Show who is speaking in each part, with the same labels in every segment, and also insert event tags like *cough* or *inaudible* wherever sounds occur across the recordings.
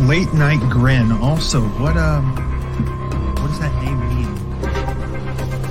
Speaker 1: Late Night Grin. Also, what um, what does that name mean?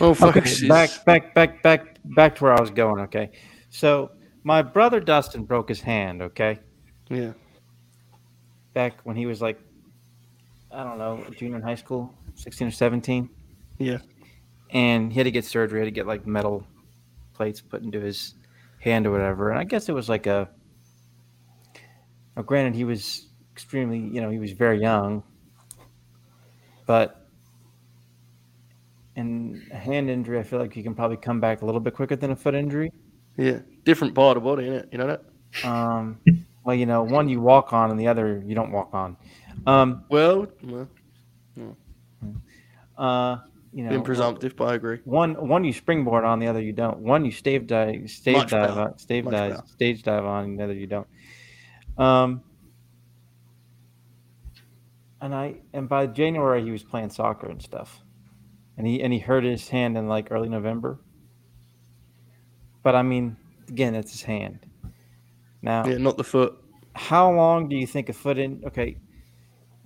Speaker 2: Oh fuck!
Speaker 3: Okay, back, back, back, back, back to where I was going. Okay, so my brother Dustin broke his hand. Okay,
Speaker 2: Yeah.
Speaker 3: back when he was like, I don't know, a junior in high school, sixteen or seventeen,
Speaker 2: Yeah.
Speaker 3: and he had to get surgery. Had to get like metal plates put into his hand or whatever. And I guess it was like a. Now, granted, he was extremely, you know, he was very young, but in a hand injury, I feel like you can probably come back a little bit quicker than a foot injury.
Speaker 2: Yeah. Different part of the body, innit? You know that?
Speaker 3: Um, well, you know, one you walk on, and the other you don't walk on. Um,
Speaker 2: Well, well
Speaker 3: uh, you know,
Speaker 2: been presumptive, but I agree.
Speaker 3: one one you springboard on, the other you don't. One you stave dive, stave
Speaker 2: Much
Speaker 3: dive,
Speaker 2: better.
Speaker 3: on, stave
Speaker 2: Much
Speaker 3: dive,
Speaker 2: better.
Speaker 3: stage dive on, and the other you don't. Um, and I and by January he was playing soccer and stuff, and he and he hurt his hand in like early November. But I mean, again, it's his hand. Now,
Speaker 2: Yeah, not the foot.
Speaker 3: how long do you think a foot in? Okay,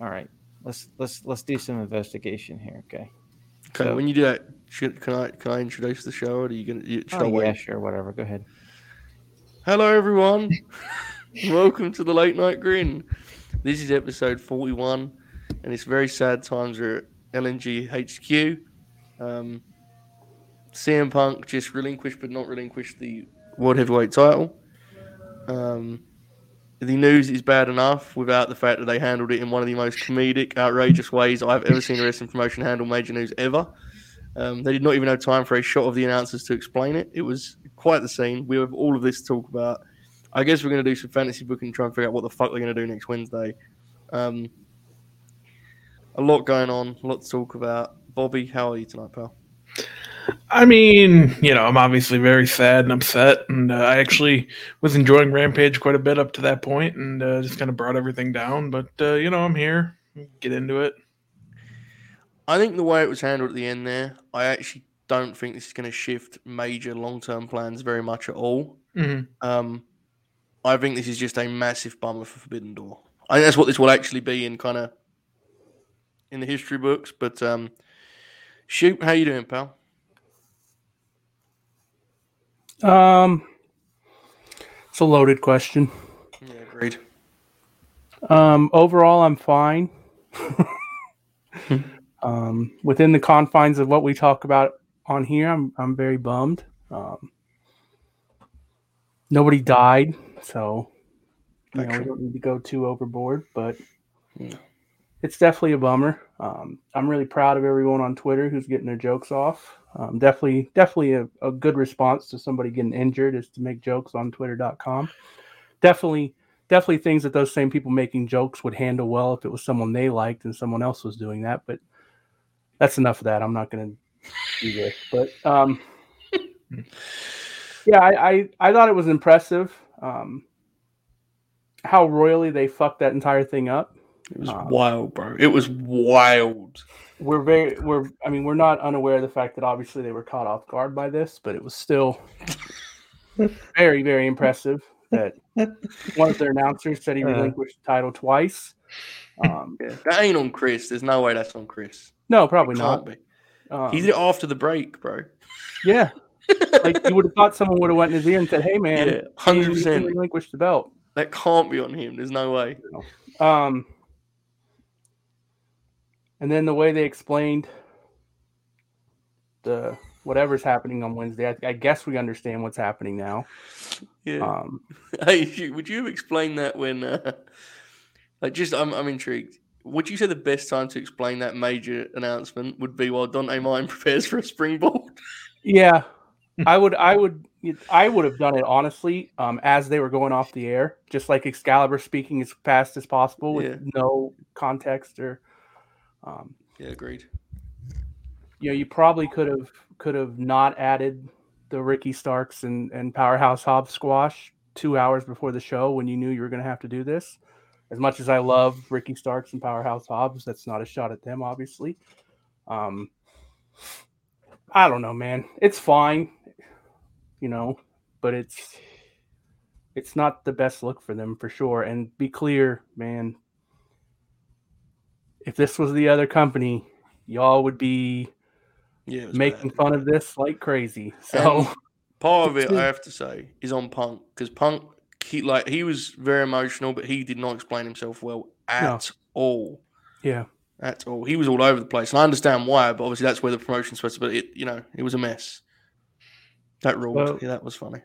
Speaker 3: all right. Let's let's let's do some investigation here. Okay.
Speaker 2: Okay,
Speaker 3: So-
Speaker 2: when you do that, should, can I can I introduce the show? Or are you gonna? You, should I
Speaker 3: Oh,
Speaker 2: wait?
Speaker 3: yeah, sure, whatever. Go ahead.
Speaker 2: Hello, everyone. Welcome to the Late Night Grin. This is episode 41, and it's very sad times are at LNG HQ. Um, CM Punk just relinquished, but not relinquished, the World Heavyweight title. Um, the news is bad enough without the fact that they handled it in one of the most comedic, outrageous ways I've ever seen a wrestling promotion handle major news ever. Um, they did not even have time for a shot of the announcers to explain it. It was quite the scene. We have all of this to talk about. I guess we're going to do some fantasy booking and try and figure out what the fuck they're going to do next Wednesday. Um, a lot going on, a lot to talk about. Bobby, how are you tonight, pal?
Speaker 4: I mean, you know, I'm obviously very sad and upset, and uh, I actually was enjoying Rampage quite a bit up to that point, and uh, just kind of brought everything down. But uh, you know, I'm here. Get into it.
Speaker 2: I think the way it was handled at the end there, I actually don't think this is going to shift major long term plans very much at all.
Speaker 4: hmm
Speaker 2: Um, I think this is just a massive bummer for Forbidden Door. I think that's what this will actually be in kind of in the history books. But um, shoot, how you doing, pal?
Speaker 5: Um, it's a loaded question.
Speaker 2: Yeah, agreed.
Speaker 5: Um, overall, I'm fine. *laughs* um, within the confines of what we talk about on here, I'm I'm very bummed. Um, nobody died, so you know, we don't need to go too overboard, but
Speaker 2: No.
Speaker 5: it's definitely a bummer. Um, I'm really proud of everyone on Twitter who's getting their jokes off. Um, definitely, definitely a, a good response to somebody getting injured is to make jokes on Twitter.com. Definitely definitely things that those same people making jokes would handle well if it was someone they liked and someone else was doing that. But that's enough of that. I'm not going to do this. But
Speaker 2: *laughs*
Speaker 5: um, yeah, I, I I thought it was impressive um, how royally they fucked that entire thing up.
Speaker 2: It was
Speaker 5: Uh,
Speaker 2: wild, bro. It was wild.
Speaker 5: We're very we're I mean we're not unaware of the fact that obviously they were caught off guard by this, but it
Speaker 2: *laughs*
Speaker 5: was still very very impressive
Speaker 2: *laughs*
Speaker 5: that one of their announcers said he
Speaker 2: Uh-huh.
Speaker 3: Uh.
Speaker 5: relinquished the title twice. Um,
Speaker 2: Yeah, that ain't on Chris. There's no way that's on Chris.
Speaker 5: No, probably
Speaker 2: Can't
Speaker 5: not.
Speaker 2: be.
Speaker 5: Um,
Speaker 2: He did it after the break, bro.
Speaker 5: yeah, like
Speaker 2: *laughs*
Speaker 5: you would have thought someone would have went in his ear and said, "Hey, man,
Speaker 2: yeah,
Speaker 5: you-
Speaker 2: hundred
Speaker 5: you
Speaker 2: percent.
Speaker 5: relinquish the belt."
Speaker 2: That can't be on him. There's no way.
Speaker 5: Um, And then the way they explained the whatever's happening on Wednesday, I, I guess we understand what's happening now.
Speaker 2: *laughs* Yeah.
Speaker 5: Um,
Speaker 2: *laughs* Hey, you- would you explain that when, uh, *laughs* like, just I'm, I'm intrigued. Would you say the best time to explain that major announcement would be while Dante Mine *laughs* prepares for a springboard?
Speaker 5: Yeah, I would, I would, I would have done it honestly. Um, as they were going off the air, just like Excalibur speaking as fast as possible with
Speaker 2: Yeah.
Speaker 5: no context or, um,
Speaker 2: Yeah, agreed.
Speaker 5: you know, you probably could have could have not added the Ricky Starks and and Powerhouse Hobbs squash two hours before the show when you knew you were going to have to do this. As much as I love Ricky Starks and Powerhouse Hobbs, that's not a shot at them, obviously. Um, I don't know, man. It's fine, you know, but it's it's not the best look for them for sure. And be clear, man. If this was the other company, y'all would be
Speaker 2: Yeah, it was
Speaker 5: making
Speaker 2: bad.
Speaker 5: fun of this like
Speaker 3: *laughs*
Speaker 5: crazy. So
Speaker 2: Part of it, I have to say, is on Punk because Punk, he like he was very emotional, but he did not explain himself well at all.
Speaker 5: yeah,
Speaker 2: At all, he was all over the place, and I understand why. But obviously, that's where the promotion's supposed to. But it, you know, it was a mess. That ruled.
Speaker 5: Well-
Speaker 2: yeah, that was funny.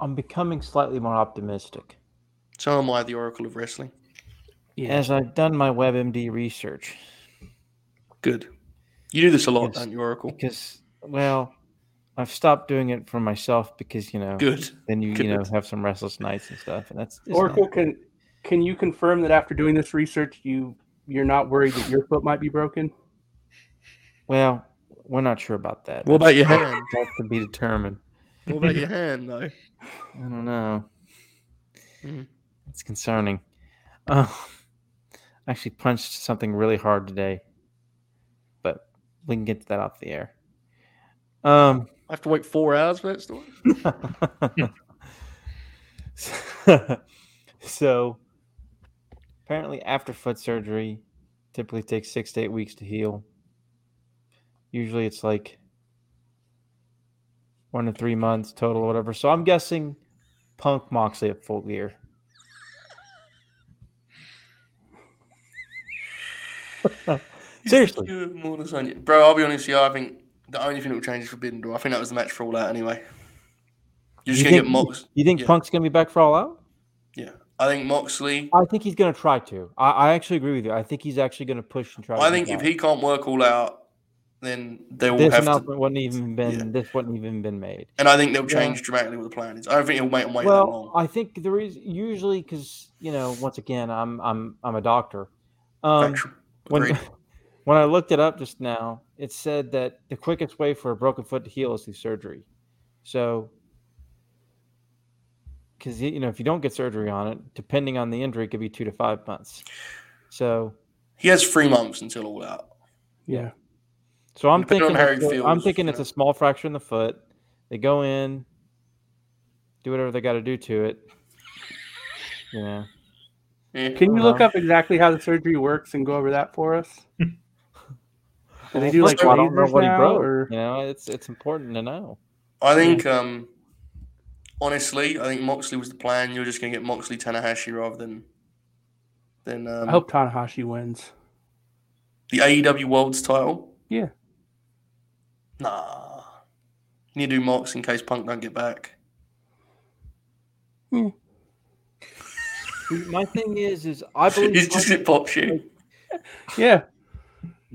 Speaker 3: I'm becoming slightly more optimistic
Speaker 2: So am I, the Oracle of Wrestling.
Speaker 5: yeah,
Speaker 3: as I've done my WebMD research
Speaker 2: Good. You do this a lot,
Speaker 3: Yes.
Speaker 2: don't you, Oracle?
Speaker 3: because, well, I've stopped doing it for myself because you know
Speaker 2: Good.
Speaker 3: then you you know
Speaker 2: Good.
Speaker 3: have some restless nights and stuff, and that's it's
Speaker 5: Oracle
Speaker 3: not-
Speaker 5: can can you confirm that after doing this research, you you're not worried that your foot might be broken?
Speaker 3: well, we're not sure about that.
Speaker 2: What about your hand?
Speaker 3: That's to be determined.
Speaker 2: What about your hand, though?
Speaker 3: I don't know.
Speaker 2: Mhm.
Speaker 3: It's concerning. Oh, I actually punched something really hard today, but we can get to that off the air. Um,
Speaker 2: I have to wait four hours for that story.
Speaker 3: *laughs* so apparently, after foot surgery, typically takes six to eight weeks to heal. Usually, it's like one to three months total, or whatever. So I'm guessing Punk Moxley at full gear. Seriously.
Speaker 2: You have more than Sonya. Bro, I'll be honest with you. I think the only thing that will change is Forbidden Door. I think that was the match for all that anyway. You're just
Speaker 3: You
Speaker 2: going to
Speaker 3: think-
Speaker 2: get Mox.
Speaker 3: You think
Speaker 2: Yeah.
Speaker 3: Punk's gonna be back for All Out?
Speaker 2: Yeah. I think Moxley.
Speaker 3: I think he's gonna try to. I, I actually agree with you. I think he's actually gonna push and try.
Speaker 2: I
Speaker 3: to
Speaker 2: think
Speaker 3: do
Speaker 2: if
Speaker 3: that.
Speaker 2: he can't work all out, then they will
Speaker 3: this
Speaker 2: have to.
Speaker 3: announcement wouldn't even been
Speaker 2: Yeah.
Speaker 3: this wouldn't even been made.
Speaker 2: And I think they'll
Speaker 3: Yeah.
Speaker 2: change dramatically what the plan is. I don't think it'll make them wait that
Speaker 3: well,
Speaker 2: long.
Speaker 3: I think there is usually because you know once again I'm I'm I'm a doctor. Um,
Speaker 2: Factual.
Speaker 3: when
Speaker 2: Agreed.
Speaker 3: *laughs* when I looked it up just now, it said that the quickest way for a broken foot to heal is through surgery. So, because you know if you don't get surgery on it, depending on the injury, it could be two to five months. So
Speaker 2: He has three months until all out.
Speaker 5: Yeah,
Speaker 3: So I'm
Speaker 2: Depending on
Speaker 3: thinking,
Speaker 2: how
Speaker 3: it's
Speaker 2: he
Speaker 3: a-
Speaker 2: feels,
Speaker 3: I'm thinking
Speaker 2: you
Speaker 3: it's
Speaker 2: know.
Speaker 3: a small fracture in the foot. They go in, do whatever they got to do to it. You know,
Speaker 2: Yeah.
Speaker 5: can you look
Speaker 3: Uh-huh.
Speaker 5: up exactly how the surgery works and go over that for us? *laughs* Do they do
Speaker 3: Well,
Speaker 5: like
Speaker 3: first of all, I don't know
Speaker 5: lasers
Speaker 3: what he
Speaker 5: now,
Speaker 3: broke.
Speaker 5: or-
Speaker 3: You know, it's it's important to know.
Speaker 2: I think, um, honestly, I think Moxley was the plan. You're just going to get Moxley Tanahashi rather than than um,
Speaker 5: I hope Tanahashi wins.
Speaker 2: the AEW World's title.
Speaker 5: Yeah.
Speaker 2: Nah. You need to do Mox in case Punk don't get back.
Speaker 3: My thing is, is
Speaker 2: *laughs*
Speaker 3: I
Speaker 2: He's
Speaker 3: believe.
Speaker 2: just it pops you.
Speaker 5: Yeah.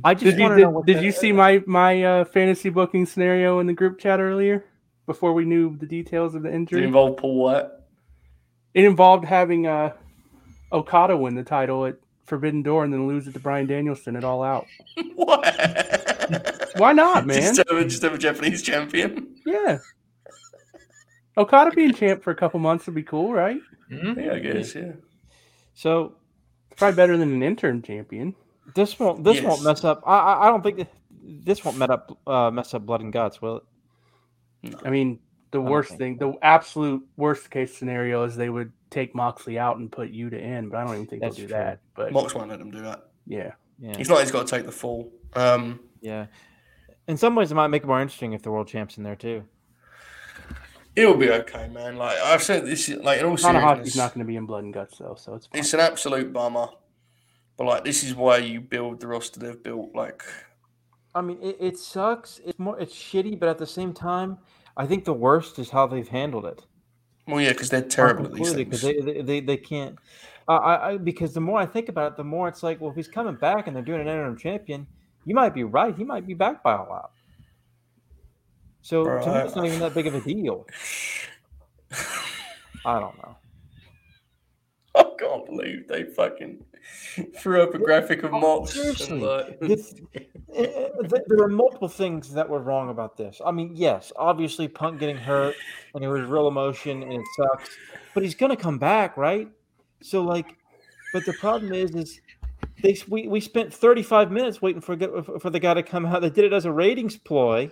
Speaker 3: I just
Speaker 5: Did you
Speaker 3: want to know.
Speaker 5: did,
Speaker 3: What
Speaker 5: did
Speaker 3: the-
Speaker 5: you see my my uh, fantasy booking scenario in the group chat earlier? Before we knew the details of the
Speaker 2: Did
Speaker 5: injury,
Speaker 2: it involve Paul White? *laughs*
Speaker 5: It involved having uh, Okada win the title at Forbidden Door and then lose it to Brian Danielson at All Out.
Speaker 2: What?
Speaker 3: *laughs*
Speaker 5: Why not, man?
Speaker 2: Just have, a, just have a Japanese champion.
Speaker 5: Yeah. Okada being champ for a couple months would be cool, right?
Speaker 4: Mhm.
Speaker 2: Yeah, I guess, yeah.
Speaker 3: So
Speaker 5: Probably better than an interim champion.
Speaker 3: this won't. This won't
Speaker 2: Yes.
Speaker 3: mess up. I I, I don't think th- this won't mess up. Uh, mess up blood and guts. Will it?
Speaker 5: I mean, the
Speaker 3: don't
Speaker 5: worst thing,
Speaker 3: think
Speaker 5: the absolute worst case scenario is they would take Moxley out and put you to end, but I don't even think
Speaker 3: That's
Speaker 5: they'll do
Speaker 3: true.
Speaker 5: that. But
Speaker 2: Mox won't let him do that.
Speaker 5: yeah,
Speaker 3: Yeah.
Speaker 2: He's not, he's got to take the fall. Um,
Speaker 3: Yeah. In some ways, it might make it more interesting if the world champs in there too.
Speaker 2: it'll be okay, man. Like, I've said this, like, in all seriousness.
Speaker 5: Tanahashi's not going to be in blood and guts though, so it's fine.
Speaker 2: It's an absolute bummer But like, this is why you build the roster they've built. Like,
Speaker 3: I mean, it, it sucks. It's more it's shitty, but at the same time, I think the worst is how they've handled it.
Speaker 2: well, yeah, because they're terrible at these
Speaker 3: because
Speaker 2: things.
Speaker 3: they, they, they, they can't. I, I I- because the more I think about it, the more it's like, well, if he's coming back and they're doing an interim champion, you might be right. He might be back by a while. So
Speaker 2: Bro,
Speaker 3: to me,
Speaker 2: I-
Speaker 3: it's not even that big of a
Speaker 2: *laughs*
Speaker 3: deal. I don't know.
Speaker 2: *laughs* I can't believe they fucking *laughs* threw up a graphic of
Speaker 3: Oh,
Speaker 2: Mox. and,
Speaker 3: seriously.
Speaker 2: like-
Speaker 3: This- eh, eh, th- there were multiple things that were wrong about this. I mean, yes, obviously Punk getting hurt and it was real emotion and it sucks, but he's gonna come back, right? So like, but the problem is, is they s- we, we spent 35 minutes waiting for go- for for the guy to come out. They did it as a ratings ploy,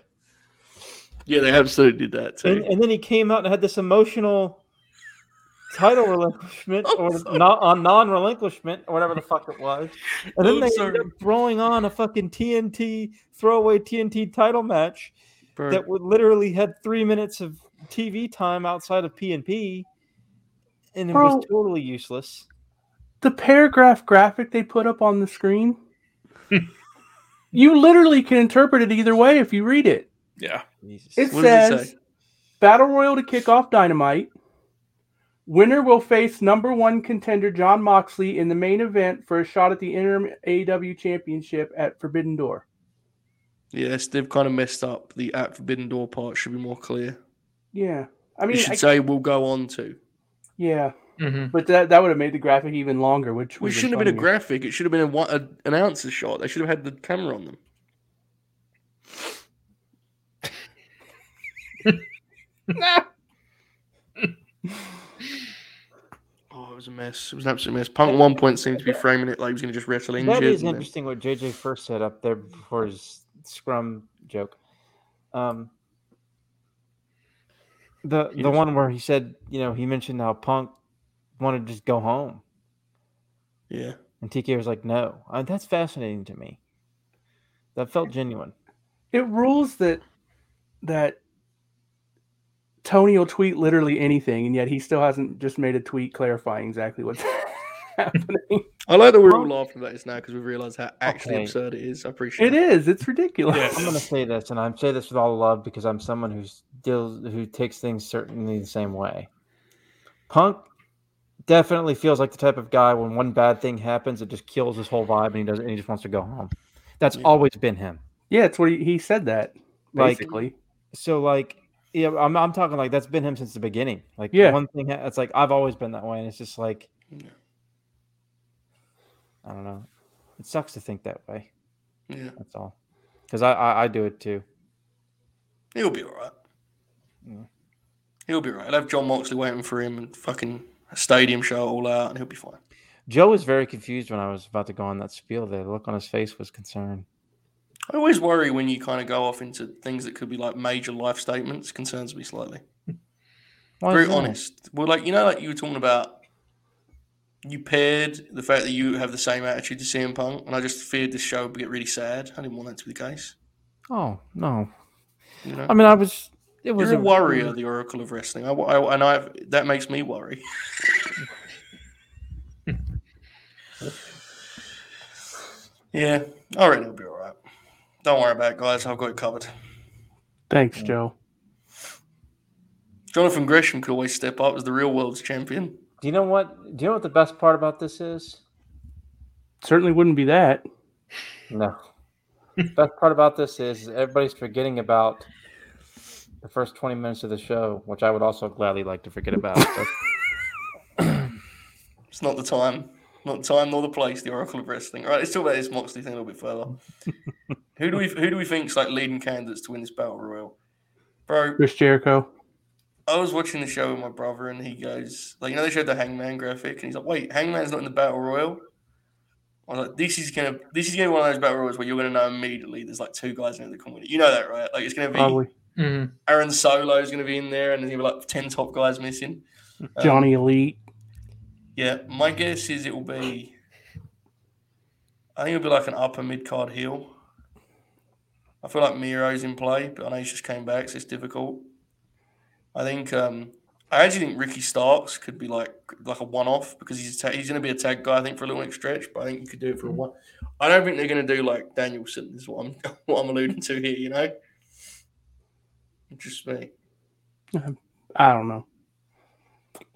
Speaker 2: yeah, they absolutely did that too.
Speaker 3: and, and then he came out and had this emotional title
Speaker 2: *laughs*
Speaker 3: relinquishment
Speaker 2: I'm
Speaker 3: or
Speaker 2: Oh, sorry.
Speaker 3: non, on non-relinquishment or whatever the fuck it was. And
Speaker 2: I'm
Speaker 3: then they
Speaker 2: Oh, sorry.
Speaker 3: ended up throwing on a fucking TNT throwaway TNT title match
Speaker 2: Bro,
Speaker 3: that would literally had three minutes of TV time outside of P and P, and it was totally useless.
Speaker 5: the paragraph graphic they put up on the screen you literally can interpret it either way if you read it
Speaker 4: Yeah.
Speaker 5: it
Speaker 2: What does it
Speaker 5: says
Speaker 2: say?
Speaker 5: battle royal to kick off dynamite winner will face number one contender john moxley in the main event for a shot at the interim aew championship at forbidden door
Speaker 2: yes, they've kind of messed up. The at Forbidden Door part should be more clear.
Speaker 5: yeah i mean
Speaker 2: you should
Speaker 5: I-
Speaker 2: say we'll go on to.
Speaker 5: yeah
Speaker 4: Mm-hmm.
Speaker 5: but that, that would have made the graphic even longer which
Speaker 2: We
Speaker 5: would've
Speaker 2: shouldn't have been a
Speaker 5: funnier.
Speaker 2: graphic. It should have been a, one- a, an answer shot. They should have had the camera on
Speaker 3: *laughs*
Speaker 2: them. oh, it was a mess. It was an absolute mess. Punk at one point seemed to be framing it like he was going to just wrestle injured.
Speaker 3: That is
Speaker 2: and then-
Speaker 3: interesting what JJ first said up there before his scrum joke. Um, the the
Speaker 2: Yes.
Speaker 3: one where he said, you know, he mentioned how Punk wanted to just go home,
Speaker 2: Yeah.
Speaker 3: and TK was like, "No." Uh, that's fascinating to me. That felt genuine.
Speaker 5: it rules that that Tony will tweet literally anything, and yet he still hasn't just made a tweet clarifying exactly what's *laughs* happening.
Speaker 2: I like that we're all
Speaker 3: Punk-
Speaker 2: laughing about this now because we realise how actually
Speaker 3: Okay.
Speaker 2: absurd it is. I appreciate
Speaker 5: It
Speaker 2: it.
Speaker 5: is. It's ridiculous.
Speaker 4: Yeah.
Speaker 3: I'm going to say this, and I say this with all love because I'm someone who's deals who takes things certainly the same way. Punk definitely feels like the type of guy when one bad thing happens, it just kills his whole vibe, and he does, not and he just wants to go home. That's
Speaker 2: Yeah.
Speaker 3: always been him.
Speaker 5: Yeah, it's what he, he said that
Speaker 3: Like-
Speaker 5: basically.
Speaker 3: So like, yeah, I'm, I'm talking like that's been him since the beginning. Like,
Speaker 5: Yeah.
Speaker 3: one thing ha- it's like I've always been that way, and it's just like,
Speaker 2: Yeah.
Speaker 3: I don't know. It sucks to think that way.
Speaker 2: Yeah.
Speaker 3: That's all. Because I, I I do it too.
Speaker 2: He'll be all right.
Speaker 3: Yeah.
Speaker 2: He'll be all right. I'll have John Moxley waiting for him and fucking a stadium show all out, and he'll be fine.
Speaker 3: Joe was very confused when I was about to go on that spiel there. The look on his face was concern.
Speaker 2: I always worry when you kind of go off into things that could be like major life statements. Concerns me slightly.
Speaker 3: Why
Speaker 2: Very
Speaker 3: is that?
Speaker 2: honest. Well, like you know, like you were talking about, you paired the fact that you have the same attitude to CM Punk, and I just feared this show would get really sad. I didn't want that to be the case.
Speaker 3: Oh, no.
Speaker 2: You know,
Speaker 3: I mean, I was. It was
Speaker 2: you're a
Speaker 3: a-
Speaker 2: warrior, the Oracle of Wrestling. I, I and I that makes me worry. *laughs* yeah, I reckon it'll be all right. Don't worry about it, guys. I've got it covered.
Speaker 5: Thanks, Joe.
Speaker 2: Jonathan Gresham could always step up as the real world's champion.
Speaker 3: Do you know what? Do you know what the best part about this is?
Speaker 5: Certainly wouldn't be that.
Speaker 3: No.
Speaker 2: *laughs*
Speaker 3: best part about this is is everybody's forgetting about the first 20 minutes of the show, which I would also gladly like to
Speaker 2: *laughs*
Speaker 3: forget about. but-
Speaker 2: It's not the time, not the time nor the place. The Oracle of Wrestling. All right, let's talk about this Moxley thing a little bit further. who do we who do we think's like leading candidates to win this battle royal, bro?
Speaker 5: Chris Jericho.
Speaker 2: I was watching the show with my brother, and he goes, like, you know, they showed the Hangman graphic, and he's like, wait, Hangman's not in the Battle Royal. I was like, this is gonna, this is gonna be one of those Battle Royals where you're gonna know immediately. There's like two guys in the corner. You know that, right? Like, it's gonna be
Speaker 5: Probably
Speaker 4: Mm-hmm.
Speaker 2: Aaron Solo's gonna be in there, and there'll be like ten top guys missing. Um,
Speaker 3: uh,
Speaker 5: Johnny Elite.
Speaker 2: Yeah, my guess is it will be. I think it'll be like an upper mid card heel. I feel like Miro's in play, but I know he's just came back, so it's difficult. I think um, I actually think Ricky Starks could be like like a one off because he's a ta- he's going to be a tag guy. I think for a little bit stretch, but I think you could do it for a one. I don't think they're going to do like Danielson. Is what I'm *laughs* what I'm alluding to here. You know, just me.
Speaker 5: I don't know.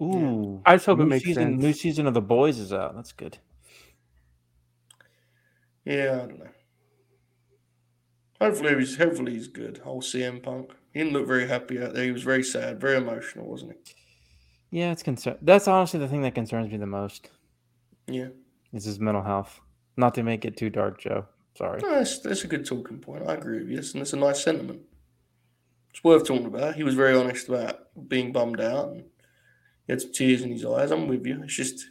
Speaker 3: Ooh.
Speaker 5: I just hope
Speaker 3: new
Speaker 5: it makes
Speaker 3: season,
Speaker 5: sense.
Speaker 3: New season of The Boys is out. That's good.
Speaker 2: Yeah, I don't know. Hopefully he's hopefully he's good. Whole CM Punk. He didn't look very happy out there. He was very sad, very emotional, wasn't
Speaker 3: Yeah, it's concern. That's honestly the thing that concerns me the most
Speaker 2: he? Yeah.
Speaker 3: is his mental health. Not to make it too dark, Joe. Sorry.
Speaker 2: No, that's, that's a good talking point. I agree with you. It's- And it's a nice sentiment. It's worth talking about. He was very honest about being bummed out and he had some tears in his eyes. I'm with you. It's just,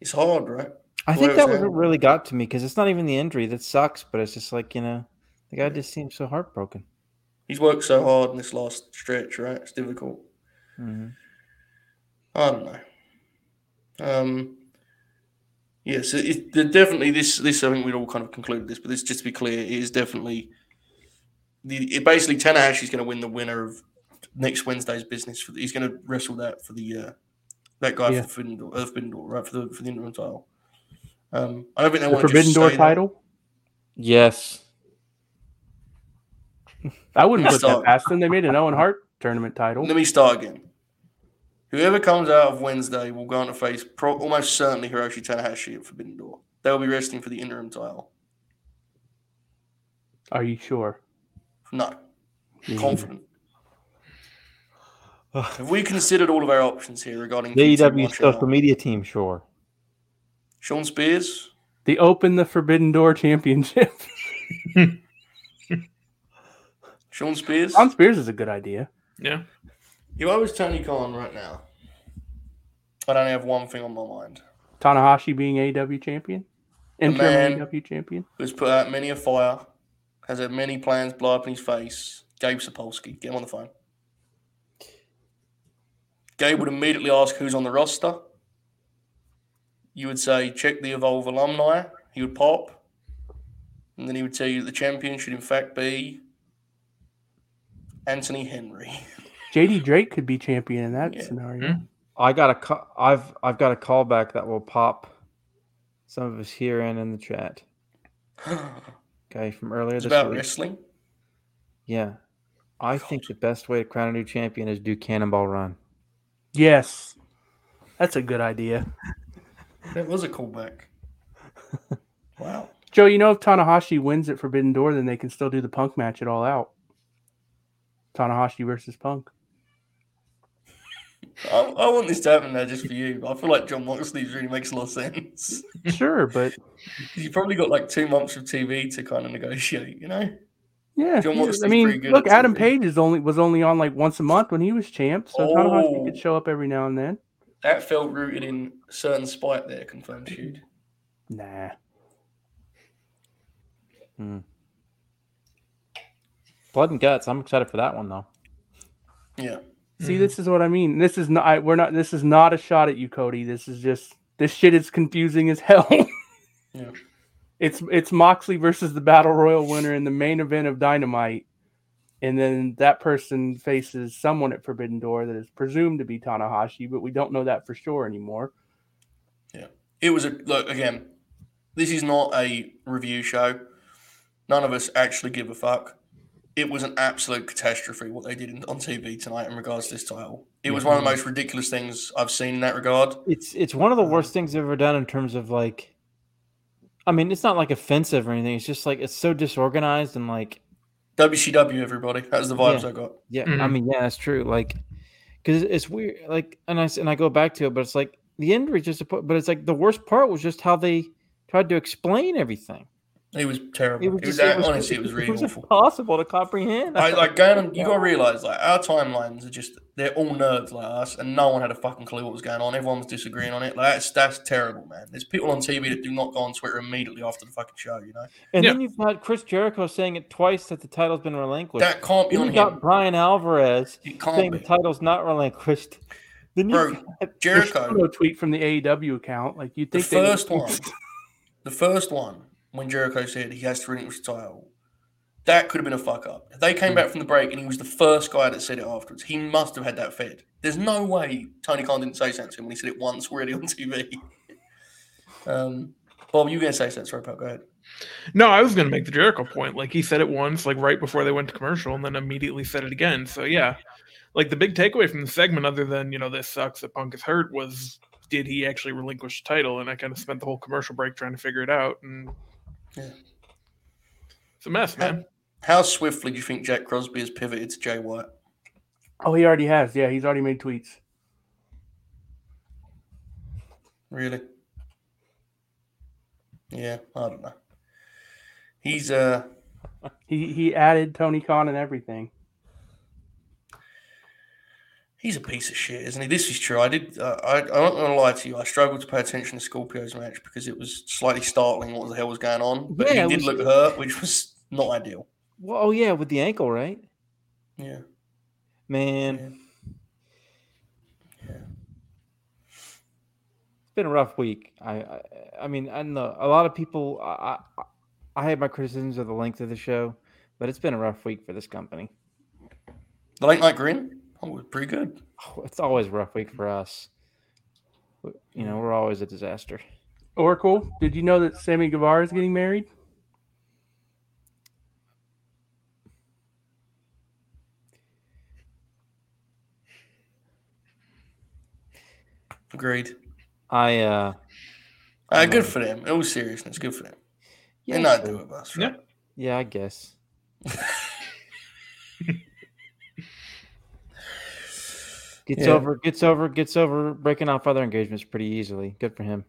Speaker 2: it's hard, right?
Speaker 3: I
Speaker 2: Well,
Speaker 3: think
Speaker 2: it
Speaker 3: that
Speaker 2: was
Speaker 3: was what
Speaker 2: him.
Speaker 3: really got to me because it's not even the injury that sucks, but it's just like you know, the guy just seems so heartbroken.
Speaker 2: He's worked so hard in this last stretch, right? It's difficult.
Speaker 3: Mm-hmm.
Speaker 2: I don't know. Um, yes, it, it, there definitely this. This I think we'd all kind of concluded this, but this just to be clear, it is definitely the. It basically Tanahashi is going to win the winner of next Wednesday's business. For the, he's going to wrestle that for the uh, that guy
Speaker 5: Yeah.
Speaker 2: for the Forbidden Door, uh, Forbidden Door, right for the for the interim title. Um, I don't think they
Speaker 5: The
Speaker 2: want
Speaker 5: Forbidden Door title.
Speaker 3: Yes.
Speaker 5: I wouldn't
Speaker 2: Yes,
Speaker 5: put that
Speaker 2: dog.
Speaker 5: past them. They made an Owen Hart tournament title.
Speaker 3: *laughs*
Speaker 2: Let me start again. Whoever comes out of Wednesday will go on to face pro- almost certainly Hiroshi Tanahashi at Forbidden Door. They will be wrestling for the interim title.
Speaker 5: Are you sure?
Speaker 2: No,
Speaker 5: Yeah.
Speaker 2: confident.
Speaker 3: Ugh.
Speaker 2: Have we considered all of our options here regarding
Speaker 3: The
Speaker 2: Keaton
Speaker 3: AEW
Speaker 2: watching
Speaker 3: E social
Speaker 2: out?
Speaker 3: media team, sure.
Speaker 2: Sean Spears?
Speaker 5: The Open the Forbidden Door Championship.
Speaker 2: Sean Spears?
Speaker 5: On Spears is a good idea.
Speaker 4: Yeah.
Speaker 2: If I was Tony Khan right now, I'd only have one thing on my mind.
Speaker 5: Tanahashi being AW champion, interim
Speaker 2: man-
Speaker 5: AW champion.
Speaker 2: Who's put out many a fire, has had many plans blow up in his face. Gabe Sapolsky. Get him on the phone. Gabe would immediately ask who's on the roster. You would say, check the Evolve alumni. He would pop. And then he would tell you that the champion should, in fact, be Anthony Henry. *laughs*
Speaker 5: JD Drake could be champion in that
Speaker 2: Yeah.
Speaker 5: scenario.
Speaker 4: Mhm.
Speaker 3: I got a ca- I've I've got a callback that will pop some of us here and in the chat.
Speaker 2: it's
Speaker 3: Okay, from earlier this
Speaker 2: about
Speaker 3: week.
Speaker 2: wrestling.
Speaker 3: Yeah. I think the best way to crown a new champion is do Cannonball Run.
Speaker 5: Yes, that's a good idea.
Speaker 2: That was a callback. *laughs* wow.
Speaker 5: Joe, you know if Tanahashi wins at Forbidden Door, then they can still do the Punk match at All Out. Tanahashi versus Punk.
Speaker 2: I, I want this to happen now just for you. I feel like John Moxley's really makes a lot of sense. *laughs*
Speaker 5: Sure, but
Speaker 2: You probably got like two months of TV to kind of negotiate, you know?
Speaker 5: yeah,
Speaker 2: John
Speaker 5: he-
Speaker 2: Moxley's
Speaker 5: I mean,
Speaker 2: pretty good
Speaker 5: look,
Speaker 2: at
Speaker 5: Adam
Speaker 2: something.
Speaker 5: Page is only was only on like once a month when he was champ, so Tanahashi could
Speaker 2: Oh.
Speaker 5: show up every now and then.
Speaker 2: That felt rooted in certain spite there, confirmed Shoot.
Speaker 5: Nah,
Speaker 3: Blood and guts. I'm excited for that one though.
Speaker 2: Yeah.
Speaker 4: Mm-hmm.
Speaker 2: Mm-hmm.
Speaker 5: See, this is what I mean. This is not. I, we're not. This is not a shot at you, Cody. This is just. This shit is confusing as hell. *laughs*
Speaker 2: Yeah.
Speaker 5: It's it's Moxley versus the Battle Royal winner in the main event of Dynamite, and then that person faces someone at Forbidden Door that is presumed to be Tanahashi, but we don't know that for sure anymore.
Speaker 2: It was a look again. This is not a review show. None of us actually give a fuck. It was an absolute catastrophe what they did in, on TV tonight in regards to this title. It was one of the most ridiculous things I've seen in that regard.
Speaker 3: It's it's one of the worst things I've ever done in terms of like I mean, it's not like offensive or anything. It's just like it's so disorganized and like
Speaker 2: WCW, everybody. That was the vibes
Speaker 3: Yeah.
Speaker 2: I got.
Speaker 3: yeah, I
Speaker 4: Mhm.
Speaker 3: mean, yeah, that's true. Like cuz it's weird like and I s- and I go back to it, but it's like the end was just a po- but it's like the worst part was just how they tried to explain everything.
Speaker 2: It was terrible. It was,
Speaker 3: just-
Speaker 2: that- honestly, it was really awful.
Speaker 3: impossible to comprehend.
Speaker 2: I,
Speaker 3: *laughs*
Speaker 2: like going on, you gotta realize like our timelines are just they're all nerds like us, and no one had a fucking clue what was going on. Everyone was disagreeing on it. Like that's that's terrible, man. There's people on TV that do not go on Twitter immediately after the fucking show. You know
Speaker 3: And
Speaker 4: Yeah.
Speaker 3: then you've got Chris Jericho saying it twice that the title's been relinquished.
Speaker 2: that can't be
Speaker 3: then
Speaker 2: on
Speaker 3: you got
Speaker 2: him.
Speaker 3: Brian Alvarez
Speaker 2: It
Speaker 3: saying
Speaker 2: can't
Speaker 3: the
Speaker 2: be,
Speaker 3: title's not relinquished. Then you
Speaker 2: bro.
Speaker 3: *laughs*
Speaker 5: There's still
Speaker 2: Jericho,
Speaker 5: no tweet from the AEW account. Like you
Speaker 2: the
Speaker 5: think they would-
Speaker 2: first one, the first one when Jericho said he has to relinquish the title, that could have been a fuck up. If they came back from the break and he was the first guy that said it afterwards, he must have had that fed. There's no way Tony Khan didn't say something to him when he said it once already on TV. *laughs* um, Bob, you going to say something? Sorry, Bob, go ahead.
Speaker 4: No, I was going to make the Jericho point. Like he said it once, like right before they went to commercial, and then immediately said it again. So yeah, like the big takeaway from the segment, other than you know this sucks that Punk is hurt, was did he actually relinquish the title? And I kind of spent the whole commercial break trying to figure it out, and
Speaker 2: Yeah.
Speaker 4: it's a mess, man.
Speaker 2: How swiftly do you think Jack Crosby has pivoted to Jay White?
Speaker 5: *laughs* Oh, he already has. Yeah, he's already made tweets.
Speaker 2: Really? Yeah, I don't know. He's uh
Speaker 5: He he added Tony Khan and everything.
Speaker 2: He's a piece of shit, isn't he? This is true. I did. Uh, I, I'm not going to lie to you. I struggled to pay attention to Scorpio's match because it was slightly startling what the hell was going on. But
Speaker 3: Yeah, it
Speaker 2: he did
Speaker 3: was-
Speaker 2: look hurt, which was not ideal.
Speaker 3: Well, oh yeah, with the ankle, right?
Speaker 2: Yeah.
Speaker 3: Man,
Speaker 2: Yeah.
Speaker 3: it's been a rough week. I, I, I mean, I know a lot of people. I, I, I had my criticisms of the length of the show, but it's been a rough week for this company. *laughs*
Speaker 2: The late night grin. Oh, it was pretty good.
Speaker 3: Oh, It's always a rough week for us. W- You know, we're always a disaster.
Speaker 5: Oracle, did you know that Sammy Guevara is getting married?
Speaker 2: Agreed.
Speaker 3: I, uh,
Speaker 2: Uh, good for them. In all seriousness, good for them. They're not doing it, us, right?
Speaker 3: yeah, I guess. *laughs* gets
Speaker 2: Yeah.
Speaker 3: over, gets over, gets over breaking off other engagements pretty easily. Good for him.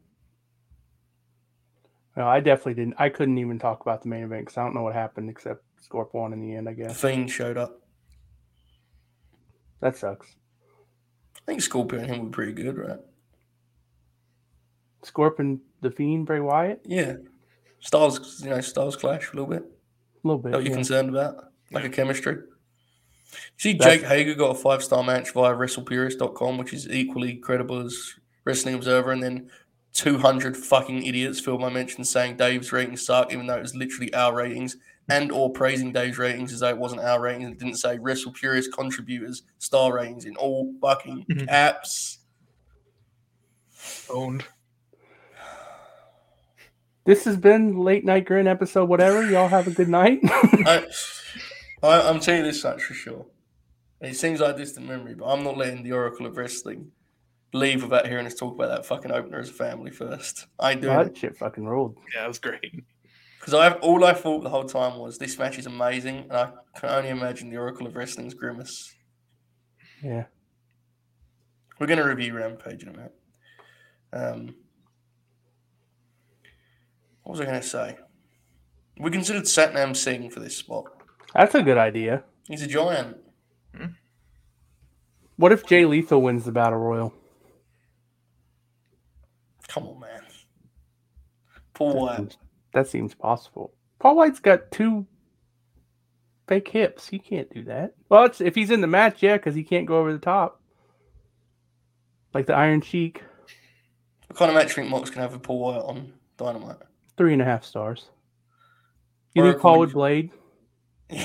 Speaker 5: No, I definitely didn't. I couldn't even talk about the main event because I don't know what happened except Scorp won in the end. I
Speaker 2: The
Speaker 5: guess
Speaker 2: Fiend showed up.
Speaker 5: that sucks.
Speaker 2: I think Scorpio and him were pretty good, right?
Speaker 5: Scorp and the Fiend Bray Wyatt
Speaker 2: Yeah. Stars, you know, stars clash a little bit.
Speaker 5: a little bit.
Speaker 2: That what you're
Speaker 5: Oh, yeah.
Speaker 2: concerned about? Like a chemistry? See,
Speaker 5: That's-
Speaker 2: Jake Hager got a five star match via WrestlePurist.com, which is equally credible as Wrestling Observer. And then 200 fucking idiots filled my mention saying Dave's ratings suck, even though it was literally our ratings, and or praising Dave's ratings as though it wasn't our ratings. It didn't say WrestlePurist contributors star ratings in all fucking
Speaker 5: *laughs*
Speaker 4: Mhm.
Speaker 2: caps.
Speaker 4: Owned.
Speaker 5: This has been late night grin episode whatever. Y'all have a good night. *laughs*
Speaker 2: I, I, I'm telling you this much for sure. It seems like distant memory, but I'm not letting the Oracle of Wrestling leave without hearing us talk about that fucking opener as a family first. I do
Speaker 5: that shit fucking rolled.
Speaker 4: Yeah, it was great.
Speaker 2: because I all I thought the whole time was this match is amazing, and I can only imagine the Oracle of Wrestling's grimace.
Speaker 5: Yeah.
Speaker 2: We're going to review Rampage in a minute. Um, what was I going to say? We considered Satnam Singh for this spot.
Speaker 5: That's a good idea.
Speaker 2: He's a giant.
Speaker 5: What if Jay Lethal wins the battle royal?
Speaker 2: Come on, man. Paul
Speaker 5: That
Speaker 2: Wyatt.
Speaker 5: seems- That seems possible. Paul White's got two fake hips. He can't do that. Well, it's, if he's in the match, yeah, because he can't go over the top. Like the Iron Sheik,
Speaker 2: What kind of match do you think Mox can have with Paul Wyatt on
Speaker 5: *laughs*
Speaker 2: Dynamite?
Speaker 5: three and a half stars. You think
Speaker 2: Oracle, would
Speaker 5: Paul would
Speaker 2: you-
Speaker 5: blade?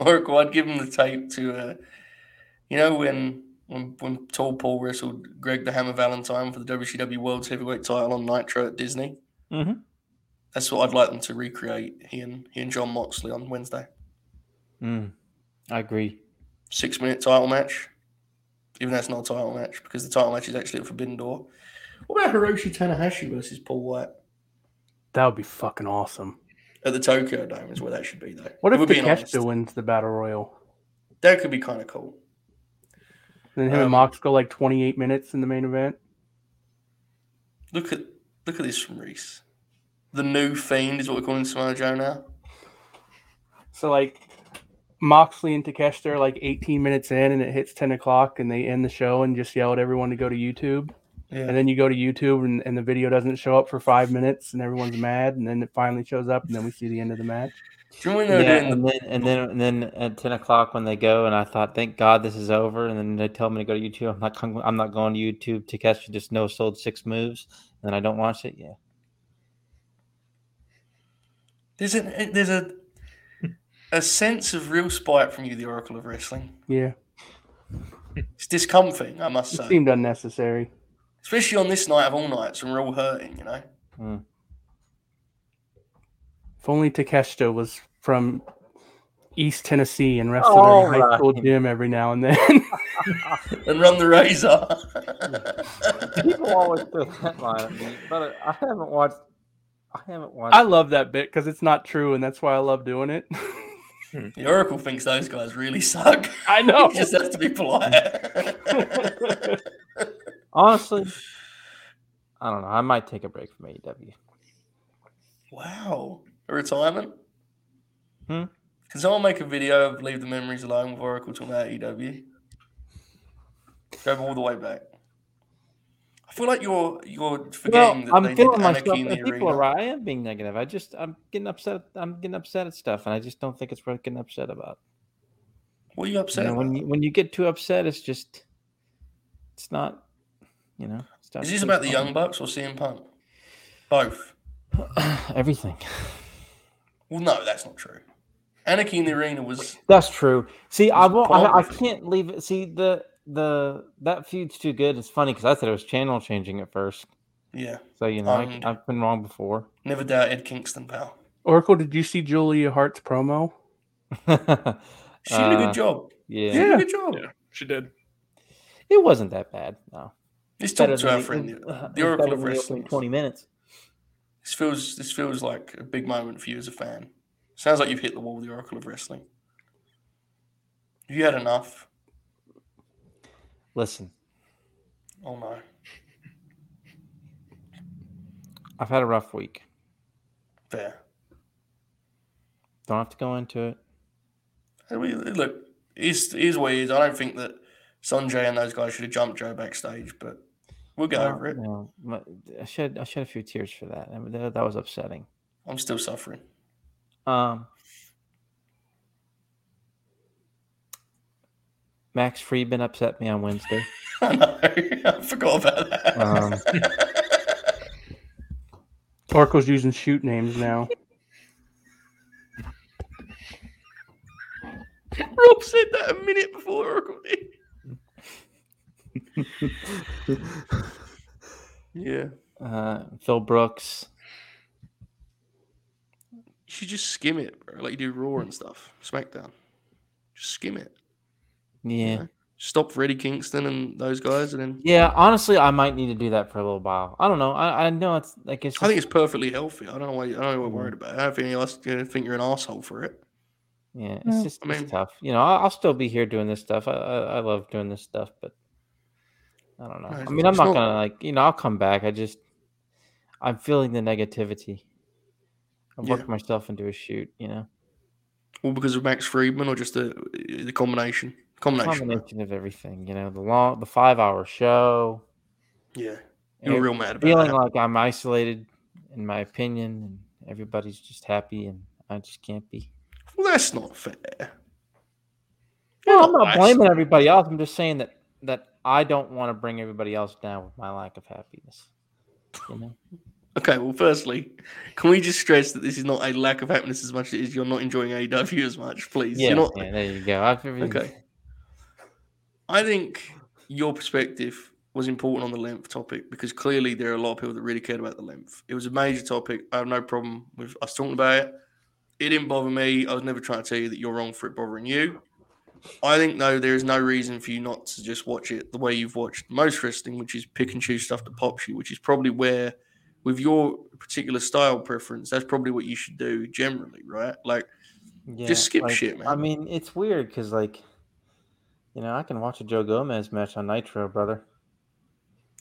Speaker 2: Oracle, I'd give him the tape to, uh, you know, when when when Tall Paul wrestled Greg the Hammer Valentine for the WCW World Heavyweight Title on Nitro at Disney.
Speaker 5: Mm-hmm.
Speaker 3: Mhm.
Speaker 2: That's what I'd like them to recreate. He and he and John Moxley on Wednesday,
Speaker 3: Mm, I agree.
Speaker 2: six minute title match. Even though it's not a title match because the title match is actually at Forbidden Door. What about Hiroshi Tanahashi versus Paul White
Speaker 5: That would be fucking awesome.
Speaker 2: at the Tokyo Dome? Is where that should be though.
Speaker 5: What if
Speaker 2: We're being honest.
Speaker 5: Takeshita wins the battle royal?
Speaker 2: That could be kind of cool.
Speaker 5: Then him and
Speaker 2: Um,
Speaker 5: Mox go like 28 minutes in the main event.
Speaker 2: Look at look at this from Reese. The new fiend is what we're calling Samoa Joe now.
Speaker 5: So like Moxley and Takeshita are like 18 minutes in, and it hits 10 o'clock, and they end the show and just yell at everyone to go to YouTube.
Speaker 2: Yeah.
Speaker 5: And then you go to YouTube, and, and the video doesn't show up for five minutes, and everyone's mad. And then it finally shows up, and then we see the end of the match.
Speaker 2: Do you remember when they were
Speaker 3: Yeah,
Speaker 2: doing
Speaker 3: and then and then and then at ten o'clock when they go, and I thought, thank God this is over. And then they tell me to go to YouTube. I'm not com- I'm not going to YouTube to catch just no sold six moves, and I don't watch it. Yeah,
Speaker 2: the, there's a there's a a sense of real spite from you, the Oracle of Wrestling.
Speaker 5: Yeah.
Speaker 2: It's discomforting, I must
Speaker 5: It
Speaker 2: say.
Speaker 5: seemed unnecessary.
Speaker 2: Especially on this night of all nights, and we're all hurting, you know.
Speaker 5: If only Takeshita was from East Tennessee and wrestled
Speaker 6: All
Speaker 5: in a high
Speaker 6: right.
Speaker 5: school gym every now and then. *laughs*
Speaker 2: And run the razor.
Speaker 6: People always throw that line at me, but I haven't watched. I haven't watched.
Speaker 5: I love that bit because it's not true, and that's why I love doing it. *laughs*
Speaker 2: the Oracle thinks those guys really suck. *laughs*
Speaker 5: I know.
Speaker 2: You just have to be polite.
Speaker 6: honestly, I don't know. I might take a break from
Speaker 3: E
Speaker 6: AEW.
Speaker 2: wow. A retirement?
Speaker 6: Hmm?
Speaker 2: Can someone make a video of Leave the Memories Alone with Oracle talking about EW? Go all the way back. I feel like you're you're forgetting that
Speaker 3: well,
Speaker 2: they
Speaker 3: I'm feeling
Speaker 2: did
Speaker 3: myself.
Speaker 2: Anarchy in
Speaker 3: and
Speaker 2: the Arena.
Speaker 3: people are right. I am being negative. I just I'm getting upset. I'm getting upset at stuff, and I just don't think it's worth getting upset about.
Speaker 2: What are you
Speaker 3: You
Speaker 2: upset
Speaker 3: know, when
Speaker 2: about?
Speaker 3: you when you get too upset, it's just it's not. You know, it's not
Speaker 2: Is this
Speaker 3: good
Speaker 2: about the
Speaker 3: fun.
Speaker 2: Young Bucks or CM Punk? Both.
Speaker 3: *laughs* everything?
Speaker 2: Well, no, that's not true. Anarchy in the Arena was
Speaker 3: That's true. See, I
Speaker 2: It's
Speaker 3: won't. I, I
Speaker 2: pornography.
Speaker 3: can't leave it. See the the that feud's too good. It's funny because I said it was channel changing at first,
Speaker 2: yeah.
Speaker 3: so you know
Speaker 2: Um,
Speaker 3: I, I've been wrong before. *laughs*
Speaker 2: Never doubt Ed Kingston, pal.
Speaker 5: Oracle, did you see Julia Hart's promo?
Speaker 2: She did a
Speaker 3: Uh,
Speaker 2: good job.
Speaker 3: yeah,
Speaker 2: She did a good job.
Speaker 4: Yeah. She did.
Speaker 3: it wasn't that bad. No,
Speaker 2: Let's
Speaker 3: better
Speaker 2: talk to
Speaker 3: than
Speaker 2: our
Speaker 3: the-
Speaker 2: friend.
Speaker 3: it-
Speaker 2: the
Speaker 3: uh, it's
Speaker 2: Oracle
Speaker 3: better
Speaker 2: of
Speaker 3: than the
Speaker 2: Wrestling.
Speaker 3: opening Twenty minutes.
Speaker 2: This feels this feels like a big moment for you as a fan. Sounds like you've hit the wall with the Oracle of Wrestling. You had enough.
Speaker 3: Listen,
Speaker 2: Oh no.
Speaker 3: I've had a rough week.
Speaker 2: Fair.
Speaker 3: Don't have to go into it.
Speaker 2: Hey, we- Look, here's, here's what it is. I don't think that Sanjay and those guys should have jumped Joe backstage, but we'll go
Speaker 3: No,
Speaker 2: over it.
Speaker 3: no, my- I shed I shed a few tears for that. I mean, that, that was upsetting.
Speaker 2: I'm still suffering. *laughs*
Speaker 3: Um, Max Friedman upset me on Wednesday.
Speaker 2: I know. I forgot about that.
Speaker 3: Um,
Speaker 5: Oracle's using shoot names now.
Speaker 2: *laughs* Rob said that a minute before the recording.
Speaker 3: *laughs*
Speaker 2: yeah. You
Speaker 3: uh, Phil Brooks.
Speaker 2: should just skim it, bro. Like you do Raw
Speaker 3: Hmm.
Speaker 2: and stuff, SmackDown. Just skim it.
Speaker 3: Yeah.
Speaker 2: Stop Freddie Kingston and those guys, and then
Speaker 3: Yeah. Honestly, I might need to do that for a little while. I don't know. I, I know it's like it's. Just, Hmm.
Speaker 2: I think it's perfectly healthy. I don't know why. I don't know what you're worried about. I don't think else. I think you're an asshole for it.
Speaker 3: yeah. It's
Speaker 5: Yeah.
Speaker 3: just
Speaker 2: I mean-
Speaker 3: it's tough. You know, I'll, I'll still be here doing this stuff. I, I I love doing this stuff, but I don't know.
Speaker 2: No,
Speaker 3: I
Speaker 2: it's-
Speaker 3: mean, I'm
Speaker 2: it's
Speaker 3: not
Speaker 2: not-
Speaker 3: gonna like you know. I'll come back. I just I'm feeling the negativity. I
Speaker 2: Yeah.
Speaker 3: worked myself into a shoot. You know,
Speaker 2: All because of Max Friedman, or just the the combination. Combination.
Speaker 3: combination of everything. You know, the long the five hour show.
Speaker 2: Yeah. You were
Speaker 3: and
Speaker 2: real mad about
Speaker 3: feeling
Speaker 2: that.
Speaker 3: like I'm isolated in my opinion, and everybody's just happy, and I just can't be.
Speaker 2: well, that's not fair.
Speaker 3: Well, I'm not
Speaker 2: nice.
Speaker 3: blaming everybody else. I'm just saying that that I don't want to bring everybody else down with my lack of happiness. You know,
Speaker 2: Okay, well, firstly, can we just stress that this is not a lack of happiness as much as it is you're not enjoying AEW as much, please?
Speaker 3: yeah,
Speaker 2: you're not.
Speaker 3: yeah, there you go. I've
Speaker 2: Okay. I think your perspective was important on the length topic because clearly there are a lot of people that really cared about the length. It was a major topic. I have no problem with us talking about it. It didn't bother me. I was never trying to tell you that you're wrong for it bothering you. I think though there is no reason for you not to just watch it the way you've watched most wrestling, which is pick and choose stuff that pops you, which is probably where with your particular style preference, that's probably what you should do generally, right? Like
Speaker 3: Yeah,
Speaker 2: Just skip
Speaker 3: like,
Speaker 2: shit,
Speaker 3: I
Speaker 2: man.
Speaker 3: mean, it's weird because like, you know, I can watch a Joe Gomez match on
Speaker 2: *laughs*
Speaker 3: Nitro, brother,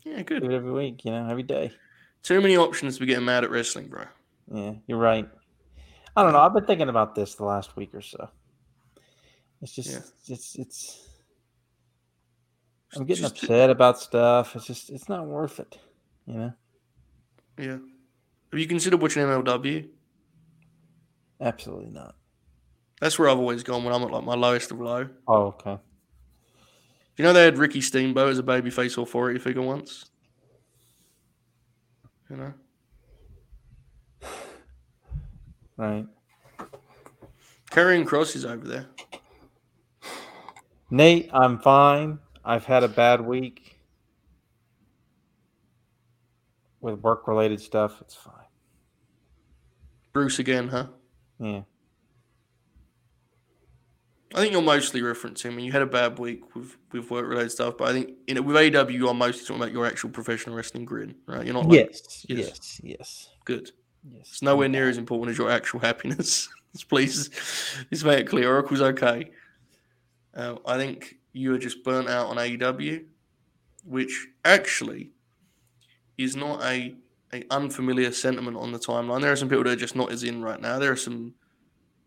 Speaker 2: yeah,
Speaker 3: do
Speaker 2: good.
Speaker 3: it every week. You know, every day.
Speaker 2: Too many options to be getting mad at wrestling, bro.
Speaker 3: Yeah, you're right. I don't know. I've been thinking about this the last week or so. It's just, it's, it's. I'm getting
Speaker 2: Just-
Speaker 3: upset about stuff. It's just, it's not worth it. You know,
Speaker 2: Yeah. Have you considered watching MLW?
Speaker 3: absolutely not.
Speaker 2: That's where I've always gone when I'm at like my lowest of low.
Speaker 3: Oh, okay.
Speaker 2: You know they had Ricky Steamboat as a babyface authority figure once. You know,
Speaker 3: Right.
Speaker 2: carrying crosses over there.
Speaker 3: Nate, I'm fine. I've had a bad week with work related stuff. It's fine.
Speaker 2: Bruce again, huh?
Speaker 3: Yeah.
Speaker 2: I think you're mostly referencing. I mean, you had a bad week with with work related stuff, but I think you know, with AW, you're mostly talking about your actual professional wrestling grin, right? You're not like
Speaker 3: yes,
Speaker 2: yes.
Speaker 3: yes. Yes.
Speaker 2: good.
Speaker 3: Yes.
Speaker 2: It's nowhere near as important as your actual happiness. *laughs* Let's Please, let's make it clear. Oracle's okay. Uh, I think you are just burnt out on AEW, which actually is not a, a unfamiliar sentiment on the timeline. There are some people that are just not as in right now. There are some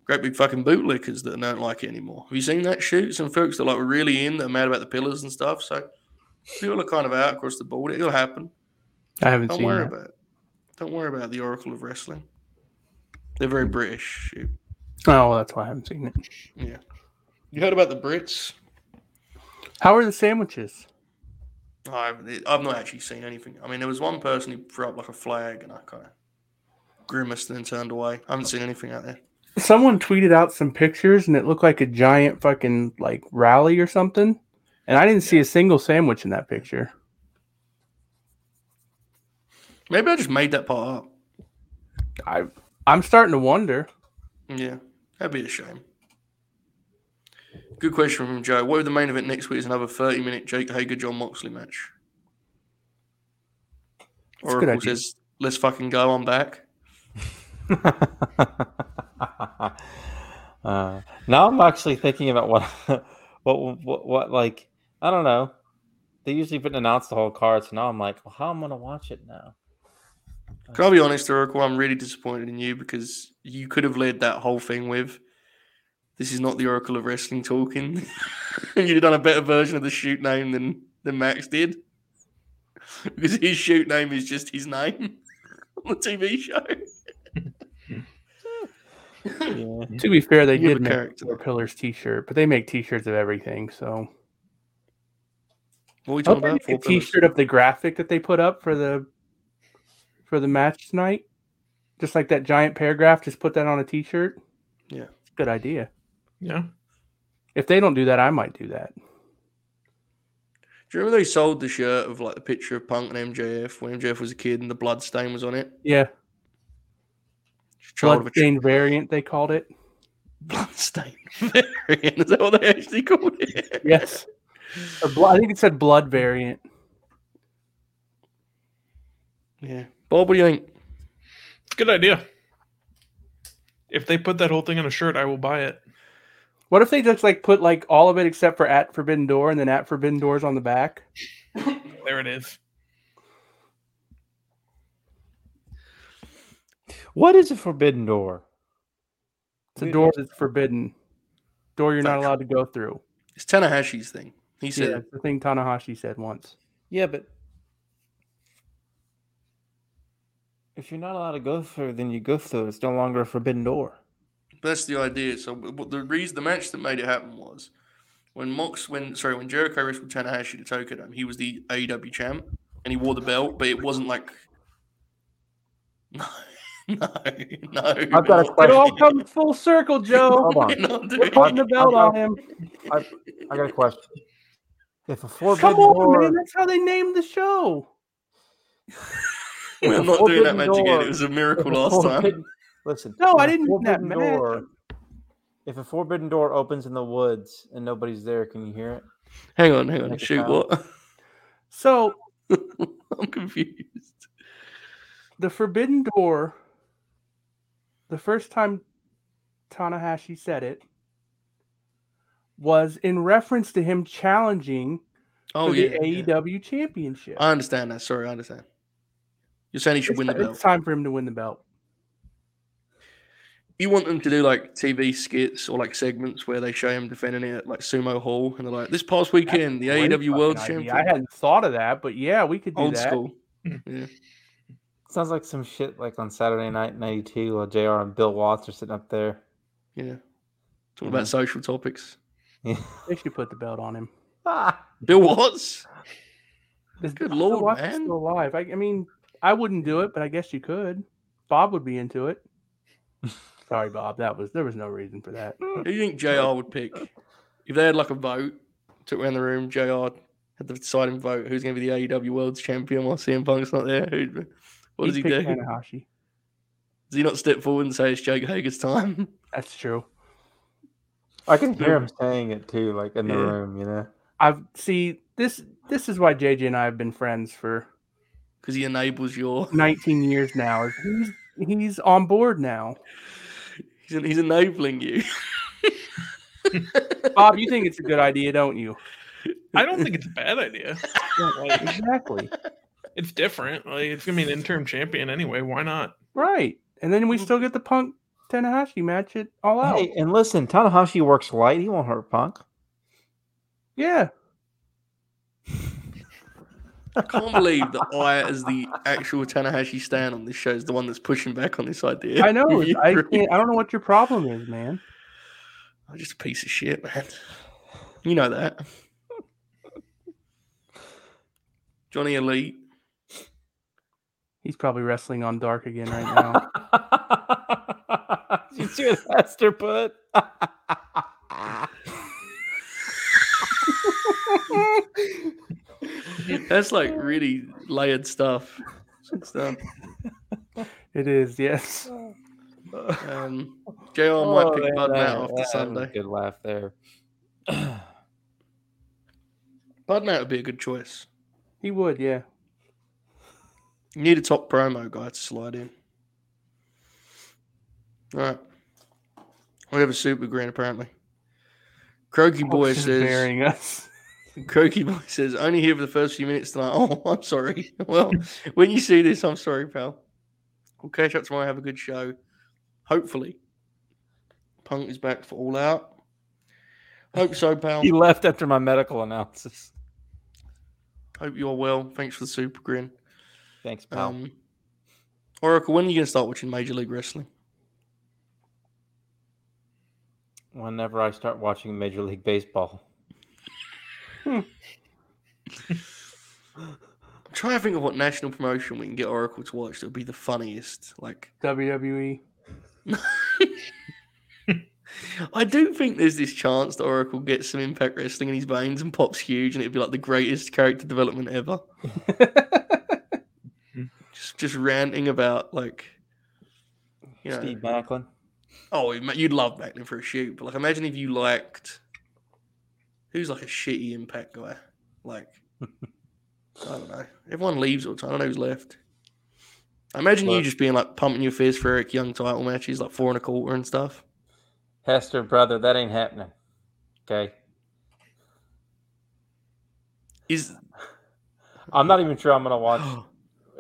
Speaker 2: great big fucking bootlickers that don't like it anymore. Have you seen that shoot? Some folks that like were really in that are mad about the pillars and stuff. So people are kind of out across the board. It'll happen.
Speaker 5: I haven't
Speaker 2: Don't
Speaker 5: seen
Speaker 2: worry
Speaker 5: that.
Speaker 2: about it. Don't worry about the Oracle of Wrestling. They're very British. You-
Speaker 5: Oh, well, that's why I haven't seen it.
Speaker 2: Yeah. You heard about the Brits?
Speaker 5: How are the sandwiches?
Speaker 2: I've, I've not actually seen anything. I mean, there was one person who threw up like a flag and I kind of grimaced and then turned away. I haven't seen anything out there.
Speaker 5: Someone tweeted out some pictures and it looked like a giant fucking like rally or something. And I didn't see a single sandwich in that picture.
Speaker 2: Maybe I just made that part up.
Speaker 5: I I'm starting to wonder.
Speaker 2: Yeah. That'd be a shame. Good question from Joe. What if the main event next week is another 30 minute Jake Hager John Moxley match?
Speaker 5: That's a good
Speaker 2: Oracle
Speaker 5: idea.
Speaker 2: says, let's fucking go. I'm back.
Speaker 3: *laughs* uh, now I'm actually thinking about what, *laughs* what, what, what, like, I don't know. They usually didn't announce the whole card, so now I'm like, well, how am I gonna watch it now?
Speaker 2: Can I be honest, Oracle? I'm really disappointed in you because you could have led that whole thing with this is not the Oracle of Wrestling talking. *laughs* and you'd have done a better version of the shoot name than, than Max did. *laughs* because his shoot name is just his name *laughs* on the TV show.
Speaker 3: Yeah.
Speaker 5: To be fair, they
Speaker 2: You have
Speaker 5: did
Speaker 2: a
Speaker 5: make
Speaker 2: character.
Speaker 5: Four Pillars T-shirt, but they make T-shirts of everything. So
Speaker 2: What are we talking
Speaker 5: Hope they
Speaker 2: about?
Speaker 5: make a
Speaker 2: Four pillars.
Speaker 5: T-shirt of the graphic that they put up for the for the match tonight, just like that giant paragraph. Just put that on a T-shirt.
Speaker 2: Yeah.
Speaker 5: It's a good idea.
Speaker 4: Yeah.
Speaker 5: If they don't do that, I might do that.
Speaker 2: Do you remember they sold the shirt of like the picture of Punk and MJF when MJF was a kid and the blood stain was on it?
Speaker 5: Yeah,
Speaker 2: Child of a
Speaker 5: bloodstained variant they
Speaker 2: *laughs*
Speaker 5: called it.
Speaker 2: blood stain. *laughs* Is that what they actually called it?
Speaker 5: Yes, Or blo- I think it said blood variant.
Speaker 2: Yeah. Bob, what do you think?
Speaker 4: It's a good idea. If they put that whole thing on a shirt, I will buy it.
Speaker 5: What if they just like put like all of it except for at Forbidden Door and then at Forbidden Doors on the back?
Speaker 4: There it is.
Speaker 3: What is a forbidden door?
Speaker 5: It's a door that's forbidden. Door you're not
Speaker 2: Factual.
Speaker 5: allowed to go through.
Speaker 2: It's Tanahashi's thing. He
Speaker 5: Yeah,
Speaker 2: said
Speaker 5: it's the thing Tanahashi said once.
Speaker 3: Yeah, but if you're not allowed to go through, then you go through. It's no longer a forbidden door.
Speaker 2: that's the idea. So w- w- the reason the match that made it happen was when Mox, when sorry, when Jericho wrestled Tanahashi to Tokyo, he was the AEW champ and he wore the belt, but it wasn't like *laughs* no, *laughs* no, no.
Speaker 6: I've got a
Speaker 5: It
Speaker 6: Right.
Speaker 5: all comes full circle, Joe.
Speaker 6: Hold
Speaker 2: *laughs*
Speaker 6: on.
Speaker 5: We're putting the belt on him.
Speaker 6: I got a question. If a forbidden
Speaker 5: Come on,
Speaker 6: door,
Speaker 5: man. That's how they named the show.
Speaker 2: We're
Speaker 6: if a
Speaker 2: not doing that
Speaker 6: forbidden
Speaker 2: match again.
Speaker 6: door-
Speaker 2: It was a
Speaker 6: if a
Speaker 2: miracle last time.
Speaker 6: forbidden- Listen.
Speaker 5: No,
Speaker 6: if
Speaker 5: I
Speaker 6: a
Speaker 5: didn't mean that
Speaker 6: forbidden
Speaker 5: match.
Speaker 6: if a forbidden door opens in the woods and nobody's there, can you hear it?
Speaker 2: Hang on, hang on.
Speaker 6: Make a
Speaker 2: Shoot,
Speaker 6: foul.
Speaker 2: what? *laughs*
Speaker 5: So
Speaker 2: I'm confused.
Speaker 5: the Forbidden Door, the first time Tanahashi said it, was in reference to him challenging
Speaker 2: Oh
Speaker 5: for
Speaker 2: yeah,
Speaker 5: the
Speaker 6: E
Speaker 2: yeah.
Speaker 5: AEW championship.
Speaker 2: I understand that. Sorry, I understand. You're saying he should
Speaker 5: it's,
Speaker 2: win the
Speaker 5: it's
Speaker 2: belt.
Speaker 5: time for him to win the belt.
Speaker 2: you want them to do like TV skits or like segments where they show him defending it at like Sumo Hall and they're like, this past weekend, the
Speaker 5: Great
Speaker 2: AEW
Speaker 5: fucking
Speaker 2: World
Speaker 5: idea. I
Speaker 2: Champion,
Speaker 5: hadn't thought of that, but yeah, we could do
Speaker 2: old
Speaker 5: that.
Speaker 2: school.
Speaker 6: Sounds like some shit like on Saturday night '92, while Jr. and Bill Watts are sitting up there.
Speaker 2: Yeah. Talking about
Speaker 5: Mm-hmm.
Speaker 6: Mhm.
Speaker 2: social topics.
Speaker 5: They should put the belt on him. Ah.
Speaker 2: Bill Watts?
Speaker 5: Is
Speaker 2: Good
Speaker 5: Bill
Speaker 2: lord,
Speaker 5: Watts
Speaker 2: man.
Speaker 5: Still alive. I, I mean, I wouldn't do it, but I guess you could. Bob would be into
Speaker 2: *laughs*
Speaker 5: it. Sorry, Bob. That was there was no reason for that.
Speaker 2: Who do you think JR would pick? If they had like a vote, took around the room, JR had the deciding vote who's going to be the AEW World's Champion while CM Punk's not there. Who, what does he
Speaker 5: He'd
Speaker 2: do?
Speaker 5: pick Tanahashi.
Speaker 2: Does he not step forward and say it's Jake Hager's time? *laughs*
Speaker 5: That's true.
Speaker 3: I can hear him saying it too, like in the
Speaker 2: Yeah.
Speaker 3: room, you know.
Speaker 5: I've see this. This is why JJ and I have been friends for
Speaker 2: Because he enables your.
Speaker 5: 19 years now. is He's he's on board now.
Speaker 2: He's, he's enabling you.
Speaker 5: Bob, you think it's a good idea, don't you?
Speaker 4: I don't think it's a bad idea. Like,
Speaker 5: Exactly.
Speaker 4: it's different. Like it's gonna be an interim champion anyway. Why not?
Speaker 5: Right. And then we still get the Punk Tanahashi match it all out.
Speaker 3: Hey, and listen, Tanahashi works light. He won't hurt
Speaker 5: *laughs*
Speaker 3: Punk.
Speaker 5: Yeah.
Speaker 2: I can't believe that I, as the actual Tanahashi stand on this show, is the one that's pushing back on this idea.
Speaker 5: I know.
Speaker 2: You
Speaker 5: I,
Speaker 2: really-
Speaker 5: can't, I don't know what your problem is, man.
Speaker 2: I'm just a piece of shit, man. You know that. Johnny Elite.
Speaker 5: He's probably wrestling on dark again right now.
Speaker 3: Did you see what Hester put?
Speaker 2: That's like really layered stuff. um, Good stuff.
Speaker 5: it is, yes.
Speaker 2: Um, JR
Speaker 5: Oh,
Speaker 2: might pick Bud now after Sunday.
Speaker 3: Good laugh there.
Speaker 2: Bud Nat would be a good choice.
Speaker 5: He would, yeah.
Speaker 2: You need a top promo guy to slide in. All right. We have a super green apparently. Croaky Boy
Speaker 5: This is
Speaker 2: says.
Speaker 5: burying us. *laughs*
Speaker 2: Croaky Boy says, only here for the first few minutes tonight. *laughs* Oh, I'm sorry. *laughs* Well, when you see this, I'm sorry, pal. We'll catch up tomorrow. Have a good show. Hopefully. Punk is back for All Out. Hope so, pal.
Speaker 3: He left after my medical analysis.
Speaker 2: Hope you're well. Thanks for the super grin.
Speaker 3: Thanks, pal.
Speaker 2: Um, Oracle, when are you going to start watching Major League Wrestling?
Speaker 3: Whenever I start watching Major League Baseball,
Speaker 2: I'm trying to think of what national promotion we can get Oracle to watch that would be the funniest. Like,
Speaker 5: WWE.
Speaker 2: I do think there's this chance that Oracle gets some Impact Wrestling in his veins and pops huge, and it'd be like the greatest character development ever. just just ranting about like, you know,
Speaker 3: Steve Macklin.
Speaker 2: oh, you ma- you'd love Macklin for a shoot, but like, imagine if you liked who's like a shitty Impact guy, like I don't know. Everyone leaves all the time. I don't know who's left. I imagine you
Speaker 3: Look.
Speaker 2: just being like pumping your fist for Eric Young title matches, like four and a quarter and stuff.
Speaker 3: Hester, brother, that ain't happening. Okay.
Speaker 2: Is
Speaker 3: I'm not even sure I'm going to
Speaker 4: *gasps*
Speaker 3: watch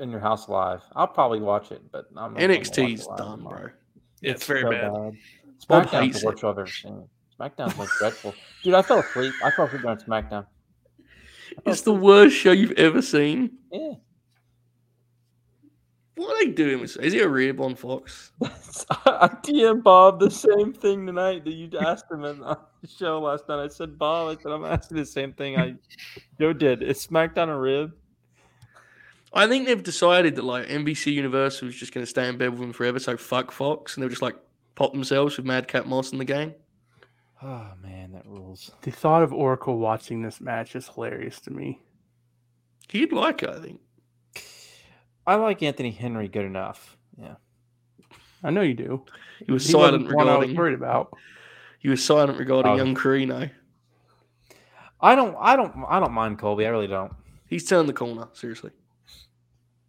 Speaker 3: In Your House Live. I'll probably watch it, but I'm not gonna watch it
Speaker 2: NXT's
Speaker 3: live
Speaker 2: done,
Speaker 3: tomorrow.
Speaker 2: bro.
Speaker 4: Yeah, it's very
Speaker 3: so
Speaker 4: bad.
Speaker 2: Bob
Speaker 3: SmackDown's
Speaker 2: hates
Speaker 3: the worst show I've ever seen. SmackDown's like dreadful. Dude, I fell asleep. I fell asleep during SmackDown.
Speaker 2: It's the worst show you've ever seen.
Speaker 3: Yeah.
Speaker 2: What are they doing? With, is it a rib on Fox?
Speaker 3: *laughs* I DM Bob the same thing tonight that you asked him in on the show last night. I said, Bob, I said, I'm asking the same thing
Speaker 4: *laughs*
Speaker 3: I Joe did. Is SmackDown a rib?
Speaker 2: I think they've decided that like NBC Universal is just going to stay in bed with them forever. So fuck Fox, and they'll just like pop themselves with Madcap Moss in the gang.
Speaker 3: Oh, man, that rules.
Speaker 5: The thought of Oracle watching this match is hilarious to me.
Speaker 2: He'd like it, I think.
Speaker 3: I like Anthony Henry good enough. Yeah.
Speaker 5: I know you do.
Speaker 2: He was
Speaker 5: He wasn't
Speaker 2: silent
Speaker 5: the one I was
Speaker 2: regarding.
Speaker 5: worried about.
Speaker 2: He was silent regarding
Speaker 3: Oh.
Speaker 2: young Carino.
Speaker 3: I don't, I don't, I don't mind Colby. I really don't.
Speaker 2: He's turned the corner. Seriously,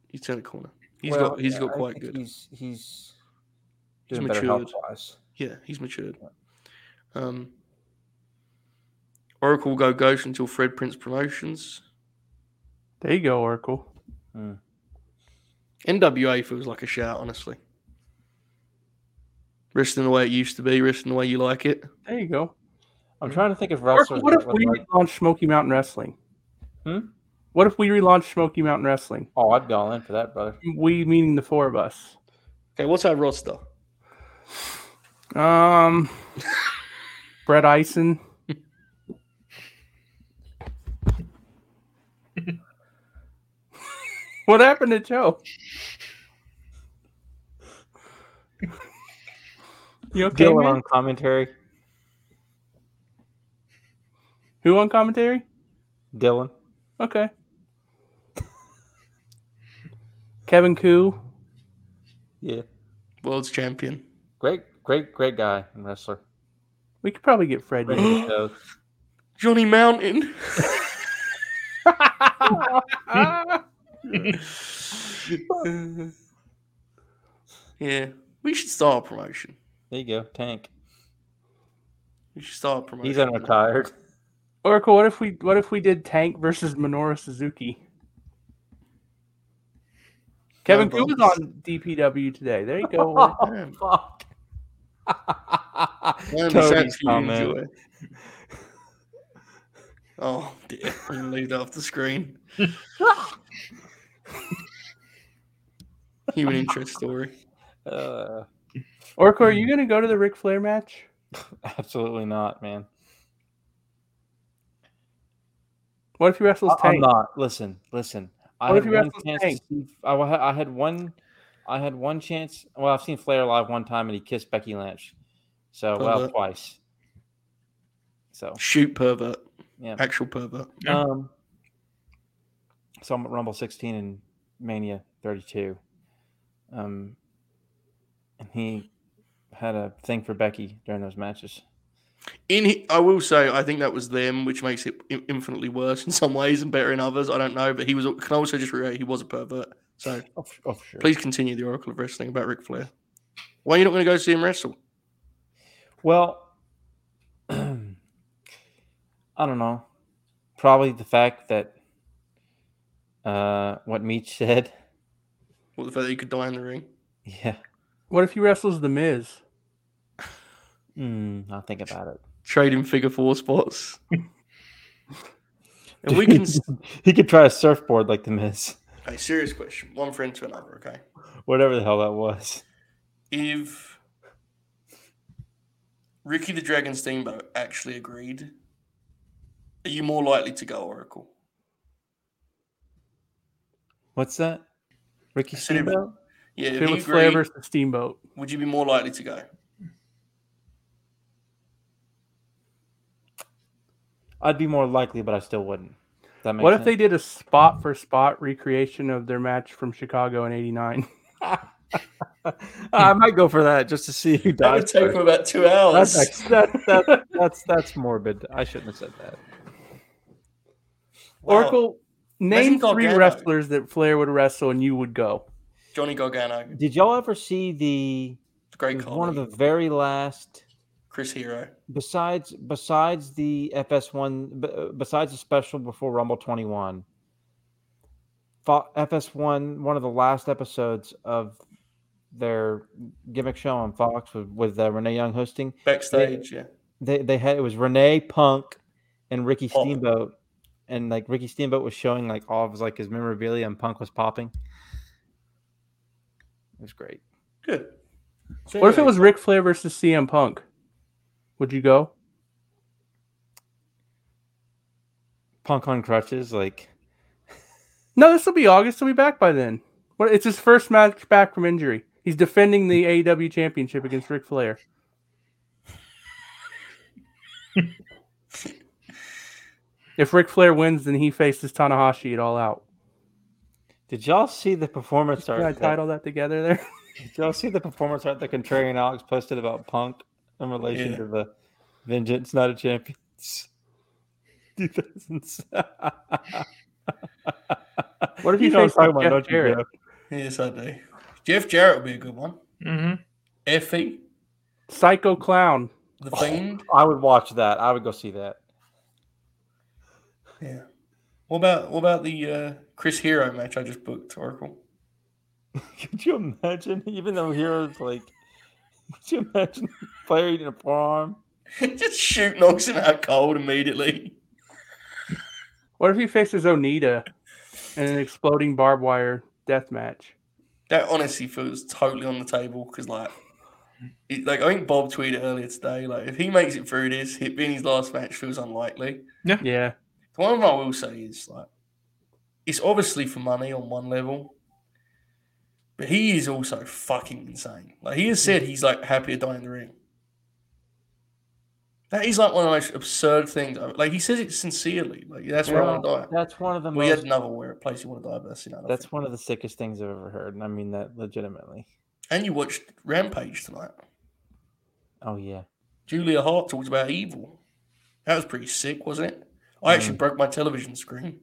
Speaker 2: he's turned the corner. He's
Speaker 3: Well,
Speaker 2: got he's got
Speaker 3: I
Speaker 2: quite
Speaker 3: think
Speaker 2: good.
Speaker 3: He's, he's,
Speaker 2: He's
Speaker 3: doing better health
Speaker 2: matured.
Speaker 3: wise.
Speaker 2: Yeah, he's matured. Um, Oracle will go ghost until Fred Prince Promotions.
Speaker 5: There you go, Oracle.
Speaker 2: NWA feels like a shout, honestly. Wrestling the way it used to be, wrestling the way you like it.
Speaker 5: There you go.
Speaker 3: I'm trying to think of
Speaker 5: Oracle,
Speaker 3: wrestlers.
Speaker 5: what if
Speaker 3: that would
Speaker 5: we
Speaker 3: like-
Speaker 5: relaunch Smoky Mountain Wrestling?
Speaker 3: Hmm?
Speaker 5: What if we relaunch Smoky Mountain Wrestling?
Speaker 3: oh, I'd be all in for that, brother.
Speaker 5: We meaning the four of us.
Speaker 2: Okay, what's our roster?
Speaker 5: Um, Brett Ison. what happened to Joe? You okay,
Speaker 3: Dylan
Speaker 5: man?
Speaker 3: on commentary.
Speaker 5: Who on commentary?
Speaker 3: Dylan.
Speaker 5: Okay. Kevin Koo.
Speaker 3: Yeah.
Speaker 2: World's champion.
Speaker 3: Great, great, great guy and *gasps* wrestler.
Speaker 5: We could probably get Fred.
Speaker 3: Great *laughs*
Speaker 5: *laughs* in.
Speaker 3: at those.
Speaker 2: Johnny Mountain. yeah. We should start a promotion.
Speaker 3: There you go, Tank.
Speaker 2: We should start a promotion.
Speaker 3: He's unretired. *laughs*
Speaker 5: Oracle, what if we what if we did Tank versus Minoru Suzuki? Kevin Koo was
Speaker 2: votes.
Speaker 5: on DPW today. There you
Speaker 3: *laughs*
Speaker 5: go. Oracle.
Speaker 2: Man,
Speaker 3: Fuck.
Speaker 2: man,
Speaker 3: Cody's
Speaker 2: that's what you
Speaker 3: comment.
Speaker 2: enjoy. Oh dear. I'm gonna leave that off the
Speaker 3: *laughs*
Speaker 2: screen. Human interest story.
Speaker 3: Uh,
Speaker 5: *laughs* Oracle, are you going to go to the Ric Flair match?
Speaker 3: absolutely not, man.
Speaker 5: What if he wrestles
Speaker 3: I- I'm
Speaker 5: Tank?
Speaker 3: not. Listen, listen. I
Speaker 5: What if
Speaker 3: had
Speaker 5: you
Speaker 3: one
Speaker 5: wrestled
Speaker 3: chance. To
Speaker 5: Tank?
Speaker 3: see, I, wa- I had one. I had one chance. Well, I've seen Flair live one time, and he kissed Becky Lynch. So, well,
Speaker 2: Pervert.
Speaker 3: twice. So,
Speaker 2: Shoot pervert.
Speaker 3: Yeah.
Speaker 2: Actual pervert.
Speaker 4: Yeah.
Speaker 3: um, so I'm at Rumble 16 and Mania 32. Um, and he had a thing for Becky during those matches.
Speaker 2: In he- I will say, I think that was them, which makes it in- infinitely worse in some ways and better in others. I don't know, but he was. Can I also just reiterate, he was a pervert. So
Speaker 3: Oh, f- oh, sure.
Speaker 2: please continue the Oracle of Wrestling about Ric Flair. Why are you not going to go see him wrestle?
Speaker 3: Well, *clears throat* I don't know. Probably the fact that uh, what Meach said. *laughs*
Speaker 2: Well, the fact that he could die in the ring.
Speaker 3: Yeah.
Speaker 5: What if he wrestles The Miz?
Speaker 3: Mm, I'll think about it.
Speaker 2: Trade him figure four *laughs* spots. and we can.
Speaker 3: he could try a surfboard like the Miz, *laughs*
Speaker 2: a serious question. One friend to another, okay?
Speaker 3: whatever the hell that was.
Speaker 2: If Ricky the Dragon Steamboat actually agreed, are you more likely to go Oracle?
Speaker 3: What's that? Ricky
Speaker 2: I said it-
Speaker 3: Steamboat?
Speaker 2: Yeah,
Speaker 5: If
Speaker 2: if
Speaker 5: it
Speaker 2: he
Speaker 5: was Flair
Speaker 2: agreed,
Speaker 5: versus Steamboat.
Speaker 2: would you be more likely to go?
Speaker 3: I'd be more likely, but I still wouldn't. Does That
Speaker 5: What if they did a spot for spot recreation of their match from Chicago in '89?
Speaker 3: *laughs* I might go for that just
Speaker 2: *laughs*
Speaker 3: to see who
Speaker 2: That would
Speaker 3: dies.
Speaker 2: take him about two hours.
Speaker 3: That's, ex- that, that, that's that's morbid. I shouldn't have said that.
Speaker 2: Wow.
Speaker 5: Oracle, name
Speaker 2: Imagine
Speaker 5: three
Speaker 2: Gargano.
Speaker 5: wrestlers that Flair would wrestle and you would go.
Speaker 2: Johnny Gargano,
Speaker 3: Did y'all ever see the
Speaker 2: the great
Speaker 3: it was one of the
Speaker 2: colleague,
Speaker 3: very last
Speaker 2: Chris Hero.
Speaker 3: besides besides the FS1 b- besides the special before Rumble 21 fo- FS1 one of the last episodes of their gimmick show on Fox with, with uh, Renee Young hosting
Speaker 2: Backstage, yeah.
Speaker 3: they they had it was Renee Punk and Ricky
Speaker 2: Oh.
Speaker 3: Steamboat, and like Ricky Steamboat was showing like all of his like his memorabilia, and Punk was popping. It was great.
Speaker 2: Good.
Speaker 5: What if it was Ric Flair versus CM Punk? Would you go?
Speaker 3: Punk on crutches, like
Speaker 5: No, this will be August. He'll be back by then. What? It's his first match back from injury. He's defending the AEW championship against Ric *laughs* Flair. if Ric Flair wins, then he faces Tanahashi at all out.
Speaker 3: did y'all see the performance
Speaker 5: Can I
Speaker 3: art? That,
Speaker 5: title that together there?
Speaker 3: did y'all see the performance art that Contrarian Alex posted about Punk in relation
Speaker 2: Yeah.
Speaker 3: to the Vengeance Not a Champions? *laughs* 2000s.
Speaker 5: *laughs* What if
Speaker 3: you
Speaker 5: he
Speaker 3: know what I'm talking
Speaker 5: faced Jeff
Speaker 3: about? Don't you,
Speaker 5: Jarrett?
Speaker 3: Jeff?
Speaker 2: Yes, I do. Jeff Jarrett would be a good one.
Speaker 4: hmm
Speaker 2: Effie,
Speaker 5: Psycho Clown.
Speaker 2: the
Speaker 3: Oh.
Speaker 2: Fiend.
Speaker 3: I would watch that. I would go see that.
Speaker 2: Yeah. What about what about the uh, Chris Hero match I just booked, Oracle? *laughs*
Speaker 3: Could you imagine? Even though Hero's like, *laughs* could you imagine player eating a forearm?
Speaker 2: just shoot knocks him out cold immediately.
Speaker 5: What if he faces Onita in an exploding barbed wire death match?
Speaker 2: That honestly feels totally on the table because like, it, like I think Bob tweeted earlier today, like if he makes it through this, it being his last match feels unlikely.
Speaker 5: Yeah.
Speaker 2: The one thing I will say is like, it's obviously for money on one level, but he is also
Speaker 3: Mm.
Speaker 2: fucking insane. Like he has said, he's like happy to die in the ring. That is like one of the most absurd things. I've- Like he says it sincerely. Like that's where I want to die.
Speaker 3: That's one of the
Speaker 2: Well, you had
Speaker 3: most.
Speaker 2: another where place you want to die, but that's another.
Speaker 3: That's
Speaker 2: thing.
Speaker 3: one of the sickest things I've ever heard, and I mean that legitimately.
Speaker 2: and you watched Rampage tonight.
Speaker 3: Oh yeah,
Speaker 2: Julia Hart talks about evil. That was pretty sick, wasn't it? I actually broke my television screen.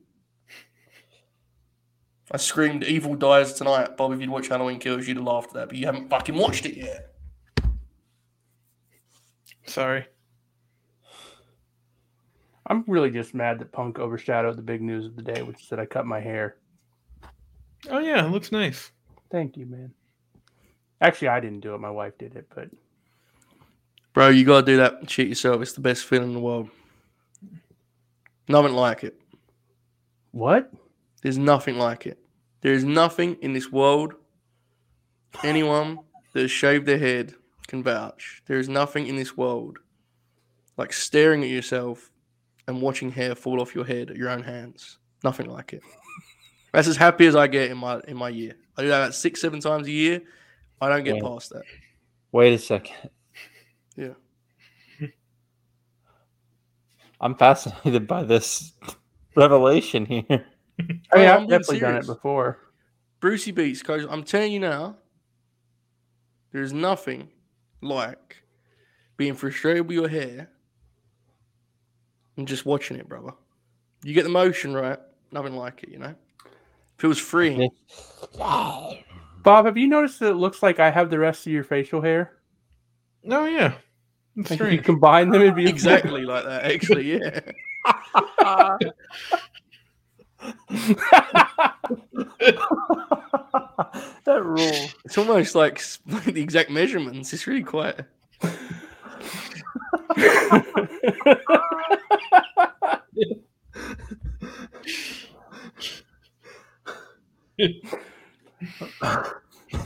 Speaker 2: I screamed "Evil dies tonight." Bob, if you'd watched Halloween Kills, you'd have laughed at that, but you haven't fucking watched it yet.
Speaker 4: Sorry.
Speaker 5: I'm really just mad that Punk overshadowed the big news of the day, which is that I cut my hair.
Speaker 4: Oh yeah, it looks nice.
Speaker 5: Thank you, man. Actually, I didn't do it. My wife did it, but
Speaker 2: Bro, you gotta do that and shit yourself. It's the best feeling in the world. Nothing like it.
Speaker 5: what?
Speaker 2: There's nothing like it. There is nothing in this world anyone that has shaved their head can vouch. There is nothing in this world like staring at yourself and watching hair fall off your head at your own hands. Nothing like it. That's as happy as I get in my in my year. I do that about six, seven times a year. I don't get
Speaker 3: Yeah.
Speaker 2: past that.
Speaker 3: wait a second.
Speaker 2: Yeah.
Speaker 3: *laughs* I'm fascinated by this revelation here. *laughs*
Speaker 5: I mean,
Speaker 2: Oh,
Speaker 5: I've
Speaker 2: I'm being
Speaker 5: definitely done it
Speaker 2: serious.
Speaker 5: before.
Speaker 2: Brucey Beats, coach. I'm telling you now, there's nothing like being frustrated with your hair and just watching it, brother. You get the motion right, nothing like it, you know? Feels
Speaker 5: *laughs*
Speaker 2: freeing.
Speaker 5: Bob, have you noticed that it looks like I have the rest of your facial hair?
Speaker 4: Oh yeah, it's
Speaker 5: Like if you
Speaker 4: strange.
Speaker 5: combine them,
Speaker 2: *laughs*
Speaker 5: it'd be *laughs*
Speaker 2: Exactly like that, actually, yeah.
Speaker 3: that rule.
Speaker 2: It's almost like, s- *laughs* like the exact measurements. It's really quite.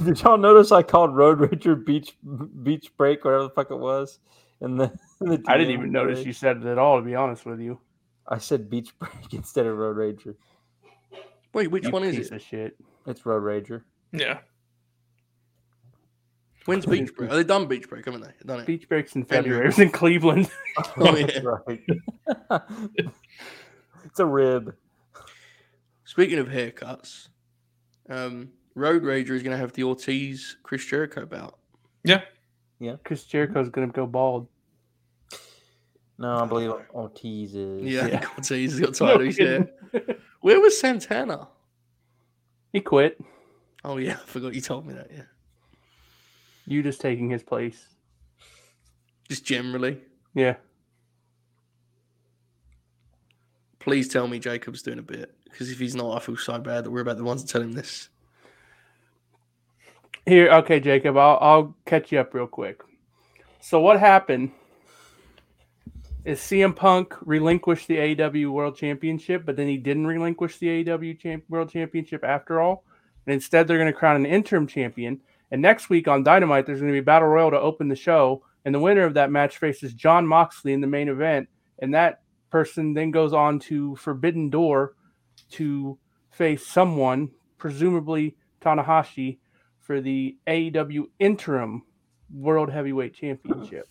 Speaker 3: Did y'all notice I called Road Ranger Beach Beach Break, whatever the fuck it was? And the, in the
Speaker 5: I didn't
Speaker 3: DM
Speaker 5: even notice
Speaker 3: today?
Speaker 5: you said it at all, to be honest with you.
Speaker 3: I said Beach Break *laughs* instead of Road Ranger.
Speaker 2: Wait, which
Speaker 5: You
Speaker 2: one
Speaker 5: piece
Speaker 2: is it?
Speaker 5: Of shit.
Speaker 3: It's Road Ranger.
Speaker 4: Yeah.
Speaker 2: When's Beach Break? Oh, they've done Beach Break, haven't they? They've Done it.
Speaker 5: Beach breaks in
Speaker 2: Anyway.
Speaker 5: February. *laughs* It was in Cleveland.
Speaker 2: *laughs* Oh, yeah.
Speaker 3: right. *laughs* it's a rib.
Speaker 2: Speaking of haircuts, um, Road Rager is going to have the Ortiz Chris Jericho bout.
Speaker 5: Chris Jericho's gonna go bald.
Speaker 3: No, I believe Ortiz is.
Speaker 2: Yeah, *laughs*
Speaker 5: Yeah.
Speaker 2: Ortiz got
Speaker 5: No
Speaker 2: tired of his hair.
Speaker 5: kidding.
Speaker 2: Where was Santana?
Speaker 5: He quit.
Speaker 2: Oh yeah, I forgot you told me that. Yeah,
Speaker 5: You just taking his place.
Speaker 2: just generally.
Speaker 5: Yeah.
Speaker 2: Please tell me Jacob's doing a bit because if he's not, I feel so bad that we're about the ones to tell him this.
Speaker 5: Here, okay, Jacob. I'll I'll catch you up real quick. So what happened is CM Punk relinquished the AEW World Championship, but then he didn't relinquish the AEW champ- World Championship after all. And instead, they're going to crown an interim champion. And next week on Dynamite, there's going to be Battle Royal to open the show, and the winner of that match faces John Moxley in the main event. And that person then goes on to Forbidden Door to face someone, presumably Tanahashi, for the AEW interim World Heavyweight Championship.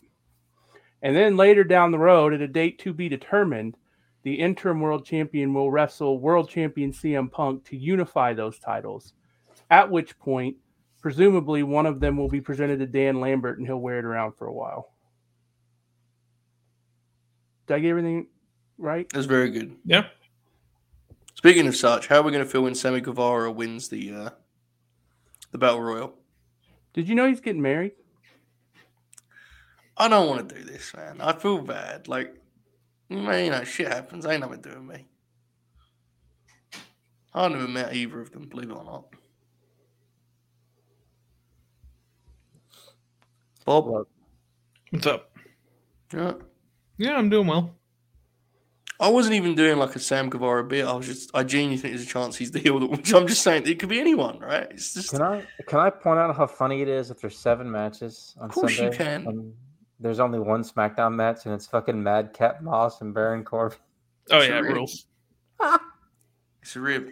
Speaker 5: And then later down the road, at a date to be determined, the interim world champion will wrestle world champion CM Punk to unify those titles. At which point, presumably, one of them will be presented to Dan Lambert and he'll wear it around for a while. Did I get everything right?
Speaker 2: That's very good.
Speaker 4: Yeah.
Speaker 2: Speaking of such, how are we going to feel when Sammy Guevara wins the uh, the battle royal?
Speaker 5: Did you know he's getting married?
Speaker 2: I don't want to do this, man. I feel bad. Like, man, you know, shit happens. Ain't nothing doing me. I never met either of them, believe it or not. Bob,
Speaker 3: Look,
Speaker 4: What's up?
Speaker 2: yeah.
Speaker 4: Yeah, I'm doing well.
Speaker 2: I wasn't even doing like a Sam Guevara bit. I was just, I genuinely think there's a chance he's *laughs* the heel. That, which I'm just saying, it could be anyone, right? It's just,
Speaker 3: Can I can I point out how funny it is that there's seven matches on
Speaker 2: Of course you
Speaker 3: Sunday?
Speaker 2: can.
Speaker 3: and there's only one SmackDown match, and it's fucking Madcap Moss and Baron Corbin. *laughs*
Speaker 4: Oh
Speaker 2: It's
Speaker 4: yeah,
Speaker 2: a
Speaker 4: it
Speaker 2: rib.
Speaker 4: rules.
Speaker 2: it's a rib.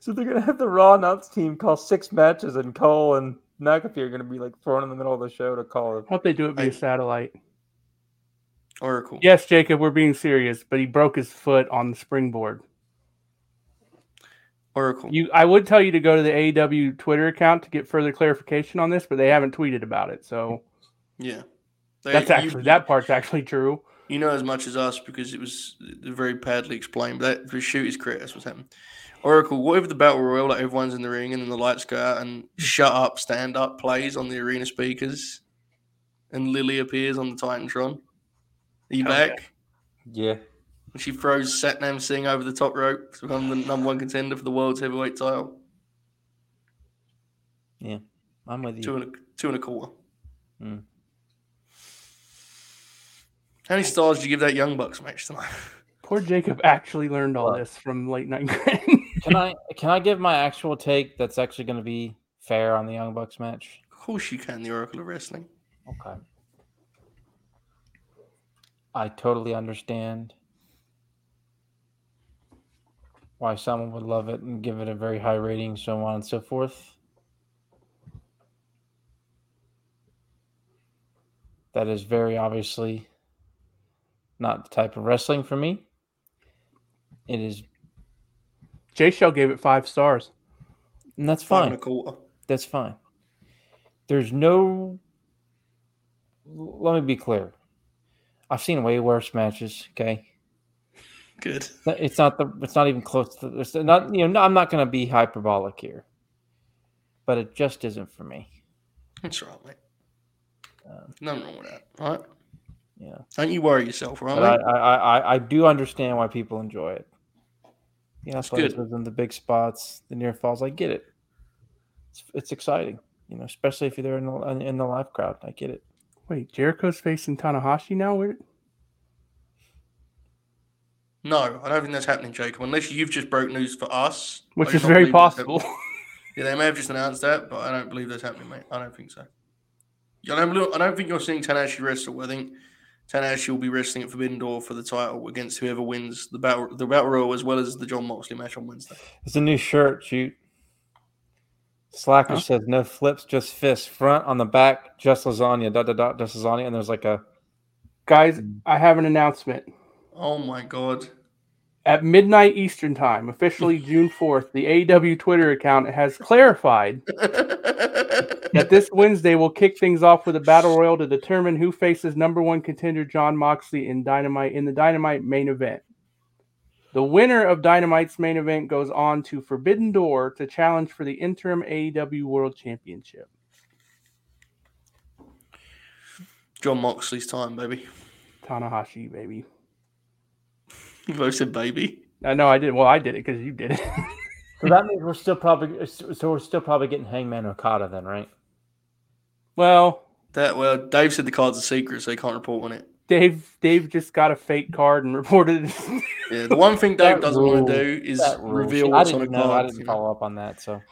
Speaker 3: So they're gonna have the Raw announce team call six matches, and Cole and McAfee are gonna be like thrown in the middle of the show to call it.
Speaker 5: I hope they do it via
Speaker 2: I-
Speaker 5: satellite.
Speaker 2: Oracle.
Speaker 5: Yes, Jacob, we're being serious, but he broke his foot on the springboard.
Speaker 2: Oracle.
Speaker 5: You, I would tell you to go to the AEW Twitter account to get further clarification on this, but they haven't tweeted about it, so
Speaker 2: yeah. They-
Speaker 5: that's
Speaker 2: you-
Speaker 5: actually that part's actually true.
Speaker 2: You know as much as us because it was very badly explained. But that for shoot is correct. That's what's happened. Oracle, what if the battle royal, like everyone's in the ring and then the lights go out and shut up, stand up plays on the arena speakers, and Lily appears on the Titantron. Are you
Speaker 4: Hell
Speaker 2: back?
Speaker 3: Yeah.
Speaker 2: And she throws Satnam Singh over the top rope to become the number one contender for the world's heavyweight title.
Speaker 3: I'm with
Speaker 2: Two
Speaker 3: you.
Speaker 2: and a, two and a quarter.
Speaker 3: Hmm.
Speaker 2: How many stars do you give that Young Bucks match tonight?
Speaker 5: Poor Jacob actually learned all
Speaker 3: What?
Speaker 5: this from late night. Grin.
Speaker 3: Can I can I give my actual take that's actually going to be fair on the Young Bucks match?
Speaker 2: of course you can, the Oracle of Wrestling.
Speaker 3: Okay. I totally understand why someone would love it and give it a very high rating, so on and so forth. That is very obviously not the type of wrestling for me. It is,
Speaker 5: *laughs* Jay Shell gave it five stars.
Speaker 3: and that's
Speaker 2: Five
Speaker 3: fine.
Speaker 2: and a quarter.
Speaker 3: That's fine. There's no. Let me be clear. I've seen way worse matches. Okay,
Speaker 2: Good.
Speaker 3: it's not the. It's not even close to. It's not. You know, I'm not going to be hyperbolic here, but it just isn't for me.
Speaker 2: That's right, mate.
Speaker 3: Um,
Speaker 2: Nothing wrong with that, all right?
Speaker 3: Yeah,
Speaker 2: Don't you worry yourself, all right?
Speaker 3: but I,
Speaker 2: mate?
Speaker 3: I, I, I do understand why people enjoy it. The
Speaker 2: It's good.
Speaker 3: athleticism, the big spots, the near falls. I get it. It's, it's exciting, you know, especially if you're there in the in the live crowd. I get it.
Speaker 5: Wait, Jericho's facing Tanahashi now. Where
Speaker 2: No, I don't think that's happening, Jacob. Unless you've just broke news for us, I
Speaker 5: which
Speaker 2: do
Speaker 5: is
Speaker 2: not
Speaker 5: very
Speaker 2: believe that's happening.
Speaker 5: possible.
Speaker 2: Yeah, they may have just announced that, but I don't believe that's happening, mate. I don't think so. I don't, believe, I don't think you're seeing Tanahashi wrestle. I think Tanahashi will be wrestling at Forbidden Door for the title against whoever wins the battle, the battle royal, as well as the John Moxley match on Wednesday.
Speaker 3: It's a new shirt, shoot. Slacker
Speaker 5: Huh?
Speaker 3: says no flips, just fists. Front on the back, just lasagna. Dot dot dot, just lasagna. And there's like a
Speaker 5: Guys, I have an announcement.
Speaker 2: Oh my god! *laughs*
Speaker 5: At midnight Eastern
Speaker 3: *laughs*
Speaker 5: time, officially June 4th, the AEW Twitter account has clarified that this Wednesday will kick things off with a battle royal to determine who faces number one contender John Moxley in Dynamite in the Dynamite main event. The winner of Dynamite's main event goes on to Forbidden Door to challenge for the interim AEW World Championship.
Speaker 2: John Moxley's time, baby.
Speaker 5: Tanahashi, baby.
Speaker 2: You both said baby.
Speaker 5: I know I did. Well, I did it because you did it. *laughs*
Speaker 3: so that means we're still probably so we're still probably getting Hangman Okada then, right?
Speaker 5: well,
Speaker 2: That well, Dave said the card's a secret, so he can't report on it.
Speaker 5: Dave Dave just got a fake card and *laughs* reported it.
Speaker 2: Yeah, the one
Speaker 3: *laughs*
Speaker 2: thing Dave
Speaker 3: That
Speaker 2: doesn't want
Speaker 3: rules.
Speaker 2: to do is
Speaker 3: That rules.
Speaker 2: reveal
Speaker 3: I
Speaker 2: what's on a
Speaker 3: didn't know. I
Speaker 2: card.
Speaker 3: didn't
Speaker 2: you know?
Speaker 3: follow up on that. So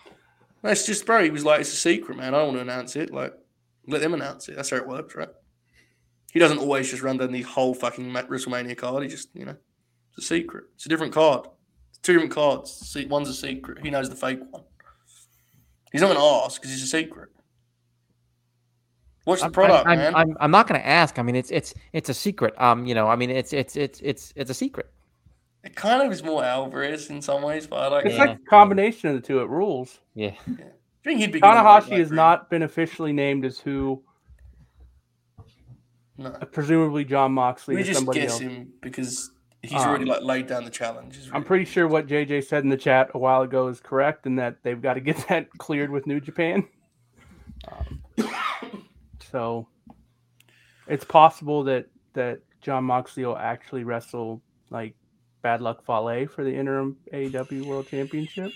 Speaker 2: That's just bro. He was like, "It's a secret, man. I don't want to announce it. Like, let them announce it. That's how it works, right?" He doesn't always just run down the whole fucking Ma- WrestleMania card. He just, you know, it's a secret. It's a different card. It's two different cards. See, one's a secret. He knows the fake one. He's not going to ask because it's a secret. What's the product,
Speaker 3: I'm,
Speaker 2: man?
Speaker 3: I'm, I'm not going to ask. I mean, it's it's it's a secret. Um, you know, I mean, it's it's it's it's it's a secret.
Speaker 2: it kind of is more Alvarez in some ways, but I like.
Speaker 5: It's
Speaker 2: it.
Speaker 5: like a combination of the two. It rules.
Speaker 3: Yeah.
Speaker 2: I think he'd be good in the
Speaker 5: Tanahashi
Speaker 2: right
Speaker 5: has
Speaker 2: group.
Speaker 5: not been officially named as who,
Speaker 2: No.
Speaker 5: presumably John Moxley
Speaker 2: We
Speaker 5: or
Speaker 2: just
Speaker 5: somebody
Speaker 2: guess
Speaker 5: else.
Speaker 2: him because he's
Speaker 5: Um,
Speaker 2: already like laid down the challenge. is
Speaker 5: I'm
Speaker 2: really-
Speaker 5: pretty sure what JJ said in the chat a while ago is correct, and that they've got to get *laughs* that cleared with New Japan. Um, so it's possible that that John Moxley will actually wrestle like Bad Luck Fale for the interim AEW World Championship.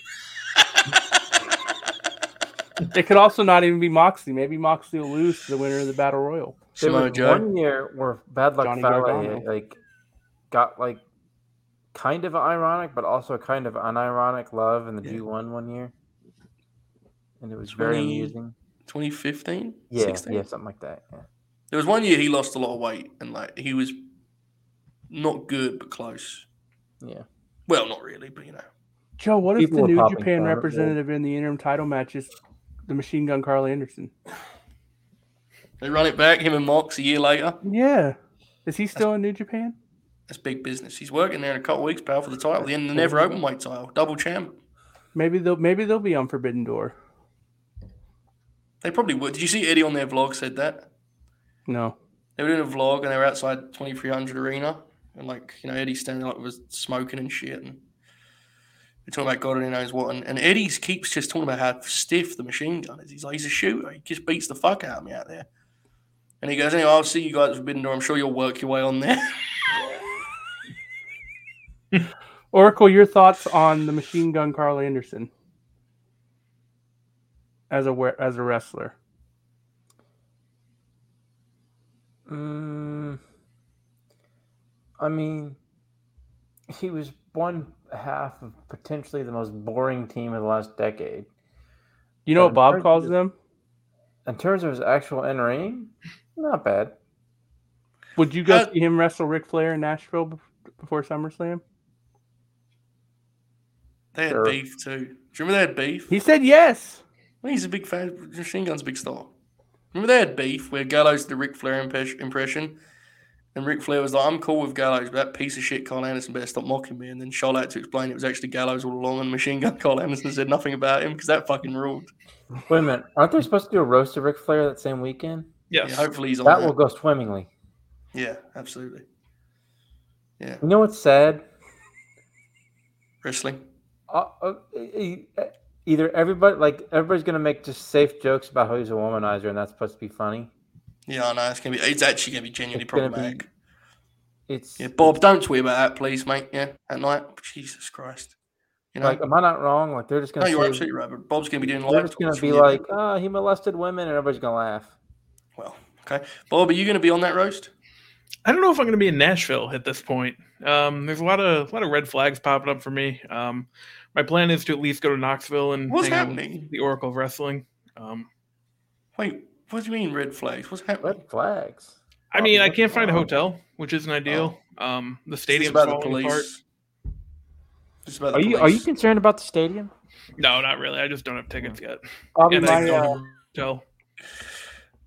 Speaker 5: It could also not even be Moxley. Maybe Moxley will lose to the winner of the Battle Royal.
Speaker 3: There
Speaker 2: Samoa
Speaker 3: was
Speaker 2: Joe.
Speaker 3: one year where Bad Luck
Speaker 5: Johnny
Speaker 3: Fale
Speaker 5: Gargano.
Speaker 3: like got like kind of ironic, but also kind of unironic love in the
Speaker 2: Yeah.
Speaker 3: G one one year, and it was very
Speaker 2: 20
Speaker 3: amusing.
Speaker 2: 2015?
Speaker 3: Yeah,
Speaker 2: 16?
Speaker 3: yeah, something like that. Yeah.
Speaker 2: There was one year he lost a lot of weight and like he was not good but close.
Speaker 3: Yeah.
Speaker 2: Well, not really, but you know.
Speaker 5: Joe, what if
Speaker 3: People
Speaker 5: the
Speaker 3: were
Speaker 5: New
Speaker 3: popping
Speaker 5: Japan
Speaker 3: for it, yeah.
Speaker 5: representative in the interim title match is the Machine Gun Carl Anderson?
Speaker 2: They run it back, him and Mox a year later.
Speaker 5: Yeah, Is he still in New Japan?
Speaker 2: That's big business. He's working there in a couple weeks, pal, for the title. The end the never open weight title. Double champ.
Speaker 5: Maybe they'll maybe they'll be on Forbidden Door.
Speaker 2: They probably would. Did you see Eddie on their vlog said that?
Speaker 5: No.
Speaker 2: They were doing a vlog and they were outside 2300 Arena. And, like, you know, Eddie standing like was smoking and shit. And they're talking about God only knows what. And, and Eddie's keeps just talking about how stiff the machine gun is. He's like, he's a shooter. He just beats the fuck out of me out there. And he goes, anyway, I'll see you guys at Forbidden Door. I'm sure you'll work your way on there. *laughs*
Speaker 5: Oracle, your thoughts on the Machine Gun Carl Anderson as a wer- as a wrestler?
Speaker 6: Mm, I mean, he was one half of potentially the most boring team of the last decade.
Speaker 5: You know
Speaker 6: Uh,
Speaker 5: what Bob
Speaker 6: Bert-
Speaker 5: calls them?
Speaker 6: In terms of his actual in ring, not bad.
Speaker 5: Would you go
Speaker 2: Uh,
Speaker 5: see him wrestle Ric Flair in Nashville bef- before SummerSlam?
Speaker 2: They had
Speaker 6: Sure.
Speaker 2: beef too. Do you remember they had beef?
Speaker 5: He said yes.
Speaker 2: Well, he's a big fan. Machine Gun's a big star. Remember they had beef where Gallows did the Ric Flair impes- impression, and Ric Flair was like, "I'm cool with Gallows, but that piece of shit Carl Anderson better stop mocking me." And then Charlotte had to explain it was actually Gallows all along, and Machine Gun *laughs* Carl Anderson said nothing about him because that fucking ruled.
Speaker 6: Wait a minute, aren't they supposed to do a roast of Ric Flair that same weekend?
Speaker 4: Yes.
Speaker 2: Yeah, hopefully he's on
Speaker 6: That
Speaker 2: that.
Speaker 6: will go swimmingly.
Speaker 2: Yeah, absolutely.
Speaker 6: You know what's sad?
Speaker 2: Wrestling.
Speaker 6: Uh, uh, e- e- either everybody, like everybody's gonna make just safe jokes about how he's a womanizer, and that's supposed to be funny.
Speaker 2: Yeah, I know it's gonna be. It's actually gonna be genuinely
Speaker 6: It's gonna be-
Speaker 2: problematic.
Speaker 6: It's
Speaker 2: Yeah, Bob, don't tweet about that, please, mate. Yeah, at night. Jesus Christ. You know.
Speaker 6: like, am I not wrong? Like they're just
Speaker 2: no,
Speaker 6: gonna
Speaker 2: you're
Speaker 6: say-
Speaker 2: absolutely right. But Bob's gonna be doing live.
Speaker 6: they're just
Speaker 2: tweets
Speaker 6: gonna
Speaker 2: from
Speaker 6: be
Speaker 2: the-
Speaker 6: like, ah, he molested women, and everybody's gonna laugh.
Speaker 2: Well, okay. Bob, are you going to be on that roast?
Speaker 4: I don't know if I'm going to be in Nashville at this point. Um, there's a lot of a lot of red flags popping up for me. Um, my plan is to at least go to Knoxville and
Speaker 2: What's
Speaker 4: hang out with
Speaker 2: happening?
Speaker 4: the Oracle of Wrestling. Um,
Speaker 2: Wait, what do you mean red flags? What's happening?
Speaker 6: Red flags.
Speaker 4: I
Speaker 6: Oh,
Speaker 4: mean, I
Speaker 6: that's
Speaker 4: can't find a
Speaker 6: wild.
Speaker 4: hotel, which isn't ideal. Um,
Speaker 2: Oh. Is
Speaker 4: the
Speaker 2: this
Speaker 4: stadium's
Speaker 2: about the
Speaker 4: falling
Speaker 2: police.
Speaker 4: apart.
Speaker 2: This is about the
Speaker 6: Are you are you
Speaker 2: police.
Speaker 6: concerned about the stadium?
Speaker 4: No, not really. I just don't have tickets yet.
Speaker 5: Bobby,
Speaker 4: And I
Speaker 5: my
Speaker 4: don't
Speaker 5: uh,
Speaker 4: have a hotel.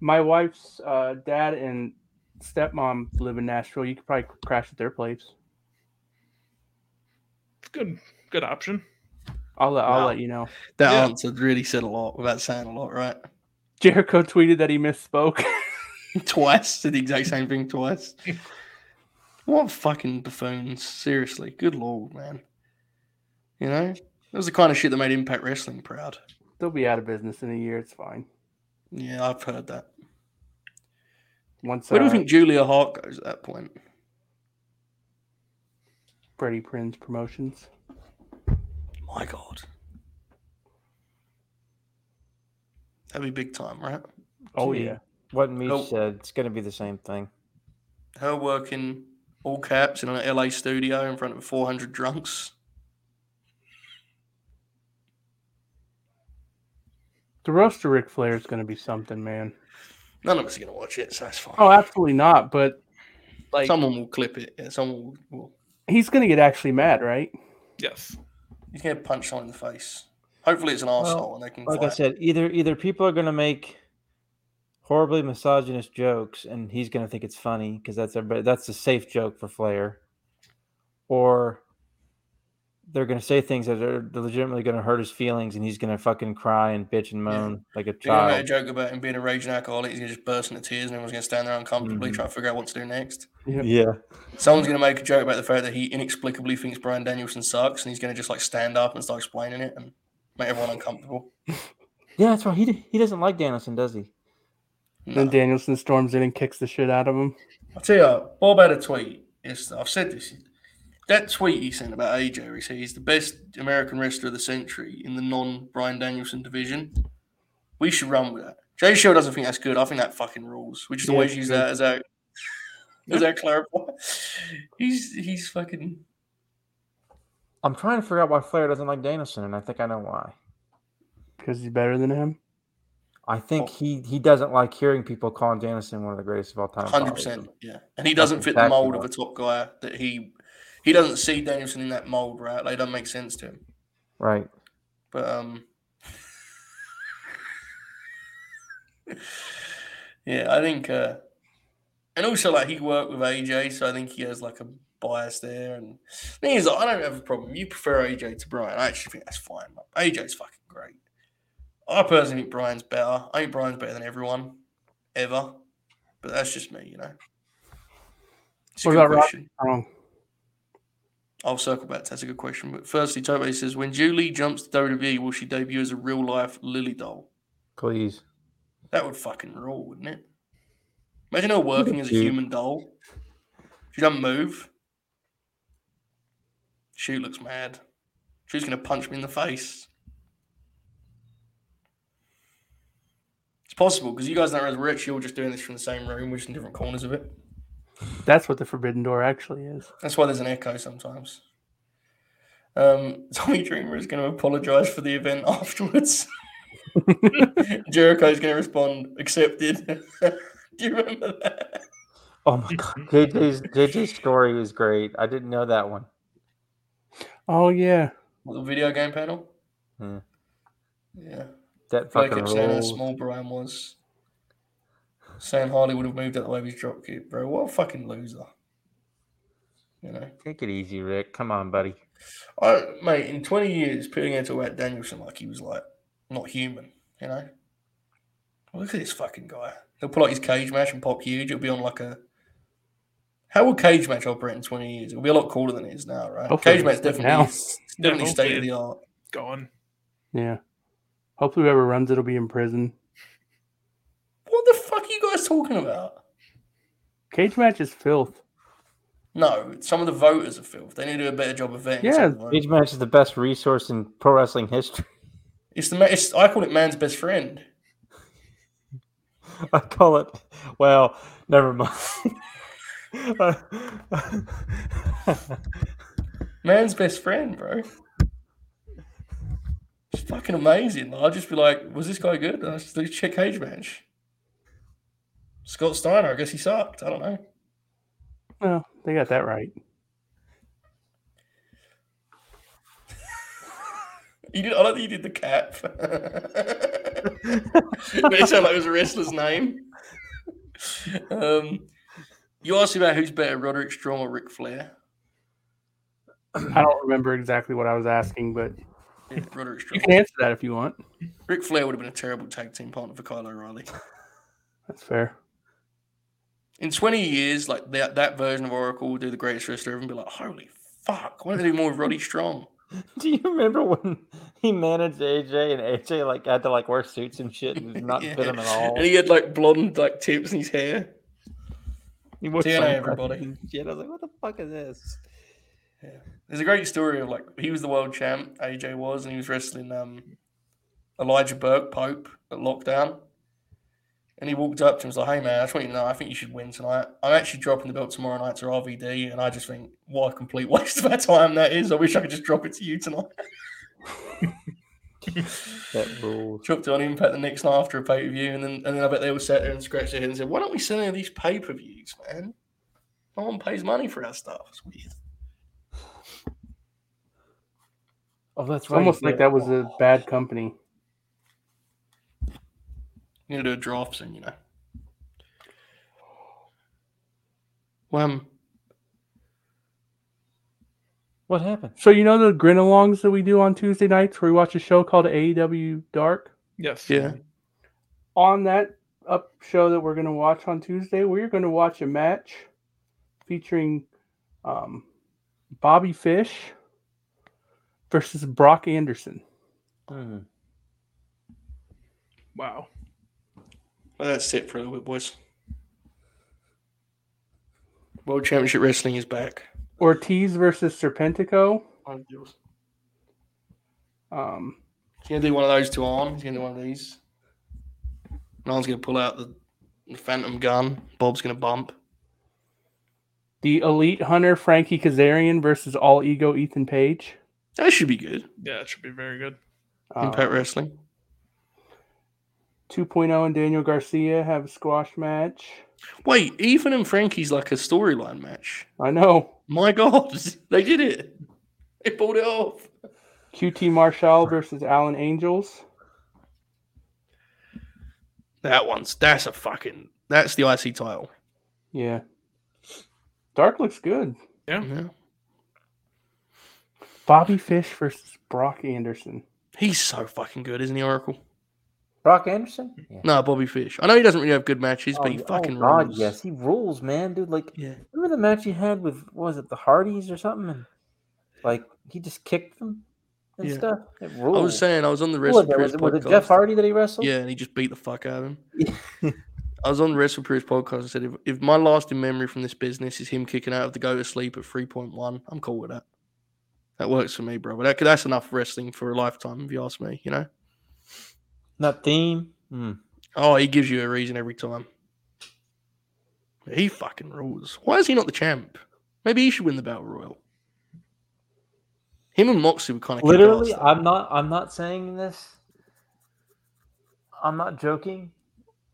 Speaker 5: my wife's uh, dad and stepmom live in Nashville. You could probably crash at their place.
Speaker 4: It's good, good option.
Speaker 5: I'll let, I'll
Speaker 2: Wow.
Speaker 5: let you know. *laughs*
Speaker 2: That
Speaker 4: Yeah.
Speaker 2: answer really said a lot without saying a lot, right? *laughs*
Speaker 5: Jericho tweeted that he misspoke. *laughs*
Speaker 2: twice said the exact same thing twice. *laughs* what fucking buffoons? Seriously, good lord, man. You know, that was the kind of shit that made Impact Wrestling proud.
Speaker 5: They'll be out of business in a year. It's fine.
Speaker 2: Yeah, I've heard that.
Speaker 5: Once
Speaker 2: Where do
Speaker 5: uh,
Speaker 2: you think Julia Hart goes at that point?
Speaker 5: Freddie Prinz promotions.
Speaker 2: My God. That'd be big time, right?
Speaker 5: Oh
Speaker 6: Gee,
Speaker 5: yeah.
Speaker 6: What Meech
Speaker 2: Nope.
Speaker 6: said, it's gonna be the same thing.
Speaker 2: Her working all caps in an LA studio in front of 400 drunks.
Speaker 5: The roast of Ric Flair is going to be something, man.
Speaker 2: None of us are going to watch it, so that's fine.
Speaker 5: Oh, absolutely not. But like,
Speaker 2: someone will clip it. Yeah, someone will. will.
Speaker 5: he's going to get actually mad, right?
Speaker 4: Yes.
Speaker 2: He's going to punch someone in the face. Hopefully, it's an arsehole and they can
Speaker 6: Like I
Speaker 2: fight.
Speaker 6: said, either either people are gonna make horribly misogynist jokes, and he's gonna think it's funny because that's everybody. That's the safe joke for Flair, or they're gonna say things that are legitimately gonna hurt his feelings, and he's gonna fucking cry and bitch and moan like a
Speaker 2: They're going to make a
Speaker 6: child.
Speaker 2: joke about him being a raging alcoholic. He's going to just burst into tears and everyone's going to stand there uncomfortably
Speaker 6: Mhm.
Speaker 2: trying to figure out what to do next.
Speaker 6: Yeah,
Speaker 2: Someone's going to make a joke about the fact that he inexplicably thinks Brian Danielson sucks and he's going to just like stand up and start explaining it and make everyone uncomfortable.
Speaker 6: yeah, that's right. He d- he doesn't like Danielson, does he?
Speaker 2: No.
Speaker 5: Then Danielson storms in and kicks the shit out of him.
Speaker 2: I'll tell you, what, Bob had a tweet. Yes, I've said this. That tweet he sent about AJ, where he said he's the best American wrestler of the century in the non Brian Danielson division. We should run with that. Jay Show doesn't think that's good. I think that fucking rules. We just
Speaker 5: Yeah,
Speaker 2: always
Speaker 5: it's
Speaker 2: use
Speaker 5: good.
Speaker 2: that as
Speaker 5: *laughs*
Speaker 2: our as our clarifier. He's he's fucking
Speaker 6: I'm trying to figure out why Flair doesn't like Danielson, and I think I know why.
Speaker 5: because he's better than him.
Speaker 6: I think
Speaker 2: Oh.
Speaker 6: he he doesn't like hearing people calling Danielson one of the greatest of all time.
Speaker 2: hundred
Speaker 6: probably.
Speaker 2: percent. Yeah, and he doesn't fit the
Speaker 6: exactly
Speaker 2: mold of a
Speaker 6: right.
Speaker 2: top guy that he he doesn't see Danielson in that mold. Right? Like, it doesn't make sense to him.
Speaker 6: Right.
Speaker 2: But um, yeah, I think uh, and also like he worked with AJ, so I think he has like a bias there. And the thing is, I don't have a problem. You prefer AJ to Brian. I actually think that's fine. Like, AJ's fucking great. I personally think Brian's better. I think Brian's better than everyone ever, but that's just me, you know. It's a
Speaker 5: What
Speaker 2: good
Speaker 5: about Rob
Speaker 2: question.
Speaker 5: Strong?
Speaker 2: I'll circle back. to that. That's a good question. But firstly, Toby says, when Julie jumps to WWE, will she debut as a real life Lily doll?
Speaker 6: Please.
Speaker 2: That would fucking rule, wouldn't it? Imagine her working as a human doll. She doesn't move. She looks mad. She's gonna punch me in the face. It's possible because you guys don't realize we're actually all just doing this from the same room, we're just in different corners of it.
Speaker 5: That's what the Forbidden Door actually is.
Speaker 2: That's why there's an echo sometimes. Um, *laughs* Tommy Dreamer is going to apologize for the event afterwards. *laughs* Jericho is going to respond, accepted. *laughs* Do you remember that?
Speaker 6: Oh my god. JJ's JJ's story was great. I didn't know that one.
Speaker 5: Oh yeah,
Speaker 2: The video game panel?
Speaker 6: Hmm.
Speaker 2: Yeah.
Speaker 6: That
Speaker 2: But I
Speaker 6: fucking
Speaker 2: kept saying how
Speaker 6: rules.
Speaker 2: small Brian was. Saying Harley would have moved out the way of his dropkick, bro. What a fucking loser. You know?
Speaker 6: Take it easy, Rick. Come on, buddy.
Speaker 2: I, mate, in 20 years, putting it to Watt Danielson like he was like not human, you know? Look at this fucking guy. He'll pull out his cage match and pop huge. It'll be on like a. How will cage match operate in 20 years? It'll be a lot cooler than it is now, right?
Speaker 5: Hopefully
Speaker 2: cage match
Speaker 5: it's
Speaker 2: definitely,
Speaker 5: now.
Speaker 2: is- definitely
Speaker 4: Yeah,
Speaker 2: state of
Speaker 4: hopefully
Speaker 2: the art.
Speaker 4: *laughs* Gone.
Speaker 5: yeah. Hopefully, whoever runs it'll be in prison.
Speaker 2: What the fuck are you guys talking about?
Speaker 5: Cage match is filth.
Speaker 2: No, some of the voters are filth. They need to do a better job of vetting.
Speaker 5: Yeah,
Speaker 2: some of the voters.
Speaker 6: Cage match is the best resource in pro wrestling history. *laughs*
Speaker 2: it's the ma- it's, I call it man's best friend.
Speaker 6: I call it. Well, never mind. *laughs*
Speaker 2: Man's best friend, bro. It's fucking amazing. I'll just be like, was this guy good? Let's check cage match. Scott Steiner, I guess he sucked. I don't know.
Speaker 5: Well, they got that *clears throat* right.
Speaker 2: You did, I don't think you did the cap. *laughs* Made it sound like it was a wrestler's name. Um, you asked about who's better, Roderick Strong or Ric Flair?
Speaker 5: I don't remember exactly what I was asking, but
Speaker 2: Yeah, Roderick Strong.
Speaker 5: you can answer that if you want.
Speaker 2: Ric Flair would have been a terrible tag team partner for Kyle O'Reilly.
Speaker 5: That's fair.
Speaker 2: in 20 years, like that, that version of Oracle will do the greatest wrestler ever and be like, holy fuck, why don't they do more with Roddy Strong?
Speaker 6: Do you remember when he managed AJ and AJ like had to like wear suits and
Speaker 2: *laughs*
Speaker 6: shit and did not
Speaker 2: Yeah.
Speaker 6: fit him at all?
Speaker 2: And he had like blonde like tips in his hair.
Speaker 6: He wore
Speaker 2: TNA,
Speaker 6: sunglasses
Speaker 2: everybody.
Speaker 6: and *laughs* Shit. I was like, what the fuck is this?
Speaker 2: There's a great story of like he was the world champ, AJ was, and he was wrestling um, Elijah Burke Pope at lockdown. And he walked up to him and was like, Hey man, I just want you to know, I think you should win tonight. I'm actually dropping the belt tomorrow night to RVD, and I just think what a complete *laughs* waste of our time that is. I wish I could just drop it to you tonight.
Speaker 6: That rules.
Speaker 2: Chucked it on Impact the next night after a pay per view, and then and then I bet they all sat there and scratched their head and said, "Why don't we sell any of these pay per views, man? No one pays money for our stuff. It's weird."
Speaker 6: Oh, that's
Speaker 5: It's almost like that was a bad company.
Speaker 2: You need to do a draft soon, you know. Wham!
Speaker 6: What happened?
Speaker 5: So you know the grin alongs that we do on Tuesday nights, where we watch a show called AEW Dark.
Speaker 4: Yes.
Speaker 2: Yeah.
Speaker 5: on that up show that we're going to watch on Tuesday, we're going to watch a match featuring um, Bobby Fish versus Brock Anderson.
Speaker 6: Hmm.
Speaker 4: Wow.
Speaker 2: Well, that's it for a little bit, boys. World Championship Wrestling is back.
Speaker 5: Ortiz versus Serpentico.
Speaker 2: He's
Speaker 5: Um,
Speaker 2: gonna do one of those two on. He's gonna do one of these. Nolan's gonna pull out the, the Phantom gun. Bob's gonna bump.
Speaker 5: the Elite Hunter Frankie Kazarian versus All Ego Ethan Page.
Speaker 2: That should be good.
Speaker 4: Yeah, it should be very good.
Speaker 5: Um,
Speaker 2: Impact Wrestling.
Speaker 5: 2.0 and Daniel Garcia have a squash match.
Speaker 2: Wait, Ethan and Frankie's like a storyline match.
Speaker 5: I know.
Speaker 2: My *laughs* God, they did it. They pulled it off.
Speaker 5: QT Marshall versus Allen Angels.
Speaker 2: That one's that's a fucking that's the IC title.
Speaker 5: Yeah. Dark looks good.
Speaker 2: Yeah.
Speaker 5: Bobby Fish versus Brock Anderson.
Speaker 2: He's so fucking good, isn't he, Oracle?
Speaker 6: Brock Anderson? Yeah.
Speaker 2: No, Bobby Fish. I know he doesn't really have good matches, but he
Speaker 6: Oh, oh,
Speaker 2: fucking
Speaker 6: God,
Speaker 2: rules.
Speaker 6: yes, he rules, man, dude. Like,
Speaker 2: Yeah.
Speaker 6: remember the match he had with what was it the Hardys or something? And like, he just kicked them and
Speaker 2: Yeah.
Speaker 6: stuff. It
Speaker 2: I
Speaker 6: rules.
Speaker 2: was saying I was on the
Speaker 6: Who was
Speaker 2: Wrestle
Speaker 6: that?
Speaker 2: Purists
Speaker 6: Was it, was it
Speaker 2: podcast.
Speaker 6: Jeff Hardy that he wrestled?
Speaker 2: Yeah, and he just beat the fuck out of him. I was on the Wrestle Purists podcast and said, if, if my lasting memory from this business is him kicking out of the go to sleep at 3.1, I'm cool with that. That works for me, bro. But that, that's enough wrestling for a lifetime, if you ask me, you know?
Speaker 6: That theme. Hmm.
Speaker 2: Oh, he gives you a reason every time. He fucking rules. Why is he not the champ? Maybe he should win the Battle Royal. Him and Moxley were kind of
Speaker 6: Literally, I'm not. I'm not saying this. I'm not joking.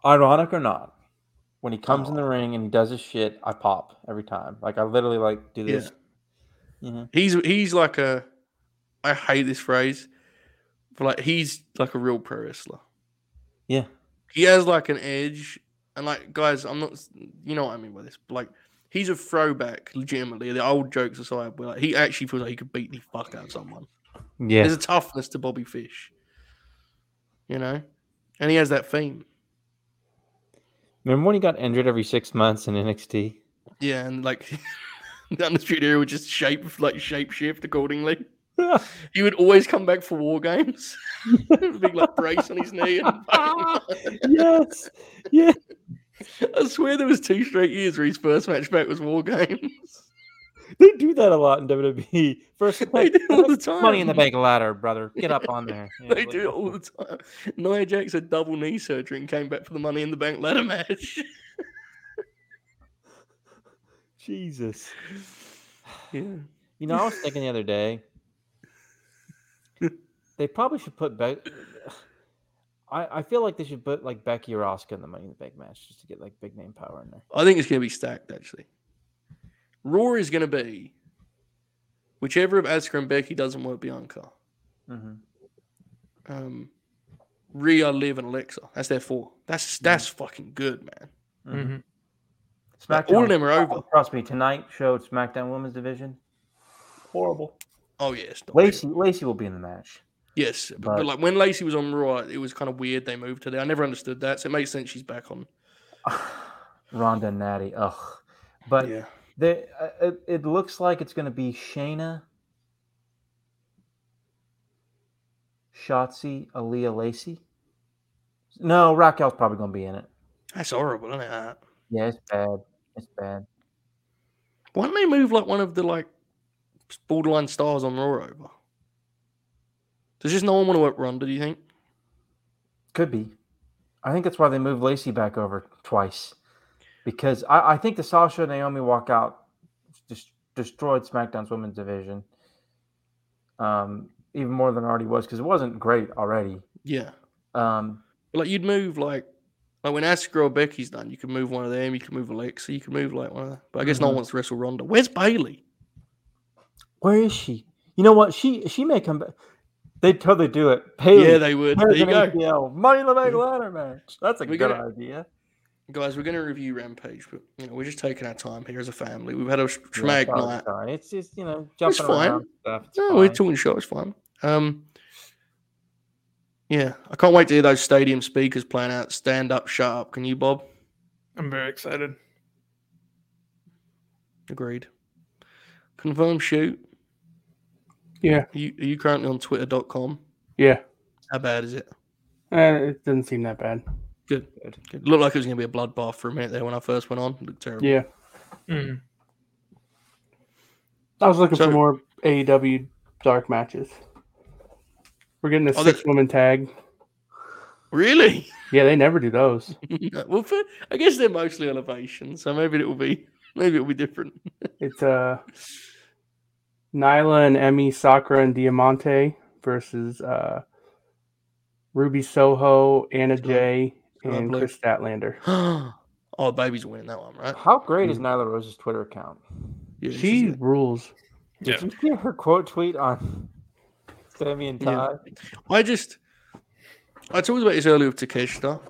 Speaker 6: Ironic or not, when he comes
Speaker 2: Oh.
Speaker 6: in the ring and he does his shit, I pop every time. Like I literally like do
Speaker 2: Yeah.
Speaker 6: this. Mhm.
Speaker 2: He's he's like a. I hate this phrase, but like he's like a real pro wrestler.
Speaker 6: Yeah.
Speaker 2: he has like an edge, and like guys, I'm not. You know what I mean by this? But like he's a throwback, legitimately. The old jokes aside, but like he actually feels like he could beat the fuck out of someone.
Speaker 6: Yeah.
Speaker 2: There's a toughness to Bobby Fish, you know, and he has that theme.
Speaker 6: Remember when he got injured every six months in NXT?
Speaker 2: Yeah, and like *laughs* the Undisputed Era would just shape like shape shift *laughs* accordingly. he would always come back for war games. *laughs* Big like brace on his knee. *laughs* And fucking-
Speaker 6: yes. Yeah.
Speaker 2: I swear there was two straight years where his first match back was war games.
Speaker 6: *laughs* They do that a lot in WWE. First,
Speaker 2: They do all the time.
Speaker 6: money in the bank ladder, brother. Get up *laughs* on there. Yeah,
Speaker 2: They
Speaker 6: what-
Speaker 2: do it all the time. Nia Jax had double knee surgery and came back for the Money in the Bank ladder match.
Speaker 6: Jesus.
Speaker 2: *laughs* yeah.
Speaker 6: You know, I *laughs* was thinking the other day, they probably should put Beck. I, I feel like they should put like Becky or Oscar in the Money in the Bank match just to get like big name power in there.
Speaker 2: I think it's going to be stacked, actually. Raw is going to be whichever of Asuka and Becky doesn't work Bianca.
Speaker 6: Mhm.
Speaker 2: um, Rhea, Liv, and Alexa. That's their four. That's that's fucking good, man.
Speaker 4: Mhm.
Speaker 2: Like, all of them are over.
Speaker 6: Trust me, tonight show at SmackDown Women's Division. Horrible.
Speaker 2: Oh yes, it's not
Speaker 6: Lacey, Lacey will be in the match. *sighs*
Speaker 2: good. Yes, but, but,
Speaker 6: Right.
Speaker 2: like when Lacey was on Raw, it was kind of weird they moved to there. I never understood that, so it makes sense she's back on.
Speaker 6: Ronda and Natty. Ugh. But
Speaker 2: yeah,
Speaker 6: they, uh, it, it looks like it's going to be Shayna, Shotzi, Aaliyah Lacey. No, Raquel's probably going to be in it.
Speaker 2: that's horrible, isn't it? that?
Speaker 6: Yeah, it's bad. It's bad.
Speaker 2: Why don't they move like one of the like borderline stars on Raw over? Does just no one want to work Ronda? Do you think?
Speaker 6: Could be. I think that's why they moved Lacey back over twice. Because I, I think the Sasha and Naomi walkout just destroyed SmackDown's women's division um, even more than it already was because it wasn't great already.
Speaker 2: Yeah,
Speaker 6: Um,
Speaker 2: but, like you'd move like like when Asuka or Becky's done, you could move one of them. You could move Alexa. You could move like one of. Them. But I guess no one wants to wrestle Ronda. Where's Bailey?
Speaker 6: where is she? You know what? She she may come back. They totally do it.
Speaker 2: Yeah,
Speaker 6: Bailey,
Speaker 2: they would. There you go.
Speaker 6: Money in the Bank
Speaker 2: Yeah.
Speaker 6: ladder match. That's a
Speaker 2: We
Speaker 6: good
Speaker 2: gotta-
Speaker 6: idea.
Speaker 2: Guys, we're going to review Rampage, but you know, we're just taking our time here as a family. We've had a sh-
Speaker 6: Yeah,
Speaker 2: traumatic
Speaker 6: sorry,
Speaker 2: night.
Speaker 6: sorry. It's just you know jumping
Speaker 2: fine.
Speaker 6: around. Stuff. It's
Speaker 2: No, we're
Speaker 6: fine.
Speaker 2: talking short. It's fine. Um, yeah, I can't wait to hear those stadium speakers playing out "Stand Up, Shut Up." Can you, Bob?
Speaker 4: I'm very excited.
Speaker 2: Agreed. Confirm shoot.
Speaker 5: Yeah.
Speaker 2: Are you, are you currently on Twitter.com?
Speaker 5: Yeah.
Speaker 2: How bad is it?
Speaker 5: Eh, it doesn't seem that bad.
Speaker 2: Good. Good. It looked like it was going to be a bloodbath for a minute there when I first went on. It looked terrible.
Speaker 5: Yeah.
Speaker 4: Mhm.
Speaker 5: I was looking
Speaker 2: So-
Speaker 5: for more AEW dark matches. We're getting a
Speaker 2: Oh,
Speaker 5: 6
Speaker 2: that-
Speaker 5: woman tag.
Speaker 2: Really? *laughs*
Speaker 5: Yeah, they never do those.
Speaker 2: well, for, I guess they're mostly elevation, so maybe it will be maybe it will be different.
Speaker 5: It's uh Nyla and Emmy, Sakura and Diamante versus uh Ruby Soho, Anna
Speaker 2: Sure.
Speaker 5: Jay,
Speaker 2: Sure, I
Speaker 5: and
Speaker 2: believe-
Speaker 5: Chris Statlander.
Speaker 2: *gasps* oh, baby's winning that one, right?
Speaker 6: How great
Speaker 2: Mm.
Speaker 6: is Nyla Rose's Twitter account?
Speaker 2: Yeah, she's
Speaker 5: She
Speaker 2: good.
Speaker 5: rules.
Speaker 4: Yeah.
Speaker 6: Did you hear her quote tweet on Sammy and
Speaker 2: Yeah.
Speaker 6: Ty?
Speaker 2: I just, I talked about this earlier with Takeshita.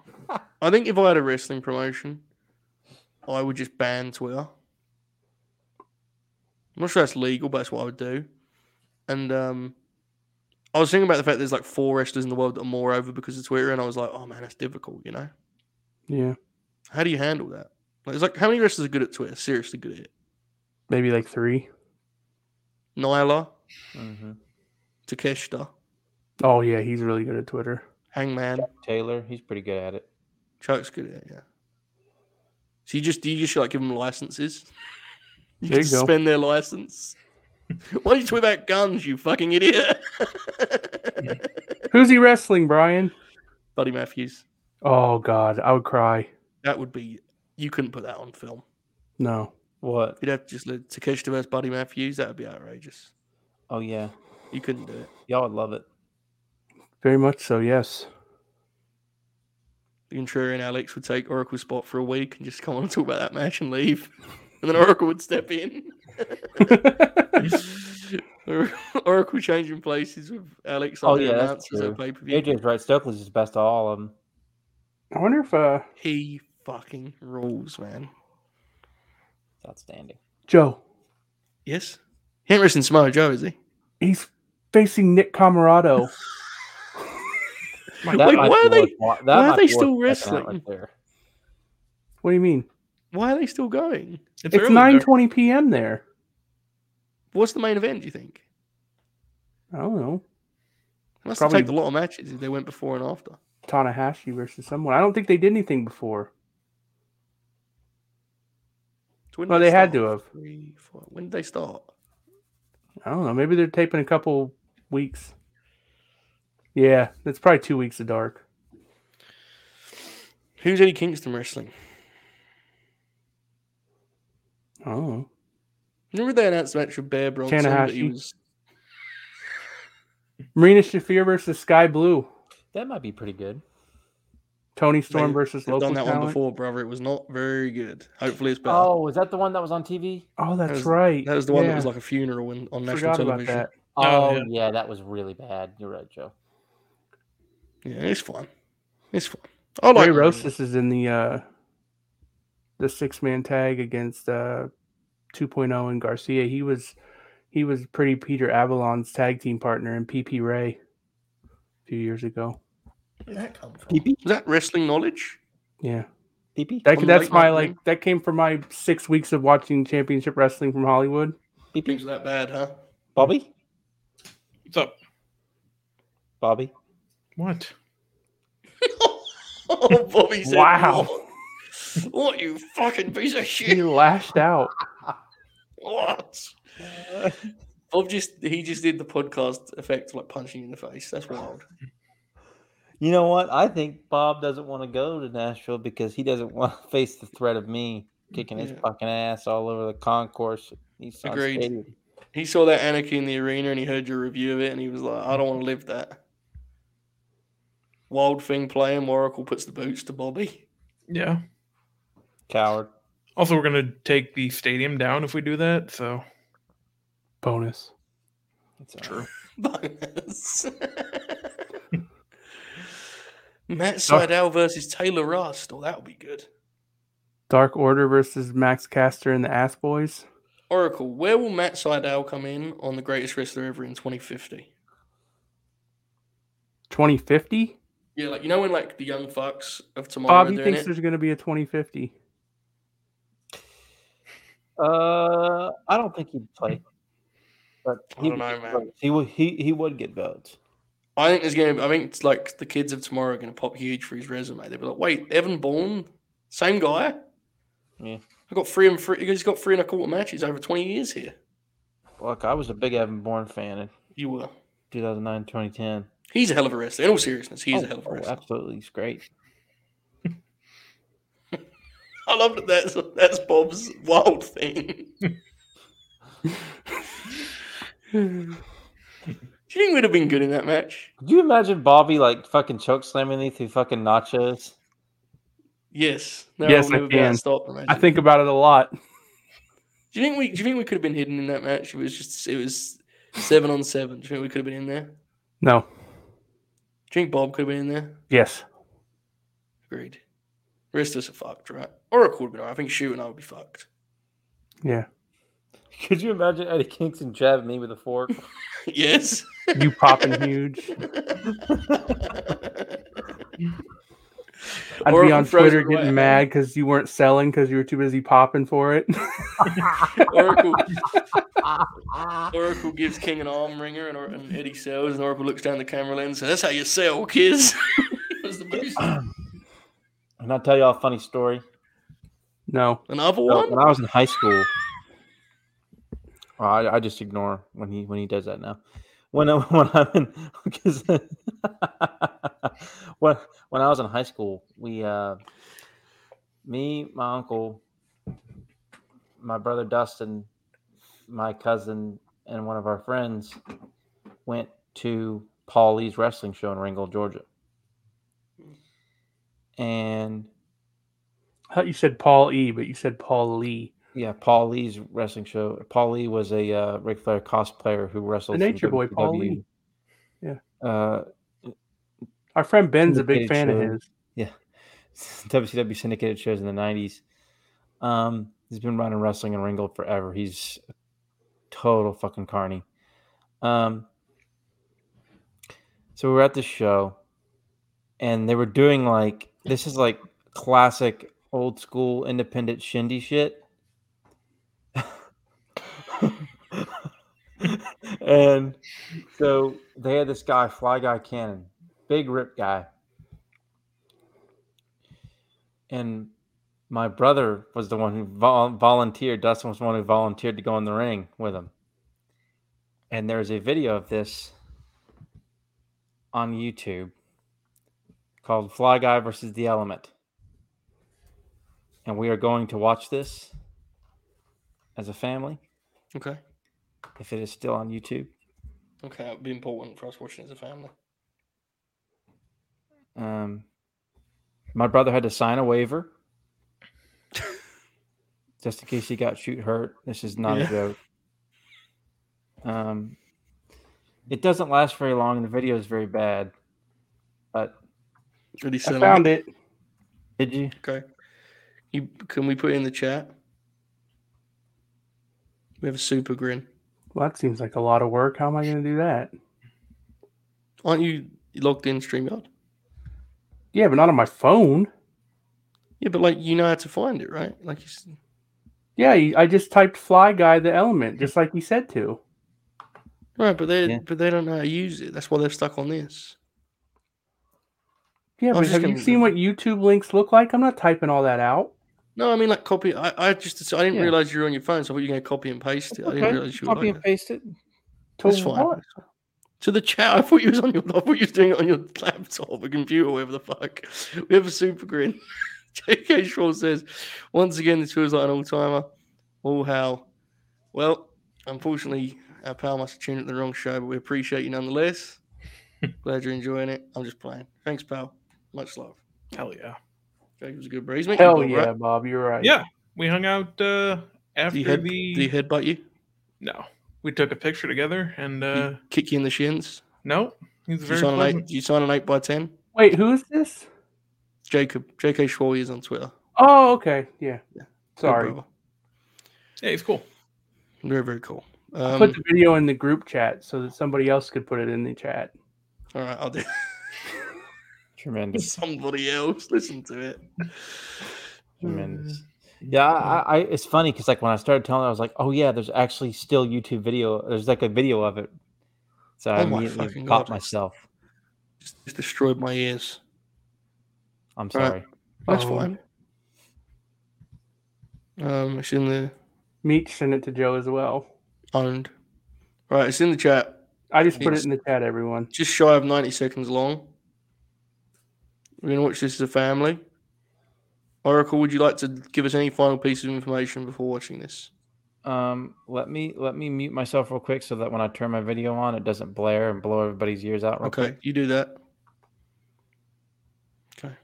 Speaker 2: I think if I had a wrestling promotion, I would just ban Twitter. I'm not sure that's legal, but that's what I would do. And um, I was thinking about the fact there's like four wrestlers in the world that are more over because of Twitter, and I was like, oh man, that's difficult, you know?
Speaker 5: Yeah,
Speaker 2: How do you handle that? Like, it's like, how many wrestlers are good at Twitter? Seriously good at it?
Speaker 5: maybe like three.
Speaker 2: Nyla,
Speaker 6: Mhm.
Speaker 2: Takeshita,
Speaker 5: Oh yeah, he's really good at Twitter.
Speaker 2: Hangman,
Speaker 6: Taylor, he's pretty good at it.
Speaker 2: Chuck's good at it, yeah. So you just, do you just like give them licenses? You
Speaker 5: There
Speaker 2: can
Speaker 5: you go.
Speaker 2: suspend their
Speaker 5: *laughs*
Speaker 2: license. Why do you tweet about guns, you fucking idiot?
Speaker 5: Who's he wrestling, Brian?
Speaker 2: Buddy Matthews,
Speaker 5: Oh God, I would cry.
Speaker 2: that would be, you couldn't put that on film.
Speaker 5: No.
Speaker 6: What?
Speaker 2: You'd have to just let Takeshita versus Buddy Matthews. That would be outrageous.
Speaker 6: Oh yeah,
Speaker 2: You couldn't do it.
Speaker 6: y'all would love it.
Speaker 5: Very much so, yes.
Speaker 2: The contrarian Alex would take Oracle's spot for a week and just come on and talk about that match and leave. *laughs* And then Oracle would step
Speaker 5: *laughs*
Speaker 2: in. *laughs* Or- Oracle changing places with Alex on
Speaker 6: Oh,
Speaker 2: the
Speaker 6: yeah, that's
Speaker 2: announcers
Speaker 6: true.
Speaker 2: at pay per view.
Speaker 6: AJ's right. Stokely's is best of all of them.
Speaker 5: I wonder if uh
Speaker 2: He fucking rules, man.
Speaker 6: It's
Speaker 2: *laughs*
Speaker 6: outstanding.
Speaker 5: Joe,
Speaker 2: Yes? He ain't wrestling Samoa Joe, is he?
Speaker 5: he's facing Nick Camarado.
Speaker 2: Like,
Speaker 6: might
Speaker 2: why
Speaker 6: be
Speaker 2: are they-
Speaker 6: worth wa- that
Speaker 2: why are
Speaker 6: might
Speaker 2: they
Speaker 6: be
Speaker 2: still
Speaker 6: worth checking out
Speaker 2: wrestling?
Speaker 6: right there.
Speaker 5: what do you mean?
Speaker 2: Why are they still going?
Speaker 5: It's
Speaker 4: early,
Speaker 5: nine
Speaker 4: though.
Speaker 5: twenty p.m. there.
Speaker 2: What's the main event, do you think?
Speaker 5: I don't know.
Speaker 2: They must
Speaker 5: Probably-
Speaker 2: have taken a lot of matches if they went before and after.
Speaker 5: Tanahashi versus someone. I don't think they did anything before.
Speaker 2: So when
Speaker 5: Well,
Speaker 2: did
Speaker 5: they had
Speaker 2: start?
Speaker 5: to have.
Speaker 2: Three, four- When did they start?
Speaker 5: I don't know. Maybe they're taping a couple weeks. Yeah, that's probably two weeks of dark.
Speaker 2: Who's Eddie Kingston wrestling?
Speaker 5: Oh,
Speaker 2: Remember they announced the match with Bear Bronson that he
Speaker 5: Tanahashi.
Speaker 2: was
Speaker 5: Marina Shafir versus Sky Blue.
Speaker 6: That might be pretty good.
Speaker 5: Tony Storm
Speaker 2: They-
Speaker 5: versus
Speaker 2: they've
Speaker 5: local
Speaker 2: done that
Speaker 5: talent.
Speaker 2: one before, brother. It was not very good. Hopefully it's better.
Speaker 6: Oh, was that the one that was on TV?
Speaker 5: Oh, that's
Speaker 2: was-
Speaker 5: right.
Speaker 2: that was the one that
Speaker 5: Yeah,
Speaker 2: was like a funeral in, on national
Speaker 5: forgot about
Speaker 2: television.
Speaker 5: that.
Speaker 6: Oh,
Speaker 4: Oh,
Speaker 6: yeah. that was really bad. You're right, Joe.
Speaker 2: Yeah, it's fun. It's fun. I like
Speaker 5: Ray
Speaker 2: Marina.
Speaker 5: Rosas is in the uh the six man tag against uh 2.0 and Garcia. He was he was pretty Peter Avalon's tag team partner in PP Ray a few years ago.
Speaker 2: Where did that come from?
Speaker 6: PP?
Speaker 2: Was that wrestling knowledge?
Speaker 5: Yeah.
Speaker 6: PP?
Speaker 5: That,
Speaker 2: On
Speaker 5: that's
Speaker 2: Late
Speaker 5: my
Speaker 2: Night
Speaker 5: like
Speaker 2: Ring?
Speaker 5: that came from my six weeks of watching championship wrestling from Hollywood.
Speaker 2: Things
Speaker 6: PP?
Speaker 2: that bad, huh?
Speaker 6: Bobby?
Speaker 4: What's up?
Speaker 6: Bobby?
Speaker 4: What?
Speaker 2: *laughs* oh, Bobby said,
Speaker 5: Wow.
Speaker 2: What? What, you fucking piece of *laughs*
Speaker 5: He *laughs*
Speaker 2: shit?
Speaker 5: lashed out.
Speaker 2: What? Bob just he just did the podcast effect like punching you in the face. That's wild.
Speaker 6: You know what? I think Bob doesn't want to go to Nashville because he doesn't *laughs* want to face the threat of me kicking his
Speaker 2: Mm, Yeah.
Speaker 6: fucking ass all over the concourse. He's
Speaker 2: Agreed. He saw that anarchy in the arena and he heard your review of it and he was like, I don't want to live that. Wild thing playing, Oracle puts the boots to Bobby. *laughs*
Speaker 4: Yeah.
Speaker 6: Coward.
Speaker 4: Also, we're gonna take the stadium down if we do that. So
Speaker 5: Bonus.
Speaker 6: It's all
Speaker 4: true.
Speaker 2: Bonus. *laughs* Matt Seidel versus Taylor Rust. Oh, that would be good.
Speaker 5: Dark Order versus Max Caster and the Ass Boys.
Speaker 2: Oracle, where will Matt Seidel come in on the greatest wrestler ever in 2050?
Speaker 5: 2050?
Speaker 2: Yeah, like you know when like the young fucks of tomorrow
Speaker 5: Bob,
Speaker 2: are
Speaker 5: he
Speaker 2: doing
Speaker 5: thinks
Speaker 2: it.
Speaker 5: there's going to be
Speaker 2: *laughs*
Speaker 5: a 2050.
Speaker 6: Uh, I don't think he'd play, but
Speaker 2: I
Speaker 6: he
Speaker 2: don't
Speaker 6: would
Speaker 2: know,
Speaker 6: get
Speaker 2: man.
Speaker 6: votes. He would he he would get votes.
Speaker 2: I think there's gonna. I think it's like the kids of tomorrow are gonna pop huge for his resume. They'll be like, "Wait, Evan Bourne, same guy."
Speaker 6: Yeah.
Speaker 2: I got three and three. He's got three and a quarter matches over 20 years here.
Speaker 6: Look, I was a big Evan Bourne fan in
Speaker 2: You were.
Speaker 6: 2009, 2010.
Speaker 2: He's a hell of a wrestler. In all seriousness, he's a
Speaker 6: Oh,
Speaker 2: hell of a
Speaker 6: oh,
Speaker 2: wrestler.
Speaker 6: absolutely, he's great. *laughs*
Speaker 2: I love that. That's that's Bob's wild thing. *laughs* Do you think we'd have been good in that match?
Speaker 6: Could you imagine Bobby like fucking choke slamming me through fucking nachos?
Speaker 2: Yes. No,
Speaker 5: Yes,
Speaker 2: I'll
Speaker 5: I
Speaker 2: never be able to
Speaker 5: can.
Speaker 2: Stop,
Speaker 5: I
Speaker 2: imagine.
Speaker 5: think about it a lot.
Speaker 2: Do you think we? Do you think we could have been hidden in that match? It was just. It was seven on seven. Do you think we could have been in there?
Speaker 5: No.
Speaker 2: Do you think Bob could have been in there?
Speaker 5: Yes.
Speaker 2: Agreed. The rest of us are fucked, right? Oracle would be all right. I think Shu and I would be fucked. *laughs*
Speaker 5: Yeah.
Speaker 6: Could you imagine Eddie Kingston jabbing me with a fork?
Speaker 2: yes.
Speaker 5: You popping
Speaker 2: *laughs*
Speaker 5: huge. I'd be
Speaker 2: Oracle
Speaker 5: on
Speaker 2: throws
Speaker 5: Twitter
Speaker 2: it away.
Speaker 5: getting mad because you weren't selling because you were too busy popping for it. *laughs*
Speaker 2: Oracle, Oracle gives King an arm ringer, and, Or- and Eddie sells, and Oracle looks down the camera lens. and That's how you sell, kids. *laughs* That's the best.
Speaker 6: and I'll tell y'all a funny story.
Speaker 5: no.
Speaker 2: Another
Speaker 6: So,
Speaker 2: one.
Speaker 6: when I was in high school, Well, I, I just ignore when he when he does that now. When I, *laughs* when I'm in, because *laughs* when when I was in high school, we uh, me, my uncle, my brother Dustin, my cousin, and one of our friends went to Paul Lee's wrestling show in Ringgold, Georgia, and
Speaker 5: I thought you said Paul E, but you said Paul Lee.
Speaker 6: Yeah, Paul Lee's wrestling show. Paul Lee was a uh, Ric Flair cosplayer who wrestled
Speaker 5: The
Speaker 6: for
Speaker 5: Nature Boy, Paul
Speaker 6: WWE.
Speaker 5: Lee. Yeah.
Speaker 6: Uh,
Speaker 5: Our friend Ben's a
Speaker 6: Syndicated
Speaker 5: big fan of
Speaker 6: show.
Speaker 5: his.
Speaker 6: *laughs* WCW syndicated shows in the '90s. Um, he's been running wrestling in Ringgold forever. He's a total fucking carny. Um, so we were at this show, and they were doing like this is like classic old school independent shindy shit. *laughs* and so they had this guy, Fly Guy Cannon, big rip guy. And my brother was the one who vol- volunteered. Dustin was the one who volunteered to go in the ring with him. And there's a video of this on YouTube called Fly Guy versus the Element. And we are going to watch this as a family
Speaker 2: Okay.
Speaker 6: if it is still on YouTube.
Speaker 2: Okay, that would be important for us watching as a family.
Speaker 6: Um, my brother had to sign
Speaker 2: *laughs*
Speaker 6: a waiver just in case he got shoot hurt. This is not
Speaker 2: Yeah.
Speaker 6: a joke. Um, it doesn't last very long, and the video is very bad. But
Speaker 2: Did he
Speaker 5: I
Speaker 2: sell
Speaker 5: found it.
Speaker 6: did you?
Speaker 2: Okay. You, can we put it in the chat? We have a super grin.
Speaker 5: Well, that seems like a lot of work. How am I going to do that?
Speaker 2: Aren't you logged in StreamYard?
Speaker 5: Yeah, but not on my phone.
Speaker 2: Yeah, but like you know how to find it, right? Like you, s-
Speaker 5: Yeah, you- I just typed Fly Guy the Element, just like we said to.
Speaker 2: right, but they
Speaker 6: Yeah.
Speaker 2: but they don't know how to use it. That's why they're stuck on this.
Speaker 5: Yeah,
Speaker 2: I was
Speaker 5: but
Speaker 2: just
Speaker 5: have you
Speaker 2: gonna-
Speaker 5: seen what YouTube links look like? I'm not typing all that out.
Speaker 2: No, I mean like copy. I, I just I didn't
Speaker 5: Yeah.
Speaker 2: realize you were on your phone, so I thought you were going to copy and paste it. I didn't realize you were
Speaker 6: Copy
Speaker 2: like
Speaker 6: and
Speaker 2: that.
Speaker 6: paste it.
Speaker 5: To
Speaker 2: That's fine.
Speaker 5: what?
Speaker 2: to the chat. I thought you was on your. I thought you was doing it on your *laughs* laptop or computer, whatever the fuck. We have a super grin. *laughs* J.K. Shaw says, once again, this feels like an all timer. All hell. Well, unfortunately, our pal must have tuned at the wrong show, but we appreciate you nonetheless. Glad you're enjoying it. I'm just playing. Thanks, pal. Much love.
Speaker 4: Hell yeah.
Speaker 2: Jacob's a good breeze, mate. You
Speaker 5: Hell
Speaker 2: got
Speaker 5: yeah,
Speaker 2: right.
Speaker 5: Bob, you're right.
Speaker 4: Yeah. We hung out uh,
Speaker 2: Do
Speaker 4: after
Speaker 2: you, head, do
Speaker 4: the.
Speaker 2: you headbutt you?
Speaker 4: No. We took a picture together and
Speaker 2: Do
Speaker 4: uh,
Speaker 2: you kick you in the shins?
Speaker 4: no. He's
Speaker 2: Do
Speaker 4: very
Speaker 2: you, sign an eight,
Speaker 4: pleasant.
Speaker 2: do you sign an 8 by 10
Speaker 5: Wait, who is this?
Speaker 2: Jacob. J.K. Shaw is on Twitter.
Speaker 5: Oh, okay. Yeah.
Speaker 2: Good
Speaker 5: Sorry.
Speaker 2: brother.
Speaker 4: Yeah, he's cool.
Speaker 2: Very, very cool.
Speaker 5: I
Speaker 2: Um,
Speaker 5: put the video in the group chat so that somebody else could put it in the chat.
Speaker 2: All right, I'll do *laughs*
Speaker 6: Tremendous,
Speaker 2: somebody else. Listen to it. Mm-hmm.
Speaker 6: tremendous. Yeah, I, I it's funny because like when I started telling, her, I was like, oh yeah, there's actually still YouTube video. There's like a video of it. So I
Speaker 2: Oh my
Speaker 6: immediately
Speaker 2: fucking
Speaker 6: caught
Speaker 2: God.
Speaker 6: myself.
Speaker 2: Just, just destroyed my ears.
Speaker 6: I'm
Speaker 2: All right.
Speaker 6: sorry.
Speaker 2: That's
Speaker 5: Oh.
Speaker 2: fine. Um, it's in the
Speaker 5: Meech sent it to Joe as well.
Speaker 2: owned. Right, it's in the chat.
Speaker 5: I just put
Speaker 2: Yes.
Speaker 5: it in the chat, everyone.
Speaker 2: Just shy of ninety seconds long. We're gonna watch this as a family. Oracle, would you like to give us any final piece of information before watching this?
Speaker 6: Um, let me let me mute myself real quick so that when I turn my video on, it doesn't blare and blow everybody's ears out. Real
Speaker 2: Okay,
Speaker 6: quick.
Speaker 2: you do that. Okay.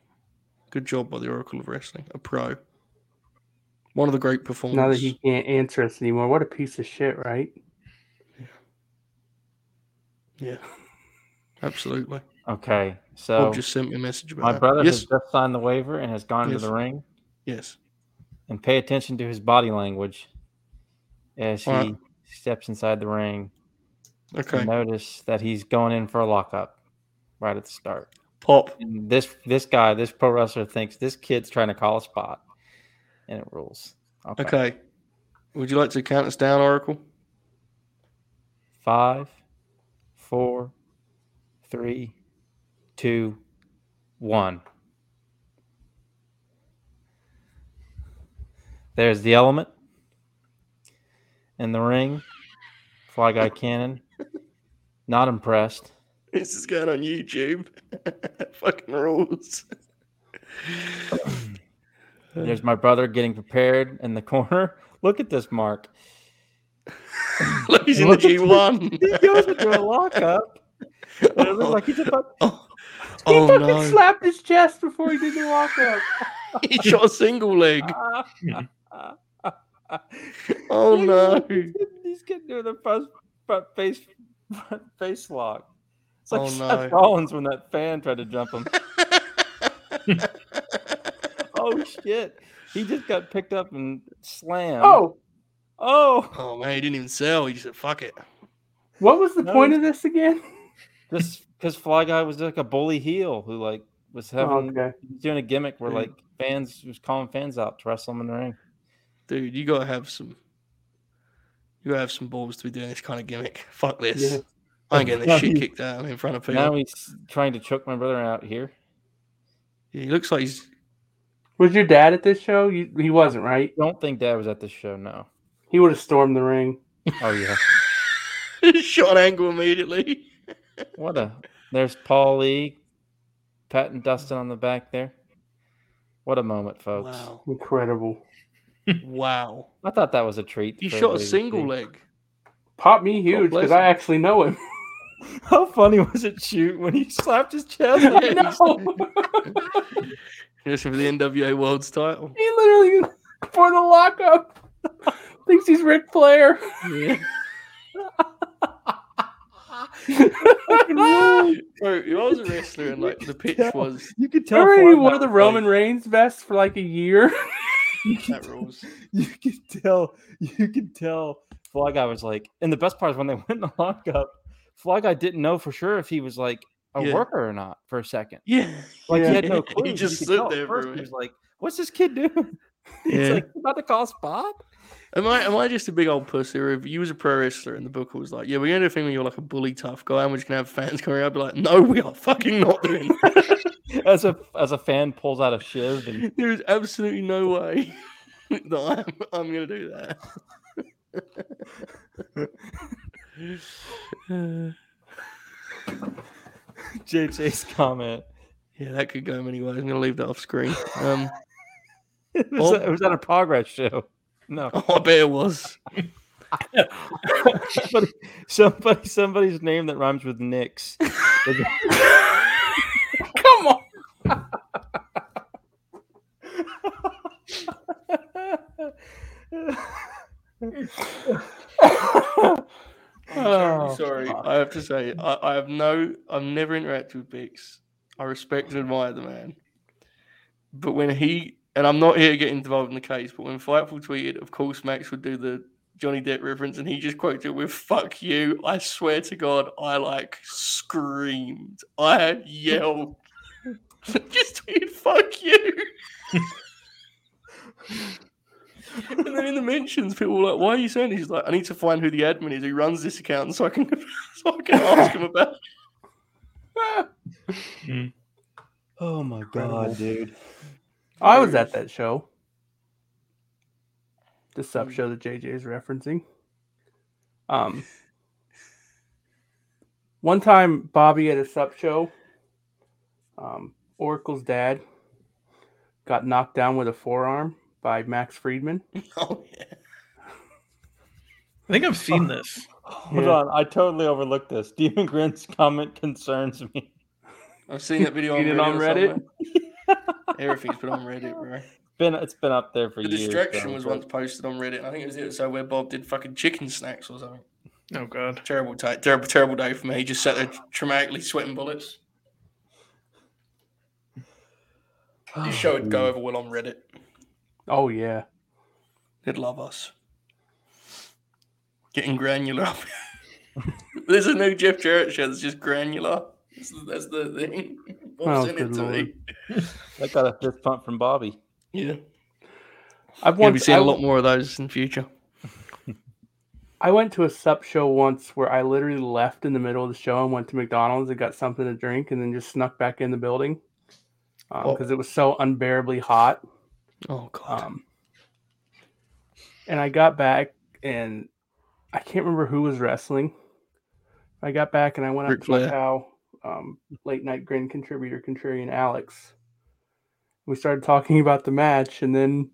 Speaker 2: Good job by the Oracle of Wrestling, a pro. One of the great performers.
Speaker 5: Now that he can't answer us anymore, what a piece of shit, right?
Speaker 2: Yeah, absolutely.
Speaker 6: Okay. So
Speaker 2: Bob just sent me a message about
Speaker 6: my
Speaker 2: that.
Speaker 6: brother
Speaker 2: Yes,
Speaker 6: has just signed the waiver and has gone
Speaker 2: Yes.
Speaker 6: into the ring.
Speaker 2: yes.
Speaker 6: And pay attention to his body language as he
Speaker 2: All right.
Speaker 6: steps inside the ring.
Speaker 2: Okay,
Speaker 6: Notice that he's going in for a lockup right at the start.
Speaker 2: pop.
Speaker 6: And this this guy, this pro wrestler, thinks this kid's trying to call a spot, and it rules. Okay.
Speaker 2: Okay. Would you like to count us down, Oracle?
Speaker 6: Five, four, three, two, one. There's the element in the ring. Fly guy cannon. Not impressed.
Speaker 2: *laughs* This is going on YouTube. *laughs* Fucking rules. *laughs*
Speaker 6: There's my brother getting prepared in the *laughs* corner. Look at this mark.
Speaker 2: Look, he's in the G one.
Speaker 6: *laughs* *laughs* He goes into a *laughs* lockup. And it
Speaker 2: *laughs*
Speaker 6: looks like he's about
Speaker 2: oh
Speaker 5: He
Speaker 2: oh,
Speaker 5: fucking
Speaker 2: no!
Speaker 5: slapped his chest before
Speaker 6: *laughs*
Speaker 5: he did the walk up.
Speaker 2: *laughs* He shot a single leg. Oh
Speaker 6: Look at
Speaker 2: no!
Speaker 6: him. He's getting doing the front, front face front face lock. It's like
Speaker 2: Oh,
Speaker 6: Seth
Speaker 2: no.
Speaker 6: Rollins when that fan tried to jump him. oh shit! He just got picked up and slammed.
Speaker 5: Oh,
Speaker 6: oh!
Speaker 2: *laughs* Oh man, he didn't even sell. He just said, "Fuck it."
Speaker 5: what was the
Speaker 6: No.
Speaker 5: point of this
Speaker 6: *laughs*
Speaker 5: again?
Speaker 6: Just because Fly Guy was like a bully heel who like was
Speaker 5: Oh,
Speaker 6: having
Speaker 5: okay.
Speaker 6: doing a gimmick where
Speaker 2: Yeah.
Speaker 6: like fans was calling fans out to wrestle him in the ring.
Speaker 2: Dude, you gotta have some. You gotta have some balls to be doing this kind of gimmick. Fuck this.
Speaker 5: Yeah.
Speaker 2: I ain't getting this shit
Speaker 6: Now
Speaker 2: kicked out of me in front of people.
Speaker 6: Now he's trying to choke my brother out here.
Speaker 2: Yeah, he looks like he's. *laughs*
Speaker 5: Was your dad at this show? You, he wasn't, right?
Speaker 6: Don't think Dad was at this show. No.
Speaker 5: He would have stormed the ring.
Speaker 6: Oh yeah.
Speaker 2: shot angle immediately.
Speaker 6: What a there's Paul Lee, Pat and Dustin on the back there. What a moment, folks!
Speaker 2: Wow.
Speaker 5: Incredible.
Speaker 2: Wow.
Speaker 6: I thought that was a treat. *laughs*
Speaker 2: He shot
Speaker 6: for
Speaker 2: a
Speaker 6: everybody to
Speaker 2: single
Speaker 6: see.
Speaker 2: leg.
Speaker 5: Pop me huge
Speaker 2: bless
Speaker 5: because
Speaker 2: him.
Speaker 5: I actually know
Speaker 6: *laughs*
Speaker 5: him. *laughs*
Speaker 6: How funny was it, shoot, when he slapped his chest?
Speaker 5: I know.
Speaker 2: Just for the NWA World's
Speaker 5: *laughs*
Speaker 2: title.
Speaker 5: he literally for the lockup *laughs* thinks he's Ric Flair.
Speaker 6: *laughs*
Speaker 5: *laughs*
Speaker 2: Bro, if I was a wrestler and like the pitch
Speaker 6: Yeah.
Speaker 2: was
Speaker 6: you could tell.
Speaker 5: Remember he
Speaker 6: Fly
Speaker 5: wore
Speaker 6: Guy
Speaker 5: the
Speaker 6: was
Speaker 5: Roman
Speaker 6: like-
Speaker 5: Reigns vest for like a year.
Speaker 2: that rules.
Speaker 6: You could tell. You could tell. Fly guy was like, and the best part is when they *laughs* went in the lockup, Fly guy didn't know for sure if he was like a
Speaker 2: Yeah.
Speaker 6: worker or not for a second.
Speaker 2: Yeah.
Speaker 6: Like
Speaker 5: Yeah.
Speaker 6: he *laughs* had no clue.
Speaker 2: *laughs* He
Speaker 6: You
Speaker 2: just
Speaker 6: could
Speaker 2: stood
Speaker 6: tell at
Speaker 2: there for a
Speaker 6: first, He
Speaker 2: minute.
Speaker 6: was like, "What's this kid doing?" He's
Speaker 2: Yeah.
Speaker 6: like, "About to call Bob."
Speaker 2: Am I am I just a big old pussy? Or if you was a pro wrestler and the book was like, yeah, we're gonna do a thing where you're like a bully tough guy and we're just gonna have fans coming out, I'd be like, no, we are fucking not doing that.
Speaker 6: as a as a fan pulls out a shiv *laughs* and
Speaker 2: There is absolutely no way *laughs* that I'm I'm gonna do that. Uh,
Speaker 6: JJ's comment.
Speaker 2: yeah, that could go many ways. I'm gonna leave that off screen. Um,
Speaker 6: *laughs*
Speaker 2: *laughs*
Speaker 6: It was,
Speaker 2: Well-
Speaker 6: at- it was at a progress show. *laughs* No,
Speaker 2: oh, I bet it was.
Speaker 6: somebody, somebody, somebody's name that rhymes with *laughs* Nick's.
Speaker 5: Come on.
Speaker 2: I'm
Speaker 5: Oh,
Speaker 2: sorry,
Speaker 5: fuck.
Speaker 2: I have to say, I, I have no, I've never interacted with Bix. I respect and admire the man, but when he and I'm not here getting involved in the case, but when Fightful tweeted, of course Max would do the Johnny Depp reference, and he just quoted it with "fuck you." I swear to God, I like screamed, I yelled, *laughs* just tweeted "fuck you." And then in the mentions, people were like, "Why are you saying?" this?" He's like, "I need to find who the admin is who runs this account, so I can *laughs* so I can ask him about." it."
Speaker 6: Oh my
Speaker 5: Incredible.
Speaker 6: god, dude!
Speaker 5: I was at that show. The
Speaker 2: Hmm.
Speaker 5: sub show that JJ is referencing. Um, one time Bobby at a sub show, um, Oracle's dad got knocked down with a forearm by Max Friedman.
Speaker 2: Oh yeah.
Speaker 4: I think I've seen this.
Speaker 6: Hold
Speaker 5: Yeah.
Speaker 6: on, I totally overlooked this. Demon Grin's *laughs* comment concerns me.
Speaker 2: I've seen that video on Reddit.
Speaker 5: Seen it on
Speaker 2: or
Speaker 5: Reddit?
Speaker 2: somewhere.
Speaker 6: *laughs*
Speaker 2: Everything's been on Reddit, bro.
Speaker 6: Been it's been up there for
Speaker 2: The
Speaker 6: years.
Speaker 2: distraction
Speaker 6: though,
Speaker 2: was
Speaker 6: but-
Speaker 2: once posted on Reddit. and I think it was the episode where Bob did fucking chicken snacks or something.
Speaker 4: Oh god.
Speaker 2: Terrible, ta terrible, terrible day for me. He just sat there traumatically sweating bullets. This
Speaker 6: *sighs*
Speaker 2: show would go over well on Reddit.
Speaker 5: Oh yeah.
Speaker 2: They'd love us. Getting granular. *laughs* up. There's a new Jeff Jarrett show that's just granular. That's the, that's the thing.
Speaker 5: Oh,
Speaker 2: Bob sent it
Speaker 5: good
Speaker 2: to me.
Speaker 5: lord.
Speaker 6: That got a fist pump from Bobby.
Speaker 2: Yeah.
Speaker 5: I've
Speaker 2: We'll be
Speaker 5: once,
Speaker 2: seeing
Speaker 5: I,
Speaker 2: a lot more of those in future.
Speaker 5: I went to a sup show once where I literally left in the middle of the show and went to McDonald's and got something to drink and then just snuck back in the building
Speaker 2: Oh.
Speaker 5: because it was so unbearably hot.
Speaker 2: Oh, God.
Speaker 5: Um, and I got back and I can't remember who was wrestling. I got back and I went
Speaker 2: Ric
Speaker 5: up to my
Speaker 2: Flair.
Speaker 5: pal, um, late night grin contributor, contrarian Alex. We started talking about the match, and then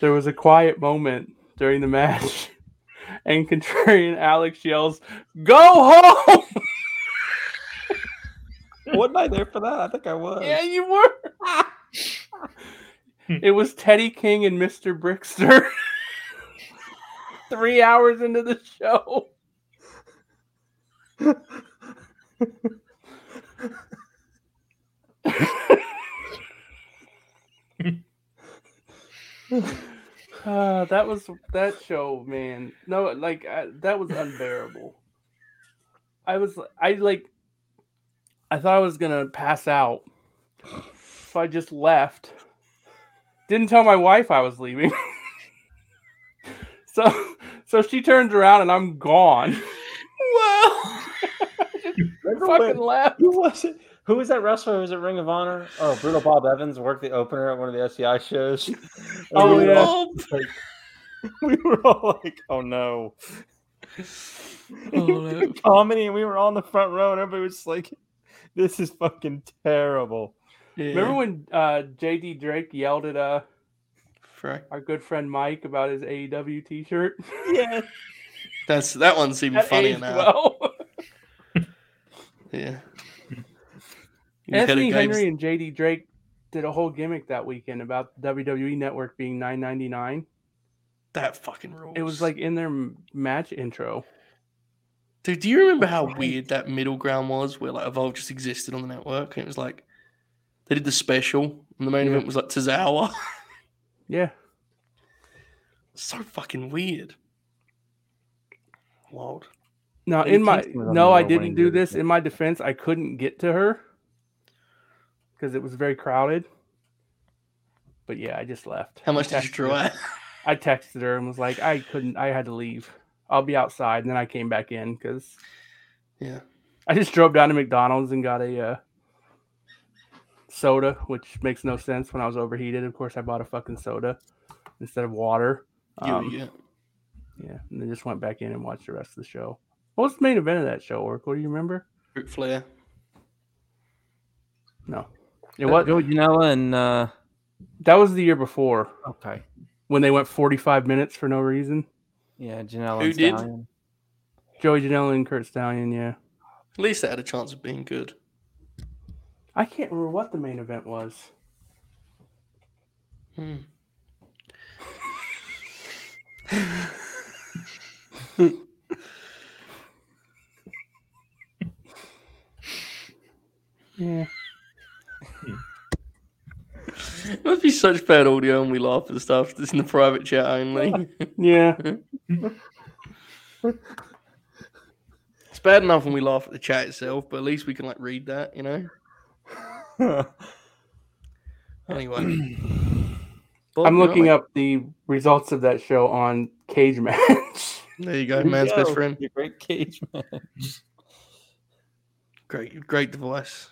Speaker 5: there was a quiet moment during the match, *laughs* and contrarian Alex yells, "Go home!"
Speaker 6: Wasn't I there for that? I think I was.
Speaker 5: yeah, you were.
Speaker 6: *laughs*
Speaker 5: it was Teddy King and Mr. Brickster. Three hours into the show. Uh, that was that show, man. No, like I, that was unbearable. I was, I like, I thought I was gonna pass out, so I just left. Didn't tell my wife I was leaving. *laughs* so, so she turns around and I'm gone. *laughs* Well, fucking left.
Speaker 6: Who was it? Who was that wrestler? Was it Ring of Honor? Oh, Brutal Bob Evans worked the opener at one of the SCI *laughs* shows. And
Speaker 5: Oh,
Speaker 6: we were
Speaker 5: yeah.
Speaker 6: all like- *laughs* we were all like, "Oh no!" *laughs*
Speaker 2: Oh, no.
Speaker 6: Comedy, and we were all in the front row, and everybody was just like, "This is fucking terrible."
Speaker 2: Yeah.
Speaker 5: Remember when uh, JD Drake yelled at uh,
Speaker 2: Frick.
Speaker 5: our good friend Mike about his AEW T-shirt?
Speaker 6: Yeah,
Speaker 2: That's that one's even
Speaker 5: That
Speaker 2: funnier
Speaker 5: aged
Speaker 2: now.
Speaker 5: well.
Speaker 2: Yeah. You had a
Speaker 5: *laughs* Anthony
Speaker 2: game-
Speaker 5: Henry and JD Drake did a whole gimmick that weekend about WWE Network being 9.99.
Speaker 2: That fucking rules.
Speaker 5: It was like in their m- match intro.
Speaker 2: Dude, do you remember how weird that middle ground was where like Evolve just existed on the network? And it was like they did the special and the main
Speaker 5: Yeah.
Speaker 2: event was like Tozawa. *laughs*
Speaker 5: Yeah,
Speaker 2: so fucking weird. Wild.
Speaker 5: No,
Speaker 6: Yeah, you
Speaker 5: in my
Speaker 6: can't see her on
Speaker 5: no,
Speaker 6: the
Speaker 5: I
Speaker 6: lower
Speaker 5: didn't
Speaker 6: wing
Speaker 5: do
Speaker 6: really
Speaker 5: this. In my defense, I couldn't get to her because it was very crowded. But yeah, I just left.
Speaker 2: How much
Speaker 5: I
Speaker 2: did you
Speaker 5: texted
Speaker 2: draw
Speaker 5: her-
Speaker 2: out?
Speaker 5: I texted her and was like, I couldn't. I had to leave. I'll be outside. And then I came back in because
Speaker 2: Yeah.
Speaker 5: I just drove down to McDonald's and got a uh, soda, which makes no sense when I was overheated. Of course, I bought a fucking soda instead of water.
Speaker 2: Yeah,
Speaker 5: Um,
Speaker 2: yeah.
Speaker 5: yeah, and then just went back in and watched the rest of the show. What was the main event of that show, Oracle? Do you remember?
Speaker 2: Ric Flair.
Speaker 5: No. It was
Speaker 6: Joe Janela *laughs* and uh,
Speaker 5: that was the year before
Speaker 6: okay,
Speaker 5: when they went 45 minutes for no reason.
Speaker 6: yeah, Janela.
Speaker 2: Who
Speaker 6: and
Speaker 2: did?
Speaker 6: Stallion.
Speaker 5: Joey Janela and Kurt Stallion, yeah.
Speaker 2: At least that had a chance of being good.
Speaker 5: I can't remember what the main event was.
Speaker 2: Hmm.
Speaker 5: Yeah.
Speaker 2: It must be such bad audio and we laugh at the stuff that's in the private chat
Speaker 5: *laughs*
Speaker 2: only.
Speaker 5: Yeah.
Speaker 2: it's bad enough when we laugh at the chat itself, but at least we can like read that, you know?
Speaker 5: *laughs*
Speaker 2: Anyway.
Speaker 5: *clears throat*
Speaker 2: Bob,
Speaker 5: I'm
Speaker 2: you
Speaker 5: looking
Speaker 2: know,
Speaker 5: up the results of that show on Cage Match. *laughs*
Speaker 2: There you go,
Speaker 6: There you
Speaker 2: man's best
Speaker 6: go.
Speaker 2: friend.
Speaker 6: Your great cage match.
Speaker 2: Great, great device.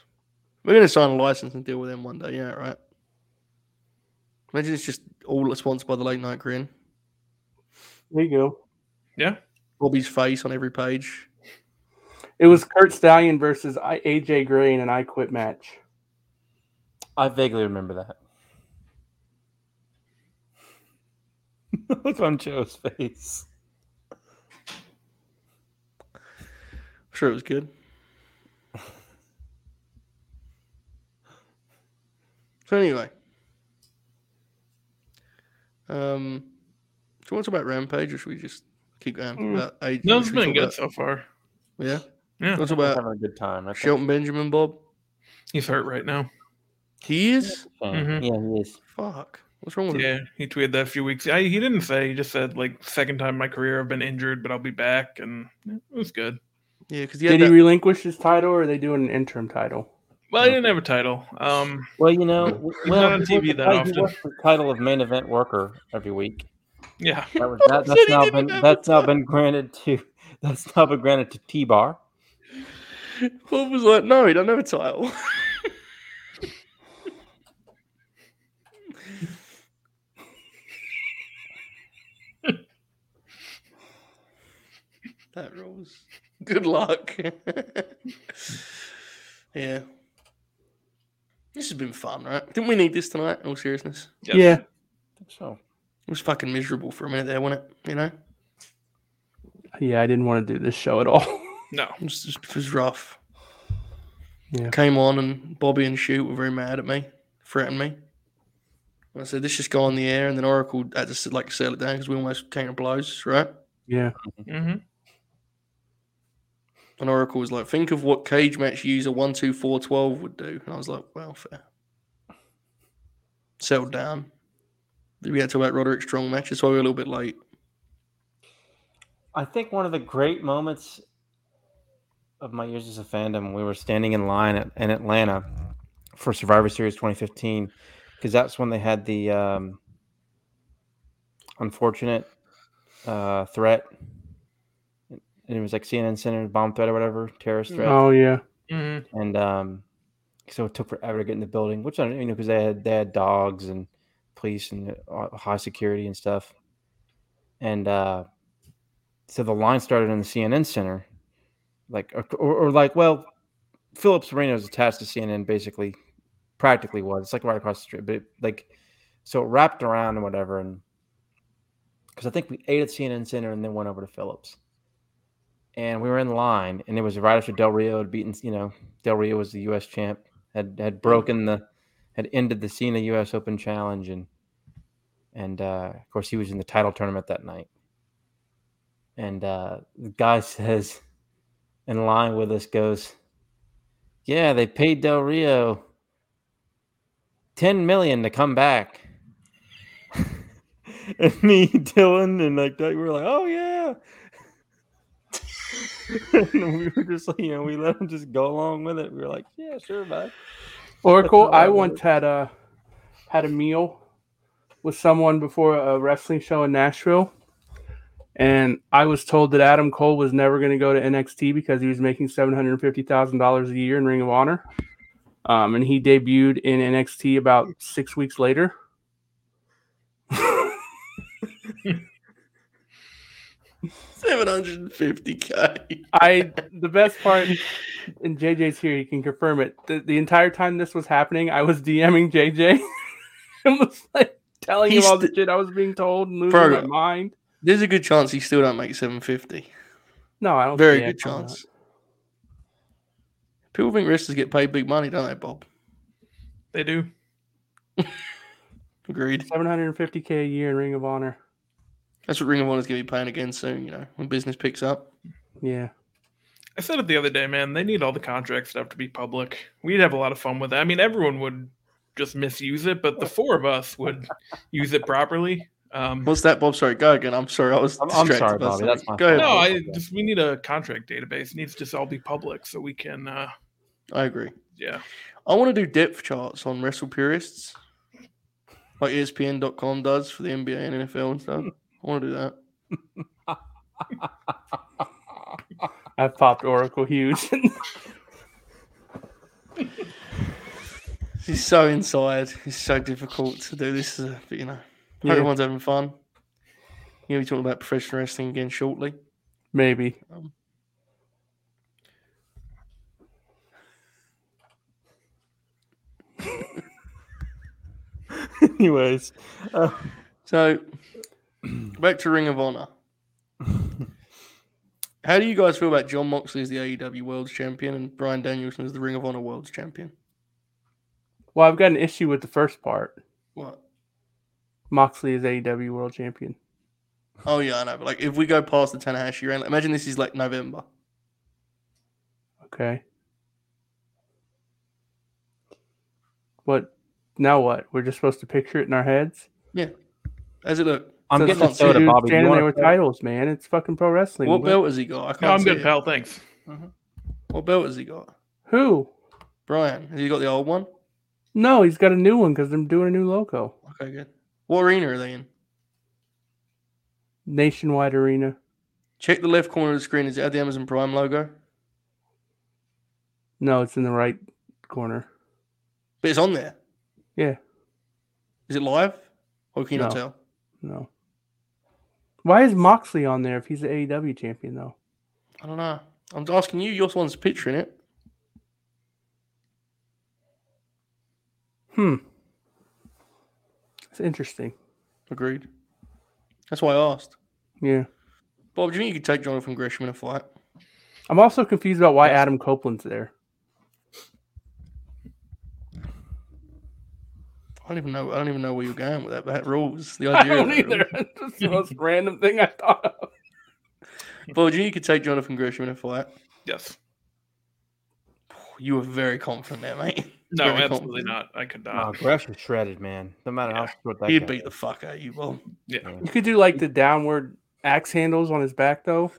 Speaker 2: We're gonna sign a license and deal with them one day, yeah, right? Imagine it's just all sponsored by the late night grin.
Speaker 5: there you go.
Speaker 2: Bobby's face on every page.
Speaker 5: It was Kurt Stallion versus I, AJ Gray in an I Quit match.
Speaker 6: I vaguely remember that. *laughs* Look on Joe's face.
Speaker 2: I'm sure it was good. so anyway. Um do you want to talk about Rampage or should we just keep going?
Speaker 5: Mm.
Speaker 2: About age-
Speaker 4: No, it's
Speaker 2: should we
Speaker 4: been
Speaker 2: talk
Speaker 4: good so far.
Speaker 2: About, yeah.
Speaker 4: Yeah.
Speaker 2: What's
Speaker 6: We're
Speaker 2: about
Speaker 6: having a good time. I think.
Speaker 2: Shelton Benjamin, Bob?
Speaker 4: He's hurt right now.
Speaker 2: He is?
Speaker 4: Mhm.
Speaker 3: Yeah, he is.
Speaker 2: Fuck. What's wrong with him?
Speaker 4: Yeah, he tweeted that a few weeks. I, he didn't say. He just said like second time in my career I've been injured, but I'll be back, and it was good.
Speaker 2: Yeah, because he had
Speaker 5: Did he
Speaker 2: that-
Speaker 5: relinquish his title, or are they doing an interim title?
Speaker 4: Well, he didn't have a title. Um,
Speaker 6: Well, you know, w-
Speaker 4: He's
Speaker 6: well,
Speaker 4: not on
Speaker 6: he
Speaker 4: TV
Speaker 6: worked-
Speaker 4: that
Speaker 6: he
Speaker 4: often.
Speaker 6: worked the title of main event worker every week.
Speaker 4: yeah,
Speaker 2: *laughs*
Speaker 6: That was,
Speaker 2: Who
Speaker 6: that,
Speaker 2: said
Speaker 6: that's
Speaker 2: he
Speaker 6: now
Speaker 2: didn't
Speaker 6: been
Speaker 2: have a
Speaker 6: that's now been granted to *laughs* that's now been granted to T Bar.
Speaker 2: Wolf was like, no, he don't have a title. that rules. Good luck. yeah. This has been fun, right? Didn't we need this tonight, in all seriousness?
Speaker 4: Yes.
Speaker 5: Yeah,
Speaker 6: So
Speaker 2: It was fucking miserable for a minute there, wasn't it? You know?
Speaker 5: yeah. I didn't want to do this show at all. *laughs*
Speaker 4: no,
Speaker 2: It was, just, it was rough.
Speaker 5: Yeah.
Speaker 2: Came on and Bobby and Shoot were very mad at me, threatened me. And I said, "This just go on the air," and then Oracle had to s- like sell it down because we almost came to blows, right?
Speaker 5: yeah,
Speaker 4: hmm
Speaker 2: And Oracle was like, "Think of what cage match user one two four twelve would do," and I was like, "Well, fair." Settled down. We had to talk about Roderick Strong match. That's why we were a little bit late. *laughs*
Speaker 6: I think one of the great moments of my years as a fandom, we were standing in line at, in Atlanta for Survivor Series 2015 because that's when they had the um, unfortunate uh, threat, and it was like CNN Center bomb threat or whatever terrorist threat.
Speaker 5: oh yeah.
Speaker 4: hmm
Speaker 6: and um, so it took forever to get in the building, which I don't you know because they had they had dogs and police and uh, high security and stuff, and uh, so the line started in the CNN Center, like or, or, or like well, Phillips Arena is attached to CNN basically, practically was it's like right across the street, but it, like so it wrapped around and whatever, and because I think we ate at CNN Center and then went over to Phillips. And we were in line, and it was right after Del Rio had beaten, you know, Del Rio was the U.S. champ, had had broken the, had ended the Cena U.S. Open Challenge, and and uh, of course he was in the title tournament that night. And uh, the guy *laughs* says, in line with us, goes, "Yeah, they paid Del Rio ten million to come back." *laughs* and me, Dylan, and like we were like, "Oh yeah." *laughs* and we were just like, you know, we let him just go along with it. We were like, yeah, sure, bud.
Speaker 5: Oracle,
Speaker 6: That's how
Speaker 5: I
Speaker 6: that
Speaker 5: once
Speaker 6: works.
Speaker 5: had a had a meal with someone before a wrestling show in Nashville, and I was told that Adam Cole was never going to go to NXT because he was making seven hundred fifty thousand dollars a year in Ring of Honor, um, and he debuted in NXT about six weeks later.
Speaker 2: Seven hundred and fifty k.
Speaker 5: I the best part, and JJ's here, he can confirm it. The, the entire time this was happening, I was DMing JJ *laughs* and was like telling
Speaker 2: He's
Speaker 5: him all the
Speaker 2: the-
Speaker 5: shit I was being told and losing
Speaker 2: Bro.
Speaker 5: my mind.
Speaker 2: There's a good chance he still don't make seven fifty.
Speaker 5: No, I don't.
Speaker 2: Very
Speaker 5: yeah,
Speaker 2: good
Speaker 5: probably not.
Speaker 2: chance. People think wrestlers get paid big money, don't they, Bob?
Speaker 4: they do.
Speaker 2: Agreed.
Speaker 5: 750k a year in Ring of Honor.
Speaker 2: That's what Ring of Honor is going to be paying again soon, you know, when business picks up.
Speaker 5: Yeah,
Speaker 4: I said it the other day, man. They need all the contract stuff to be public. We'd have a lot of fun with it. I mean, everyone would just misuse it, but the four of us would use it properly. Um,
Speaker 2: What's that, Bob? Sorry, go again. I'm sorry. I was
Speaker 6: I'm- I'm
Speaker 2: distracted
Speaker 6: sorry,
Speaker 2: by
Speaker 6: Bobby.
Speaker 2: something.
Speaker 6: That's my
Speaker 2: Go ahead.
Speaker 4: no,
Speaker 2: Bob.
Speaker 4: I just we need a contract database. It needs to just all be public so we can. Uh,
Speaker 2: I agree.
Speaker 4: yeah,
Speaker 2: I want to do depth charts on wrestle purists, like E ESPN.com does for the NBA and NFL and stuff. I want to do that.
Speaker 5: I've popped Oracle huge. *laughs*
Speaker 2: He's so inside. It's so difficult to do this, uh, but you know,
Speaker 5: Yeah.
Speaker 2: everyone's having fun. You'll be talking about professional wrestling again shortly.
Speaker 5: Maybe
Speaker 6: Anyways, uh,
Speaker 2: So, back to Ring of
Speaker 5: *laughs*
Speaker 2: Honor. How do you guys feel about John Moxley as the AEW World's Champion and Brian Danielson as the Ring of Honor World's Champion?
Speaker 5: Well, I've got an issue with the first part.
Speaker 2: What?
Speaker 5: Moxley is AEW World Champion.
Speaker 2: Oh yeah, I know. But like, if we go past the Tanahashi round, like, imagine this is like November.
Speaker 5: Okay. But now what? We're just supposed to picture it in our heads.
Speaker 2: How's it look?
Speaker 6: I'm
Speaker 5: So
Speaker 6: getting
Speaker 5: it's
Speaker 6: a
Speaker 5: two
Speaker 6: soda,
Speaker 5: dudes
Speaker 6: Bobby. You
Speaker 5: Standing
Speaker 6: want
Speaker 5: there
Speaker 6: a
Speaker 5: with
Speaker 6: soda?
Speaker 5: titles, man. It's fucking pro wrestling.
Speaker 2: What
Speaker 5: What-
Speaker 2: belt has he got? I can't
Speaker 4: No, I'm
Speaker 2: see
Speaker 4: good,
Speaker 2: it.
Speaker 4: pal. Thanks.
Speaker 2: What belt has he got?
Speaker 5: Who?
Speaker 2: Brian, has he got the old one?
Speaker 5: No, he's got a new one because they're doing a new logo.
Speaker 2: Okay, good. What arena are they in?
Speaker 5: Nationwide Arena.
Speaker 2: Check the left corner of the screen. Is that the Amazon Prime logo?
Speaker 5: No, it's in the right corner.
Speaker 2: But it's on there.
Speaker 5: Yeah.
Speaker 2: Is it live? Or can you not
Speaker 5: No.
Speaker 2: tell?
Speaker 5: No. Why is Moxley on there if he's the AEW champion though?
Speaker 2: I don't know. I'm asking you. You're the one's picturing it.
Speaker 5: Hmm. It's interesting.
Speaker 2: Agreed. That's why I asked.
Speaker 5: Yeah.
Speaker 2: Bob, do you think you could take Jonathan Gresham in a fight?
Speaker 5: I'm also confused about why Adam Copeland's there.
Speaker 2: I don't even know. I don't even know where you're going with that. That rules. The
Speaker 5: *laughs* I
Speaker 2: idea.
Speaker 5: *laughs* don't
Speaker 2: of it.
Speaker 5: either. It's just the most random thing I thought of.
Speaker 2: Bob, do you think you could take Jonathan Gresham in a fight?
Speaker 4: Yes.
Speaker 2: You were very confident there, mate. *laughs*
Speaker 4: No,
Speaker 2: Very
Speaker 4: absolutely
Speaker 2: confident.
Speaker 4: not. I could
Speaker 6: Oh,
Speaker 4: not.
Speaker 6: Gresh is shredded, man. No matter how
Speaker 4: Yeah.
Speaker 6: short that
Speaker 2: He'd
Speaker 6: guy
Speaker 2: beat the fuck out of you, Bob.
Speaker 6: is.
Speaker 5: You could do like the downward axe handles on his back though.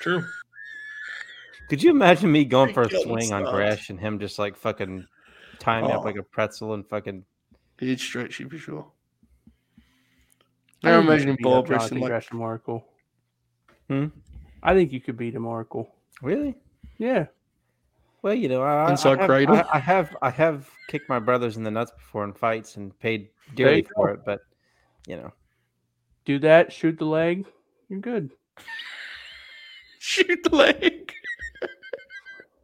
Speaker 4: True.
Speaker 6: Could you imagine me going for a
Speaker 2: Good
Speaker 6: swing on
Speaker 2: stuff.
Speaker 6: Gresh and him just like fucking tying me
Speaker 2: Oh.
Speaker 6: up like a pretzel and fucking
Speaker 2: He'd stretch you for sure.
Speaker 5: I
Speaker 2: Now I'm
Speaker 5: think you
Speaker 2: imagining
Speaker 5: could beat up
Speaker 2: Bob
Speaker 5: Jonathan
Speaker 2: wrestling like
Speaker 5: Gresham Oracle.
Speaker 6: Hmm?
Speaker 5: I think you could beat him Oracle.
Speaker 6: really?
Speaker 5: Yeah.
Speaker 6: Well, you know, I, I-
Speaker 2: Inside
Speaker 6: I, have,
Speaker 2: cradle?
Speaker 6: I, I have I have kicked my brothers in the nuts before in fights and paid dearly
Speaker 5: you go.
Speaker 6: for it, but you know,
Speaker 5: Do that, shoot the leg, you're good.
Speaker 2: *laughs* shoot the leg.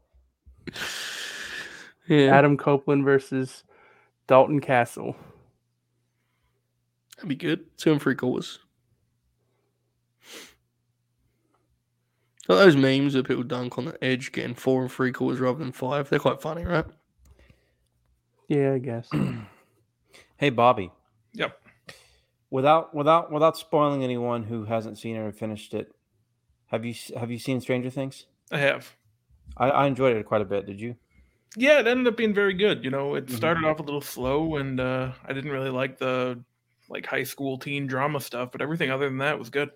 Speaker 2: *laughs* yeah,
Speaker 5: Adam Copeland versus Dalton Castle.
Speaker 2: that'd be good. Two and three quarters. So those memes of people dunk on the edge getting four and three quarters rather than five, they're quite funny, right?
Speaker 5: Yeah, I *clears throat* guess.
Speaker 6: hey Bobby.
Speaker 4: Yep.
Speaker 6: Without without without spoiling anyone who hasn't seen it or finished it, have you s- have you seen Stranger Things?
Speaker 4: I have.
Speaker 6: I, I enjoyed it quite a bit. Did you?
Speaker 4: Yeah, it ended up being very good. You know, it
Speaker 6: Mhm.
Speaker 4: started off a little slow, and uh, I didn't really like the like high school teen drama stuff, but everything other than that was good.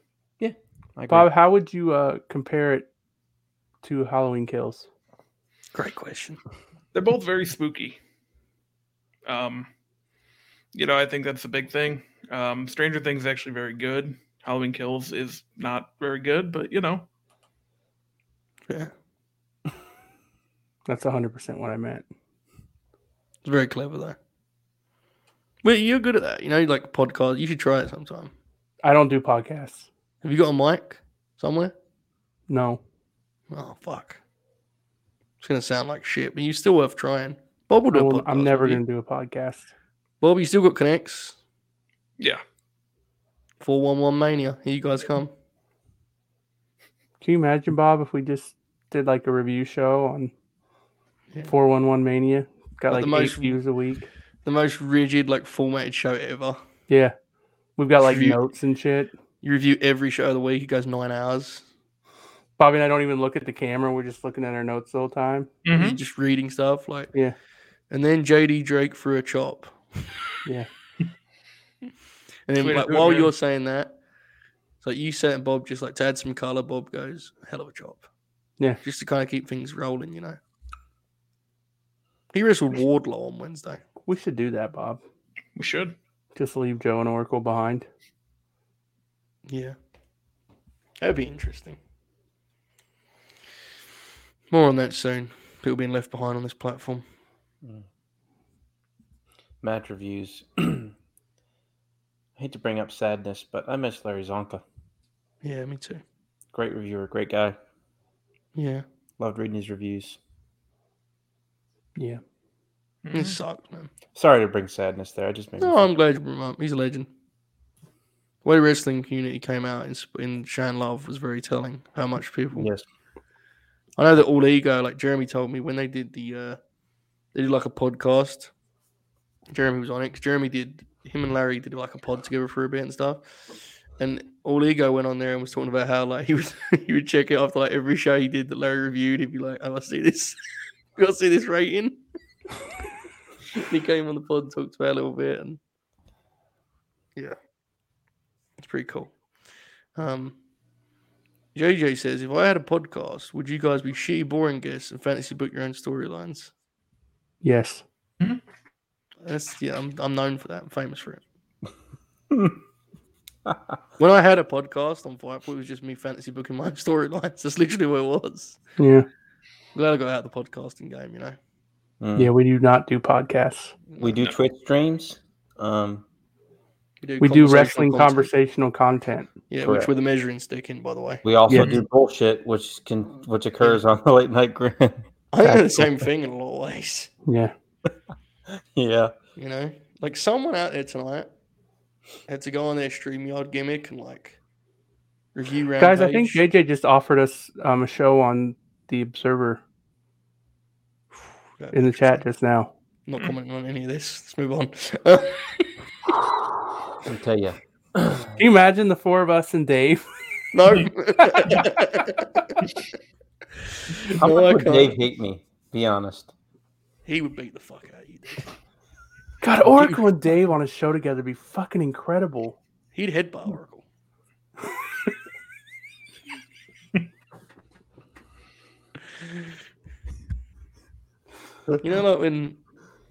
Speaker 6: I agree.
Speaker 5: Bob, how would you uh, compare it to Halloween Kills?
Speaker 2: Great question.
Speaker 4: They're both very spooky. Um, you know, I think that's the big thing. Um, Stranger Things is actually very good. Halloween Kills is not very good, but you know,
Speaker 2: Yeah,
Speaker 5: That's 100% what I meant.
Speaker 2: it's very clever though. Well, you're good at that. You know, you like podcast. You should try it sometime.
Speaker 5: I don't do podcasts.
Speaker 2: Have you got a mic somewhere?
Speaker 5: No.
Speaker 2: Oh fuck! It's gonna sound like shit, but you still worth trying. Bob will do
Speaker 5: I
Speaker 2: a
Speaker 5: will-
Speaker 2: podcast
Speaker 5: I'm never
Speaker 2: with you.
Speaker 5: going to do a podcast.
Speaker 2: Bob, you still got connects.
Speaker 4: yeah,
Speaker 2: Four one one mania. Here you guys come.
Speaker 5: Can you imagine, Bob, if we just did like a review show on
Speaker 2: Yeah.
Speaker 5: 411 Mania? Got
Speaker 2: Like
Speaker 5: like
Speaker 2: the
Speaker 5: eight
Speaker 2: most-
Speaker 5: views a week.
Speaker 2: The most rigid, like formatted show ever.
Speaker 5: Yeah. We've got like
Speaker 2: Review-
Speaker 5: notes and shit.
Speaker 2: You review every show of the week. It goes nine hours.
Speaker 5: Bobby and I don't even look at the camera. We're just looking at our notes the whole time.
Speaker 4: Mhm.
Speaker 2: You're just reading stuff like
Speaker 5: Yeah.
Speaker 2: And then JD Drake threw a chop.
Speaker 5: *laughs* Yeah.
Speaker 2: *laughs* And then
Speaker 4: Way to
Speaker 2: like,
Speaker 4: do it,
Speaker 2: while
Speaker 4: man.
Speaker 2: you're saying that, it's like you said, and Bob just like to add some color. Bob goes hell of a chop.
Speaker 5: Yeah.
Speaker 2: Just to kind of keep things rolling, you know. He wrestled Wardlow on Wednesday.
Speaker 5: We should do that, Bob.
Speaker 4: we should.
Speaker 5: Just leave Joe and Oracle behind.
Speaker 2: Yeah. Mm-hmm. That'd be interesting. More on that soon. People being left behind on this platform.
Speaker 6: match reviews. *clears throat* I hate to bring up sadness, but I miss Larry Zonka.
Speaker 2: Yeah, me too.
Speaker 6: Great reviewer, great guy.
Speaker 2: Yeah.
Speaker 6: Loved reading his reviews.
Speaker 5: Yeah.
Speaker 2: It
Speaker 4: Mhm.
Speaker 2: sucked, man.
Speaker 6: Sorry to bring sadness there. I just made. me
Speaker 2: No,
Speaker 6: think.
Speaker 2: I'm glad you brought him up. He's a legend. The way the wrestling community came out in, sp- in Shane Love was very telling how much people.
Speaker 6: Yes.
Speaker 2: I know that all ego, like Jeremy told me, when they did the, uh, they did like a podcast. Jeremy was on it. 'cause Jeremy did him and Larry did like a pod together for a bit and stuff. And all ego went on there and was talking about how like *laughs* he was he would check it after like every *laughs* show he did that Larry reviewed. He'd be like, "I must see this. I must see this rating." *laughs* he came on the pod and talked about it a little bit, and yeah, it's pretty cool. Um, JJ says, if I had a podcast, would you guys be shitty, boring guests and fantasy book your own storylines?
Speaker 5: Yes.
Speaker 2: That's yeah, I'm, I'm known for that. I'm famous for it. when I had a podcast on Fireport, it was just me fantasy booking my own storylines. That's literally what it was.
Speaker 5: Yeah.
Speaker 2: Glad I got out of the podcasting game, you know.
Speaker 6: Mm.
Speaker 5: Yeah. We do not do podcasts.
Speaker 6: We do Twitch streams. Um,
Speaker 5: We do
Speaker 2: conversational
Speaker 5: wrestling
Speaker 2: content.
Speaker 5: conversational content.
Speaker 2: Yeah, which
Speaker 6: Correct.
Speaker 2: with a measuring stick in, by the way.
Speaker 6: we also
Speaker 5: Yeah.
Speaker 6: do bullshit, which can which occurs on the late night *laughs* grin.
Speaker 2: I think they're the
Speaker 5: That's cool.
Speaker 2: same thing in a lot of ways.
Speaker 5: Yeah.
Speaker 6: yeah,
Speaker 2: You know, like someone out there tonight had to go on their StreamYard gimmick and like review round
Speaker 5: Guys, I think JJ just offered us um, a show on the Observer in the chat just now.
Speaker 2: Not commenting on any of this. Let's move on. *laughs*
Speaker 6: I'll tell you.
Speaker 5: Can you imagine the four of us and Dave? *laughs*
Speaker 2: no. *laughs*
Speaker 6: How
Speaker 2: No, I
Speaker 6: much would
Speaker 2: can't.
Speaker 6: Dave hate me? Be honest.
Speaker 2: He would beat the fuck out of you. dude. *laughs*
Speaker 5: God, Oracle and Dave on a show together would be fucking incredible.
Speaker 2: He'd headbutt Oracle. you know, like when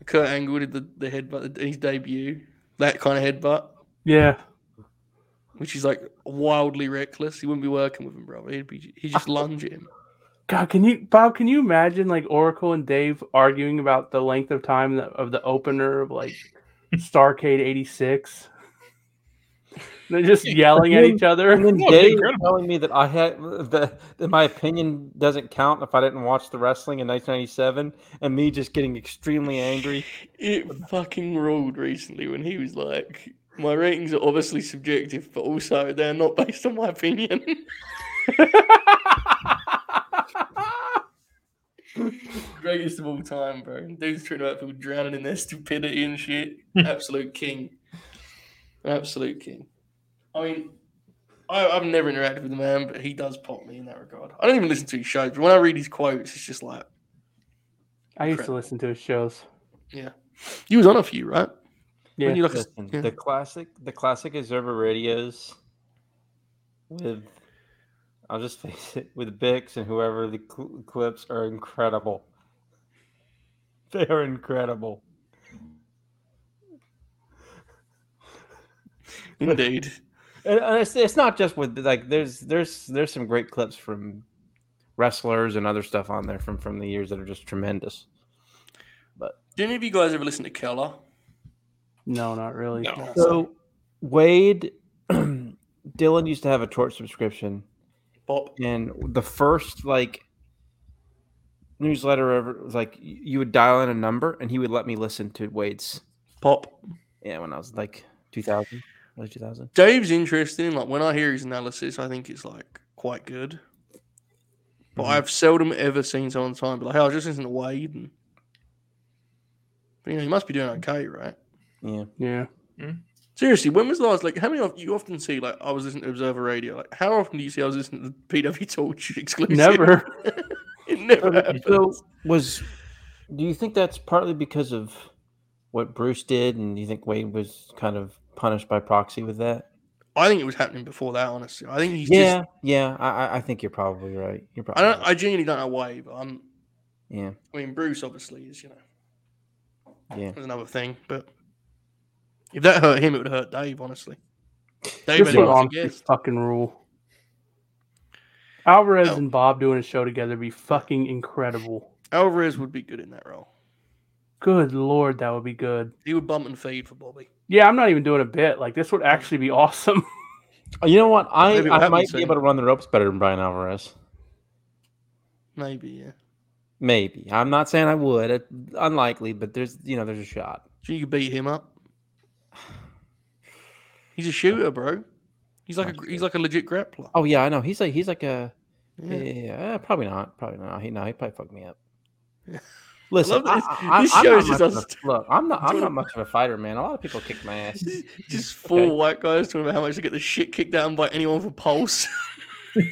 Speaker 2: Kurt Angle did the, the headbutt, his debut, that kind of headbutt,
Speaker 5: Yeah.
Speaker 2: which is like wildly reckless. He wouldn't be working with him, brother. He'd be he'd just lunge at him.
Speaker 5: God, can you, Bob? Can you imagine like Oracle and Dave arguing about the length of time that, of the opener of like Starcade '86? *laughs* They're just yelling at each
Speaker 6: And
Speaker 5: other.
Speaker 6: then
Speaker 4: No, it'd be
Speaker 6: Dave
Speaker 4: incredible.
Speaker 6: telling me that I had that, that my opinion doesn't count if I didn't watch the wrestling in 1997, and me just getting extremely angry.
Speaker 2: It fucking ruled recently when he was like, "My ratings are obviously subjective, but also they're not based on my opinion." *laughs* Greatest of all time, bro. Dude's treating about people drowning in their stupidity and shit. Absolute king. Absolute king. I mean, I, I've never interacted with the man, but he does pop me in that regard. I don't even listen to his shows, but when I read his quotes, it's just like,
Speaker 5: I used to listen to his shows.
Speaker 2: you was on a few, right?
Speaker 5: Yeah.
Speaker 2: When you look at,
Speaker 6: Listen,
Speaker 2: yeah.
Speaker 6: the classic, the classic Observer radios with, I'll just face it, with Bix and whoever the cl- clips are incredible. *laughs* They are incredible.
Speaker 2: indeed.
Speaker 6: And, and it's, it's not just with like there's there's there's some great clips from wrestlers and other stuff on there from from the years that are just tremendous.
Speaker 2: Do any of you guys ever listen to Keller?
Speaker 5: No, not really.
Speaker 4: No.
Speaker 6: So Wade *clears throat* Dylan used to have a torch subscription
Speaker 2: Bob.
Speaker 6: and the first like newsletter ever was like y- you would dial in a number and he would let me listen to Wade's
Speaker 2: Pop.
Speaker 6: yeah when I was like 2000 early 2000
Speaker 2: Dave's interesting. Like when I hear his analysis, I think it's like quite good. But I've seldom ever seen someone time be like, "Hey, I was just listening to Wade." And, but you know, he must be doing okay, right?
Speaker 6: yeah
Speaker 5: Yeah.
Speaker 2: Seriously, when was the last like how many of you often see like I was listening to Observer Radio? Like how often do you see I was listening to PW Torch *laughs* exclusive?
Speaker 5: Never.
Speaker 2: it never happens.
Speaker 6: so was do you think that's partly because of what Bruce did and you think Wade was kind of punished by proxy with that
Speaker 2: I think it was happening before that. Honestly, I think he's
Speaker 6: yeah
Speaker 2: just.
Speaker 6: yeah I, I- I think you're probably right you're
Speaker 2: I
Speaker 6: probably
Speaker 2: don't.
Speaker 6: right.
Speaker 2: I genuinely don't know why, but I'm.
Speaker 6: yeah
Speaker 2: I mean, Bruce obviously is. You know.
Speaker 6: yeah
Speaker 2: That's another thing. But if that hurt him, it would hurt Dave, honestly. Dave
Speaker 5: Just
Speaker 2: had him
Speaker 5: put
Speaker 2: as a
Speaker 5: on this
Speaker 2: guest.
Speaker 5: fucking rule. Alvarez
Speaker 2: No.
Speaker 5: and Bob doing a show together would be fucking incredible.
Speaker 2: Alvarez would be good in that role.
Speaker 5: Good lord, that would be good.
Speaker 2: He would bump and feed for Bobby.
Speaker 5: Yeah, I'm not even doing a bit. Like this would actually be *laughs* awesome.
Speaker 6: Oh, you know what I,
Speaker 2: Maybe
Speaker 6: I
Speaker 2: Wade
Speaker 6: might
Speaker 2: would
Speaker 6: be
Speaker 2: say-
Speaker 6: able to run the ropes better than Brian Alvarez
Speaker 2: Maybe, yeah.
Speaker 6: Maybe. I'm not saying I would. It, unlikely, but there's you know there's a shot.
Speaker 2: So you could beat him up. He's a shooter, bro. He's like a he's like a legit grappler.
Speaker 6: Oh yeah, I know. He's like he's like a yeah,
Speaker 2: Yeah.
Speaker 6: eh, probably not. Probably not. He no, he probably fucked
Speaker 2: *laughs*
Speaker 6: me up.
Speaker 2: Yeah.
Speaker 6: Listen,
Speaker 2: I love
Speaker 6: I-
Speaker 2: this-
Speaker 6: I-
Speaker 2: this
Speaker 6: I'm
Speaker 2: show
Speaker 6: not
Speaker 2: is just
Speaker 6: much of
Speaker 2: us-
Speaker 6: a- look, I'm not I'm
Speaker 2: doing-
Speaker 6: not much of a fighter, man. A lot of people kicked my
Speaker 2: *laughs*
Speaker 6: ass.
Speaker 2: *laughs* Just four
Speaker 6: Okay.
Speaker 2: white guys talking about how much they get the shit kicked out of them by anyone for pulse. *laughs*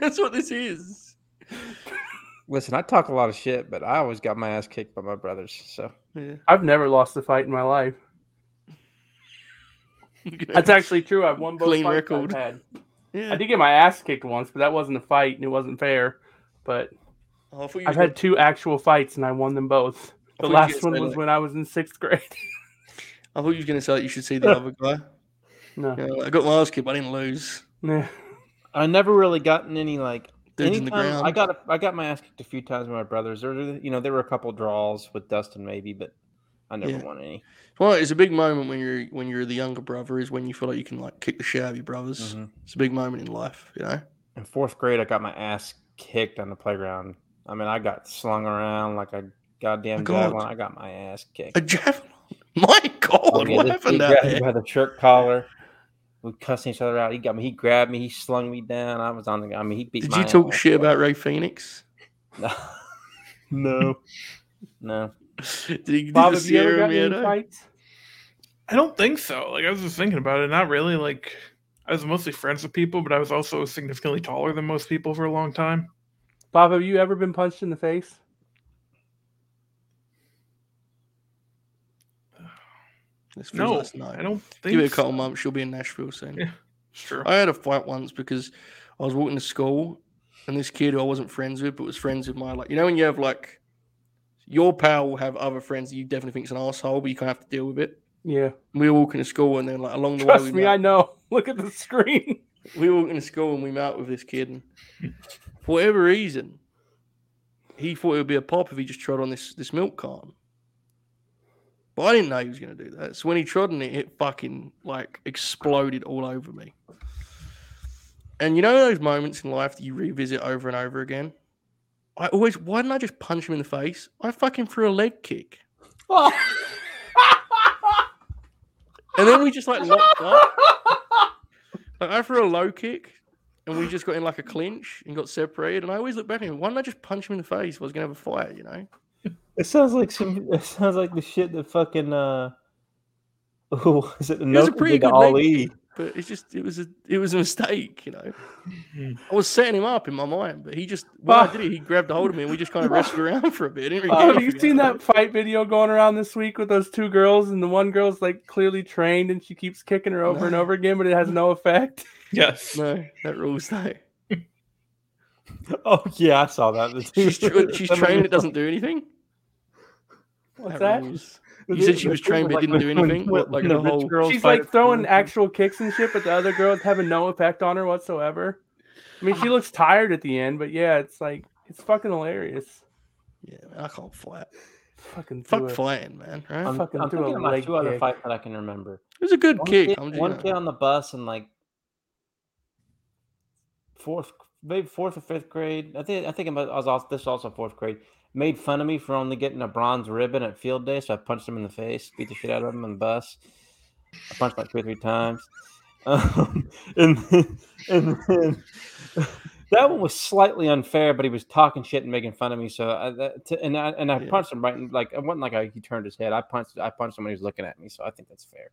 Speaker 2: That's what this is.
Speaker 6: Listen, I talk a lot of shit, but I always got my ass kicked by my brothers. So
Speaker 2: Yeah.
Speaker 5: I've never lost a fight in my life. *laughs* That's actually true. I've won both
Speaker 2: Clean
Speaker 5: fights I've
Speaker 2: record.
Speaker 5: had.
Speaker 2: yeah.
Speaker 5: I did get my ass kicked once, but that wasn't a fight and it wasn't fair. But
Speaker 2: Oh, I thought you
Speaker 5: I've
Speaker 2: were
Speaker 5: had two actual fights and I won them both. The
Speaker 2: Oh, you
Speaker 5: last
Speaker 2: get
Speaker 5: one
Speaker 2: so,
Speaker 5: was
Speaker 2: like-
Speaker 5: when I was in sixth grade. *laughs*
Speaker 2: I thought you were going to say that you should see the other guy.
Speaker 5: no.
Speaker 2: You know, like, I got my ass kicked, but I didn't lose.
Speaker 5: Nah.
Speaker 6: I never really gotten any like
Speaker 2: Dude's in the
Speaker 6: anytime
Speaker 2: ground.
Speaker 6: I got a, I got my ass kicked a few times by my brothers. There, were- you know, there were a couple draws with Dustin maybe, but I never
Speaker 2: Yeah.
Speaker 6: won any.
Speaker 2: Well, it's a big moment when you're when you're the younger brother is when you feel like you can like kick the shit out of your brothers.
Speaker 5: Mm-hmm.
Speaker 2: It's a big moment in life, you know.
Speaker 6: Mm-hmm. In fourth grade, I got my ass kicked on the playground. I mean, I got slung around like a goddamn
Speaker 2: God.
Speaker 6: javelin. I got my ass kicked.
Speaker 2: A javelin. *laughs* My God,
Speaker 6: Oh, yeah,
Speaker 2: what
Speaker 6: this dude
Speaker 2: happened out
Speaker 6: grabbed me
Speaker 2: there?
Speaker 6: by the shirt collar. We cussing each other out. He got me. He grabbed me. He slung me down. I was on the. I mean, he beat.
Speaker 2: Did
Speaker 6: my
Speaker 2: you talk
Speaker 6: ass.
Speaker 2: shit about Ray Phoenix?
Speaker 6: *laughs*
Speaker 2: *laughs*
Speaker 6: no, no.
Speaker 2: Did he do
Speaker 5: Bob,
Speaker 2: the
Speaker 5: have you ever
Speaker 2: Sierra
Speaker 5: gotten
Speaker 2: Meadow?
Speaker 5: any fights?
Speaker 4: I don't think so. Like I was just thinking about it. Not really. Like I was mostly friends with people, but I was also significantly taller than most people for a long time.
Speaker 5: Bob, have you ever been punched in the face?
Speaker 2: This feels
Speaker 4: No,
Speaker 2: last
Speaker 4: I
Speaker 2: night.
Speaker 4: don't think.
Speaker 2: Give it a
Speaker 4: so.
Speaker 2: couple months, she'll be in Nashville soon.
Speaker 4: Yeah. It's true.
Speaker 2: *laughs* I had a fight once because I was walking to school and this kid who I wasn't friends with, but was friends with my like you know when you have like your pal will have other friends that you definitely think's an asshole, but you kind of have to deal with it.
Speaker 5: Yeah.
Speaker 2: We were walking to school and then like along the way
Speaker 5: Trust
Speaker 2: we,
Speaker 5: me, I
Speaker 2: met,
Speaker 5: know. *laughs* Look at the screen.
Speaker 2: we were walking to school and we met up with this kid and for whatever reason he thought it would be a pop if he just trod on this this milk carton. But I didn't know he was gonna do that. So when he trod on it, it fucking like exploded all over me. And you know those moments in life that you revisit over and over again? I always why didn't I just punch him in the face? I fucking threw a leg kick. And then we just like locked up. Like I threw a low kick and we just got in like a clinch and got separated. And I always look back at him, why didn't I just punch him in the face? if I was gonna have a fight, you know?
Speaker 6: It sounds like some. *laughs* It sounds like the shit that fucking. uh Oh, *laughs* is it the
Speaker 2: It was a
Speaker 6: Nokia
Speaker 2: pretty
Speaker 6: did to
Speaker 2: good leg
Speaker 6: Ali?
Speaker 2: kick, but it's just it was a it was a mistake, you know. I was setting him up in my mind, but he just when I did it, he grabbed a hold of me and we just kind of wrestled around for a bit. I didn't really
Speaker 5: Bob,
Speaker 2: get
Speaker 5: Ah, have
Speaker 2: it
Speaker 5: you
Speaker 2: together.
Speaker 5: seen that fight video going around this week with those two girls? And the one girl's like clearly trained and she keeps kicking her over
Speaker 2: *laughs*
Speaker 5: and
Speaker 2: No.
Speaker 5: over again, but it has no effect.
Speaker 4: Yes.
Speaker 2: No, that rules though.
Speaker 6: *laughs* Oh yeah, I saw that. *laughs*
Speaker 2: She's, tra- she's
Speaker 6: Somebody-
Speaker 2: trained, it doesn't do anything.
Speaker 5: What's that?
Speaker 2: rules. You said she was trained but didn't do anything? What, like the whole-
Speaker 5: She's like throwing actual kicks and shit, but the other girl's having no effect on her whatsoever. I mean, she looks tired at the end, but yeah, it's like it's fucking hilarious.
Speaker 2: Yeah, man, I can't fight.
Speaker 5: Fucking
Speaker 2: Fuck
Speaker 5: threw a-
Speaker 2: fighting, man. Right?
Speaker 6: I'm,
Speaker 5: fucking
Speaker 6: I'm
Speaker 5: threw a
Speaker 6: thinking about
Speaker 5: leg
Speaker 6: two other
Speaker 5: kick.
Speaker 6: fights that I can remember.
Speaker 2: It was a good
Speaker 6: One
Speaker 2: kick.
Speaker 6: kid-
Speaker 2: I'm just,
Speaker 6: one
Speaker 2: you know.
Speaker 6: kid on the bus in like fourth, maybe fourth or fifth grade. I think I think I was also this was also fourth grade. Made fun of me for only getting a bronze ribbon at field day, so I punched him in the face, beat the shit out of him on the bus. I punched him like two or three times, *laughs* um, and then, and then that one was slightly unfair. But he was talking shit and making fun of me, so I, that, to, and I and I
Speaker 2: Yeah.
Speaker 6: punched him right. in- Like it wasn't like I, he turned his head. I punched I punched him when he was looking at me, so I think that's fair.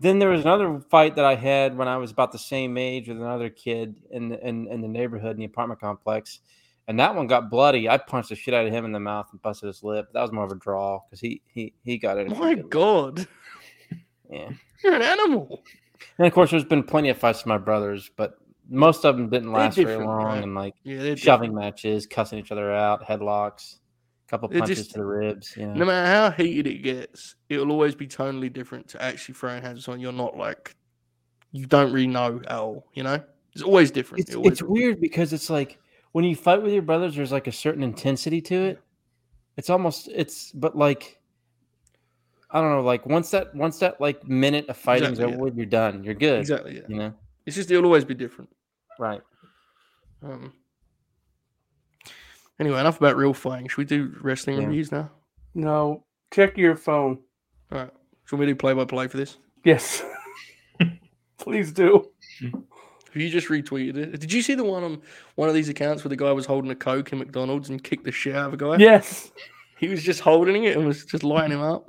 Speaker 6: Then there was another fight that I had when I was about the same age with another kid in the, in, in the neighborhood in the apartment complex, and that one got bloody. I punched the shit out of him in the mouth and busted his lip. That was more of a draw because he he he got it.
Speaker 2: My God,
Speaker 6: Yeah.
Speaker 2: you're an animal.
Speaker 6: And of course, there's been plenty of fights with my brothers, but most of them didn't
Speaker 2: They're
Speaker 6: last very
Speaker 2: different,
Speaker 6: long.
Speaker 2: right?
Speaker 6: And like
Speaker 2: Yeah, they're
Speaker 6: shoving matches, cussing each other out, headlocks, couple
Speaker 2: They're
Speaker 6: punches
Speaker 2: just-
Speaker 6: to the ribs. You know.
Speaker 2: No matter how heated it gets, it will always be totally different to actually throwing hands on. You're not like, you don't really know at all. You know, it's always different.
Speaker 6: it's,
Speaker 2: It always
Speaker 6: it's
Speaker 2: will be.
Speaker 6: weird because it's like when you fight with your brothers there's like a certain intensity to it it's almost it's but like i don't know like once that once that like minute of fighting's
Speaker 2: Exactly,
Speaker 6: over with you're done you're good
Speaker 2: Exactly. Yeah.
Speaker 6: you know
Speaker 2: It's just it'll always be different.
Speaker 6: right
Speaker 2: Um. Anyway, enough about real fighting. Should we do wrestling
Speaker 6: Yeah.
Speaker 2: reviews now?
Speaker 5: No, check your phone.
Speaker 2: All right. Should we do play by play for this?
Speaker 5: Yes, please do.
Speaker 2: Have you just retweeted it? Did you see the one on one of these accounts where the guy was holding a Coke in McDonald's and kicked the shit out of a guy?
Speaker 5: Yes,
Speaker 2: He was just holding it and was just lining him up.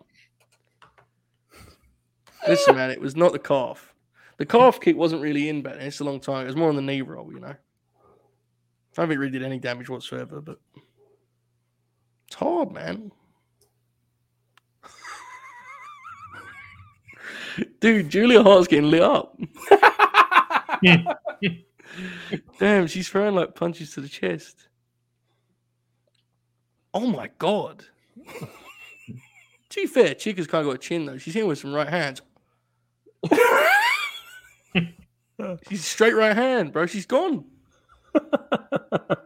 Speaker 2: Listen, man, it was not the calf. The calf kick wasn't really in back then. It's a long time. It was more on the knee roll, you know. I don't think Reed did any damage whatsoever, but it's hard, man. Dude, Julia Hart's getting lit up. Damn, she's throwing like punches to the chest. Oh my god. to be fair, Chica's kind of got a chin though. She's hitting with some right hands. she's straight right hand, bro. She's gone.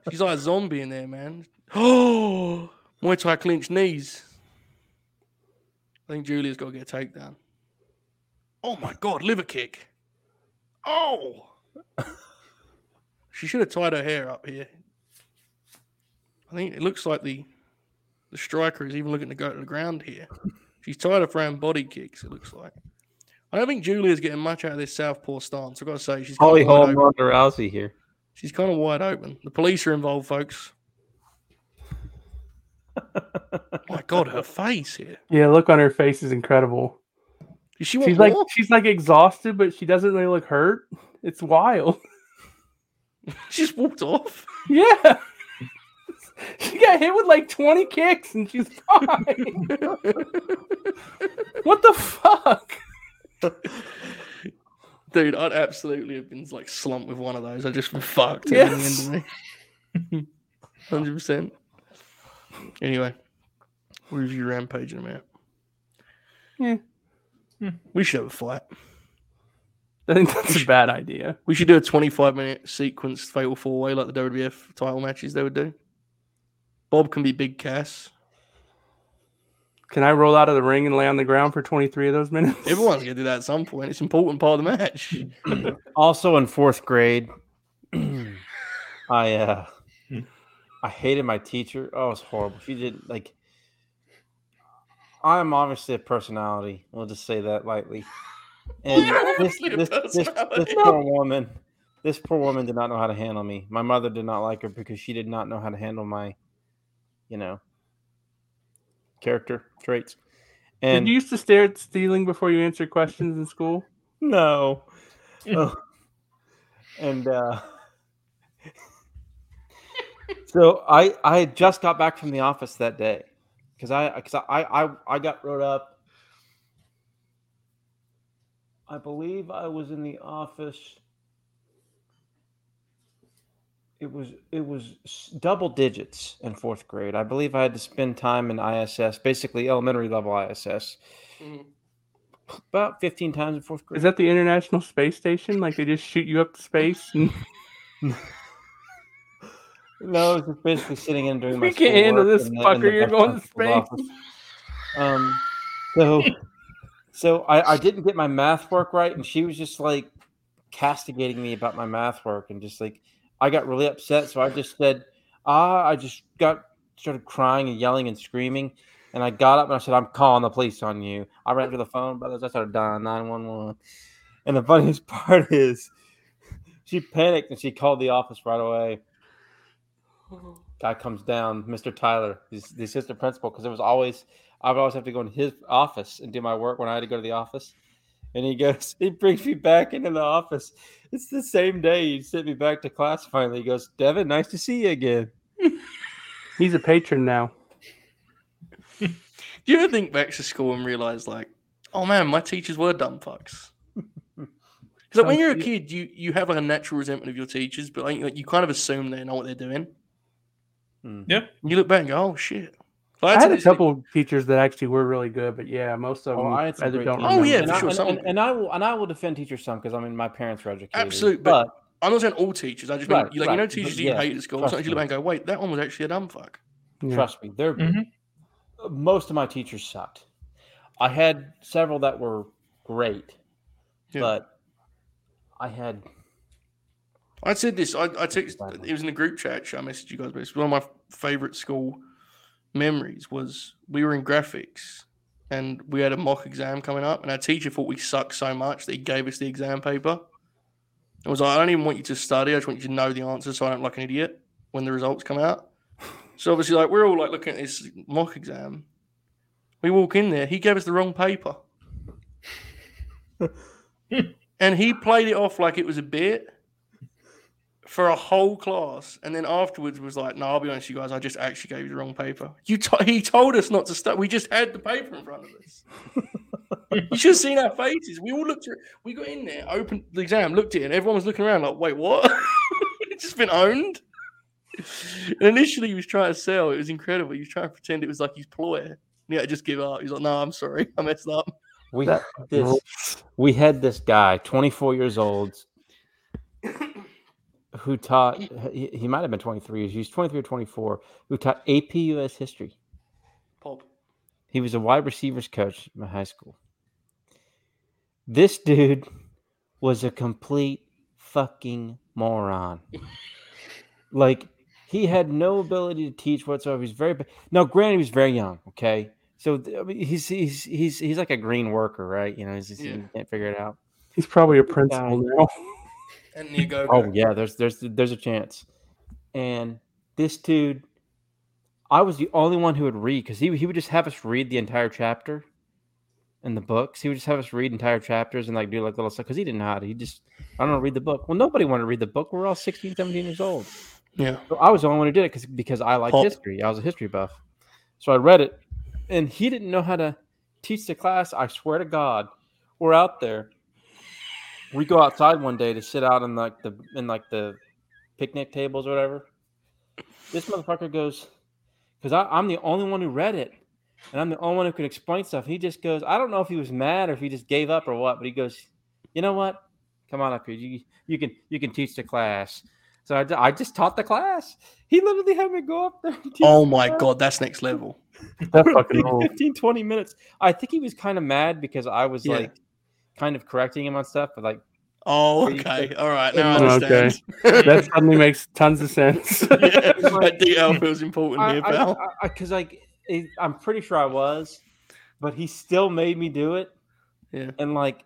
Speaker 2: she's like a zombie in there, man. *gasps* Oh, Muay Thai clinch knees. I think Julia's got to get a takedown. Oh my god, liver kick. Oh. *laughs* She should have tied her hair up here. I think it looks like the the striker is even looking to go to the ground here. *laughs* She's tired of throwing body kicks, it looks like. I don't think Julia's getting much out of this southpaw stance. I've got to say, she's kind,
Speaker 6: Holly
Speaker 2: of wide
Speaker 6: Holm,
Speaker 2: open.
Speaker 6: Ronda Rousey here.
Speaker 2: she's kind of wide open. The police are involved,
Speaker 5: *laughs*
Speaker 2: folks. my God, her face here.
Speaker 5: Yeah, look on her face is incredible.
Speaker 2: Does she want
Speaker 5: She's like
Speaker 2: *laughs* more?
Speaker 5: she's like exhausted, but she doesn't really look hurt. It's wild. *laughs*
Speaker 2: She just walked off.
Speaker 5: Yeah. She got hit with like 20 kicks and she's fine. *laughs* what the fuck?
Speaker 2: Dude, I'd absolutely have been like slumped with one of those. I'd just been fucked.
Speaker 5: Yes.
Speaker 2: Yes.
Speaker 5: *laughs*
Speaker 2: Hundred percent. Anyway, we'll review Rampage in a minute.
Speaker 5: Yeah.
Speaker 4: Hmm.
Speaker 2: We should have a fight.
Speaker 5: *laughs* I think that's a bad idea.
Speaker 2: We should do a twenty-five minute sequenced fatal four-way like the WWF title matches they would do. Bob can be Big Cass.
Speaker 5: Can I roll out of the ring and lay on the ground for 23 of those minutes?
Speaker 2: Everyone's gonna do that at some point. It's an important part of the
Speaker 6: *laughs*
Speaker 2: match.
Speaker 6: Also in fourth grade, *clears throat* I uh,
Speaker 4: Hmm.
Speaker 6: I hated my teacher. Oh, it was horrible. She did like. I'm obviously a personality. We'll just say that lightly. And
Speaker 2: *laughs* You're
Speaker 6: this,
Speaker 2: obviously a
Speaker 6: this, this, this
Speaker 2: personality.
Speaker 6: poor woman, this poor woman did not know how to handle me. My mother did not like her because she did not know how to handle my, you know, character traits.
Speaker 5: *laughs*
Speaker 6: And
Speaker 5: Did you used to stare at stealing before you answered questions in school?
Speaker 6: No. Oh. And uh, so I I had just got back from the office that day because I because I, I I got wrote up. I believe I was in the office. It was it was s- double digits in fourth grade. I believe I had to spend time in ISS, basically elementary level ISS, about fifteen times in fourth grade.
Speaker 5: Is that the International Space Station? Like they just shoot you up to space *laughs* and
Speaker 6: No, I was just basically sitting in and doing my
Speaker 5: We can't handle
Speaker 6: schoolwork
Speaker 5: this
Speaker 6: in the-
Speaker 5: fucker,
Speaker 6: in the
Speaker 5: you're going to
Speaker 6: principal's office. Um, so, so I, I didn't get my math work right, and she was just like castigating me about my math work, and just like I got really upset. So I just said, ah, I just got started crying and yelling and screaming, and I got up and I said, I'm calling the police on you. I ran to the phone, brothers. I started dialing nine one one, and the funniest *laughs* part is, she panicked and she called the office right away guy comes down, Mr. Tyler, he's the assistant principal, because it was always I would always have to go in his office and do my work when I had to go to the office. And he goes, *laughs* he brings me back into the office. It's the same day he sent me back to class finally. He goes, Devin, nice to see you again.
Speaker 5: he's a patron now.
Speaker 2: Do you ever think back to school and realize, like, oh man, my teachers were dumb
Speaker 6: *laughs*
Speaker 2: fucks? Because like, when you're a kid, you you have like a natural resentment of your teachers, but like, you kind of assume they know what they're doing.
Speaker 6: Hmm.
Speaker 4: Yep.
Speaker 2: And you look back and go, oh shit. Like,
Speaker 5: I had a
Speaker 2: that's-
Speaker 5: couple teachers that actually were really good, but yeah, most of
Speaker 6: Oh,
Speaker 5: them
Speaker 6: I
Speaker 5: I
Speaker 6: had some
Speaker 5: either
Speaker 6: great
Speaker 5: don't
Speaker 6: teachers.
Speaker 2: Oh,
Speaker 5: remember.
Speaker 2: yeah,
Speaker 6: and,
Speaker 2: for
Speaker 6: I,
Speaker 2: sure,
Speaker 6: and-
Speaker 2: some-
Speaker 6: and, and I will and I will defend teachers some because I mean my parents were educated.
Speaker 2: Absolute,
Speaker 6: but
Speaker 2: but- I'm not saying all teachers. I just mean,
Speaker 6: Right,
Speaker 2: you, like, you
Speaker 6: right,
Speaker 2: know,
Speaker 6: but
Speaker 2: teachers
Speaker 6: yeah,
Speaker 2: you hate at school.
Speaker 6: trust
Speaker 2: Sometimes you look back and go, wait, that one was actually a dumb fuck.
Speaker 5: Yeah.
Speaker 6: Trust me, they're
Speaker 4: Mhm.
Speaker 6: most of my teachers sucked. I had several that were great,
Speaker 2: Yeah.
Speaker 6: but I had
Speaker 2: I said this. I, I took
Speaker 6: Exactly.
Speaker 2: it was in the group chat. Actually, I messaged you guys, but it's one of my favorite school memories. Was we were in graphics and we had a mock exam coming up, and our teacher thought we sucked so much that he gave us the exam paper. It was like, I don't even want you to study. I just want you to know the answer, so I don't look like an idiot when the results come out. So obviously, like we're all like looking at this mock exam. We walk in there. He gave us the wrong paper, and he played it off like it was a bit. for a whole class, and then afterwards was like, "No, I'll be honest, with you guys, I just actually gave you the wrong paper. You to- he told us not to study. We just had the paper in front of us. you should have seen our faces. We all looked. Through- we got in there, opened the exam, looked at it, and everyone was looking around like, "Wait, what? *laughs* it's just been owned." And initially, he was trying to sell. It was incredible. He was trying to pretend it was like his ploy. Yeah, just give up. He's like, "No, I'm sorry, *laughs* I messed up."
Speaker 6: We
Speaker 3: That-
Speaker 6: had this, we had this guy, 24 years old, who taught. He, he might have been 23. He was 23 or 24. Who taught AP US history.
Speaker 2: Pop.
Speaker 6: He was a wide receivers coach in my high school. This dude was a complete fucking moron. like he had no ability to teach whatsoever. He's very ba- now. Granted, he was very young. Okay, so th- I mean, he's he's he's he's like a green worker, right? You know, he's, he's,
Speaker 2: Yeah.
Speaker 6: he can't figure it out.
Speaker 5: He's probably a principal now. *laughs*
Speaker 2: And there you go.
Speaker 6: Oh yeah, there's there's there's a chance. And this dude, I was the only one who would read because he he would just have us read the entire chapter in the books. He would just have us read entire chapters and like do like little stuff because he didn't know how to. He just I don't know read the book. Well, nobody wanted to read the book. We're all 16, 17 years old.
Speaker 2: yeah.
Speaker 6: So I was the only one who did it because because I liked
Speaker 2: Paul-
Speaker 6: history. I was a history buff, so I read it, and he didn't know how to teach the class. I swear to God, we're out there. We go outside one day to sit out in like the in like the picnic tables or whatever. This motherfucker goes, because I'm the only one who read it, and I'm the only one who could explain stuff. He just goes, I don't know if he was mad or if he just gave up or what, but he goes, you know what? Come on up here. You you can you can teach the class. So I, ju- I just taught the class. He literally had me go up there. And *laughs* teach
Speaker 2: Oh
Speaker 6: the
Speaker 2: my
Speaker 6: class
Speaker 2: god, that's next level.
Speaker 5: That
Speaker 6: *laughs* for
Speaker 5: fucking
Speaker 6: like
Speaker 5: rules.
Speaker 6: 15, 20 minutes. I think he was kind of mad because I was
Speaker 2: Yeah.
Speaker 6: like kind of correcting him on stuff, but like
Speaker 2: Oh,
Speaker 6: Pretty
Speaker 2: okay.
Speaker 6: quick.
Speaker 2: All right. Now I
Speaker 5: Okay.
Speaker 2: understand.
Speaker 5: That suddenly makes tons of sense.
Speaker 2: yeah, *laughs* that DL feels important
Speaker 6: I,
Speaker 2: here, pal.
Speaker 6: because like it, I'm pretty sure I was, but he still made me do it.
Speaker 2: Yeah.
Speaker 6: and like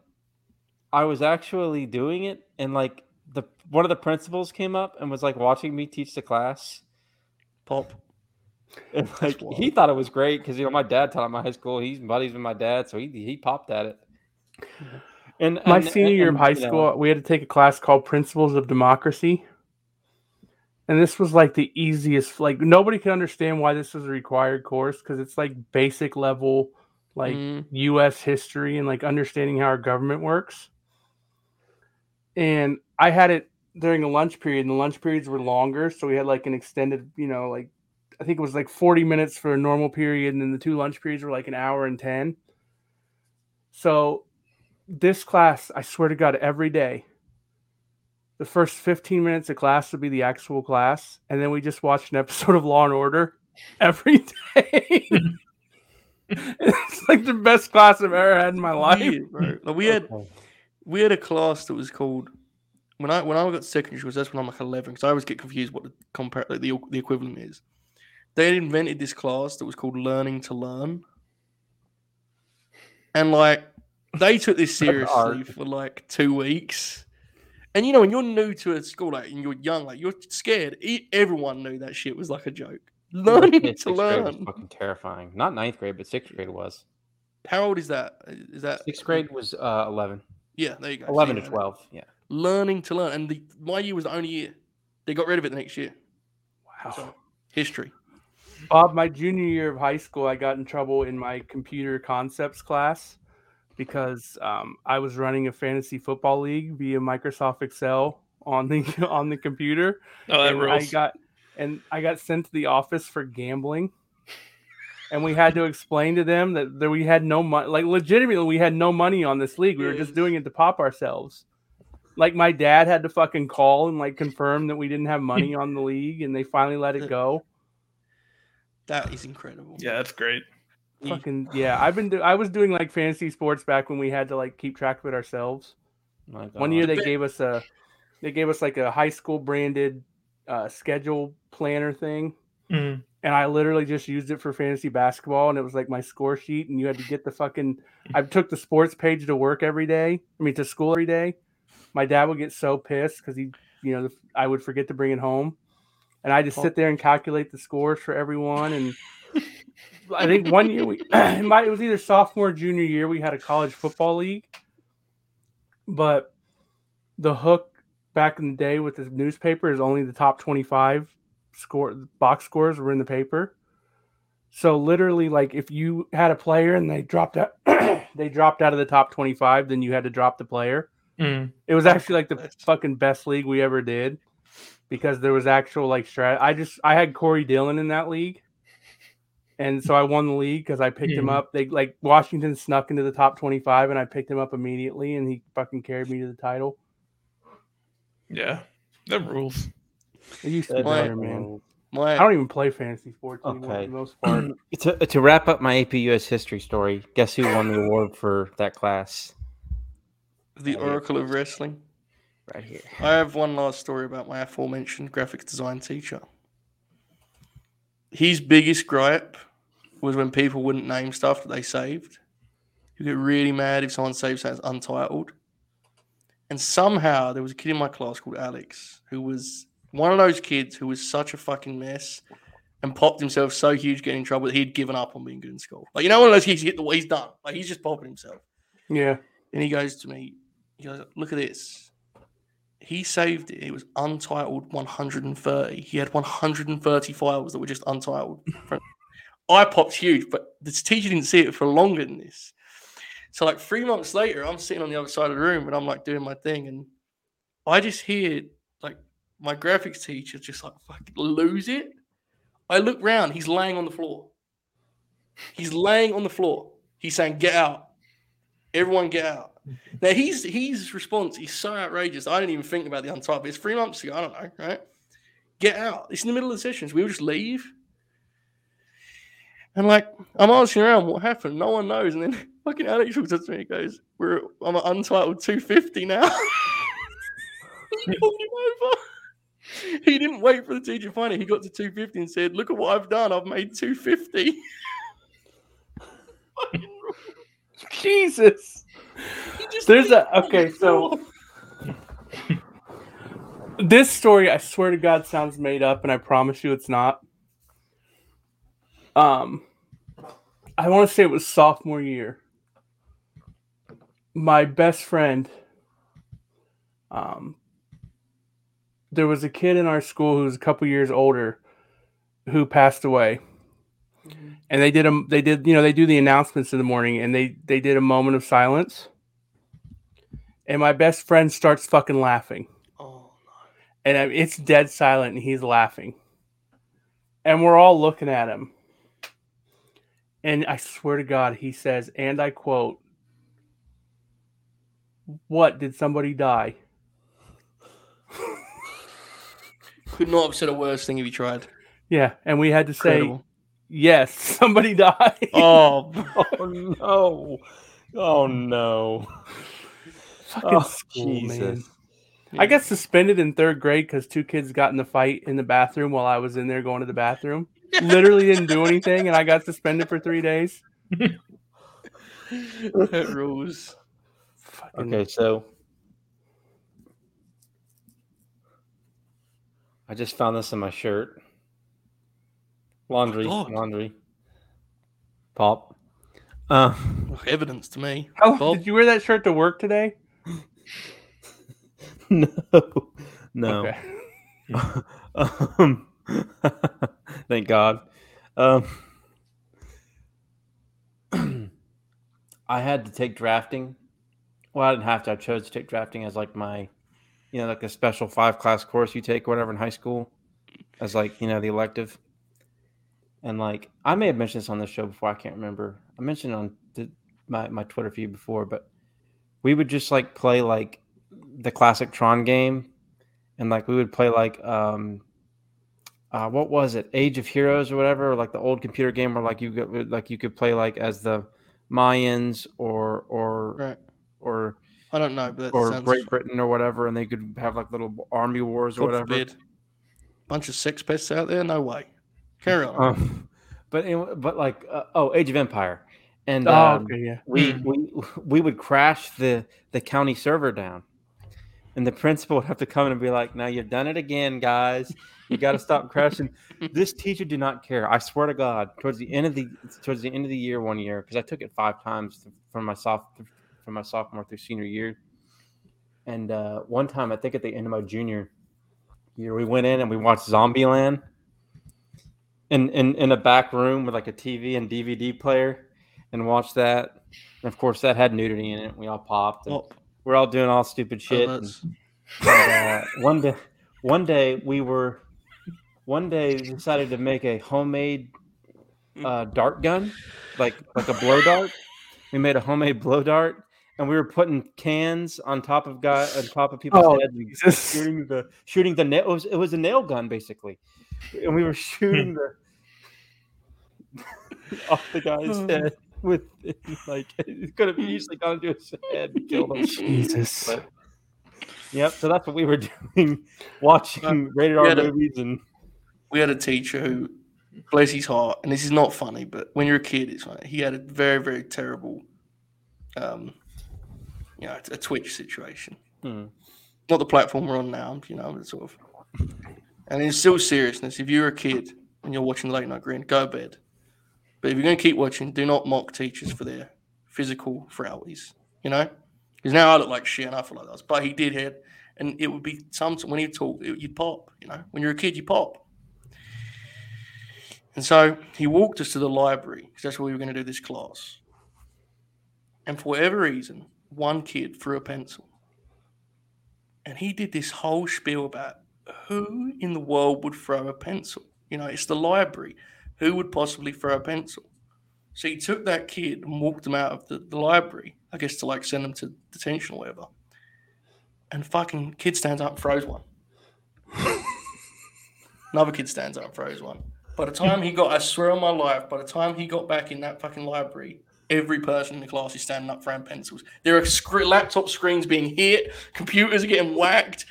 Speaker 6: I was actually doing it, and like the one of the principals came up and was like watching me teach the class. *laughs*
Speaker 2: Pop.
Speaker 6: And like
Speaker 2: wild.
Speaker 6: he thought it was great because you know my dad taught at my high school. He's buddies with my dad, so he he popped at it. And
Speaker 5: My
Speaker 6: and-
Speaker 5: senior year of
Speaker 6: and,
Speaker 5: high
Speaker 6: you know,
Speaker 5: school, we had to take a class called Principles of Democracy. And this was like the easiest, like nobody could understand why this was a required course because it's like basic level, like
Speaker 6: Mm-hmm.
Speaker 2: Mm,
Speaker 5: US history and like understanding how our government works. And I had it during a lunch period, and the lunch periods were longer. So we had like an extended, you know, like I think it was like 40 minutes for a normal period, and then the two lunch periods were like an hour and 10. So this class, I swear to God, every day, the first 15 minutes of class would be the actual class. And then we just watched an episode of Law and Order every *laughs* day. it's like the best class I've ever had in my life.
Speaker 2: weird, bro. Like, we had we had a class that was called when I when I got to secondary school. That's when I'm like 11 because I always get confused what the compare like the the equivalent is. They had invented this class that was called Learning to Learn, and like they took this seriously
Speaker 6: art.
Speaker 2: for like two weeks. And you know, when you're new to a school, like and you're young, like you're scared. E- Everyone knew that shit was like a joke. Learning
Speaker 6: sixth
Speaker 2: to
Speaker 6: grade was
Speaker 2: learn.
Speaker 6: fucking terrifying. Not ninth grade, but sixth grade was.
Speaker 2: How old is that? Is that
Speaker 6: Sixth grade was uh, eleven.
Speaker 2: Yeah, there you go. So
Speaker 6: Eleven
Speaker 2: yeah.
Speaker 6: to twelve. Yeah.
Speaker 2: learning to learn. And the, my year was the only year they got rid of it the next year. So, history.
Speaker 5: Bob, my junior year of high school, I got in trouble in my computer concepts class because um, I was running a fantasy football league via Microsoft Excel on the *laughs* on the computer.
Speaker 4: Oh, that
Speaker 5: and I
Speaker 4: rules.
Speaker 5: got and I got sent to the office for gambling. And we had to explain to them that, that we had no money, like legitimately, we had no money on this league. We were just
Speaker 2: Yes.
Speaker 5: doing it to pop ourselves. Like my dad had to fucking call and like confirm that we didn't have money on the league, and they finally let it go.
Speaker 2: That is incredible.
Speaker 4: yeah, that's great.
Speaker 2: Yeah.
Speaker 5: Fucking yeah, I've been do- I was doing like fantasy sports back when we had to like keep track of it ourselves.
Speaker 6: My
Speaker 5: One
Speaker 6: God.
Speaker 5: year they
Speaker 2: But-
Speaker 5: gave us a they gave us like a high school branded uh, schedule planner thing,
Speaker 4: Mm.
Speaker 5: and I literally just used it for fantasy basketball, and it was like my score sheet, and you had to get the fucking I took the sports page to work every day. I mean to school every day. My dad would get so pissed because he you know I would forget to bring it home, and I just sit there and calculate the scores for everyone and. I think one year we *clears throat* it, might, it was either sophomore or junior year we had a college football league, but the hook back in the day with this newspaper is only the top 25 score box scores were in the paper. So literally, like if you had a player and they dropped out, *clears throat* they dropped out of the top 25, then you had to drop the player.
Speaker 4: Mm.
Speaker 5: It was actually like the fucking best league we ever did because there was actual like strat. I just I had Corey Dillon in that league, and so I won the league because I picked him
Speaker 4: Yeah.
Speaker 5: up. They like Washington snuck into the top 25, and I picked him up immediately, and he fucking carried me to the title.
Speaker 4: Yeah, that rules.
Speaker 5: It used to be
Speaker 2: That's
Speaker 5: better, man. *laughs* I
Speaker 2: My
Speaker 5: don't even play fantasy sports anymore
Speaker 6: Okay.
Speaker 5: for the most part.
Speaker 6: to, to wrap up my AP US history story, guess who won the award for that class?
Speaker 2: the Oracle of Wrestling.
Speaker 6: Right here.
Speaker 2: I have one last story about my aforementioned graphic design teacher. His biggest gripe was when people wouldn't name stuff that they saved. He'd get really mad if someone saved something that's untitled. And somehow there was a kid in my class called Alex who was one of those kids who was such a fucking mess and popped himself so huge getting in trouble that he'd given up on being good in school. Like, you know, one of those kids, you get the, he's done. Like, he's just popping himself.
Speaker 5: Yeah,
Speaker 2: And he goes to me, he goes, look at this. He saved it. It was untitled 130. He had 130 files that were just untitled. *laughs* I popped huge, but this teacher didn't see it for longer than this. So like three months later, I'm sitting on the other side of the room and I'm like doing my thing, and I just hear like my graphics teacher just like fucking lose it. I look round, he's laying on the floor. He's laying on the floor. He's saying, "Get out." Everyone get out. Now he's his response is so outrageous. I didn't even think about the untitled. It's three months ago. I don't know, right? Get out. It's in the middle of the sessions. We'll just leave. And like I'm asking around what happened. No one knows. And then *laughs* fucking Alex looks up to me and goes, We're I'm at untitled 250 now. *laughs* he pulled him over. He didn't wait for the teacher to find it. He got to 250 and said, Look at what I've done. I've made 250.
Speaker 5: Jesus.
Speaker 2: *laughs* He just
Speaker 5: There's
Speaker 2: didn't
Speaker 5: a- okay,
Speaker 2: wait.
Speaker 5: so- This story, I swear to God, sounds made up, and I promise you it's not. Um, I want to say it was sophomore year. My best friend, um, there was a kid in our school who was a couple years older, who passed away. And they did a they did you know they do the announcements in the morning, and they they did a moment of silence. And my best friend starts fucking laughing
Speaker 2: Oh,
Speaker 5: and I- it's dead silent and he's laughing and we're all looking at him and i swear to god he says and i quote what did somebody die
Speaker 2: could not have said a worse thing if you tried.
Speaker 5: yeah and we had to say
Speaker 2: Incredible.
Speaker 5: yes *laughs* somebody died *laughs*
Speaker 2: Oh,
Speaker 6: *laughs* Oh no. Oh no.
Speaker 5: Fucking *laughs*
Speaker 6: oh,
Speaker 5: school, man.
Speaker 6: Jesus.
Speaker 5: i got suspended in third grade because two kids got in the fight in the bathroom while i was in there going to the bathroom literally didn't do anything and i got suspended for three days
Speaker 2: that rules.
Speaker 5: Fucking-
Speaker 6: Okay, so I just found this in my shirt. Laundry,
Speaker 2: God.
Speaker 6: laundry. Pop. Uh,
Speaker 2: Look, evidence to me.
Speaker 5: How long-
Speaker 2: Bob?
Speaker 5: did you wear that shirt to work today
Speaker 6: *laughs* no, no.
Speaker 5: okay
Speaker 6: *laughs* um, *laughs* thank God. Um, *clears throat* I had to take drafting. Well, I didn't have to. I chose to take drafting as like my, you know, like a special five class course you take or whatever in high school as like, you know, the elective. And like, I may have mentioned this on this show before. I can't remember. I mentioned it on the, my, my Twitter feed before, but we would just like play like the classic Tron game and like we would play like um uh, what was it age of heroes or whatever or like the old computer game where like you could like you could play like as the mayans or or
Speaker 2: Right.
Speaker 6: or
Speaker 2: I don't know, but that
Speaker 6: or
Speaker 2: sounds
Speaker 6: great britain or whatever and they could have like little army wars or
Speaker 2: God
Speaker 6: whatever
Speaker 2: forbid. Bunch of sex pests out there? No way. Carry on.
Speaker 6: um, *laughs* but anyway, but like uh, oh age of empire and
Speaker 5: oh
Speaker 6: um,
Speaker 5: okay yeah
Speaker 6: we,
Speaker 2: Mm.
Speaker 6: we we would crash the the county server down and the principal would have to come in and be like now you've done it again guys you got to stop crashing this teacher did not care i swear to god towards the end of the towards the end of the year one year because i took it five times from my soft from my sophomore through senior year And uh, one time, I think at the end of my junior year, we went in and we watched Zombieland in, in, in a back room with like a TV and DVD player and watched that. And of course, that had nudity in it. We all popped. And
Speaker 2: Oh,
Speaker 6: We're all doing all stupid shit. and-
Speaker 2: that's-
Speaker 6: and, uh, one day, one day we were, one day we decided to make a homemade uh, dart gun, like like a blow dart. We made a homemade blow dart, and we were putting cans on top of guy on top of people's
Speaker 5: Oh,
Speaker 6: heads,
Speaker 5: *laughs*
Speaker 6: and shooting the shooting the nail. It was, it was a nail gun basically, and
Speaker 2: Hmm.
Speaker 6: we were shooting the *laughs* off the guy's
Speaker 2: Hmm.
Speaker 6: head with like it could have easily gone into his head and killed him.
Speaker 5: Jesus.
Speaker 6: Yep. So that's what we were *laughs* doing, watching rated
Speaker 2: we
Speaker 6: R
Speaker 2: had a-
Speaker 6: movies, and
Speaker 2: we had a teacher who, bless his heart, and this is not funny, but when you're a kid, it's funny. He had a very, very terrible, um, you know, a twitch situation.
Speaker 6: Hmm.
Speaker 2: Not the platform we're on now, you know, but sort of. And in still seriousness, if you're a kid and you're watching Late Night Green, go to bed. But if you're going to keep watching, do not mock teachers for their physical frailties, you know? Because now I look like shit and I feel like that. But he did have, and it would be some when he talked, it, you'd pop, you know? When you're a kid, you pop. And so he walked us to the library because that's where we were going to do this class. And for whatever reason, one kid threw a pencil. And he did this whole spiel about who in the world would throw a pencil? You know, it's the library. Who would possibly throw a pencil? So he took that kid and walked him out of the, the library, I guess to like send him to detention or whatever. And fucking kid stands up and throws one. Another kid stands up and throws one. By the time he got, I swear on my life, by the time he got back in that fucking library, every person in the class is standing up throwing pencils. There are scre- laptop screens being hit, computers are getting whacked.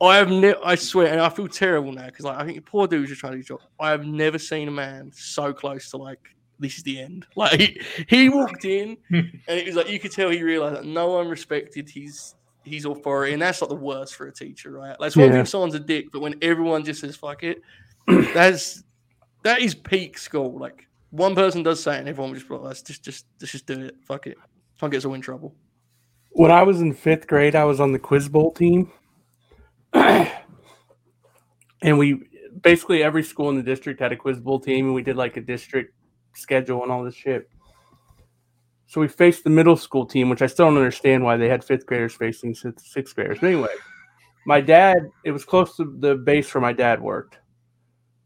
Speaker 2: I have ne- I swear, and I feel terrible now because like I think the poor dude was just trying to do his job. I have never seen a man so close to like this is the end. *laughs* Like he, he walked in, and it was like you could tell he realized that no one respected his his authority, and that's like the worst for a teacher, right? Like it's one
Speaker 5: Yeah.
Speaker 2: thing if someone's a dick, but when everyone just says fuck it, *clears throat* that's that is peak school. Like one person does say it, and everyone would just be like, let's just just let's just do it. Fuck it. Someone gets all in trouble.
Speaker 5: When I was in fifth grade, I was on the quiz bowl team, *clears throat* and we basically every school in the district had a quiz bowl team, and we did like a district schedule and all this shit. So we faced the middle school team, which I still don't understand why they had fifth graders facing si- sixth graders. But anyway, my dad, it was close to the base where my dad worked.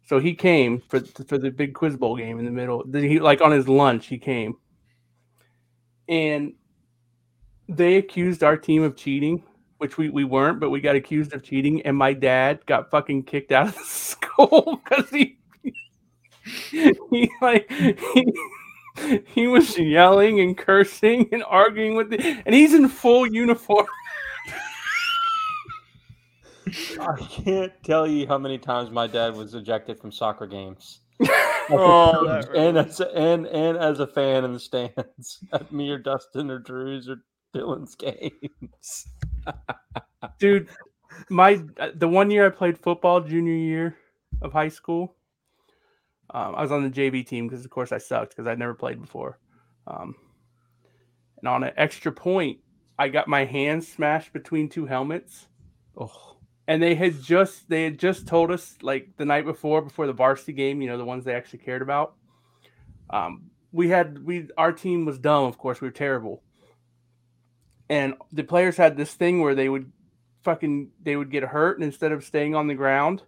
Speaker 5: So he came for for the big quiz bowl game in the middle. Then He like on his lunch, he came. And they accused our team of cheating, which we, we weren't, but we got accused of cheating. And my dad got fucking kicked out of *laughs* the school because he, he like, he, he was yelling and cursing and arguing with the, and he's in full uniform.
Speaker 6: I can't tell you how many times my dad was ejected from soccer games,
Speaker 2: Oh, that
Speaker 6: and as a, and and as a fan in the stands *laughs* at me or Dustin or Drew's or Dylan's games.
Speaker 5: dude my the one year i played football junior year of high school um, i was on the jv team because of course i sucked because i'd never played before um, and on an extra point i got my hand smashed between two helmets
Speaker 6: Oh,
Speaker 5: and they had just they had just told us like the night before before the varsity game you know the ones they actually cared about um, we had we our team was dumb of course we were terrible and the players had this thing where they would fucking they would get hurt and instead of staying on the ground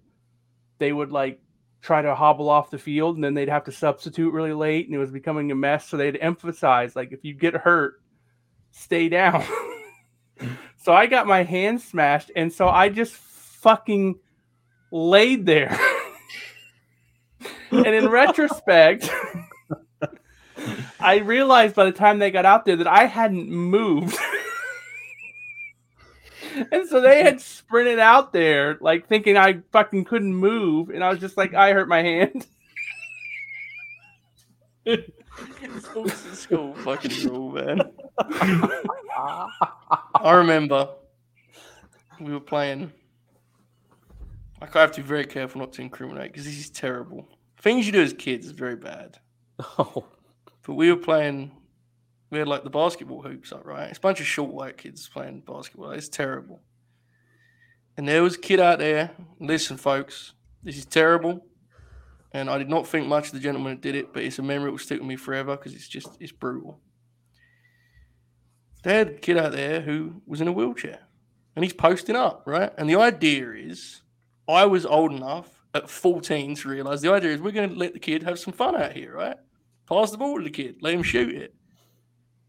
Speaker 5: they would like try to hobble off the field and then they'd have to substitute really late and it was becoming a mess so they'd emphasize like if you get hurt stay down *laughs* so i got my hand smashed and so i just fucking laid there *laughs* and in retrospect *laughs* i realized by the time they got out there that i hadn't moved *laughs* and so they had sprinted out there like thinking i fucking couldn't move and i was just like i hurt my hand *laughs*
Speaker 2: school fucking rule, man. I remember we were playing. Like, I have to be very careful not to incriminate because this is terrible. Things you do as kids is very bad.
Speaker 6: oh,
Speaker 2: But we were playing we had like the basketball hoops up, right? It's a bunch of short white kids playing basketball. It's terrible. And there was a kid out there. Listen, folks, this is terrible. And I did not think much of the gentleman that did it, but it's a memory that will stick with me forever because it's just it's brutal. They had a kid out there who was in a wheelchair, and he's posting up, right? And the idea is, I was old enough at 14 to realize the idea is we're going to let the kid have some fun out here, right? Pass the ball to the kid, let him shoot it.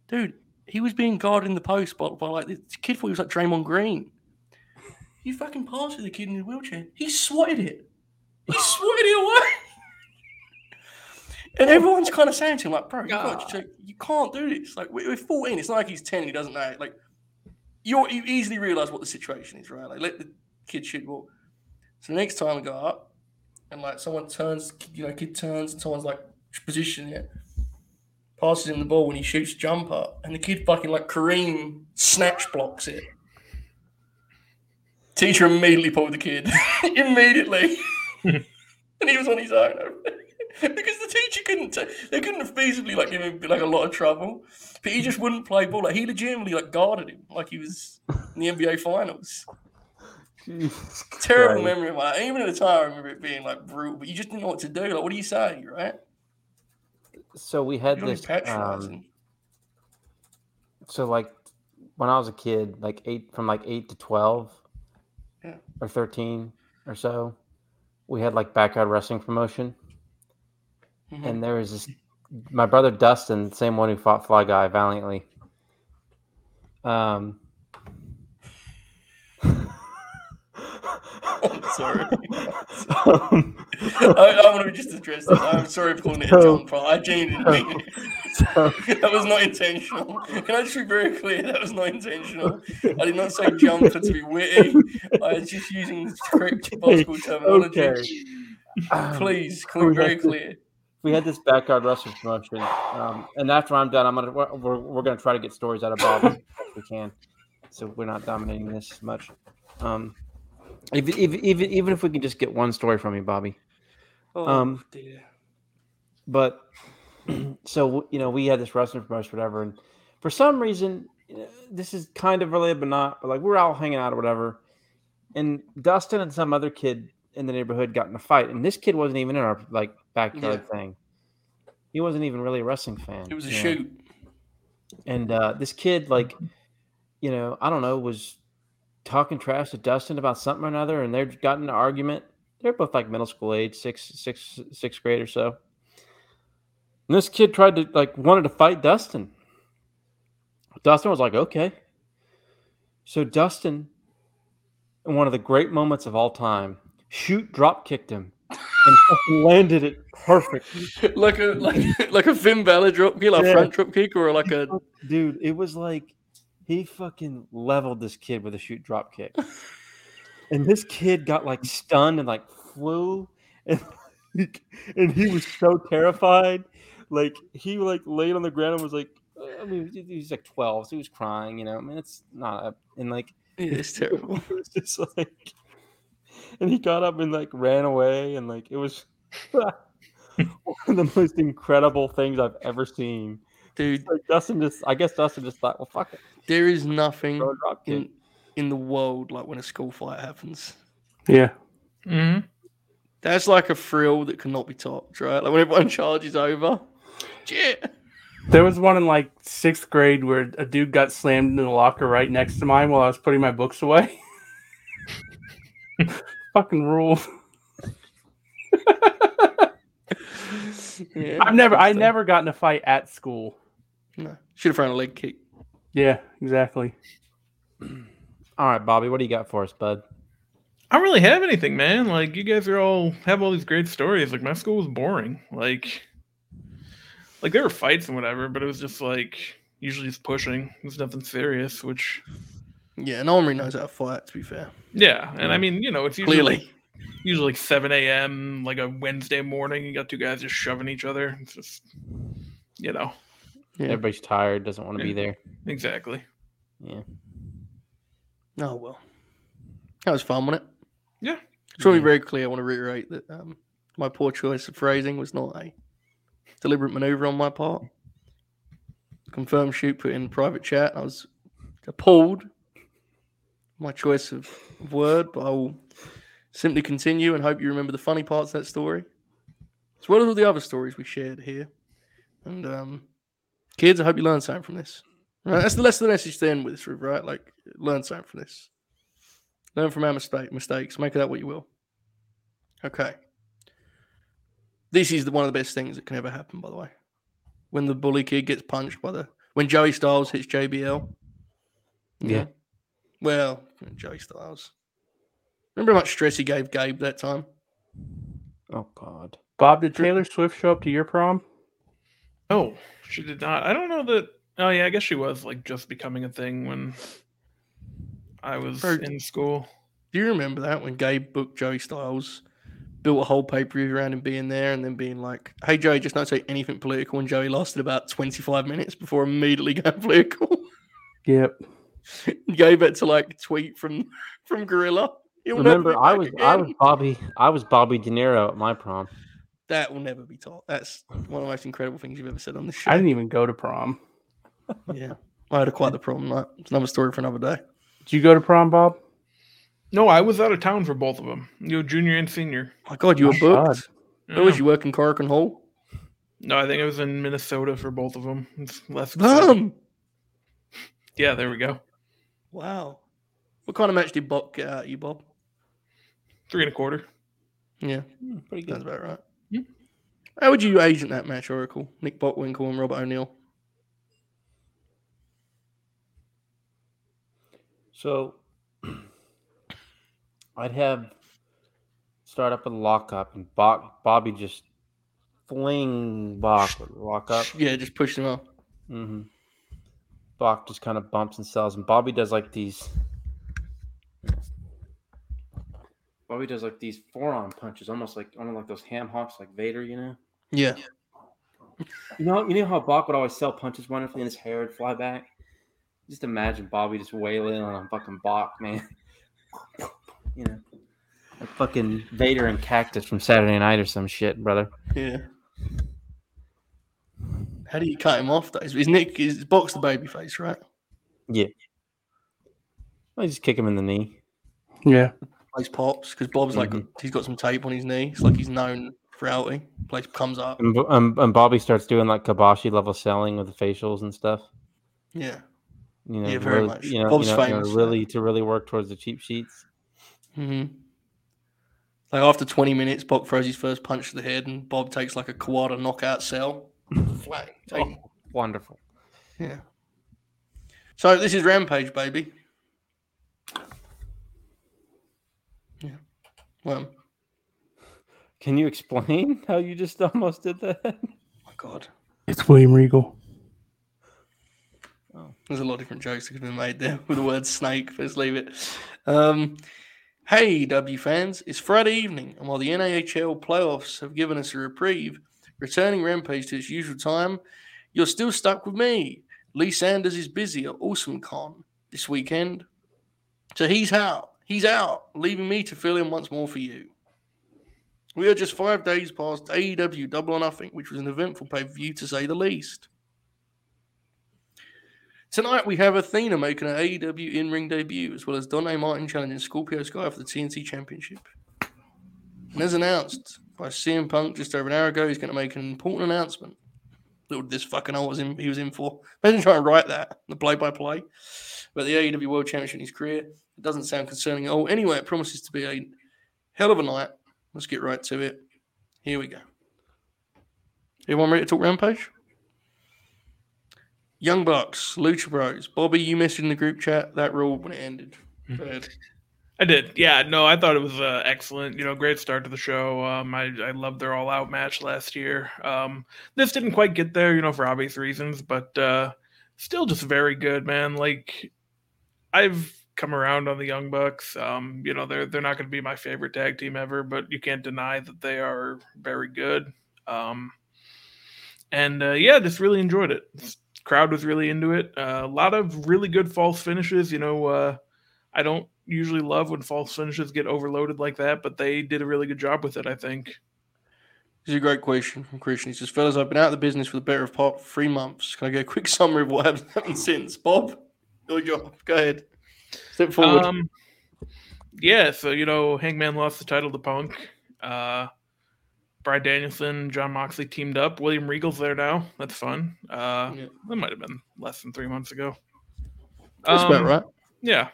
Speaker 2: Dude, he was being guarded in the post by, by like the kid thought he was like Draymond Green. You fucking passed to the kid in the wheelchair. He swatted it. He swatted it away. and everyone's kind of saying to him, like, bro, you, got to, you can't do this. Like, we- we're 14. It's not like he's 10 he doesn't know. it. Like, you're, you easily realize what the situation is, right? Like, let the kid shoot the ball. So the next time I go up, and like someone turns, you know, kid turns, and someone's like positioning it, passes him the ball when he shoots jumper, and the kid fucking like Kareem snatch blocks it. Teacher immediately pulled the kid, *laughs* immediately, and he was on his own because the teacher couldn't. T- they couldn't have feasibly like give him like a lot of trouble, but he just wouldn't play ball. Like he legitimately like guarded him like he was in the NBA finals terrible memory of mine. Even at the time, I remember it being like brutal, but you just didn't know what to do. Like, what do you say, right?
Speaker 6: So we had
Speaker 2: You're only
Speaker 6: this.
Speaker 2: patronizing.
Speaker 6: Um, so like when I was a kid, like eight from like eight to twelve,
Speaker 2: Yeah.
Speaker 6: or thirteen or so, we had like backyard wrestling promotion,
Speaker 2: Mhm.
Speaker 6: and there was this. My brother Dustin, the same one who fought Fly Guy valiantly. Um.
Speaker 2: *laughs* sorry.
Speaker 6: Um,
Speaker 2: I, I want to just address this. I'm sorry for calling it a dumb part. I genuinely didn't mean it. *laughs* that was not intentional. Can I just be very clear? That was not intentional. I did not
Speaker 6: *laughs*
Speaker 2: say jump for to be witty. I was just using the correct possible terminology.
Speaker 6: um,
Speaker 2: Please, can we be very clear?
Speaker 6: we had this backyard wrestling promotion, um, and after I'm done, I'm gonna we're, we're, we're gonna try to get stories out of Bob as best we can, so we're not dominating this as much. Um, if, if, even even if we can just get one story from you, Bobby.
Speaker 2: Oh,
Speaker 6: Um,
Speaker 2: dear.
Speaker 6: But *clears throat* so you know, we had this wrestling promotion, whatever, and for some reason, you know, this is kind of related, but not. But like we're all hanging out or whatever, and Dustin and some other kid in the neighborhood got in a fight, and this kid wasn't even in our like backyard thing. He wasn't even really a wrestling fan.
Speaker 2: It was a
Speaker 6: you know?
Speaker 2: shoot.
Speaker 6: and uh, this kid like you know i don't know was talking trash to dustin about something or another and they've gotten an argument they're both like middle school age six six sixth grade or so and this kid tried to like wanted to fight dustin dustin was like okay so dustin in one of the great moments of all time shoot drop kicked him and *laughs* fucking landed it perfect
Speaker 2: Like a like *laughs* like a Finn Balor drop kick, like
Speaker 6: Yeah.
Speaker 2: a front drop kick, or like a
Speaker 6: dude it was like he fucking leveled this kid with a shoot drop kick and this kid got like stunned and like flew and like, and he was so terrified like he like laid on the ground and was like i mean he- he's like 12 so he was crying you know i mean it's not a, and like
Speaker 2: Yeah, it's terrible.
Speaker 6: it was just like and he got up and like ran away and like it was *laughs* one of the most incredible things i've ever seen
Speaker 2: Dude,
Speaker 6: like Dustin just, I guess Dustin just thought, well, fuck it,
Speaker 2: there is nothing
Speaker 6: throw a drop kick.
Speaker 2: in, in the world like when a school fight happens.
Speaker 5: Yeah.
Speaker 4: Mm-hmm.
Speaker 2: That's like a thrill that cannot be topped, right? Like when everyone *laughs* charges over. Yeah.
Speaker 5: There was one in like sixth grade where a dude got slammed into the locker right next to mine while I was putting my books away. *laughs* Fucking rule.
Speaker 2: yeah.
Speaker 5: I've never, I never got in a fight at school.
Speaker 2: No. Should have thrown a leg kick.
Speaker 5: Yeah, exactly.
Speaker 6: All right, Bobby, what do you got for us, bud?
Speaker 4: I don't really have anything, man. Like you guys are all have all these great stories. Like my school was boring. Like, like there were fights and whatever, but it was just like usually just pushing. It was nothing serious. Which
Speaker 2: Yeah, no one really knows how to fight, to be fair.
Speaker 4: yeah, and I mean you know it's usually
Speaker 2: Clearly.
Speaker 4: usually like seven a.m. like a Wednesday morning. You got two guys just shoving each other. It's just you know
Speaker 2: Yeah.
Speaker 6: Everybody's tired, doesn't want to be there.
Speaker 4: exactly.
Speaker 2: Oh well. That was fun, wasn't it?
Speaker 4: Yeah.
Speaker 2: Just want to be very clear, I want to reiterate that um, my poor choice of phrasing was not a deliberate maneuver on my part. confirm shoot put in private chat. I was appalled. My choice of word, but I will simply continue and hope you remember the funny parts of that story, as well as all the other stories we shared here. And um, kids, I hope you learned something from this. Right? That's the that's the message to end with, right? Like learn something from this. Learn from our mistake mistakes. Make of that what you will. Okay. This is the, one of the best things that can ever happen, by the way. When the bully kid gets punched by the when Joey Styles hits JBL. You
Speaker 6: Yeah.
Speaker 2: know? Well, Joey Styles. Remember how much stress he gave Gabe that time?
Speaker 6: Oh God.
Speaker 5: Bob, did Taylor Swift show up to your prom?
Speaker 4: Oh, she did not. I don't know that. Oh yeah, I guess she was like just becoming a thing when I was
Speaker 2: Her-
Speaker 4: in school.
Speaker 2: Do you remember that when Gabe booked Joey Styles, built a whole pay per view around him being there, and then being like, "Hey Joey, just don't say anything political." And Joey lasted about twenty five minutes before immediately *laughs* going political.
Speaker 5: Yep.
Speaker 2: Gabe had to like tweet from from Gorilla. It will never be
Speaker 6: Remember, I
Speaker 2: back
Speaker 6: was I
Speaker 2: again.
Speaker 6: was Bobby I was Bobby De Niro at my prom.
Speaker 2: That will never be taught. That's one of the most incredible things you've ever said on this show.
Speaker 5: I didn't even go to prom.
Speaker 2: yeah, I had a quite the problem. Like, it's another story for another day.
Speaker 5: Did you go to prom, Bob?
Speaker 4: No, I was out of town for both of them. You know, junior and senior. Oh.
Speaker 2: My God, you were
Speaker 5: My God.
Speaker 2: booked. Where was you working, Corrigan Hall?
Speaker 4: No, I think I was in Minnesota for both of them. It's *laughs* less.
Speaker 2: Boom!
Speaker 4: Yeah, there we go.
Speaker 2: Wow. What kind of match did Bob get out of you, Bob?
Speaker 4: Three and a quarter.
Speaker 2: Yeah.
Speaker 6: Pretty
Speaker 2: That's about right.
Speaker 4: Yeah.
Speaker 2: How would you agent that match, Oracle? Nick Botwinkle and Robert O'Neill.
Speaker 6: So *clears throat* I'd have start up with lockup and Bob, Bobby just fling Bach with lockup.
Speaker 2: Yeah, just push them up.
Speaker 6: Mm-hmm. Bach just kind of bumps and sells, and Bobby does like these. Bobby does like these forearm punches, almost like almost like those ham hocks, like Vader, you know.
Speaker 2: Yeah.
Speaker 6: You know, you know how Bach would always sell punches wonderfully, and his hair would fly back. Just imagine Bobby just wailing on a fucking Bach, man. *laughs* you know, like fucking Vader and Cactus from Saturday Night or some shit, brother.
Speaker 2: Yeah. How do you cut him off though? Is Nick is box the baby face, right?
Speaker 6: I just kick him in the knee.
Speaker 5: Yeah.
Speaker 2: Plays pops because Bob's like he's got some tape on his knee. It's like he's known for outing. Place comes up.
Speaker 6: And, Bo- um, and Bobby starts doing like Kabashi level selling with the facials and stuff.
Speaker 2: Yeah.
Speaker 6: You know,
Speaker 2: Yeah,
Speaker 6: to
Speaker 2: very
Speaker 6: really-
Speaker 2: much.
Speaker 6: You know,
Speaker 2: Bob's
Speaker 6: you know, you know,
Speaker 2: famous for that.
Speaker 6: really to really work towards the cheap sheets.
Speaker 2: hmm Like after 20 minutes, Bob throws his first punch to the head, and Bob takes like a Kawada knockout cell. Flat. Take-
Speaker 6: Wonderful. *laughs*
Speaker 2: Yeah. So this is Rampage, baby. Yeah. Well,
Speaker 6: Can you explain how you just *laughs* almost did that?
Speaker 2: my God,
Speaker 5: It's William Regal.
Speaker 2: Oh, there's a lot of different jokes that could be made there with the word snake. Let's leave it. Um, hey, W fans, it's Friday evening, and while the NAHL playoffs have given us a reprieve, returning Rampage to its usual time, you're still stuck with me. Lee Sanders is busy at Awesome Con this weekend, so he's out. He's out, leaving me to fill in once more for you. We are just five days past AEW Double or Nothing, which was an eventful pay per view to say the least. Tonight we have Athena making her AEW in ring debut, as well as Don A. Martin challenging Scorpio Sky for the TNT Championship. And as announced by CM Punk just over an hour ago, he's going to make an important announcement. Little did this fucking hole was in, he was in for. Imagine trying to write that, the play by play. But the AEW World Championship in his career, it doesn't sound concerning at all. Anyway, it promises to be a hell of a night. Let's get right to it. Here we go. Everyone ready to talk Rampage? Young Bucks, Lucha Bros. Bobby, you messaged in the group chat that ruled when it ended.
Speaker 4: Mm-hmm.
Speaker 2: Go ahead.
Speaker 4: I did. Yeah, no, I thought it was uh, excellent. You know, great start to the show. Um, I, I loved their all out match last year. Um, this didn't quite get there, you know, for obvious reasons, but uh, still just very good, man. Like, I've come around on the Young Bucks. Um, you know, they're they're not going to be my favorite tag team ever, but you can't deny that they are very good. Um, and uh, yeah, just really enjoyed it. Crowd was really into it. Uh, a lot of really good false finishes. You know, uh, I don't usually love when false finishes get overloaded like that, but they did a really good job with it. I think.
Speaker 2: This is a great question from Christian. He says, Fellas, I've been out of the business for the better of part three months. Can I get a quick summary of what happened- *laughs* happened since? Bob, your job. Go ahead. Step forward.
Speaker 4: Um, yeah, so you know, Hangman lost the title to Punk. Uh, Brian Danielson, John Moxley teamed up. William Regal's there now. That's fun. Uh,
Speaker 2: Yeah.
Speaker 4: That might have been less than three months ago.
Speaker 2: That's
Speaker 4: Um,
Speaker 2: about right.
Speaker 4: Yeah,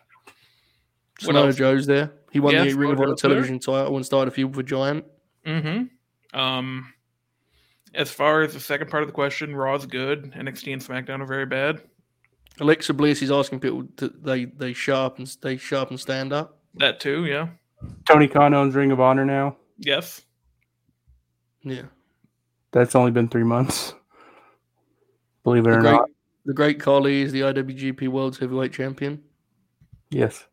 Speaker 4: what
Speaker 2: Samoa
Speaker 4: else?
Speaker 2: Joe's there. He won
Speaker 4: Yeah,
Speaker 2: the Ring
Speaker 4: Samoa
Speaker 2: of Honor
Speaker 4: Joe's there.
Speaker 2: television title and started a feud with Giant.
Speaker 4: Mm-hmm. Um, as far as the second part of the question, Raw's good. NXT and SmackDown are very bad.
Speaker 2: Alexa Bliss is asking people to they they sharp and they sharp and stand up.
Speaker 4: That too, yeah.
Speaker 5: Tony Khan owns Ring of Honor now.
Speaker 4: Yes.
Speaker 2: Yeah,
Speaker 5: That's only been three months. Believe it
Speaker 2: the
Speaker 5: or
Speaker 2: great,
Speaker 5: not.
Speaker 2: the great Carly is the IWGP World's Heavyweight Champion.
Speaker 5: Yes.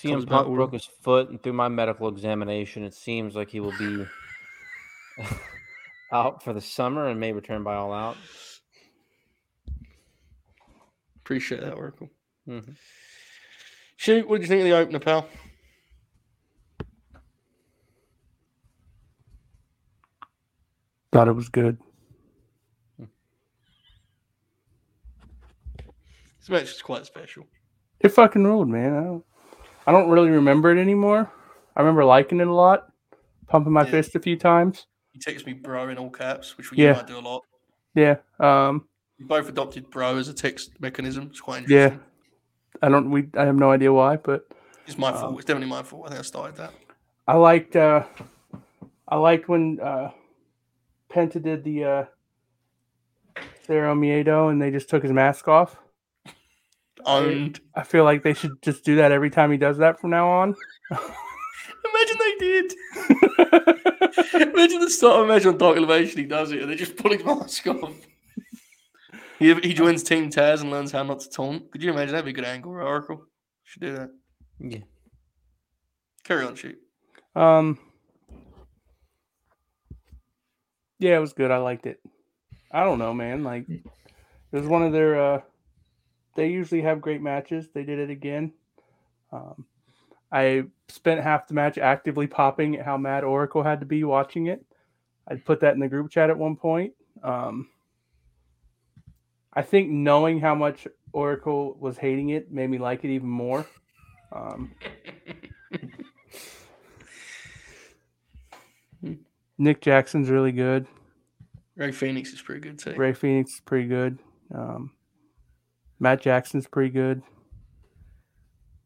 Speaker 2: Comes
Speaker 6: CM
Speaker 2: back
Speaker 6: Punk
Speaker 2: with-
Speaker 6: broke his foot, and through my medical examination, it seems like he will be *laughs* out for the summer and may return by all out.
Speaker 2: Appreciate that, Oracle.
Speaker 5: Mm-hmm.
Speaker 6: Mhm.
Speaker 2: Shoot, what did you think of the opener, pal?
Speaker 5: Thought it was good.
Speaker 2: This match is quite special.
Speaker 5: It fucking ruled, man. I don't, I don't really remember it anymore. I remember liking it a lot, pumping my
Speaker 2: Yeah.
Speaker 5: fist a few times.
Speaker 2: He texts me bro in all caps, which we
Speaker 5: Yeah.
Speaker 2: might do a lot.
Speaker 5: Yeah. Um,
Speaker 2: We both adopted bro as a text mechanism. It's quite
Speaker 5: Yeah.
Speaker 2: interesting.
Speaker 5: I don't. We. I have no idea why, but
Speaker 2: It's my fault.
Speaker 5: Um,
Speaker 2: It's definitely my fault. I think I started that.
Speaker 5: I liked. uh I liked when uh Penta did the uh Cerro Miedo, and they just took his mask off.
Speaker 2: Owned. *laughs*
Speaker 5: I feel like they should just do that every time he does that from now on. *laughs*
Speaker 2: Imagine they did. Imagine the start of a match on Dark Elevation. He does it, and they just pull his mask off. He, he joins Team Taz and learns how not to taunt. Could you imagine that'd be a good angle, right, Oracle? Should do that.
Speaker 6: Yeah.
Speaker 2: Carry on, shoot.
Speaker 5: um. Yeah, it was good. I liked it. I don't know, man. Like it was one of their. uh They usually have great matches. They did it again. Um, I spent half the match actively popping at how mad Oracle had to be watching it. I put that in the group chat at one point. Um, I think knowing how much Oracle was hating it made me like it even more. Um, Nick Jackson's really good.
Speaker 2: Ray Phoenix is pretty good too.
Speaker 5: Ray Phoenix is pretty good. Um, Matt Jackson's pretty good.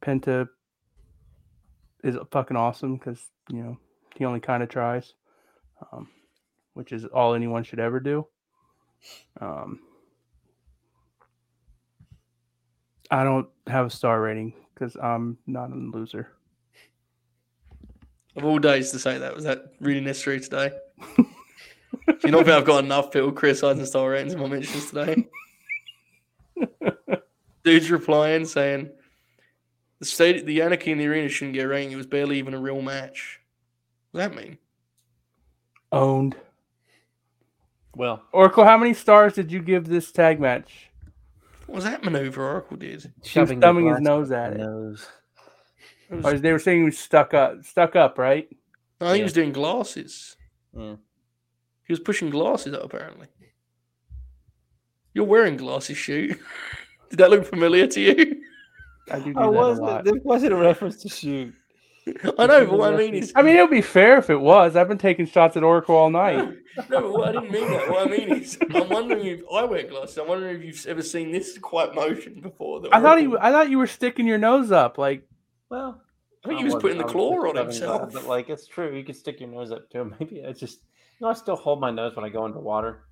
Speaker 5: Penta is fucking awesome because you know he only kind of tries, um, which is all anyone should ever do. Um, I don't have a star rating because I'm not a loser.
Speaker 2: Of all days to say that, was that really necessary today? Do you not think I've got enough people criticizing Star Ratings in my mentions today? Dude's replying saying, "The state, the anarchy in the arena shouldn't get a rating. It was barely even a real match." What does that mean?
Speaker 5: Owned.
Speaker 6: Well,
Speaker 5: Oracle, how many stars did you give this tag match?
Speaker 2: What was that maneuver Oracle did?
Speaker 5: He was
Speaker 6: shoving the
Speaker 5: thumbing his
Speaker 6: glass
Speaker 5: nose
Speaker 6: up
Speaker 5: at
Speaker 6: my
Speaker 5: it.
Speaker 6: nose.
Speaker 2: It was-
Speaker 5: Or they were saying he was stuck up, stuck up, right?
Speaker 2: I think he was doing glasses.
Speaker 6: Yeah.
Speaker 2: He was pushing glasses up, apparently. You're wearing glasses, shoot. *laughs* Did that look familiar to you? *laughs*
Speaker 5: I do do
Speaker 6: I
Speaker 5: that a
Speaker 6: wasn't.
Speaker 5: lot.
Speaker 6: There wasn't a reference to shoot.
Speaker 2: I know, but what I mean is,
Speaker 5: *laughs* I mean, it would be fair if it was. I've been taking shots at Oracle all night.
Speaker 2: No, but what I didn't mean that. What I mean is, I'm wondering if I wear glasses. I'm wondering if you've ever seen this quiet motion before. that
Speaker 5: I thought he,
Speaker 2: Oracle-
Speaker 5: I thought you were sticking your nose up. Like,
Speaker 6: Well,
Speaker 2: I think he was
Speaker 6: wasn't-
Speaker 2: putting the
Speaker 6: was
Speaker 2: claw
Speaker 6: just
Speaker 2: on
Speaker 6: shoving
Speaker 2: himself.
Speaker 6: glass, But
Speaker 2: *laughs*
Speaker 6: like, it's true. You can stick your nose up too. *laughs* Maybe I just. You know, I still hold my nose when I go into water.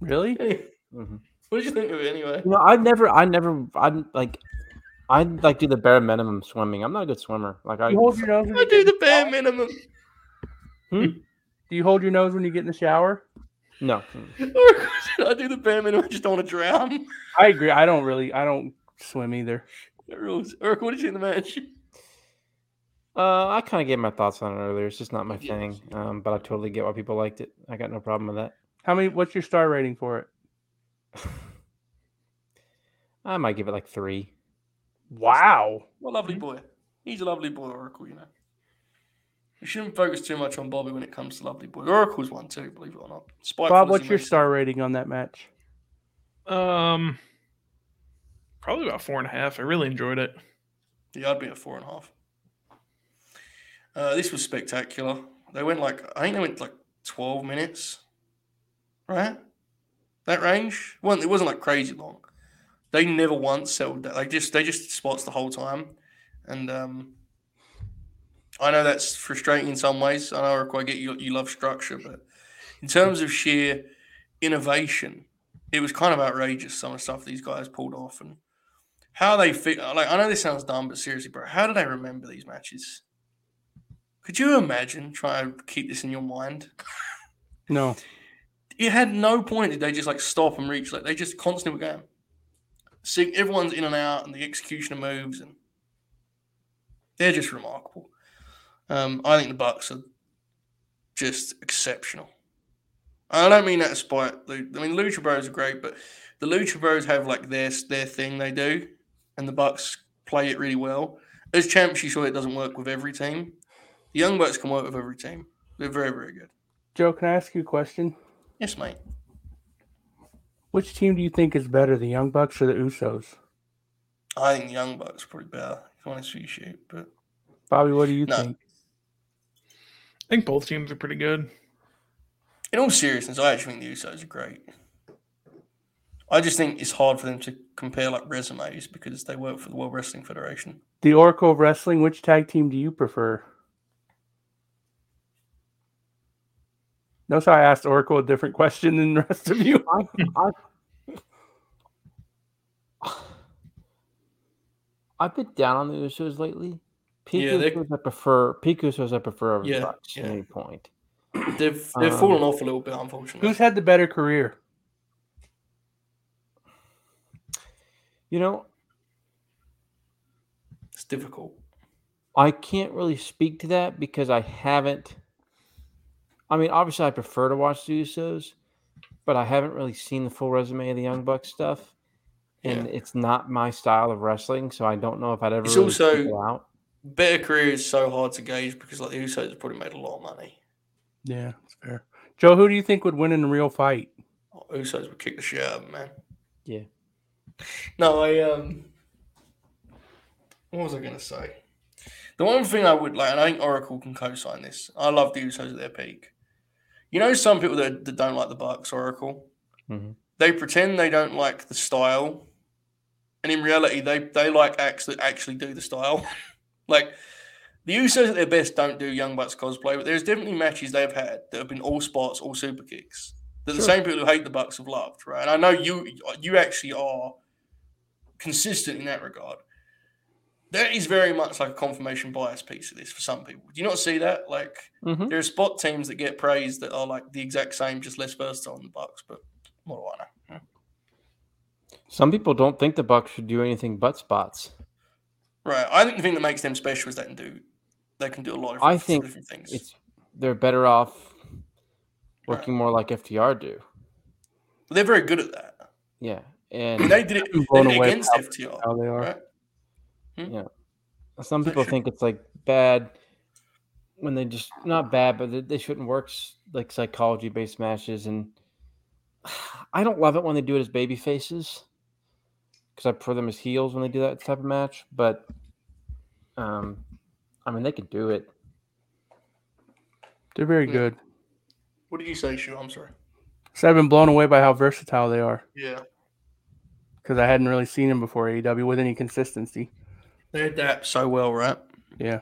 Speaker 5: really?
Speaker 2: Anyway,
Speaker 6: Mhm.
Speaker 2: What did you think of it anyway?
Speaker 6: You know, I never, I never, I'm like, I like do the bare minimum swimming. I'm not a good swimmer. Like I,
Speaker 5: You hold your nose. When
Speaker 2: I
Speaker 5: you
Speaker 2: do
Speaker 5: get,
Speaker 2: the bare minimum. *laughs*
Speaker 5: do you hold your nose when you get in the shower?
Speaker 6: no,
Speaker 2: Oracle said, I do the bare minimum. I just don't want to drown.
Speaker 5: I agree. I don't really. I don't swim either.
Speaker 2: That rules. Oracle, what did you think of the match?
Speaker 6: uh, I kind of gave my thoughts on it earlier. It's just not my
Speaker 2: Yes.
Speaker 6: thing. Um, but I totally get why people liked it. I got no problem with that.
Speaker 5: How many? What's your star rating for it?
Speaker 6: I might give it like three.
Speaker 5: Wow.
Speaker 2: What a lovely boy. He's a lovely boy, Oracle, you know. You shouldn't focus too much on Bobby when it comes to Lovely Boy. Oracle's one too, believe it or not. Spiteful
Speaker 5: Bob,
Speaker 2: as
Speaker 5: what's
Speaker 2: he
Speaker 5: your
Speaker 2: may
Speaker 5: star rating on that match?
Speaker 4: Um, probably about four and a half. I really enjoyed it.
Speaker 2: Yeah, I'd be at four and a half. Uh, this was spectacular. They went like I think they went like twelve minutes, right? That range. Well, it wasn't like crazy long. They never once settled that. They just they just spots the whole time, and um, I know that's frustrating in some ways. I know Oracle, I get you you love structure, but in terms of sheer innovation, it was kind of outrageous some of the stuff these guys pulled off and how they fig- like I know this sounds dumb, but seriously, bro, how do they remember these matches? Could you imagine trying to keep this in your mind?
Speaker 5: No.
Speaker 2: It had no point did they just like stop and reach. Like they just constantly were going. See, everyone's in and out, and the executioner moves, and they're just remarkable. Um, I think the Bucks are just exceptional. I don't mean that to spite. I mean, Lucha Bros are great, but the Lucha Bros have like their their thing they do, and the Bucks play it really well. As champs, you saw it doesn't work with every team. The Young Bucks can work with every team. They're very very good.
Speaker 5: Joe, can I ask you a question?
Speaker 2: Yes, mate.
Speaker 5: Which team do you think is better, the Young Bucks or the Usos?
Speaker 2: I think the Young Bucks are probably better. If I want to shoot, but
Speaker 5: Bobby, what do you
Speaker 2: No.
Speaker 5: think?
Speaker 4: I think both teams are pretty good.
Speaker 2: in all seriousness, I actually think the Usos are great. I just think it's hard for them to compare like resumes because they work for the World Wrestling Federation.
Speaker 5: The Oracle of Wrestling, which tag team do you prefer? Notice how I asked Oracle a different question than the rest of you.
Speaker 6: I've been down on the Usos lately. Peak
Speaker 2: Yeah, they-
Speaker 6: Usos I prefer. Peak Usos I prefer over
Speaker 2: Yeah,
Speaker 6: the Bucks
Speaker 2: yeah.
Speaker 6: at any point.
Speaker 2: They've they've fallen off a little bit, unfortunately.
Speaker 5: *laughs* Um, Who's had the better career?
Speaker 6: You know,
Speaker 2: It's difficult.
Speaker 6: I can't really speak to that because I haven't. I mean, obviously, I prefer to watch the Usos, but I haven't really seen the full resume of the Young Bucks stuff, and it's not my style of wrestling, so I don't know if I'd ever.
Speaker 2: It's
Speaker 6: really
Speaker 2: also-
Speaker 6: figure out.
Speaker 2: better career is so hard to gauge because like the Usos have probably made a lot of money.
Speaker 5: Yeah, that's fair. Joe, who do you think would win in a real fight?
Speaker 2: Oh, Usos would kick the shit out of 'em, man.
Speaker 6: Yeah.
Speaker 2: No, I um. What was I gonna say? The one thing I would like, and I think Oracle can co-sign this. I love the Usos at their peak. You know, some people that, that don't like the Bucks, Oracle,
Speaker 6: Mhm.
Speaker 2: they pretend they don't like the style, and in reality, they they like acts that actually do the style. *laughs* like the Usos at their best don't do Young Bucks cosplay, but there's definitely matches they've had that have been all spots, all super kicks that the same people who hate the Bucks have loved, right? And I know you you actually are consistent in that regard. That is very much like a confirmation bias piece of this for some people. Do you not see that? Like
Speaker 6: Mhm.
Speaker 2: there are spot teams that get praised that are like the exact same, just less versatile than the Bucks. But what do I know?
Speaker 6: Some people don't think the Bucks should do anything but spots.
Speaker 2: Right. I think the thing that makes them special is they can do they can do a lot of
Speaker 6: I think
Speaker 2: different things.
Speaker 6: It's they're better off working more like FTR do.
Speaker 2: But they're very good at that.
Speaker 6: Yeah,
Speaker 2: I
Speaker 6: and
Speaker 2: mean, they did it, they
Speaker 5: blown
Speaker 2: did it
Speaker 5: away
Speaker 2: against
Speaker 5: by
Speaker 2: FTR.
Speaker 5: How they are.
Speaker 2: Right.
Speaker 6: some
Speaker 2: They
Speaker 6: people
Speaker 2: should-
Speaker 6: think it's like bad when they just not bad, but they, they shouldn't work s- like psychology based matches. And *sighs* I don't love it when they do it as baby faces because I prefer them as heels when they do that type of match. But um, I mean, they could do it.
Speaker 5: They're very
Speaker 2: Yeah.
Speaker 5: good.
Speaker 2: What did you say, Shu? I'm sorry.
Speaker 5: So I've been blown away by how versatile they are
Speaker 2: Yeah.
Speaker 5: because I hadn't really seen them before AEW with any consistency.
Speaker 2: They adapt so well, right?
Speaker 5: Yeah.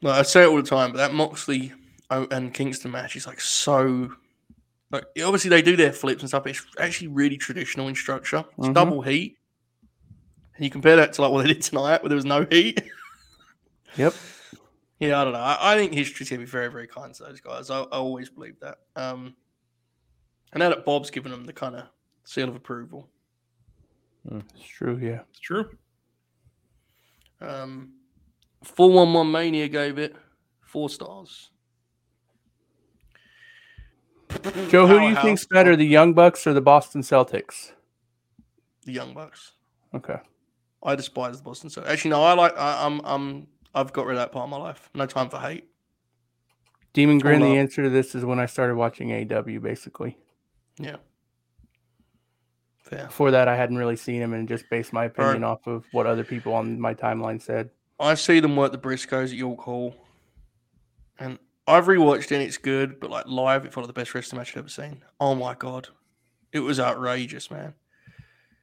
Speaker 2: Like I say it all the time, but that Moxley o- and Kingston match is like so. Like obviously they do their flips and stuff. But it's actually really traditional in structure. It's
Speaker 5: Mhm.
Speaker 2: double heat. And you compare that to like what they did tonight, where there was no heat.
Speaker 5: *laughs* Yep.
Speaker 2: yeah, I don't know. I, I think history's gonna be very, very kind to those guys. I, I always believe that. Um, and now that Bob's given them the kind of seal of approval,
Speaker 5: It's true. Yeah.
Speaker 4: It's true.
Speaker 2: um, four one one mania gave it four stars.
Speaker 5: Joe, who do you
Speaker 2: Powerhouse.
Speaker 5: think's better, the Young Bucks or the Boston Celtics?
Speaker 2: The Young Bucks.
Speaker 5: Okay.
Speaker 2: I despise the Boston Celtics. Actually, no, I like. I, I'm I'm I've got rid of that part of my life. No time for hate.
Speaker 5: Demon Grin,
Speaker 2: Hold
Speaker 5: the
Speaker 2: up.
Speaker 5: answer to this is when I started watching AW, basically.
Speaker 2: Yeah. Fair.
Speaker 5: Before that, I hadn't really seen him and just based my opinion
Speaker 2: Alright.
Speaker 5: off of what other people on my timeline said.
Speaker 2: I see them work the Briscoes at York Hall, and I've rewatched it and it's good, but like live, it's one of the best wrestling match I've ever seen. Oh my god, it was outrageous, man.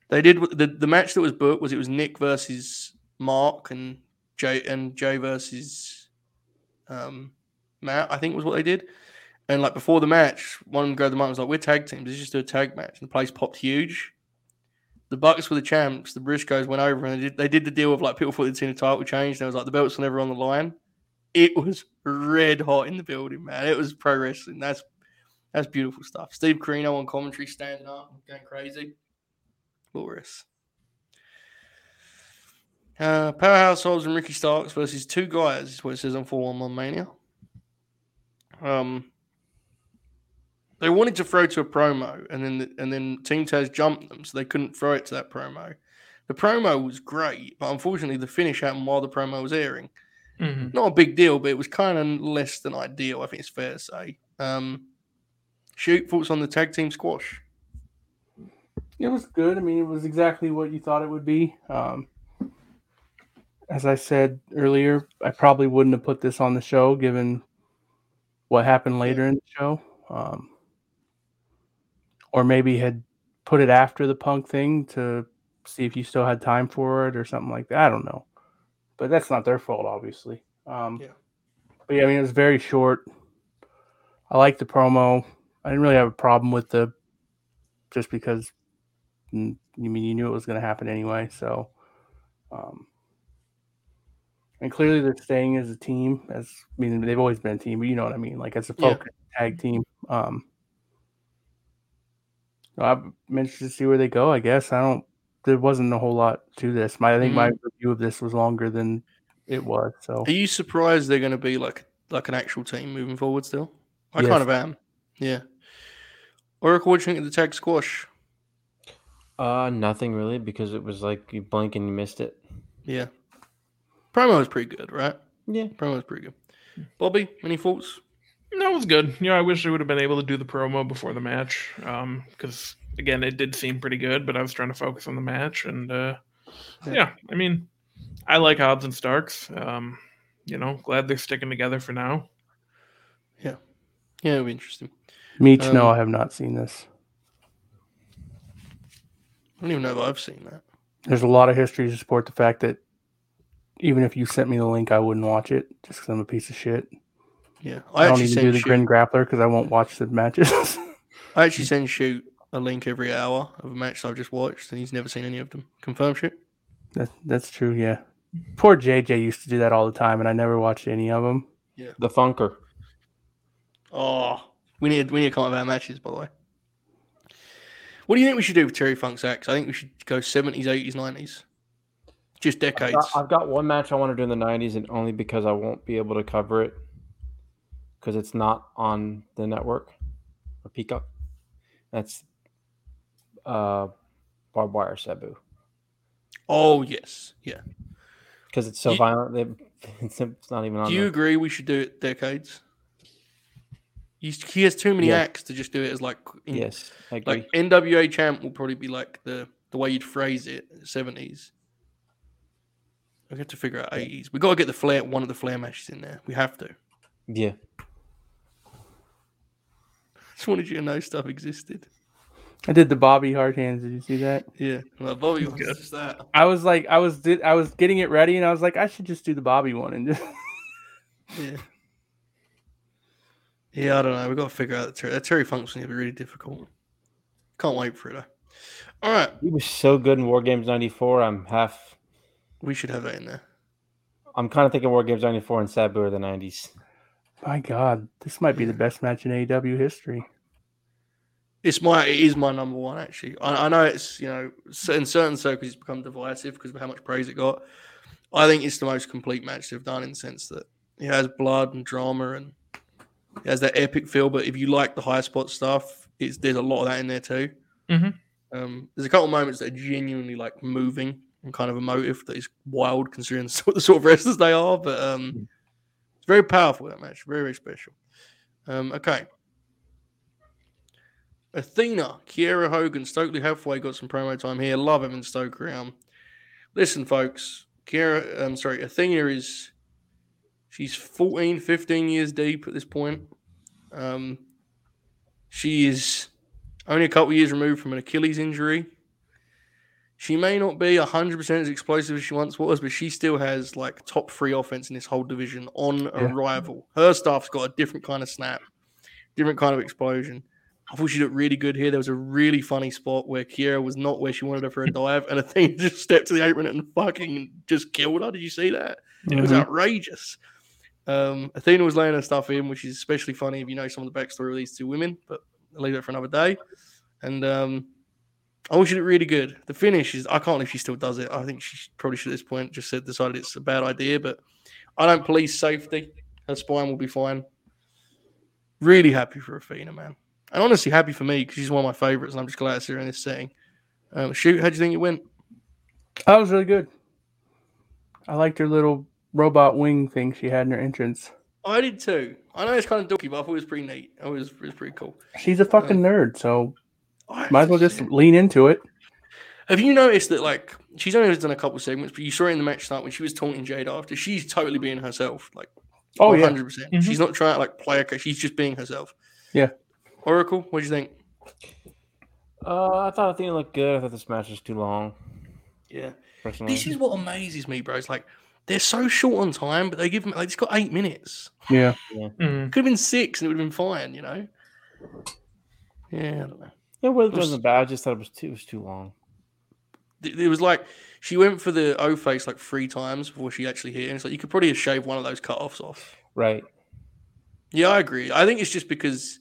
Speaker 2: They did what- the the match that was booked was it was Nick versus Mark and Jay and Jay versus um, Matt, I think was what they did. And like before the match, one guy the mic was like, "We're tag teams. Let's just do a tag match." And the place popped huge. The Bucks were the champs. The Briscoes went over and they did, they did the deal of like people thought they'd seen a title change. And it was like the belts were never on the line. It was red hot in the building, man. It was pro wrestling. That's that's beautiful stuff. Steve Carino on commentary, standing up, going crazy. Glorious. Uh, Powerhouse Hobbs and Ricky Starks versus two guys is what it says on 411 Mania. Um, they wanted to throw to a promo, and then and then Team Taz jumped them, so they couldn't throw it to that promo. The promo was great, but unfortunately, the finish happened while the promo was airing.
Speaker 4: Mhm.
Speaker 2: Not a big deal, but it was kind of less than ideal. I think it's fair to say. Um, shoot thoughts on the tag team squash.
Speaker 5: It was good. I mean, it was exactly what you thought it would be. Um, as I said earlier, I probably wouldn't have put this on the show given what happened later in the show. Um, or maybe had put it after the punk thing to see if you still had time for it or something like that. I don't know. But that's not their fault, obviously. Um,
Speaker 2: Yeah.
Speaker 5: But yeah, I mean, it was very short. I liked the promo. I didn't really have a problem with the just because n- you mean you knew it was going to happen anyway. So, um, and clearly they're staying as a team. As I mean, they've always been a team, but you know what I mean. Like as a
Speaker 2: Yeah.
Speaker 5: focus tag team. Um, I'm interested to see where they go. I guess I don't. There wasn't a whole lot to this. My I think my
Speaker 2: Mm-hmm.
Speaker 5: review of this was longer than it was. So
Speaker 2: Are you surprised they're going to be like like an actual team moving forward? Still, I
Speaker 5: Yes.
Speaker 2: kind of am. Yeah. Oracle, what do you think of the tag squash?
Speaker 6: Uh, nothing really because it was like you blink and you missed it.
Speaker 2: Yeah. Promo was pretty good, right?
Speaker 6: Yeah.
Speaker 2: Promo was pretty good. Bobby, any thoughts?
Speaker 4: That was good. You know, I wish I would have been able to do the promo before the match, because again, it did seem pretty good. But I was trying to focus on the match, and uh,
Speaker 2: Yeah.
Speaker 4: yeah. I mean, I like Hobbs and Starks. Um, you know, glad they're sticking together for now.
Speaker 2: Yeah, it'll be interesting.
Speaker 5: Meech, no,
Speaker 2: Um,
Speaker 5: I have not seen this.
Speaker 2: I don't even know if I've seen that.
Speaker 5: There's a lot of history to support the fact that even if you sent me the link, I wouldn't watch it just because I'm a piece of shit.
Speaker 2: Yeah. I,
Speaker 5: I, don't
Speaker 2: actually
Speaker 5: need to do
Speaker 2: send
Speaker 5: the
Speaker 2: shoot,
Speaker 5: grin grappler because I won't watch the matches. *laughs*
Speaker 2: I actually send shoot a link every hour of a match that I've just watched, and he's never seen any of them. Confirm shoot.
Speaker 5: that's that's true. Yeah, poor JJ used to do that all the time, and I never watched any of them.
Speaker 6: The Funker.
Speaker 2: Oh, we need we need to come up with our matches, by the way. What do you think we should do with Terry Funk's acts? I think we should go seventies, eighties, nineties, just
Speaker 6: I've
Speaker 2: decades.
Speaker 6: got, I've got one match I want to do in the '90s, and only because I won't be able to cover it because it's not on the network or Peacock. That's uh, barbed wire Sabu
Speaker 2: Oh yes, yeah.
Speaker 6: because it's so
Speaker 2: You-
Speaker 6: violent. They, *laughs* it's, it's not even on.
Speaker 2: Do you
Speaker 6: the-
Speaker 2: agree we should do it decades? He he has too many
Speaker 6: Yeah.
Speaker 2: acts to just do it as like in-
Speaker 6: yes, I agree.
Speaker 2: like NWA champ will probably be like the the way you'd phrase it seventies. We have to figure out eighties. We gotta get the flare one of the flare matches in there. We have to. *laughs*
Speaker 6: yeah,
Speaker 2: Just wanted you to know stuff existed.
Speaker 5: I did the Bobby hard hands. Did you see that?
Speaker 2: Yeah. Well, Bobby wants
Speaker 4: Good.
Speaker 2: just that.
Speaker 5: I was like, I was did, I was getting it ready, and I was like, I should just do the Bobby one, and just *laughs*
Speaker 2: Yeah. Yeah, I don't know. We gotta figure out that Terry, that Terry Funk's gonna be really difficult. Can't wait for it though. All right.
Speaker 6: he was so good in War Games '94. I'm half.
Speaker 2: We should have that in there.
Speaker 6: I'm kind of thinking War Games '94 and Sabu are the '90s.
Speaker 5: my God, this might be the best match in AEW history.
Speaker 2: It's my it is my number one actually. I, I know it's you know s- in certain circles it's become divisive because of how much praise it got. I think it's the most complete match they've done in the sense that it has blood and drama and it has that epic feel. But if you like the high spot stuff, it's there's a lot of that in there too.
Speaker 4: Mhm.
Speaker 2: Um, there's a couple moments that are genuinely like moving and kind of emotive that is wild considering *laughs* the sort the sort of wrestlers they are. But um, it's very powerful that match, very very special. Um, okay, Athena, Kiera Hogan, Stokely Halfway got some promo time here. Love having Stoke around. Listen, folks, Kiera, I'm sorry, Athena is she's 14, 15 years deep at this point. Um, she is only a couple of years removed from an Achilles injury. She may not be 100% as explosive as she once was, but she still has like top three offense in this whole division on arrival. Her staff's got a different kind of snap, different kind of explosion. I thought she looked really good here. There was a really funny spot where Kiera was not where she wanted her for a dive, and *laughs* Athena just stepped to the apron and fucking just killed her. Did you see that?
Speaker 4: Mm-hmm.
Speaker 2: It was outrageous. Um, Athena was laying her stuff in, which is especially funny if you know some of the backstory of these two women, but I'll leave that for another day. And um, I wish it looked really good. The finish is, I can't believe she still does it. I think she probably should at this point just said, decided it's a bad idea, but I don't police safety. Her spine will be fine. Really happy for Athena, man. And honestly, happy for me because she's one of my favorites, and I'm just glad to see her in this setting. Um, shoot, how do you think it went?
Speaker 5: That was really good. I liked her little robot wing thing she had in her entrance.
Speaker 2: I did too. I know it's kind of dorky, but I thought it was pretty neat. I was, it was pretty cool.
Speaker 5: She's a fucking nerd, so
Speaker 2: I-
Speaker 5: might as well just lean into it.
Speaker 2: Have you noticed that, like, she's only done a couple segments, but you saw it in the match start when she was taunting Jade after. She's totally being herself. Like,
Speaker 5: Oh yeah,
Speaker 2: 100%. She's not trying to, like, play a ca- She's just being herself.
Speaker 5: Yeah.
Speaker 2: Oracle, what do you think?
Speaker 6: Uh, I thought Athena looked good. I thought this match was too long.
Speaker 2: Yeah.
Speaker 6: Personally,
Speaker 2: This is what amazes me, bro. It's like, they're so short on time, but they give them, like, it's got eight minutes.
Speaker 5: yeah.
Speaker 4: Mm.
Speaker 2: Could have been six and it would have been fine, you know? Yeah, I don't know.
Speaker 6: it was-
Speaker 2: was-
Speaker 6: wasn't bad. I just thought it was too it was too long.
Speaker 2: th- it was like she went for the O face like three times before she actually hit. And it's like you could probably have shaved one of those cutoffs off.
Speaker 6: Right.
Speaker 2: Yeah, I agree. I think it's just because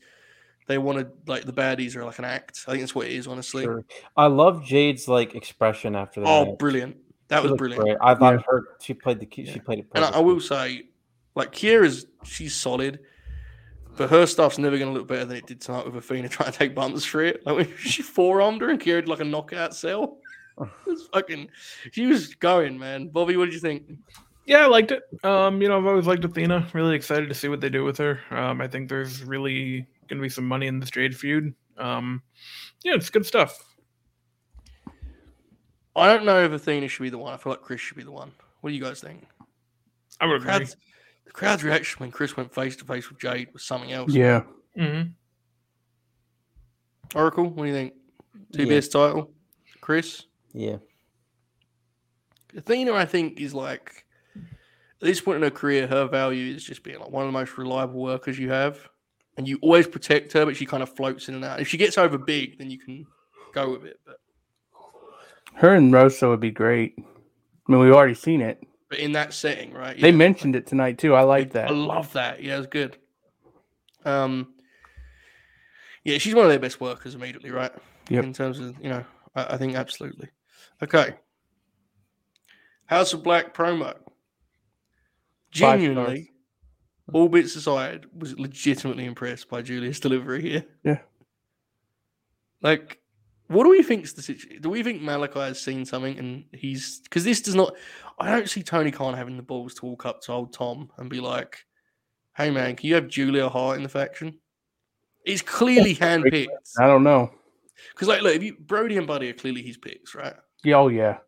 Speaker 2: they wanted like the baddies are like an act. I think that's what it is, honestly.
Speaker 6: Sure. I love Jade's like expression after that.
Speaker 2: Oh, brilliant! That
Speaker 6: She
Speaker 2: was
Speaker 6: looked
Speaker 2: brilliant.
Speaker 6: great. I thought
Speaker 5: Yeah.
Speaker 6: her she played the key- she played it.
Speaker 2: And I, I
Speaker 6: perfectly.
Speaker 2: will say, like Kiera's, she's solid, but her stuff's never going to look better than it did tonight with Athena *laughs* trying to take bumps for it. Like when *laughs* she forearmed her and Kiera did like a knockout
Speaker 6: *laughs*
Speaker 2: cell.
Speaker 6: Oh.
Speaker 2: It was fucking, she was going, man. Bobby, what did you think?
Speaker 4: Yeah, I liked it. Um, you know, I've always liked Athena. Really excited to see what they do with her. Um, I think there's really going to be some money in this Jade feud. Um, yeah, it's good stuff.
Speaker 2: I don't know if Athena should be the one. I feel like Chris should be the one. What do you guys think?
Speaker 4: I would
Speaker 2: The
Speaker 4: agree.
Speaker 2: crowd's, the crowd's reaction when Chris went face to face with Jade was something else.
Speaker 5: Yeah.
Speaker 4: hmm
Speaker 2: Oracle, what do you think?
Speaker 6: Yeah.
Speaker 2: TBS title, Chris.
Speaker 6: Yeah.
Speaker 2: Athena, I think, is like at this point in her career, her value is just being like one of the most reliable workers you have, and you always protect her, but she kind of floats in and out. If she gets over big, then you can go with it. But
Speaker 5: Her and Rosa would be great. I mean, we've already seen it.
Speaker 2: but in that setting, right?
Speaker 5: They
Speaker 2: yeah.
Speaker 5: mentioned it tonight too. I like that.
Speaker 2: I love that. Yeah, it was good. Um, yeah, she's one of their best workers immediately, right?
Speaker 5: Yep.
Speaker 2: In terms of you know, I, I think absolutely. Okay. House of Black promo.
Speaker 5: stars.
Speaker 2: Genuinely, all bits aside, was legitimately impressed by Julia's delivery here.
Speaker 5: Yeah.
Speaker 2: Like, what do we think's the situation? Do we think Malachi has seen something and he's because this does not? I don't see Tony Khan having the balls to walk up to old Tom and be like, "Hey man, can you have Julia Hart in the faction?" It's clearly handpicked
Speaker 5: I don't know.
Speaker 2: because, like, look, if you Brody and Buddy are clearly his picks, right?
Speaker 5: Yeah, oh yeah,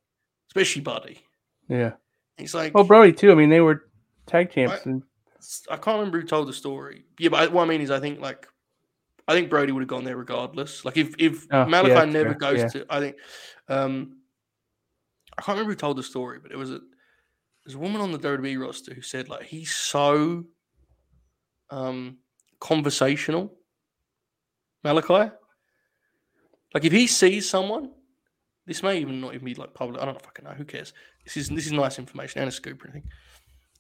Speaker 2: Especially Buddy.
Speaker 5: yeah.
Speaker 2: It's like,
Speaker 5: Well, Brody too. I mean, they were tag champs,
Speaker 2: Right.
Speaker 5: and
Speaker 2: I can't remember who told the story. Yeah, but I, what I mean is, I think like, I think Brody would have gone there regardless. Like, if if
Speaker 5: Oh, yeah,
Speaker 2: Malachi
Speaker 5: that's
Speaker 2: never
Speaker 5: fair,
Speaker 2: goes
Speaker 5: yeah.
Speaker 2: to, I think, um, I can't remember who told the story, but it was a there's a woman on the WWE roster who said like he's so um conversational. Malachi, like if he sees someone, this may even not even be like public. I don't fucking know. Who cares? This is this is nice information and a scoop or anything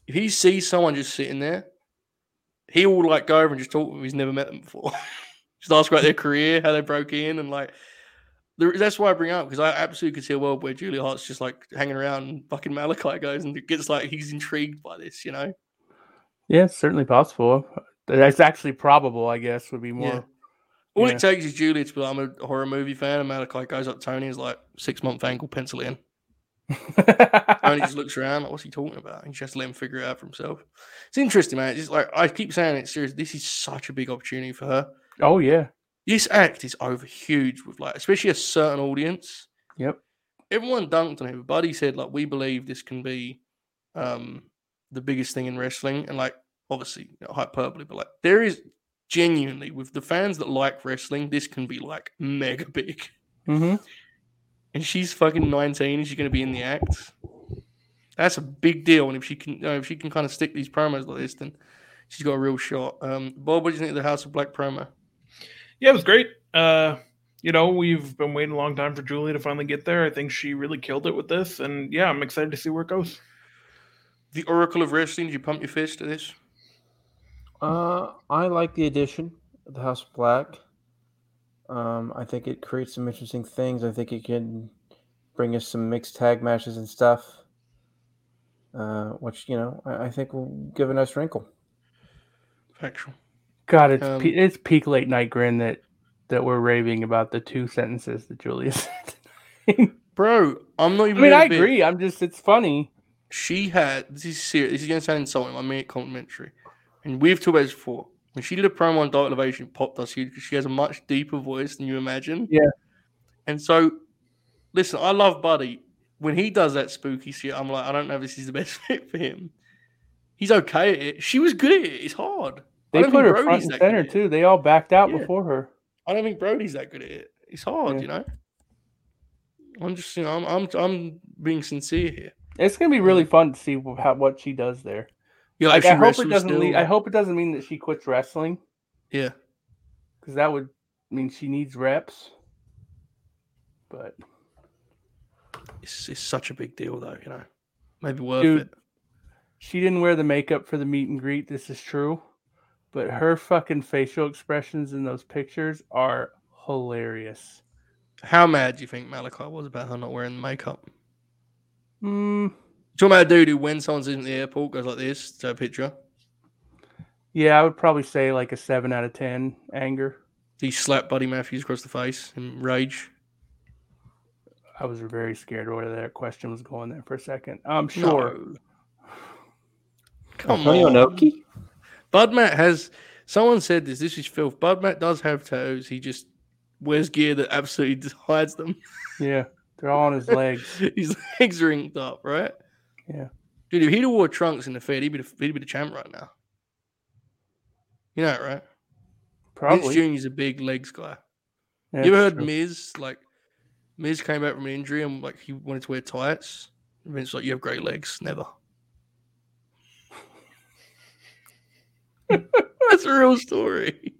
Speaker 2: if he sees someone just sitting there, he will like go over and just talk to them. He's never met them before. *laughs* just ask about their career, how they broke in, and like there, that's why I bring it up because I absolutely could see a world where Julia Hart's just like hanging around and fucking Malachi goes and gets like he's intrigued by this, you know?
Speaker 5: yeah, it's certainly possible. That's actually probable, I guess, would be more.
Speaker 2: Yeah. All
Speaker 5: Yeah.
Speaker 2: it takes is Julia to be like, I'm a horror movie fan, and Malachi goes up to Tony and is like six month angle pencil in. Tony just looks around, like, what's he talking about? And just let him figure it out for himself. It's interesting, man. It's just like I keep saying it, seriously, this is such a big opportunity for her.
Speaker 5: *laughs* oh yeah.
Speaker 2: This act is over huge with like, especially a certain audience.
Speaker 5: Yep.
Speaker 2: Everyone dunked on him. Buddy said, like, we believe this can be um the biggest thing in wrestling, and like, obviously you know, hyperbole, but like, there is genuinely with the fans that like wrestling, this can be like mega big. *laughs*
Speaker 5: Mm-hmm.
Speaker 2: and she's fucking 19 and she's going to be in the act. That's a big deal. And if she can, you know, if she can kind of stick these promos like this, then she's got a real shot. Um, Bob, what do you think of the House of Black promo?
Speaker 4: Yeah, it was great. Uh, you know, we've been waiting a long time for Julie to finally get there. I think she really killed it with this, and yeah, I'm excited to see where it goes.
Speaker 2: The Oracle of Wrestling. Did you pump your fist at this?
Speaker 6: Uh, I like the addition of the House of Black. Um, I think it creates some interesting things. I think it can bring us some mixed tag matches and stuff, uh, which you know I, I think will give a nice wrinkle.
Speaker 2: Factual.
Speaker 5: God, it's
Speaker 2: Um,
Speaker 5: pe- it's peak late night grin that that we're raving about the two sentences that Julia *laughs* said.
Speaker 2: Bro, I'm not
Speaker 5: I
Speaker 2: even.
Speaker 5: mean,
Speaker 2: gonna
Speaker 5: I
Speaker 2: be-
Speaker 5: agree. I'm just it's funny.
Speaker 2: She had, this is serious. This is going to sound insulting. I mean it complimentary. And we've talked about this before. When she did a promo on Dark Elevation, it popped us huge because she has a much deeper voice than you imagine.
Speaker 5: Yeah.
Speaker 2: And so, listen, I love Buddy. When he does that spooky shit, I'm like, I don't know if this is the best *laughs* fit for him. He's okay at it. She was good at it. It's hard. I
Speaker 5: They
Speaker 2: don't
Speaker 5: put
Speaker 2: think
Speaker 5: her front
Speaker 2: Brody's
Speaker 5: and
Speaker 2: that good
Speaker 5: center
Speaker 2: at it.
Speaker 5: too. They all backed out
Speaker 2: Yeah.
Speaker 5: before her.
Speaker 2: I don't think Brody's that good at it. It's hard,
Speaker 5: Yeah.
Speaker 2: you know. I'm just, you know, I'm, I'm, I'm being sincere here.
Speaker 5: It's gonna be really fun to see wh- how, what she does there.
Speaker 2: Yeah, if
Speaker 5: Like,
Speaker 2: she
Speaker 5: I hope it
Speaker 2: wrestles
Speaker 5: doesn't. Lead,
Speaker 2: still-
Speaker 5: I hope it doesn't mean that she quits wrestling
Speaker 2: Yeah.
Speaker 5: because that would mean she needs reps. But
Speaker 2: it's, it's such a big deal though, you know. Maybe worth
Speaker 5: Dude.
Speaker 2: it.
Speaker 5: she didn't wear the makeup for the meet and greet. This is true, but her fucking facial expressions in those pictures are hilarious.
Speaker 2: How mad do you think Malachi was about her not wearing makeup?
Speaker 5: Mm,
Speaker 2: Talking about a dude who, when someone's in the airport, goes like this to a picture.
Speaker 5: yeah, I would probably say like a seven out of ten. Anger.
Speaker 2: He slapped Buddy Matthews across the face in rage.
Speaker 5: I was very scared where that question was going there for a second. I'm sure.
Speaker 2: No. Come
Speaker 3: Antonio
Speaker 2: on.
Speaker 3: Inoki?
Speaker 2: Bud Matt has. Someone said this. This is filth. Bud Matt does have tattoos. He just wears gear that absolutely *laughs* hides them.
Speaker 5: Yeah, they're all on
Speaker 2: *laughs*
Speaker 5: his legs.
Speaker 2: His legs are inked up, right?
Speaker 5: Yeah.
Speaker 2: Dude, if he'd have wore trunks in the Fed, he'd be the, he'd be the champ right now. You know, it, right? Probably.
Speaker 5: Probably.
Speaker 2: Junior's a big legs guy.
Speaker 5: Yeah,
Speaker 2: you ever
Speaker 5: it's
Speaker 2: heard
Speaker 5: true.
Speaker 2: Miz? Like, Miz came back from an injury and like he wanted to wear tights. And Vince like, "You have great legs." Never. *laughs* That's a real story.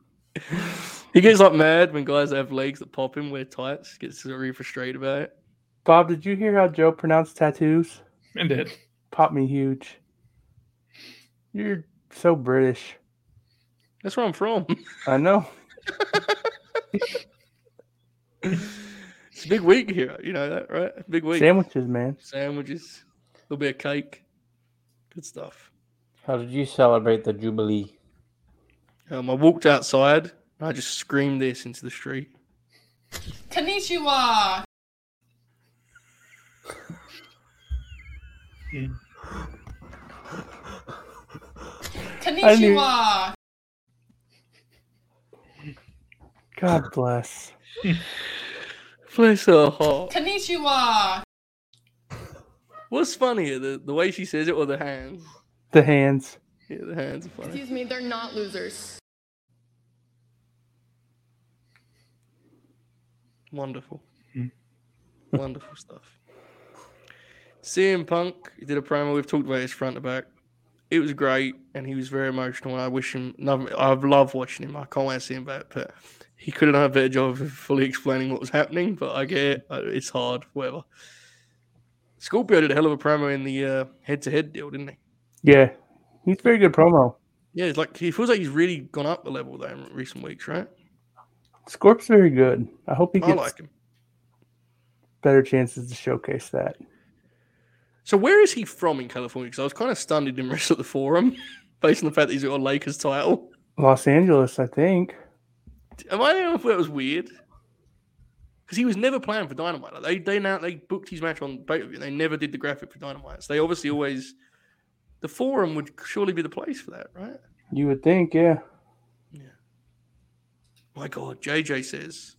Speaker 2: He gets like mad when guys that have legs that pop him wear tights. He Gets really frustrated about it.
Speaker 5: Bob, did you hear how Joe pronounced tattoos?
Speaker 4: And it.
Speaker 5: Pop me huge. You're so British.
Speaker 2: That's where I'm from.
Speaker 5: I know.
Speaker 2: it's a big week here. You know that, right? Big week.
Speaker 5: Sandwiches, man.
Speaker 2: Sandwiches. There'll be a cake. Good stuff.
Speaker 6: How did you celebrate the Jubilee?
Speaker 2: Um, I walked outside and I just screamed this into the street.
Speaker 7: *laughs* Konnichiwa! Konnichiwa!
Speaker 5: God bless.
Speaker 2: Bless her heart.
Speaker 7: Konnichiwa!
Speaker 2: What's funnier, the, the way she says it or the hands?
Speaker 5: The hands.
Speaker 2: Yeah, the hands are funny.
Speaker 7: Excuse me, they're not losers.
Speaker 2: Wonderful. *laughs* Wonderful stuff. CM Punk he did a promo. We've talked about his front to back. It was great, and he was very emotional. And I wish him. nothing- I love watching him. I can't wait to see him back. But he could have done a better job of fully explaining what was happening. But I get it. uh, It's hard. Whatever. Scorpio did a hell of a promo in the uh, head-to-head deal, didn't he?
Speaker 5: Yeah. He's very good promo.
Speaker 2: Yeah, it's like he feels like he's really gone up a level though in recent weeks, right?
Speaker 5: Scorp's very good. I hope he
Speaker 2: I
Speaker 5: gets
Speaker 2: like him.
Speaker 5: better chances to showcase that.
Speaker 2: So where is he from in California? Because I was kind of stunned he didn't *laughs* wrestle at the Forum, based on the fact that he's got a Lakers title.
Speaker 5: Los Angeles, I think.
Speaker 2: Am I the only one who thought that was weird? because he was never playing for Dynamite. Like, they they now they booked his match on pay per view. They never did the graphic for Dynamite. So they obviously always the forum would surely be the place for that, right?
Speaker 5: You would think, yeah.
Speaker 2: My God, JJ says,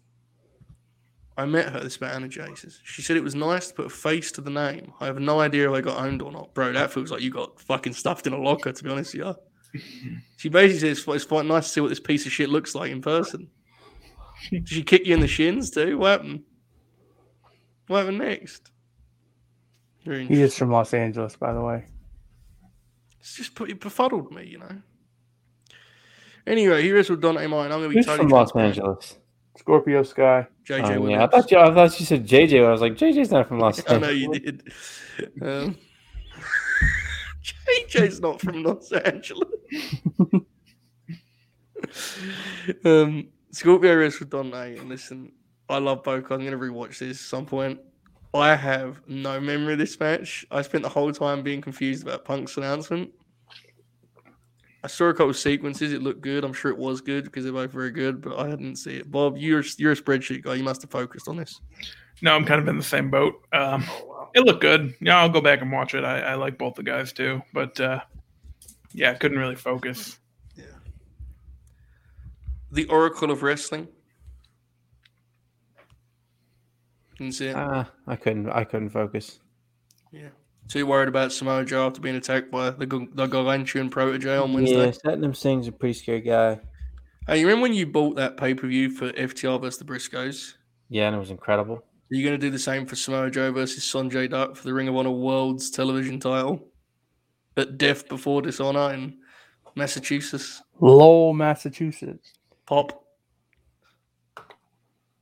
Speaker 2: I met her, this about Anna J says. She said it was nice to put a face to the name. I have no idea if I got owned or not. Bro, that feels like you got fucking stuffed in a locker, to be honest with you. She basically says, it's quite nice to see what this piece of shit looks like in person. Did she kick you in the shins, too? What happened? What happened next? Very
Speaker 5: He is from Los Angeles, by the way.
Speaker 2: it's just put, it befuddled me, you know. Anyway, here is with Dante Mine. I'm going to be
Speaker 3: Who's
Speaker 2: totally
Speaker 3: from Los
Speaker 2: transparent.
Speaker 3: Angeles?
Speaker 5: Scorpio Sky.
Speaker 2: JJ
Speaker 3: Oh, yeah, I
Speaker 2: Williams.
Speaker 3: thought you. I thought you said JJ. I was like, JJ's not from Los
Speaker 2: I
Speaker 3: Angeles.
Speaker 2: know you did. Um, JJ's not from Los Angeles. um, Scorpio Risk with Don A. And listen, I love Boca. I'm going to rewatch this at some point. I have no memory of this match. I spent the whole time being confused about Punk's announcement. I saw a couple of sequences. It looked good. I'm sure it was good because they're both very good, but I didn't see it. Bob, you're you're a spreadsheet guy. You must have focused on this.
Speaker 4: No, I'm kind of in the same boat. Um, It looked good. Yeah, I'll go back and watch it. I, I like both the guys too, but uh, yeah, couldn't really focus.
Speaker 2: The Oracle of Wrestling. Didn't see it.
Speaker 3: Uh, I couldn't. I couldn't focus.
Speaker 2: Too worried about Samoa Joe after being attacked by the, Gu- the Gargantuan Protege on Wednesday.
Speaker 3: Yeah, Satnam Singh's a pretty scary guy.
Speaker 2: Hey, you remember when you bought that pay per view for FTR versus the Briscoes?
Speaker 3: Yeah, and it was incredible.
Speaker 2: Are you going to do the same for Samoa Joe versus Sanjay Dutt for the Ring of Honor World's television title? At Death Before Dishonor in Massachusetts.
Speaker 5: Lowell, Massachusetts,
Speaker 2: Pop. *laughs*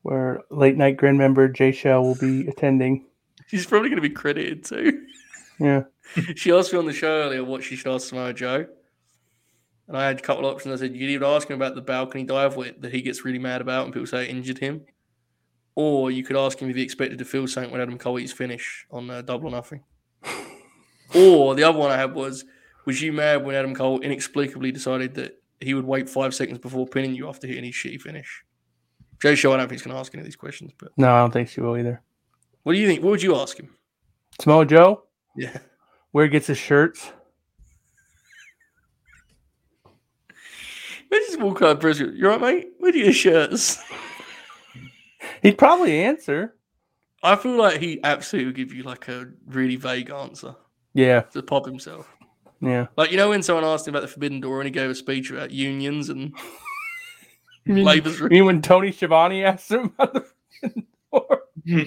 Speaker 5: where late night grin member Jay Shell will be attending.
Speaker 2: She's probably going to be credited too.
Speaker 5: Yeah.
Speaker 2: she asked me on the show earlier what she should ask Samoa Joe. And I had a couple of options. I said, you'd either ask him about the balcony dive where- that he gets really mad about and people say it injured him. Or you could ask him if he expected to feel something when Adam Cole eats finish on uh, Double or Nothing. or the other one I had was, was you mad when Adam Cole inexplicably decided that he would wait five seconds before pinning you after hitting his shitty finish? Joe Show, I don't think he's going to ask any of these questions, but
Speaker 5: No, I don't think she will either.
Speaker 2: what do you think? What would you ask him?
Speaker 5: Samoa Joe,
Speaker 2: Yeah.
Speaker 5: where he gets his shirts?
Speaker 2: *laughs* Let's just walk out press. You all right, mate? Where do your shirts?
Speaker 5: He'd probably answer.
Speaker 2: I feel like he absolutely would give you like a really vague answer
Speaker 5: Yeah,
Speaker 2: to pop himself.
Speaker 5: yeah.
Speaker 2: Like you know when someone asked him about the Forbidden Door and he gave a speech about unions
Speaker 5: *laughs*
Speaker 2: and
Speaker 5: You mean,
Speaker 2: labor's
Speaker 5: you mean when Tony Schiavone asked him about the freaking door?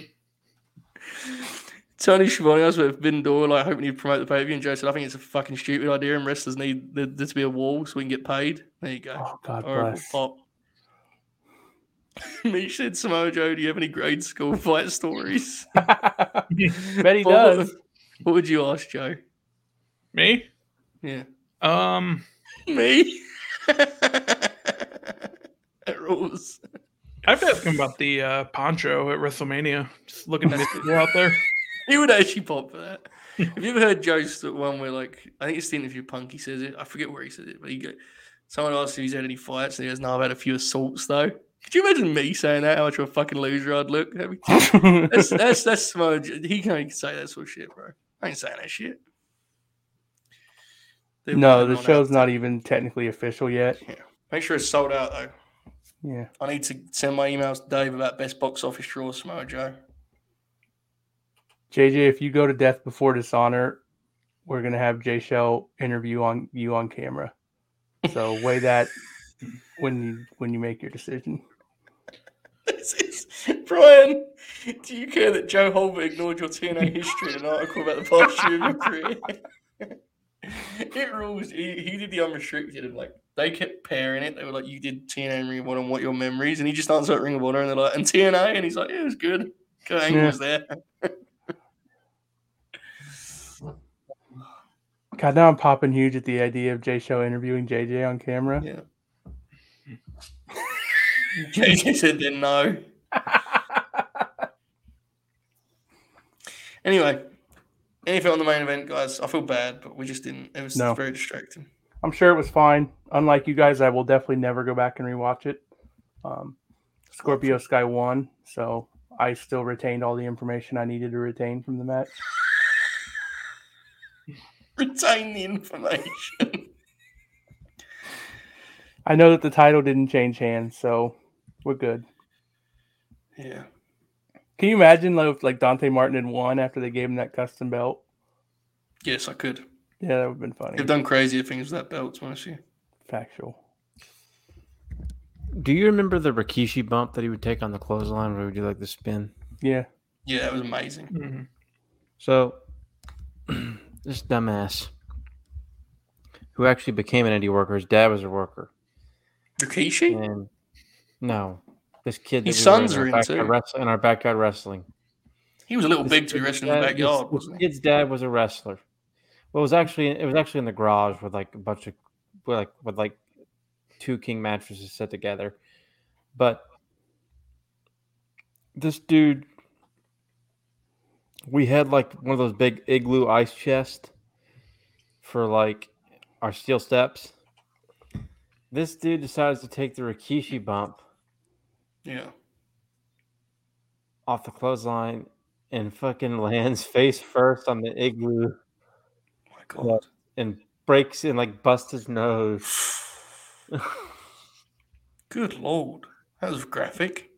Speaker 2: Tony Schiavone asked about the Forbidden Door, like hoping he'd promote the pay per view. And Joe said, "I think it's a fucking stupid idea, and wrestlers need there, there to be a wall so we can get paid." There you go.
Speaker 5: Oh, God
Speaker 2: Horrible
Speaker 5: bless.
Speaker 2: pop. *laughs* Mish said, "Samoa Joe, do you have any grade school fight stories?"
Speaker 5: *laughs* Bet he
Speaker 2: Well,
Speaker 5: does.
Speaker 2: What would you ask Joe?
Speaker 4: Me?
Speaker 2: Yeah.
Speaker 4: Um,
Speaker 2: Me? *laughs* that rules.
Speaker 4: I have to ask him about the uh, poncho at WrestleMania. Just looking at people out there.
Speaker 2: He would actually pop for that. Have you ever heard Joe's that one where, like, I think it's the interview Punky says it. I forget where he says it, but he go, someone asks if he's had any fights, and he goes, "No, I've had a few assaults though." Could you imagine me saying that? How much of a fucking loser I'd look? That'd be-
Speaker 5: *laughs*
Speaker 2: That's that's that's smudge. He can't even say that sort of shit, bro. I ain't saying that shit. They're
Speaker 5: no,
Speaker 2: working
Speaker 5: the
Speaker 2: on that.
Speaker 5: show's not even technically official yet.
Speaker 2: Make sure it's sold out though.
Speaker 5: Yeah.
Speaker 2: I need to send my emails to Dave about best box office draw, Samoa Joe.
Speaker 5: JJ, if you go to Death Before Dishonor, we're gonna have Jay Shell interview on you on camera. So weigh that when you when you make your decision.
Speaker 2: *laughs* This is Brian. Do you care that Joe Holbert ignored your TNA history in an article about the past year of your career? *laughs* it rules. He, he did the unrestricted and like they kept pairing it. They were like, "You did TNA and Ring of Honor. and What your memories?" And he just answered Ring of Honor, and they're like, "And TNA," and he's like, "Yeah, it was good. Kurt Angle
Speaker 5: Yeah.
Speaker 2: was there."
Speaker 5: God, now I'm popping huge at the idea of Jay Shell interviewing JJ on camera.
Speaker 2: *laughs* Yeah. JJ said then no. anyway, anything on the main event, guys? I feel bad, but we just didn't. It was
Speaker 5: No.
Speaker 2: very distracting. *laughs*
Speaker 5: I'm sure it was fine. Unlike you guys, I will definitely never go back and rewatch it. Um, Scorpio Sky won, so I still retained all the information I needed to retain from the match.
Speaker 2: Retain the information.
Speaker 5: I know that the title didn't change hands, so we're good.
Speaker 2: yeah.
Speaker 5: Can you imagine like, if like Dante Martin had won after they gave him that custom belt?
Speaker 2: Yes, I could.
Speaker 5: Yeah, that would have been funny.
Speaker 2: They've done crazier things with that belt, to be honest with you.
Speaker 5: Factual.
Speaker 6: Do you remember the Rikishi bump that he would take on the clothesline where he would do like the spin?
Speaker 5: Yeah.
Speaker 2: Yeah, that was amazing.
Speaker 4: Mhm.
Speaker 6: So, *clears throat* this dumbass who actually became an indie worker, his dad was a worker.
Speaker 2: Rikishi?
Speaker 6: And no, this kid, that
Speaker 2: His
Speaker 6: we were
Speaker 2: sons
Speaker 6: in
Speaker 2: are
Speaker 6: our
Speaker 2: in
Speaker 6: backyard
Speaker 2: too.
Speaker 6: wrestling, in our backyard wrestling.
Speaker 2: He was a little big to be wrestling in the
Speaker 6: Dad- this-
Speaker 2: backyard,
Speaker 6: this
Speaker 2: wasn't he?
Speaker 6: Kid's dad was a wrestler. Well, it was actually it was actually in the garage with like a bunch of with like with like two king mattresses set together, but this dude, we had like one of those big igloo ice chests for like our steel steps. This dude decides to take the Rikishi bump
Speaker 2: Yeah. Oh
Speaker 6: off the clothesline and fucking lands *laughs* face first on the igloo.
Speaker 2: My God.
Speaker 6: and breaks and like busts his nose.
Speaker 2: Good Lord. That was graphic.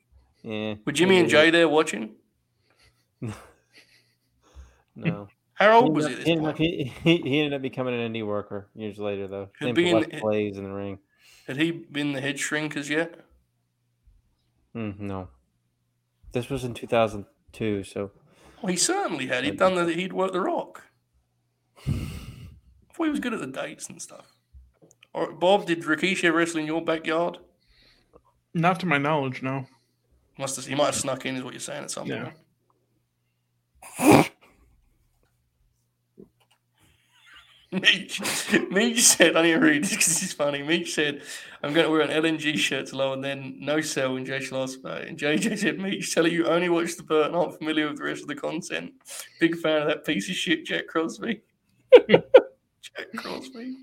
Speaker 6: yeah.
Speaker 2: Were Jimmy and *laughs*
Speaker 6: Yeah.
Speaker 2: Jay there watching?
Speaker 6: No.
Speaker 2: How
Speaker 6: He
Speaker 2: old Oh, was it
Speaker 6: ended
Speaker 2: this
Speaker 6: up- he ended up-
Speaker 2: point?
Speaker 6: He, he, he ended up becoming an indie worker years later, though.
Speaker 2: Could
Speaker 6: Named
Speaker 2: be in-
Speaker 6: West Blaze in
Speaker 2: *laughs*
Speaker 6: the ring.
Speaker 2: Had he been the head shrink as yet?
Speaker 6: Mm, no. This was in 2002, so
Speaker 2: Well, he certainly had. He'd done the he'd worked the rock. I thought he was good at the dates and stuff. All right, Bob, did Rikishi wrestle in your backyard?
Speaker 4: Not to my knowledge, no.
Speaker 2: Must have, he might have snuck in, is what you're saying at some
Speaker 4: Yeah.
Speaker 2: point. *laughs* Meech, Meech said, I need to read this because it's funny. Meech said, I'm going to wear an LNG shirt to low and then no sell uh, in JJ last night. And JJ said, Meech, tell her you only watch the Burt and aren't familiar with the rest of the content. Big fan of that piece of shit, Jack Crosby. *laughs* Jack Crosby.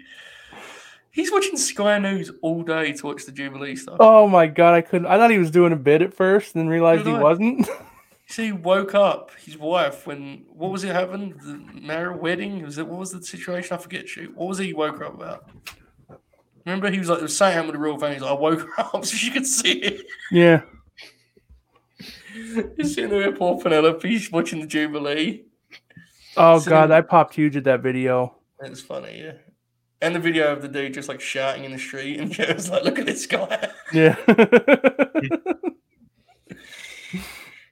Speaker 2: He's watching Sky News all day to watch the Jubilee stuff.
Speaker 5: Oh my god, I couldn't. I thought he was doing a bit at first, then realized he
Speaker 2: Neither.
Speaker 5: wasn't. *laughs*
Speaker 2: So he woke up his wife when what was it happened? The marriage wedding? Was it what was the situation? I forget shoot. What was it he woke her up about? Remember he was like there was something happened with the royal family, he's like, I woke her up *laughs* so she could see it.
Speaker 5: yeah.
Speaker 2: He's sitting there with poor Penelope, he's watching the Jubilee.
Speaker 5: Oh
Speaker 2: So-
Speaker 5: god, I popped huge at that video.
Speaker 2: That's funny, yeah. And the video of the dude just like shouting in the street *laughs* and Joe was like, Look at this guy.
Speaker 5: Yeah. *laughs*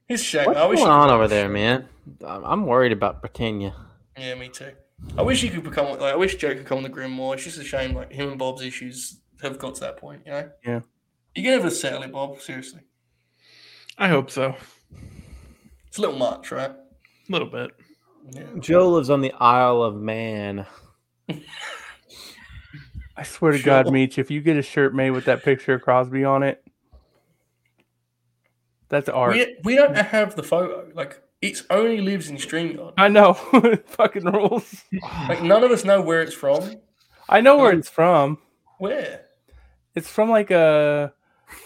Speaker 2: He's shame.
Speaker 6: what's
Speaker 2: I wish
Speaker 6: going
Speaker 2: he-
Speaker 6: on over there, man? I'm I'm worried about Britannia.
Speaker 2: Yeah, me too. I wish he could become like I wish Joe could come on the Grim more. It's just a shame like him and Bob's issues have got to that point, you know?
Speaker 5: Yeah.
Speaker 2: You can never settle it, Bob, seriously.
Speaker 4: I hope so. A
Speaker 2: It's a little much, right?
Speaker 4: little bit.
Speaker 2: Yeah.
Speaker 6: Joe lives on the Isle of Man.
Speaker 5: I swear to
Speaker 2: Sure.
Speaker 5: God, Meech, if you get a shirt made with that picture of Crosby on it, that's art.
Speaker 2: We, we don't have the photo. Like it's only lives in StreamYard.
Speaker 5: I know. *laughs* Fucking rules.
Speaker 2: Like none of us know where it's from.
Speaker 5: I know where it's from.
Speaker 2: Where?
Speaker 5: It's from like a.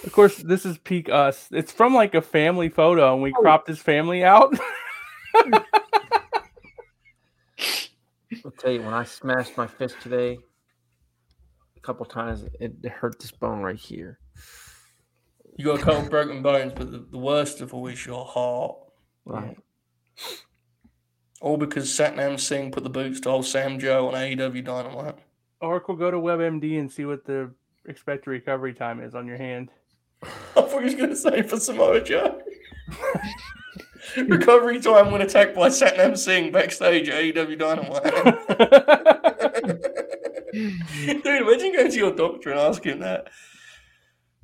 Speaker 5: Of course, this is peak us. It's from like a family photo, and we cropped his family out. *laughs*
Speaker 6: I'll tell you, when I smashed my fist today a couple times, it hurt this bone right here.
Speaker 2: You got a couple broken bones, but the, the worst of all is your heart.
Speaker 6: Right.
Speaker 2: All because Satnam Singh put the boots to old Sam Joe on AEW Dynamite.
Speaker 5: Oracle, go to WebMD and see what the expected recovery time is on your hand.
Speaker 2: I thought he was going to say for Samoa Joe. Recovery time when attacked by Satnam Singh backstage at AEW Dynamite. Dude, imagine going to your doctor and ask him that.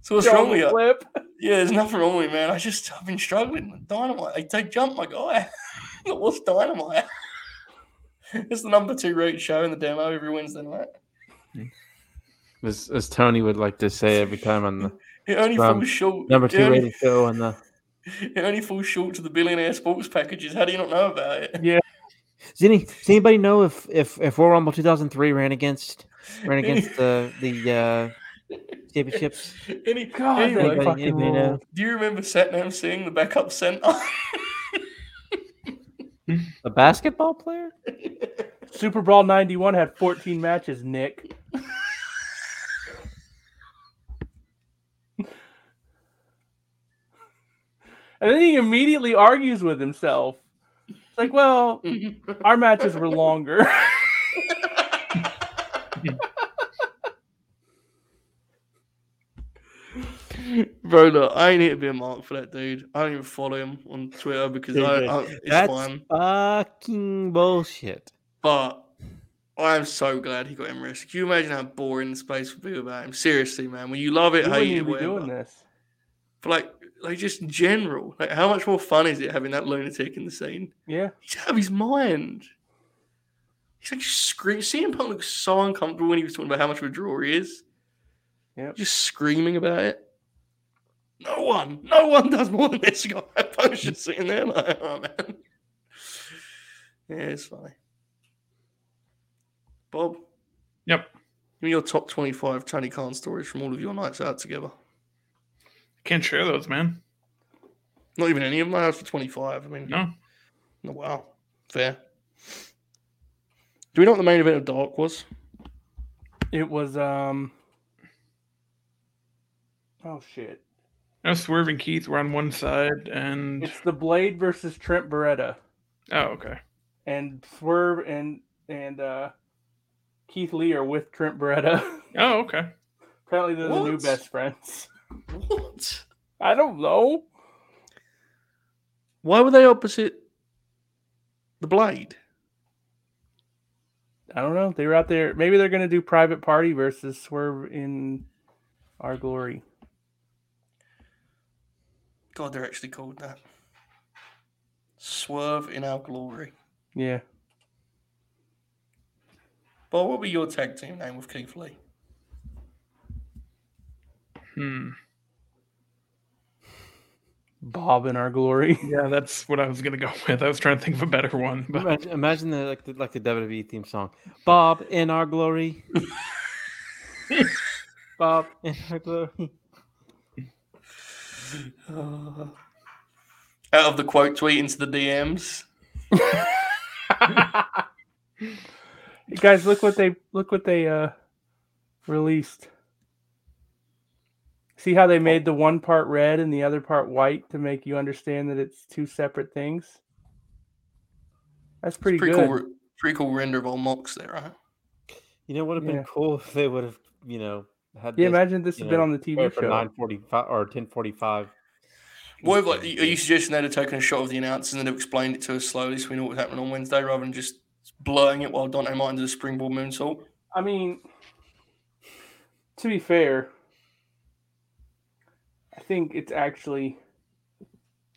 Speaker 2: So what's wrong with you?
Speaker 5: Flip.
Speaker 2: Yeah, there's nothing wrong with me, man. I just I've been struggling with dynamite. They take jump, my guy. *laughs* What's dynamite? it's the number two rate show in the demo every Wednesday night.
Speaker 6: As, as Tony would like to say every time on the
Speaker 2: It only
Speaker 6: Um,
Speaker 2: falls short.
Speaker 6: number
Speaker 2: it
Speaker 6: two
Speaker 2: only,
Speaker 6: rated show on the
Speaker 2: it only falls short to the billionaire sports packages. How do you not know about *laughs* it?
Speaker 6: Does, any, does anybody know if if if Royal Rumble 2003 ran against ran against the the uh,
Speaker 2: *laughs*
Speaker 6: championships.
Speaker 2: Any,
Speaker 5: God,
Speaker 2: anyway,
Speaker 5: that
Speaker 6: Anybody-
Speaker 5: fucking
Speaker 6: anybody know?
Speaker 5: rule.
Speaker 2: do you remember Satnam Singh, the backup *laughs* center?
Speaker 6: A basketball player?
Speaker 5: Super Bowl 91 had 14 matches, Nick. *laughs* and then he immediately argues with himself. It's like, well, our matches were longer.
Speaker 2: Bro, look, I ain't here to be a mark for that dude. I don't even follow him on Twitter because I,
Speaker 1: Yeah,
Speaker 2: I, it's
Speaker 6: That's
Speaker 2: fine.
Speaker 6: fucking bullshit.
Speaker 2: But I am so glad he got him risk. Can you imagine how boring the space would be without him? Seriously, man. When you love
Speaker 5: *laughs* we
Speaker 2: it,
Speaker 5: wouldn't
Speaker 2: hate it,
Speaker 5: even be doing
Speaker 2: whatever.
Speaker 5: this.
Speaker 2: But like, like just in general, like how much more fun is it having that lunatic in the scene?
Speaker 5: Yeah.
Speaker 2: He's out of his mind. He's like screaming. CM Punk looks so uncomfortable when he was talking about how much of a draw he is.
Speaker 5: Yep.
Speaker 2: Just screaming about it. No one, no one does more than this guy. *laughs* Punk's just sitting there like, oh man. Yeah, it's funny. Bob.
Speaker 4: Yep.
Speaker 2: Give me your top 25 Tony Khan stories from all of your nights out together.
Speaker 4: Can't share those, man.
Speaker 2: Not even any of them. I asked for 25. I mean,
Speaker 4: No.
Speaker 2: Oh, Wow. Fair. Do we know what the main event of Dark was?
Speaker 5: It was um Oh shit.
Speaker 4: Now Swerve and Keith were on one side, and
Speaker 5: It's the Blade versus Trent Beretta.
Speaker 4: oh, okay.
Speaker 5: And Swerve and and uh Keith Lee are with Trent Beretta. *laughs*
Speaker 4: Oh, okay.
Speaker 5: Apparently, they're the new
Speaker 2: What?
Speaker 5: best friends.
Speaker 2: What?
Speaker 5: I don't know.
Speaker 2: Why were they opposite the Blade?
Speaker 5: I don't know. They were out there. Maybe they're going to do private party versus Swerve in Our Glory.
Speaker 2: God, they're actually called that. Swerve in our glory.
Speaker 5: Yeah.
Speaker 2: But what would be your tag team name with Keith Lee?
Speaker 4: Hmm.
Speaker 5: Bob in Our Glory. *laughs*
Speaker 4: Yeah, that's what I was gonna go *laughs* with. I was trying to think of a better one, but
Speaker 6: Imagine, imagine the, like the like the WWE theme song. Bob in our glory. Bob in our glory.
Speaker 2: Uh, Out of the quote tweet into the DMs.
Speaker 5: Guys, look what they look what they uh released. See how they made the one part red and the other part white to make you understand that it's two separate things. That's pretty,
Speaker 2: pretty
Speaker 5: good.
Speaker 2: cool. re- Pretty cool render of old mocks there, right?
Speaker 6: You know what would have been
Speaker 5: Yeah.
Speaker 6: cool if they would have, you know, had
Speaker 5: Yeah,
Speaker 6: this
Speaker 5: imagine this
Speaker 6: you
Speaker 5: had been
Speaker 6: know,
Speaker 5: on the TV
Speaker 6: for
Speaker 5: show.
Speaker 6: nine forty five or ten forty five.
Speaker 2: What if, like, are you suggesting they'd have taken a shot of the announcers and they've explained it to us slowly so we know what was happening on Wednesday rather than just blurring it while Dante Martin does a springboard moonsault?
Speaker 5: I mean, to be fair, I think it's actually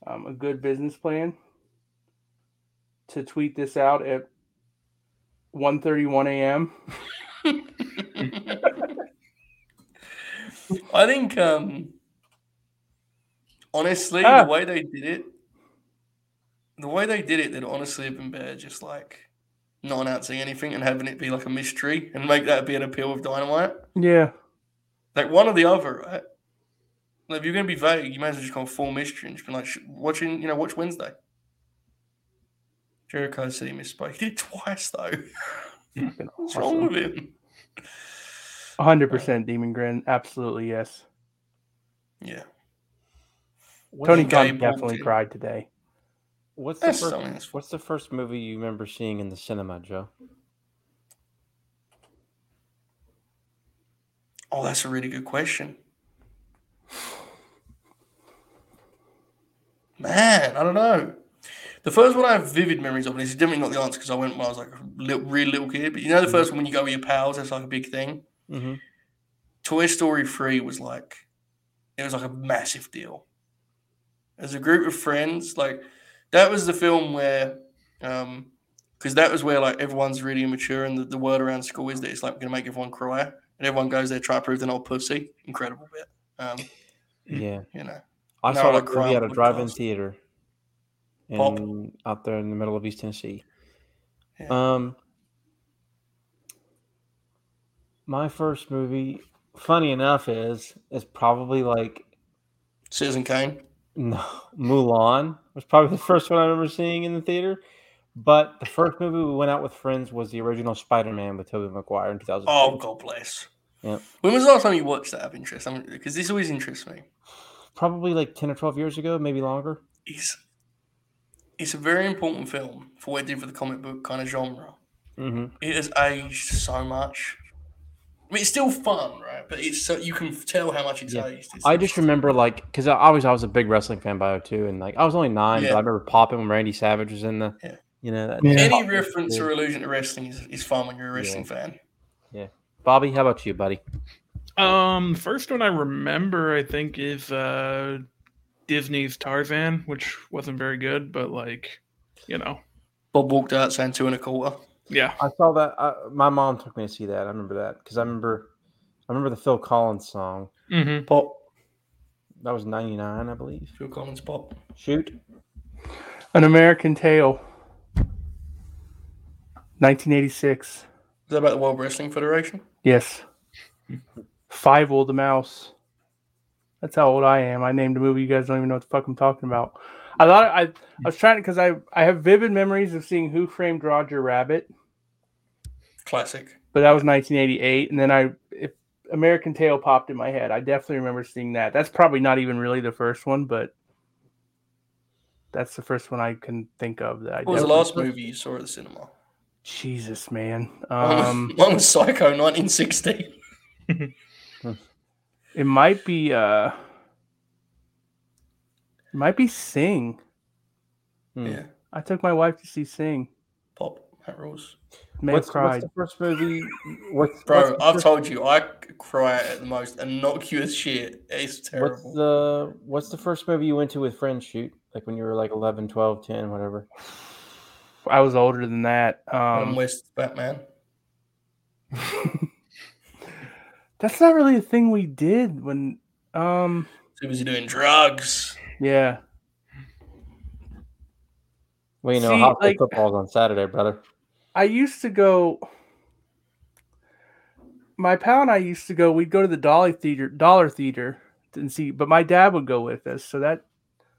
Speaker 5: um, a good business plan to tweet this out at 1.31 a.m.
Speaker 2: I think, um, honestly,
Speaker 5: Ah.
Speaker 2: the way they did it, the way they did it, they'd honestly have been better just like not announcing anything and having it be like a mystery and make that be an appeal of dynamite.
Speaker 5: Yeah.
Speaker 2: Like one or the other, right? Like, if you're going to be vague, you might as well just call full mystery and just be like, "Sh- watching, you know, watch Wednesday. Jericho said he misspoke. He did twice, though. *laughs*
Speaker 5: Fucking
Speaker 2: What's wrong
Speaker 5: awesome.
Speaker 2: with him?
Speaker 5: 100% Demon Grin. Absolutely, yes.
Speaker 2: Yeah.
Speaker 5: Tony
Speaker 2: Gabe
Speaker 5: Khan
Speaker 2: Baldwin
Speaker 5: definitely
Speaker 2: did.
Speaker 5: cried today.
Speaker 6: What's the
Speaker 2: That's
Speaker 6: first,
Speaker 2: something that's-
Speaker 6: What's the first movie you remember seeing in the
Speaker 2: *clears throat*
Speaker 6: cinema, Joe?
Speaker 2: Oh, that's a really good question. Man, I don't know. The first one I have vivid memories of, and it's definitely not the answer because I went when I was like a little, really little kid. But you know, the first one when you go with your pals, that's like a big thing.
Speaker 6: Mm-hmm.
Speaker 2: Toy Story 3 was like, it was like a massive deal. As a group of friends, like, that was the film where, um, because that was where like everyone's really immature and the, the word around school is that it's like going to make everyone cry and everyone goes there try to prove they're not a pussy. Incredible bit. Um,
Speaker 6: Yeah,
Speaker 2: you know,
Speaker 6: I
Speaker 2: No,
Speaker 6: saw
Speaker 2: like
Speaker 6: that movie at a
Speaker 2: Crime
Speaker 6: drive-in
Speaker 2: Podcast.
Speaker 6: theater,
Speaker 2: Pop.
Speaker 6: in, out there in the middle of East Tennessee.
Speaker 2: Yeah.
Speaker 6: Um, my first movie funny enough is is probably like *laughs*
Speaker 2: Citizen Kane.
Speaker 6: no Mulan was probably the first one I remember seeing in the theater. But the first movie we went out with friends was the original Spider-Man with Tobey Maguire in 2000.
Speaker 2: Oh, God bless.
Speaker 6: Yep.
Speaker 2: When was the last time you watched that? Of interest, because this always interests me.
Speaker 6: probably like 10 or 12 years ago, maybe longer.
Speaker 2: It's it's a very important film for what it did for the comic book kind of genre.
Speaker 6: Mm-hmm.
Speaker 2: It has aged so much. I mean, it's still fun, right? But it's so you can tell how much it's
Speaker 6: Yeah.
Speaker 2: aged. It's
Speaker 6: I just
Speaker 2: interesting.
Speaker 6: remember like because I I was I was a big wrestling fan by 02 and like I was only nine,
Speaker 2: Yeah.
Speaker 6: but I remember popping when Randy Savage was in the
Speaker 2: Yeah.
Speaker 6: you know that,
Speaker 5: Yeah.
Speaker 2: Any reference or allusion to wrestling is, is fun when you're a wrestling fan.
Speaker 6: Bobby. How about you, buddy?
Speaker 4: Um, the first one I remember, I think, is uh, Disney's Tarzan, which wasn't very good, but like, you know,
Speaker 2: Bob walked out saying two and a quarter.
Speaker 4: yeah,
Speaker 6: I saw that. I, my mom took me to see that. I remember that because I remember I remember the Phil Collins song.
Speaker 4: mm-hmm.
Speaker 2: Pop.
Speaker 6: That was '99, I believe.
Speaker 2: Phil Collins pop.
Speaker 6: Shoot,
Speaker 5: An American Tale. 1986.
Speaker 2: Is that about the World Wrestling Federation?
Speaker 5: Yes. Five Old Mouse. That's how old I am. I named a movie you guys don't even know what the fuck I'm talking about. I thought I, I was trying to because I I have vivid memories of seeing Who Framed Roger Rabbit,
Speaker 2: Classic.
Speaker 5: but that was 1988, and then I if American Tail popped in my head. I definitely remember seeing that. That's probably not even really the first one, but that's the first one I can think of that I.
Speaker 2: What was the
Speaker 5: definitely-
Speaker 2: last movie you saw at the cinema? *laughs*
Speaker 5: Jesus, man.
Speaker 2: Um,
Speaker 5: Um,
Speaker 2: one was Psycho 1960.
Speaker 5: it might be uh, it might be Sing.
Speaker 6: Hmm.
Speaker 2: Yeah.
Speaker 5: I took my wife to see Sing.
Speaker 2: Pop. That rules.
Speaker 5: May
Speaker 6: what's,
Speaker 5: have
Speaker 6: what's
Speaker 5: cried.
Speaker 6: the first movie? What's,
Speaker 2: Bro,
Speaker 6: what's the
Speaker 2: I've
Speaker 6: first-
Speaker 2: told you, I c- cry at the most innocuous shit. It's
Speaker 6: What's
Speaker 2: terrible.
Speaker 6: the what's the first movie you went to with friends? Shoot, like when you were like 11, 12, 10, whatever.
Speaker 5: I was older than that.
Speaker 2: Adam
Speaker 5: Um,
Speaker 2: West Batman.
Speaker 5: that's not really a thing we did when. Um,
Speaker 2: He was doing drugs.
Speaker 5: yeah,
Speaker 6: Well, you know,
Speaker 5: See,
Speaker 6: hockey
Speaker 5: like-
Speaker 6: football's on Saturday, brother.
Speaker 5: I used to go. My pal and I used to go. We'd go to the Dolly Theater, Dollar Theater, and see. But my dad would go with us, so that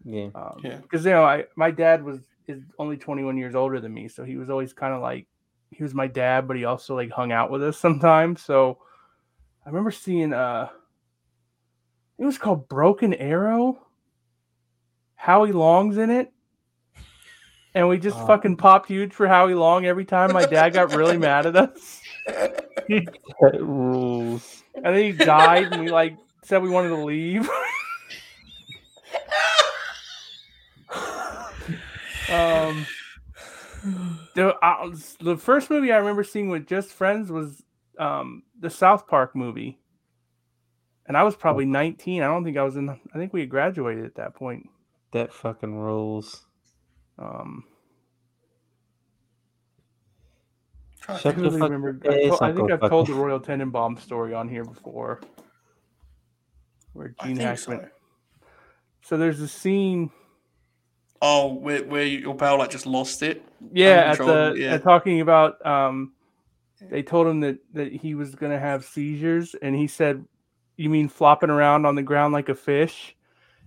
Speaker 6: Yeah.
Speaker 5: because
Speaker 2: Yeah.
Speaker 5: Um, you know, I my dad was is only twenty one years older than me, so he was always kind of like he was my dad, but he also like hung out with us *laughs* sometimes. So I remember seeing uh, it was called Broken Arrow. Howie Long's in it, and we just
Speaker 6: Oh.
Speaker 5: fucking popped huge for Howie Long every time. My dad got really mad at us,
Speaker 6: rules.
Speaker 5: and then he died, and we like said we wanted to leave. *laughs* um. The, I, the first movie I remember seeing with just friends was um, the South Park movie, and I was probably
Speaker 6: Oh.
Speaker 5: nineteen. I don't think I was in. I think we had graduated at that point.
Speaker 6: That fucking rules.
Speaker 5: Um,
Speaker 2: Trying to
Speaker 6: Shut
Speaker 2: think.
Speaker 5: I
Speaker 6: the
Speaker 5: really
Speaker 6: fuck
Speaker 5: remember.
Speaker 6: up,
Speaker 5: I, told- I
Speaker 6: Uncle
Speaker 5: think I've
Speaker 6: Buck.
Speaker 5: told the Royal Tenenbaum story on here before, where
Speaker 2: I
Speaker 5: Gene
Speaker 2: think
Speaker 5: Hackman.
Speaker 2: so.
Speaker 5: So. there's a scene,
Speaker 2: Oh, where, where your pal like just lost
Speaker 5: *laughs*
Speaker 2: it.
Speaker 5: yeah, at the
Speaker 2: Uncontrollable, yeah.
Speaker 5: at talking about. Um, they told him that that he was gonna have seizures, and he said, "You mean flopping around on the ground like a fish?"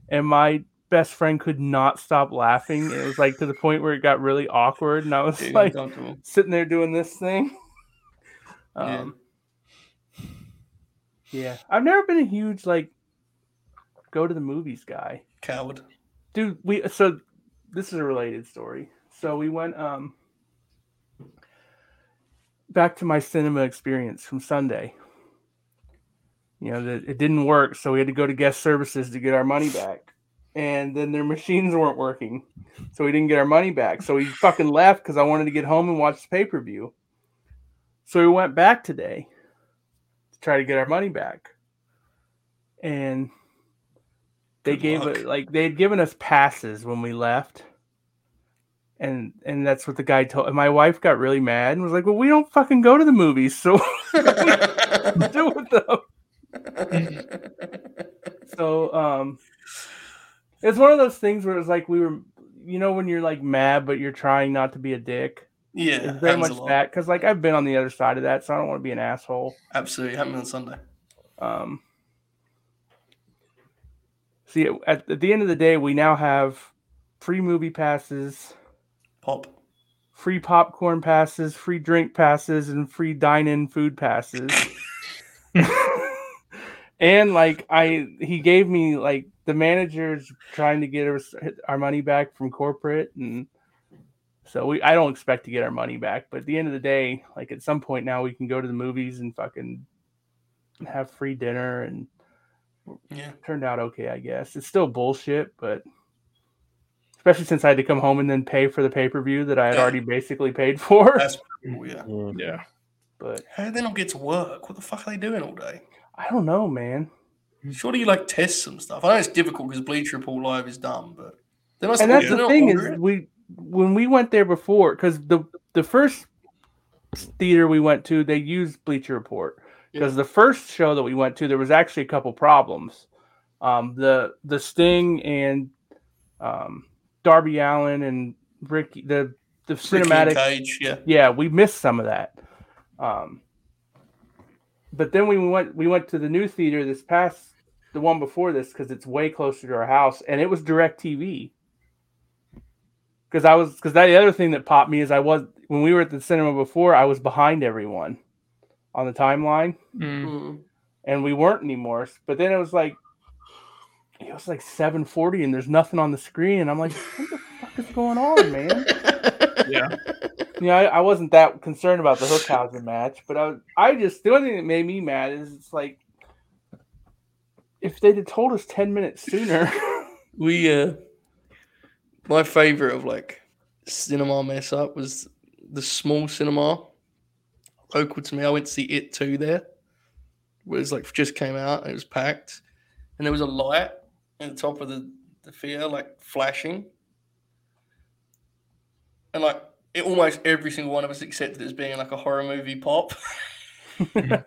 Speaker 5: And my best friend could not stop laughing. It was like to the point where it got really awkward, and I was
Speaker 2: Dude,
Speaker 5: like,
Speaker 2: uncomfortable.
Speaker 5: sitting there doing this thing.
Speaker 2: *laughs* Yeah.
Speaker 5: Um, yeah. I've never been a huge like go to the movies guy, *laughs*
Speaker 2: Coward.
Speaker 5: dude. We so this is a related story. So we went um back to my cinema experience from Sunday. You know that it didn't work, so we had to go to guest services to get our money back. And then their machines weren't working, so we didn't get our money back. So we fucking left because I wanted to get home and watch the pay per view. So we went back today to try to get our money back. And they
Speaker 2: Good
Speaker 5: gave
Speaker 2: luck.
Speaker 5: it like they had given us passes when we left. And and that's what the guy told and my wife got really mad and was like, Well, we don't fucking go to the movies, so *laughs* what do with them? So um it's one of those things where it's like we were you know when you're like mad but you're trying not to be a dick.
Speaker 2: yeah.
Speaker 5: It's very
Speaker 2: happens a
Speaker 5: much
Speaker 2: lot.
Speaker 5: that cuz like I've been on the other side of that so I don't want to be an asshole.
Speaker 2: Absolutely. Happened on Sunday.
Speaker 5: Um, see, at, at the end of the day, we now have free movie passes,
Speaker 2: Pop.
Speaker 5: free popcorn passes, free drink passes, and free dine-in food passes. and like I, he gave me like the manager's trying to get us our money back from corporate, and so we I don't expect to get our money back. But at the end of the day, like at some point now, we can go to the movies and fucking have free dinner, and
Speaker 2: Yeah.
Speaker 5: turned out okay, I guess. It's still bullshit, but. Especially since I had to come home and then pay for the pay per view that I had
Speaker 2: Yeah.
Speaker 5: already basically paid for.
Speaker 2: That's weird.
Speaker 6: Yeah.
Speaker 4: Yeah.
Speaker 5: But
Speaker 2: Oh, How do they not get to work? What the fuck are they doing all day?
Speaker 5: I don't know, man.
Speaker 2: Surely you like test some stuff. I know it's difficult because Bleach Report Live is dumb, but they're not
Speaker 5: and that's
Speaker 2: they're
Speaker 5: the
Speaker 2: not
Speaker 5: thing is
Speaker 2: ordering it.
Speaker 5: we when we went there before because the the first theater we went to they used bleacher report because the first show that we went to there was actually a couple problems um the the sting and um darby allen and ricky the the
Speaker 2: Ricky and
Speaker 5: cinematic
Speaker 2: Cage, yeah.
Speaker 5: yeah, we missed some of that. Um, but then we went we went to the new theater this past the one before this because it's way closer to our house and it was direct TV. Because I was because that the other thing that popped me is I was when we were at the cinema before I was behind everyone on the timeline
Speaker 4: Mm.
Speaker 5: Hmm. and we weren't anymore. But then it was like it was like seven forty and there's nothing on the screen and I'm like what the fuck is going on, man? Yeah, I, I wasn't that concerned about the Hookhausen match, but I, was- I just the only thing that made me mad is it's like if they'd have told us ten minutes sooner. *laughs*
Speaker 2: We uh my favorite of like cinema mess up was the small cinema local to me. I went to see it too there. Where it was like just came out and it was packed. And there was a light in the top of the, the theater, like flashing. And like it almost every single one of us accepted it as being like a horror movie pop. *laughs* and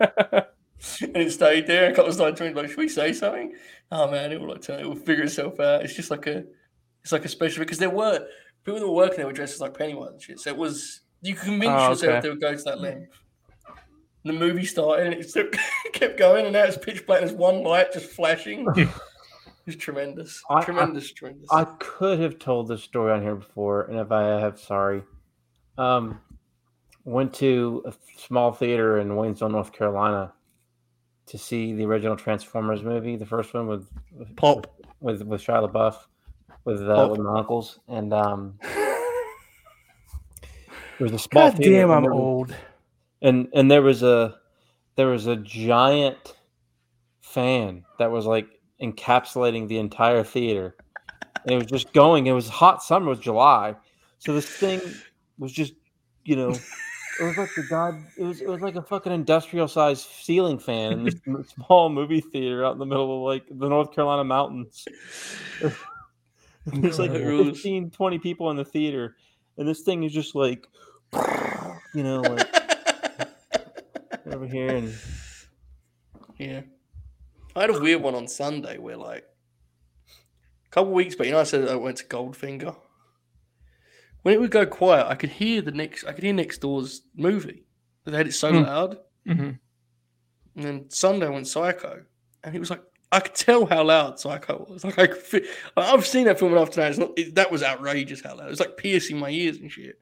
Speaker 2: it stayed there. A couple of times, like, should we say something? Oh man, it will like turn, it will figure itself out. It's just like a, it's like a special because there were people that were working there were dressed as like Pennywise and shit. So it was you could convince
Speaker 5: Oh,
Speaker 2: yourself
Speaker 5: okay.
Speaker 2: they would go to that length. The movie started and it still *laughs* kept going, and now it's pitch black. There's one light just flashing. it's tremendous,
Speaker 6: I- I-
Speaker 2: tremendous, tremendous.
Speaker 6: I could have told this story on here before, and if I have, sorry. Um, went to a small theater in Waynesville, North Carolina, to see the original Transformers movie, the first one with
Speaker 2: Pop.
Speaker 6: with with Shia LaBeouf, with uh,
Speaker 2: Pulp.
Speaker 6: with my uncles,
Speaker 5: *laughs*
Speaker 6: and um, there was a small
Speaker 5: God
Speaker 6: theater,
Speaker 5: damn, I'm
Speaker 6: and-
Speaker 5: old.
Speaker 6: and and there was a there was a giant fan that was like encapsulating the entire theater and it was just going it was hot summer it was july so this thing was just you know it was like the god it was it was like a fucking industrial sized ceiling fan in this m- small movie theater out in the middle of like the north carolina mountains *laughs* there's like
Speaker 2: That rules.
Speaker 6: 15 20 people in the theater and this thing is just like you know like
Speaker 2: *laughs*
Speaker 6: over here and
Speaker 2: Yeah. I had a weird one on Sunday where like a couple weeks back, you know, I said I went to Goldfinger. When it would go quiet, I could hear the next I could hear next door's movie. They had it so
Speaker 4: Mm.
Speaker 2: loud.
Speaker 4: Mhm.
Speaker 2: And then Sunday I went psycho. And it was like I could tell how loud Psycho was. Like I could feel, I've seen that film enough tonight. It's not, it, that was outrageous how loud. It was like piercing my ears and shit.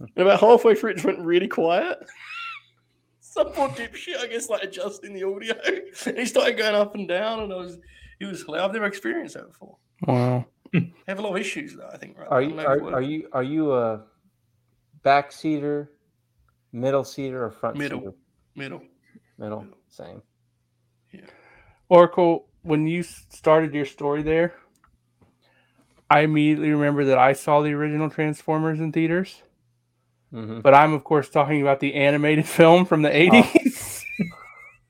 Speaker 2: And about halfway through, it just went really quiet. *laughs* Some poor dipshit, I guess, like adjusting the audio. *laughs* And he started going up and down, and I was, it was. hilarious. I've never experienced that before.
Speaker 5: Wow.
Speaker 2: I have a lot of issues though. I think. Right. now. I
Speaker 6: Are you
Speaker 2: don't know if
Speaker 6: are,
Speaker 2: it
Speaker 6: are you are you a back seater, middle seater, or front
Speaker 2: Middle.
Speaker 6: seater?
Speaker 2: middle?
Speaker 6: Middle, same.
Speaker 5: Oracle, when you s- started your story there, I immediately remember that I saw the original Transformers in theaters,
Speaker 6: Mm-hmm.
Speaker 5: but I'm of course talking about the animated *laughs* film from
Speaker 2: Oh. *laughs*
Speaker 5: the 80s.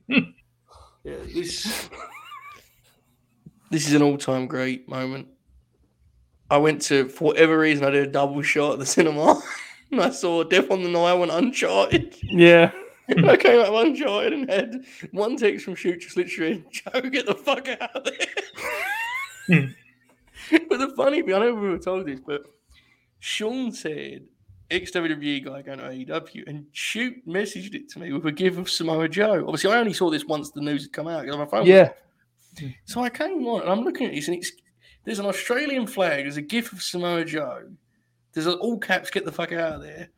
Speaker 2: Yeah, this this is an all time great moment. I went to for whatever reason I did a double shot at the cinema *laughs* and I saw Death on the Nile and Uncharted.
Speaker 5: Yeah.
Speaker 2: I came out of Uncharted and had one text from Shoot just literally *laughs* Joe, get the fuck out of there. but the funny thing, I know we were told this, but Sean said ex WWE guy going to AEW, and shoot messaged it to me with a gif of Samoa Joe. Obviously, I only saw this once the news had come out. 'cause My phone was
Speaker 5: Yeah.
Speaker 2: so I came on and I'm looking at this, and it's there's an Australian flag, there's a GIF of Samoa Joe. There's a, all caps, get the fuck out of there.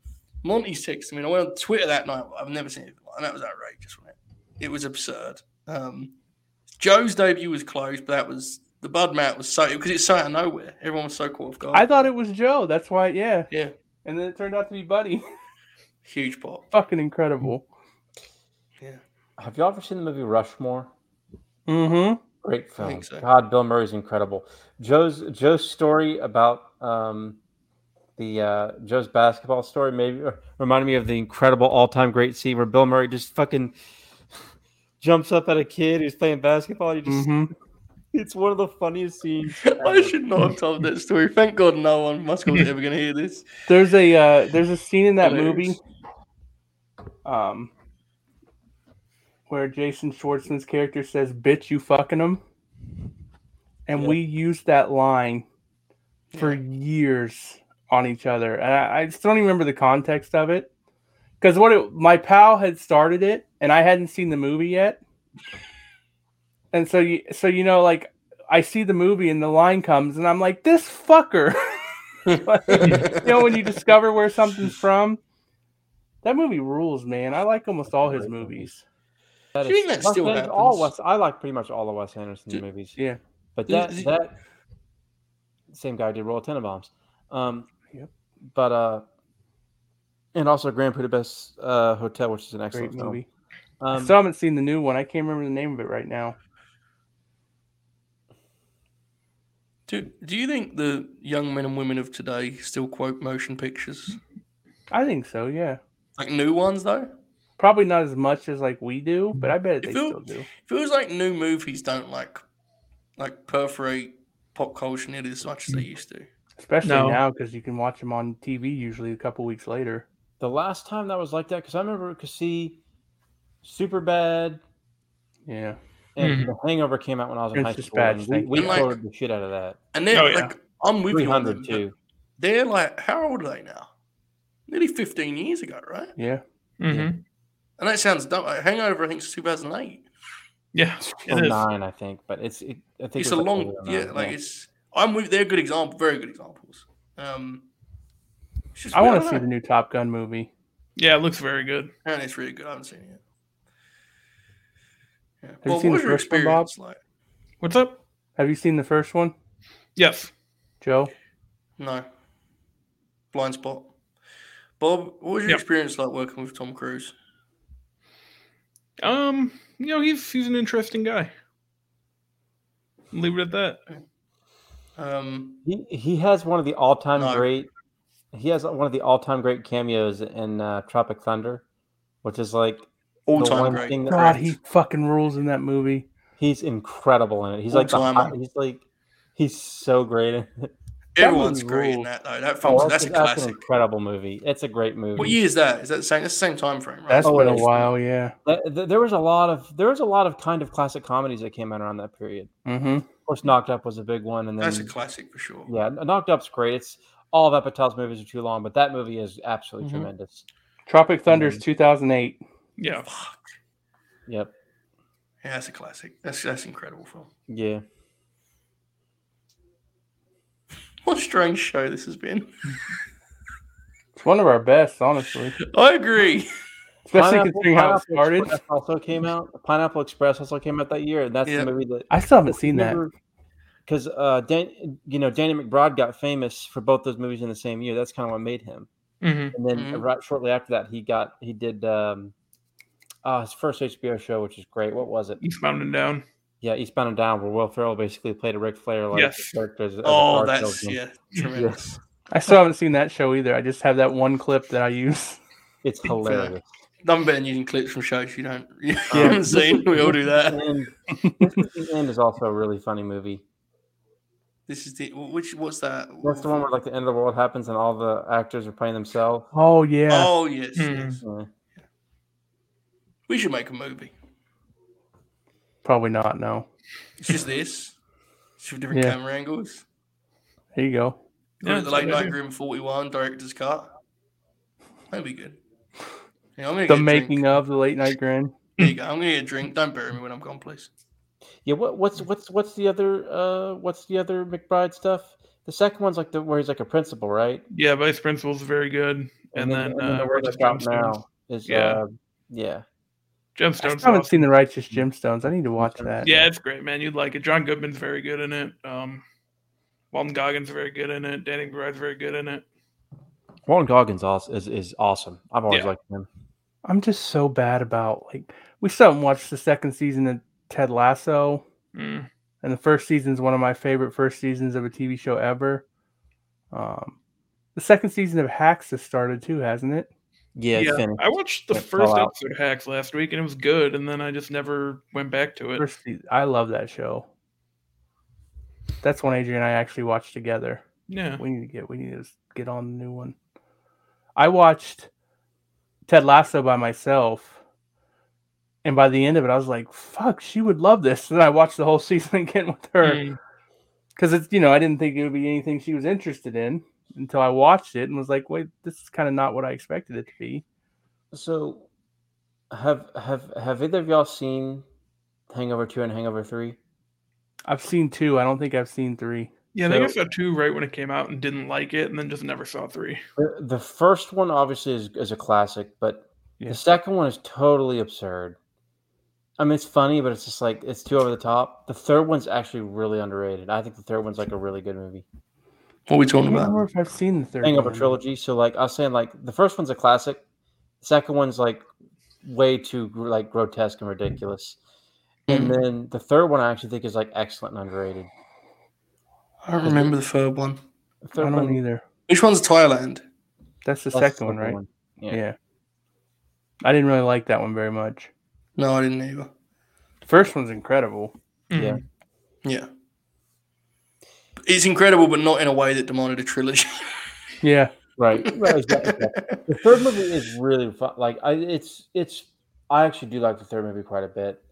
Speaker 2: Monty's texting me, and I went on Twitter that night. I've never seen it, before, and that was outrageous. Wasn't it? it was absurd. Um, Joe's debut was close, but that was the Bud Mat was so because it's so out of nowhere. Everyone was so caught off guard.
Speaker 5: I thought it was Joe. That's why, yeah.
Speaker 2: Yeah.
Speaker 5: And then it turned out to be Buddy. *laughs*
Speaker 2: huge pop.
Speaker 5: Fucking incredible.
Speaker 6: Have y'all ever seen the movie Rushmore?
Speaker 5: Mm-hmm.
Speaker 6: Great
Speaker 2: I
Speaker 6: film.
Speaker 2: think so.
Speaker 6: God, Bill Murray's incredible. Joe's Joe's story about um, the uh, Joe's basketball story *laughs* maybe reminded me of the incredible all time great scene where Bill Murray just fucking *laughs* jumps up at a kid who's playing basketball. You just
Speaker 5: Mm-hmm.
Speaker 6: *laughs* it's one of the funniest scenes.
Speaker 2: *laughs* I should not have told that story. Thank God no one must was ever going to hear this.
Speaker 5: There's a uh, there's a scene in that
Speaker 2: Hilarious.
Speaker 5: movie, um, where Jason Schwartzman's character says "bitch, you fucking him," and
Speaker 2: Yeah.
Speaker 5: we used that line for years on each other, and I, I just don't even remember the context of it because what it, my pal had started it, and I hadn't seen the movie yet, and so you so you know like I see the movie and the line comes, and I'm like this fucker. *laughs* you know when you discover where something's from that movie rules man i like almost all his movies
Speaker 6: That
Speaker 2: Do you think that
Speaker 6: Wes
Speaker 2: still
Speaker 6: Anderson- All
Speaker 2: happens?
Speaker 6: Wes, I like pretty much all of Wes Anderson's
Speaker 2: Do-
Speaker 6: movies.
Speaker 5: yeah.
Speaker 6: but
Speaker 2: Is-
Speaker 6: that
Speaker 2: is it-
Speaker 6: that same guy did Royal Tenenbaums. Um,
Speaker 5: Yep.
Speaker 6: But uh, and also Grand Budapest uh, Hotel, which is an
Speaker 5: great
Speaker 6: excellent film.
Speaker 5: movie i
Speaker 6: Um,
Speaker 5: still haven't seen the new one i can't remember the name of it right now
Speaker 2: Do, do you think the young men and women of today still quote motion pictures?
Speaker 5: i think so yeah
Speaker 2: Like new ones though?
Speaker 5: probably not as much as like we do but i bet they
Speaker 2: If
Speaker 5: still
Speaker 2: you-
Speaker 5: do
Speaker 2: Feels like new movies don't like like perforate pop culture nearly as much as they used to.
Speaker 5: especially
Speaker 4: No.
Speaker 5: now because you can watch them on tv usually a couple weeks later
Speaker 6: the last time that was like that, because I remember because see, Superbad
Speaker 5: yeah
Speaker 6: and The Hangover came out when I was in high
Speaker 5: Princess
Speaker 6: school. and
Speaker 5: Badge,
Speaker 6: we
Speaker 5: thank
Speaker 6: we
Speaker 2: you. And, like-
Speaker 6: quoted the shit out of that.
Speaker 2: And they're
Speaker 4: Oh, yeah.
Speaker 2: like I'm with
Speaker 6: Three
Speaker 2: you on
Speaker 6: hundred
Speaker 2: them, but
Speaker 6: too.
Speaker 2: They're like how old are they now? Nearly fifteen years ago, right?
Speaker 5: yeah
Speaker 4: Mhm.
Speaker 2: And that sounds dumb. Like, Hangover, I think, is 2008.
Speaker 4: Yeah,
Speaker 6: Or
Speaker 4: it is.
Speaker 6: nine, I think, but it's it, I think
Speaker 2: It's
Speaker 6: it was
Speaker 2: a
Speaker 6: like
Speaker 2: long,
Speaker 6: early
Speaker 2: yeah.
Speaker 6: 09,
Speaker 2: Like it's, I'm with. They're good example, very good examples. Um, it's just
Speaker 5: i
Speaker 2: weird,
Speaker 5: want to
Speaker 2: don't
Speaker 5: see
Speaker 2: know.
Speaker 5: the new top gun movie
Speaker 4: Yeah, it looks very good.
Speaker 2: Apparently, it's really good. I haven't seen it yet. Yeah.
Speaker 5: you
Speaker 2: Well, what
Speaker 5: seen
Speaker 2: was
Speaker 5: the
Speaker 2: your
Speaker 5: first one, Bob?
Speaker 2: experience like?
Speaker 4: What's up?
Speaker 5: have you seen the first one
Speaker 4: Yes.
Speaker 5: joe
Speaker 2: No. Blind spot. Bob, what was your
Speaker 4: Yep.
Speaker 2: experience like working with Tom Cruise?
Speaker 4: Um, you know, he's he's an interesting guy. Leave it at that.
Speaker 2: Um,
Speaker 6: He he has one of the all time
Speaker 2: No.
Speaker 6: great. He has one of the all time great cameos in uh, Tropic Thunder, which is like
Speaker 2: all
Speaker 6: the
Speaker 2: time
Speaker 6: one
Speaker 2: great.
Speaker 6: thing that
Speaker 5: god he fucking rules in that movie
Speaker 6: he's incredible in it. He's like the,
Speaker 2: All-timer.
Speaker 6: hot- he's like he's so great. In it.
Speaker 2: Everyone's
Speaker 5: movie
Speaker 2: great in
Speaker 5: rules.
Speaker 2: that though.
Speaker 6: Oh,
Speaker 2: That film's that's a
Speaker 6: an
Speaker 2: classic.
Speaker 6: incredible movie. It's a great movie.
Speaker 2: What year is that? Is that the same? That's the same time frame, right?
Speaker 5: That's
Speaker 6: Oh,
Speaker 5: been
Speaker 6: it
Speaker 5: a
Speaker 6: is.
Speaker 5: while yeah
Speaker 6: Th- th- there was a lot of there was a lot of kind of classic comedies that came out around that period.
Speaker 5: mm-hmm
Speaker 6: Of course, Knocked Up was a big one, and then
Speaker 2: That's a classic for sure.
Speaker 6: yeah, Knocked Up's great. It's all of Apatow's movies are too long, but that movie is absolutely
Speaker 2: Mhm.
Speaker 6: tremendous. Mm-hmm.
Speaker 5: tropic thunder's 2008
Speaker 4: Yeah.
Speaker 2: Fuck.
Speaker 6: Yep.
Speaker 2: Yeah, that's a classic. That's that's incredible film.
Speaker 6: Yeah.
Speaker 2: What a strange show this has been. *laughs*
Speaker 5: it's one of our best honestly
Speaker 2: I agree.
Speaker 5: especially
Speaker 6: Pineapple-
Speaker 5: considering how it
Speaker 6: Pineapple
Speaker 5: started
Speaker 6: Express also came out. Pineapple Express also came out that year, and that's
Speaker 2: Yeah.
Speaker 6: the movie that
Speaker 5: I still haven't seen that.
Speaker 6: Because uh, Dan, you know, Danny McBride got famous for both those movies in the same year. That's kind of what made him.
Speaker 4: Mm-hmm.
Speaker 6: And then
Speaker 2: Mhm.
Speaker 6: right shortly after that, he got he did um, uh, his first HBO show, which is great. What was it?
Speaker 4: He's mounting down.
Speaker 6: Yeah, Eastbound and Down, where Will Ferrell basically played a Ric Flair like
Speaker 4: Yes.
Speaker 6: character. as- as a
Speaker 2: Oh,
Speaker 6: car
Speaker 2: that's
Speaker 6: salesman.
Speaker 2: yeah, tremendous.
Speaker 5: I still haven't seen that show either. I just have that one clip that I use.
Speaker 6: it's hilarious.
Speaker 5: *laughs*
Speaker 2: Nothing better than using clips from shows you don't you haven't seen. We all do that.
Speaker 6: And the end is also a really funny movie.
Speaker 2: This is the which what's that?
Speaker 6: That's the one where like the end of the world happens and all the actors are playing themselves.
Speaker 5: Oh yeah,
Speaker 2: Oh yes,
Speaker 4: Hmm.
Speaker 2: yes.
Speaker 6: Yeah.
Speaker 2: We should make a movie.
Speaker 5: *laughs* probably not. No,
Speaker 2: It's
Speaker 5: *laughs*
Speaker 2: just this. It's with different
Speaker 5: Yeah.
Speaker 2: camera angles.
Speaker 5: there you go.
Speaker 2: Yeah, the
Speaker 4: that's
Speaker 2: late
Speaker 4: a good
Speaker 2: night
Speaker 4: idea.
Speaker 2: grim forty one director's cut. That'll be good. Yeah, I'm gonna
Speaker 5: The
Speaker 2: get a
Speaker 5: making
Speaker 2: drink.
Speaker 5: of the late night grin.
Speaker 2: There you go. I'm gonna get a drink. Don't bury me when I'm gone, please.
Speaker 6: Yeah, what, what's what's what's the other uh what's the other McBride stuff? The second one's like the where he's like a principal, right?
Speaker 4: Yeah, vice principal's very good. And, then, uh,
Speaker 6: the
Speaker 4: we're
Speaker 6: one
Speaker 4: just
Speaker 6: that's out
Speaker 4: gemstones.
Speaker 6: now is
Speaker 4: Yeah.
Speaker 6: uh, yeah.
Speaker 5: I
Speaker 4: Gemstones.
Speaker 5: still haven't seen the Righteous Gemstones. I need to watch that.
Speaker 4: Yeah, it's great, man. You'd like it. John Goodman's very good in it. Um, Walton Goggins very good in it. Danny McBride's very good in it.
Speaker 6: Warren Goggins also is, is awesome. I've always
Speaker 4: Yeah.
Speaker 6: liked him.
Speaker 5: I'm just so bad about like we still haven't watched the second season of Ted Lasso,
Speaker 4: Mm.
Speaker 5: and the first season is one of my favorite first seasons of a TV show ever. Um, the second season of Hacks has started too, hasn't it?
Speaker 6: Yeah, it's
Speaker 4: Yeah,
Speaker 6: finished.
Speaker 4: I watched the
Speaker 6: That fell
Speaker 4: first
Speaker 6: out.
Speaker 4: episode of Hacks last week, and it was good. And then I just never went back to it.
Speaker 5: First season, I love that show. That's one Adrian and I actually watched together.
Speaker 4: Yeah,
Speaker 5: We need to get we need to get on the new one. I watched Ted Lasso by myself, and by the end of it, I was like, "Fuck, she would love this." And then I watched the whole *laughs* season again with her
Speaker 4: Mm.
Speaker 5: because it's you know I didn't think it would be anything she was interested in until I watched it and was like, "Wait, this is kind of not what I expected it to be."
Speaker 6: So, have have have either of y'all seen Hangover Two and Hangover Three?
Speaker 5: I've seen two. I don't think I've seen three.
Speaker 4: yeah. I think I
Speaker 6: So-
Speaker 4: saw two right when it came out and didn't like it, and then just never saw three.
Speaker 6: The the first one obviously is, is a classic, but
Speaker 5: Yeah.
Speaker 6: the second one is totally absurd. I mean, it's funny, but it's just like it's too over the top. The third one's actually really underrated. I think the third one's like a really good movie.
Speaker 2: What are we
Speaker 5: I
Speaker 2: talking
Speaker 5: don't remember
Speaker 2: about?
Speaker 5: if I've seen the third.
Speaker 6: Hangover
Speaker 5: one.
Speaker 6: trilogy. So, like I was saying, like the first one's a classic. The second one's like way too gr- like grotesque and ridiculous,
Speaker 5: Mm.
Speaker 6: and then the third one I actually think is like excellent and underrated.
Speaker 2: I don't remember the third one.
Speaker 6: The
Speaker 5: I
Speaker 6: third
Speaker 5: don't either.
Speaker 2: Which one's Thailand?
Speaker 5: That's the
Speaker 6: that's
Speaker 5: second one, right?
Speaker 6: Yeah.
Speaker 5: yeah. I didn't really like that one very much.
Speaker 2: No, I didn't either.
Speaker 5: First one's incredible.
Speaker 6: Yeah.
Speaker 4: Mm.
Speaker 2: Yeah. It's incredible, but not in a way that demanded a trilogy. *laughs*
Speaker 5: Yeah.
Speaker 6: Right. *laughs* right exactly. the third movie is really fun. Like I, it's it's. I actually do like the third movie quite a bit.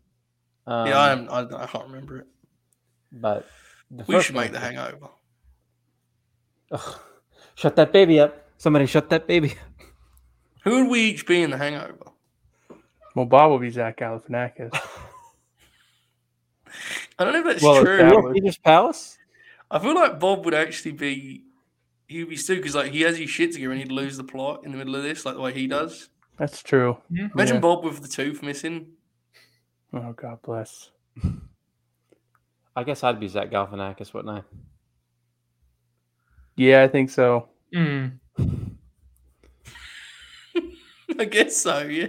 Speaker 6: Um,
Speaker 2: yeah, I, am, I, I can't remember it.
Speaker 6: But the
Speaker 2: We
Speaker 6: first
Speaker 2: should make
Speaker 6: one-
Speaker 2: the hangover.
Speaker 6: Ugh. shut that baby up! Somebody shut that *laughs* baby. up.
Speaker 2: Who would we each be in the hangover?
Speaker 5: Well, Bob will be Zach Galifianakis.
Speaker 2: I don't know if that's
Speaker 5: Well,
Speaker 2: true.
Speaker 5: established.
Speaker 6: Little Caesar's Palace.
Speaker 2: I feel like Bob would actually be. He'd be stupid because like he has his shit together and he'd lose the plot in the middle of this, like the way he does.
Speaker 5: That's true.
Speaker 2: Imagine
Speaker 5: Yeah.
Speaker 2: Bob with the tooth missing. *laughs*
Speaker 5: Oh, God bless.
Speaker 6: I guess I'd be Zach Galifianakis, wouldn't I?
Speaker 5: Yeah, I think so.
Speaker 4: Mm.
Speaker 2: I guess so. Yeah. *laughs*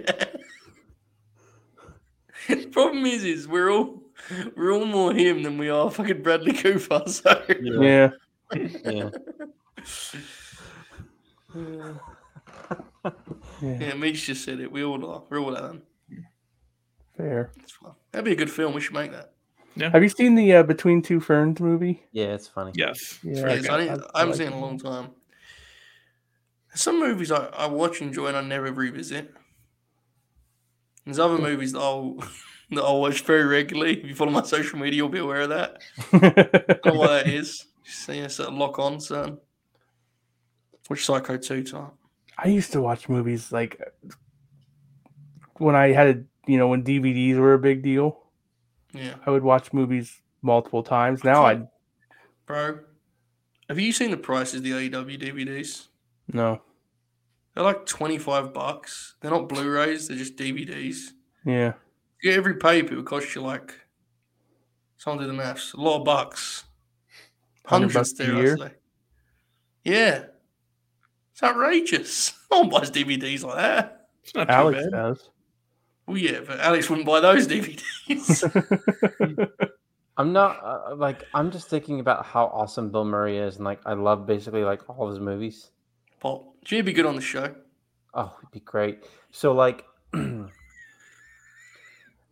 Speaker 2: the problem is, is we're all we're all more him than we are fucking Bradley Cooper. *laughs* So
Speaker 5: Yeah.
Speaker 6: yeah.
Speaker 5: Yeah.
Speaker 2: yeah, Mitch just said it. We all are. We're all Alan.
Speaker 5: Fair.
Speaker 2: It's fine. That'd be a good film. We should make that.
Speaker 5: Have you seen the uh, Between Two Ferns movie?
Speaker 6: Yeah, it's funny.
Speaker 4: Yes.
Speaker 5: Yeah.
Speaker 2: Yes, I, didn't, I haven't
Speaker 5: like
Speaker 2: seen it in a
Speaker 5: that
Speaker 2: long time. Some movies I, I watch, enjoy, and I never revisit. There's other movies that I'll *laughs* that I'll watch very regularly. If you follow my social media, you'll be aware of that. I don't know what that is. Just seeing a sort of lock on, son. Which Psycho 2 time?
Speaker 5: I used to watch movies like when I had, a, you know, when DVDs were a big deal.
Speaker 2: Yeah,
Speaker 5: I would watch movies multiple times. Now I
Speaker 2: bro. Have you seen the prices of the E AEW DVDs?
Speaker 5: no.
Speaker 2: They're like 25 bucks. They're not Blu rays, they're just DVDs.
Speaker 5: Yeah.
Speaker 2: You get every paper, it would cost you like, someone do the maths, a lot of bucks.
Speaker 5: 100
Speaker 2: Hundreds
Speaker 5: bucks a
Speaker 2: there,
Speaker 5: year?
Speaker 2: I'd say. Yeah. It's outrageous. *laughs* No one buys DVDs like that.
Speaker 4: It's not too
Speaker 5: Alex
Speaker 4: bad.
Speaker 5: does.
Speaker 2: Well, yeah, but Alex wouldn't buy those *laughs*
Speaker 5: *laughs*
Speaker 2: DVDs.
Speaker 6: I'm not uh, like I'm just thinking about how awesome Bill Murray is, and like I love basically like all of his movies.
Speaker 2: Pop, she'd be good on the show.
Speaker 6: Oh, it'd be great. So, like, *clears throat* Bill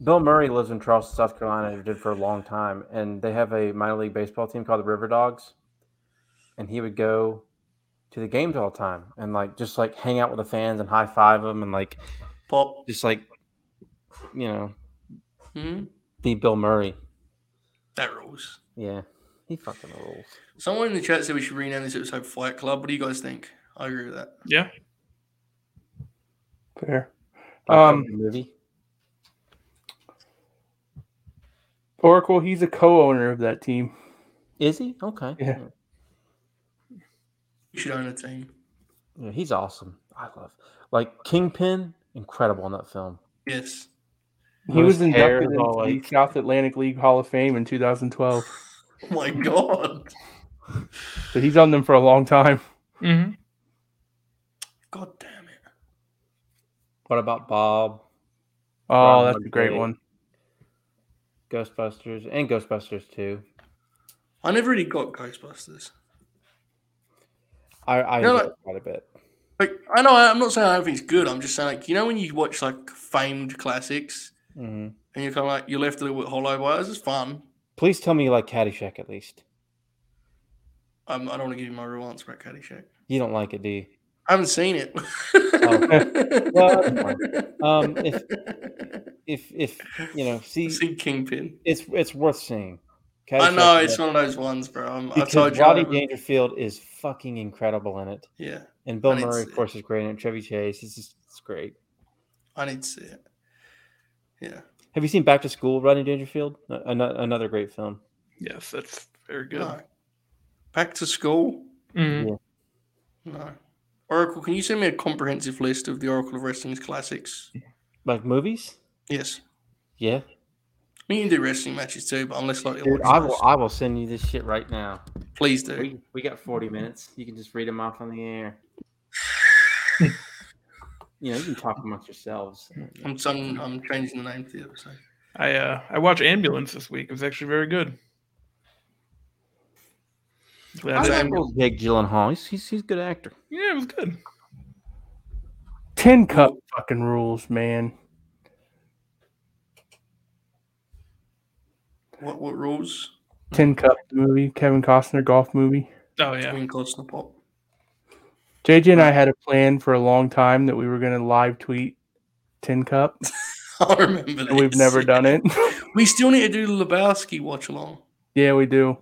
Speaker 6: Murray lives in Charleston, South Carolina, and did for a long time, and they have a minor league baseball team called the River Dogs, and he would go to the games all the time and like just like hang out with the fans and high five them and like
Speaker 2: Pop.
Speaker 6: just like you know
Speaker 2: Hmm?
Speaker 6: be Bill Murray.
Speaker 2: That rules.
Speaker 6: Yeah, he fucking rules.
Speaker 2: Someone in the chat said we should rename this episode Flight Club. What do you guys think? I agree with that.
Speaker 4: Yeah.
Speaker 5: Fair.
Speaker 3: Um,
Speaker 5: Um,
Speaker 3: movie.
Speaker 5: Oracle, he's a co-owner of that team.
Speaker 6: Is he? Okay.
Speaker 5: Yeah.
Speaker 2: You should own a team.
Speaker 6: Yeah, he's awesome. I love like Kingpin, incredible in that film.
Speaker 2: Yes. *laughs*
Speaker 5: He
Speaker 3: His
Speaker 5: was
Speaker 3: hair
Speaker 5: inducted
Speaker 3: is
Speaker 5: into
Speaker 3: all,
Speaker 5: the
Speaker 3: like-
Speaker 5: South Atlantic League Hall of Fame in 2012.
Speaker 2: Oh my *laughs* god.
Speaker 5: So he's on them for a long time.
Speaker 4: Mm-hmm.
Speaker 2: God damn it.
Speaker 6: What about Bob?
Speaker 5: Oh,
Speaker 6: Wow,
Speaker 5: that's a great
Speaker 6: great.
Speaker 5: one.
Speaker 6: Ghostbusters and Ghostbusters too.
Speaker 2: I never really got Ghostbusters.
Speaker 6: I, I
Speaker 2: No,
Speaker 6: enjoyed
Speaker 2: no.
Speaker 6: it quite a bit.
Speaker 2: Like I know I'm not saying I don't think it's good. I'm just saying like you know when you watch like famed classics
Speaker 6: hmm
Speaker 2: and you're kind of like you're left a little bit hollow by it. This is fun.
Speaker 6: Please tell me you like Caddyshack at least.
Speaker 2: Um, I don't want to give you my real answer about Caddyshack.
Speaker 6: You don't like it, do you?
Speaker 2: I haven't seen it.
Speaker 6: Well, that's
Speaker 2: *laughs*
Speaker 6: Um, if if if you know, see,
Speaker 2: I've seen Kingpin.
Speaker 6: it's it's worth seeing.
Speaker 2: I know
Speaker 6: Caddyshack
Speaker 2: it's
Speaker 6: is-
Speaker 2: one of those ones, bro. I'm, I
Speaker 6: because
Speaker 2: told you. I
Speaker 6: Rodney
Speaker 2: haven't-
Speaker 6: Dangerfield is fucking incredible in it,
Speaker 2: yeah,
Speaker 6: and Bill
Speaker 2: I didn't
Speaker 6: Murray,
Speaker 2: see
Speaker 6: of
Speaker 2: it.
Speaker 6: course, is great. And Chevy Chase, it's just it's great.
Speaker 2: I need to see it. Yeah,
Speaker 6: Have you seen Back to School, Rodney Dangerfield? An- another great film.
Speaker 4: Yes, that's very good.
Speaker 2: no. Back to school.
Speaker 4: Mhm.
Speaker 2: No. Oracle, can you send me a comprehensive list of the Oracle of Wrestling's classics?
Speaker 6: Like movies?
Speaker 2: Yes.
Speaker 6: Yeah.
Speaker 2: I mean, you can do wrestling matches too, but I'm less likely to
Speaker 6: Dude,
Speaker 2: watch
Speaker 6: I will
Speaker 2: those.
Speaker 6: I will send you this shit right now.
Speaker 2: Please do.
Speaker 6: We, we got 40 minutes. You can just read them off on the air. you know, you can talk amongst yourselves.
Speaker 2: I'm, I'm, I'm changing the name to the episode.
Speaker 4: I uh, I watched Ambulance this week. It was actually very good. Glad
Speaker 2: I
Speaker 4: that-
Speaker 2: like-
Speaker 6: Jake Gyllenhaal, he's, he's, he's a good actor.
Speaker 4: yeah, it was good.
Speaker 5: Ten cup fucking rules, man.
Speaker 2: What what rules?
Speaker 5: Ten cup movie, Kevin Costner golf movie.
Speaker 4: Oh
Speaker 2: Yeah.
Speaker 4: yeah,
Speaker 2: Between Costner Pop. *laughs*
Speaker 5: JJ and I had a plan for a long time that we were gonna live tweet ten cup,
Speaker 2: I remember that.
Speaker 5: and we've never done it. *laughs*
Speaker 2: We still need to do the Lebowski watch along,
Speaker 5: yeah, we do.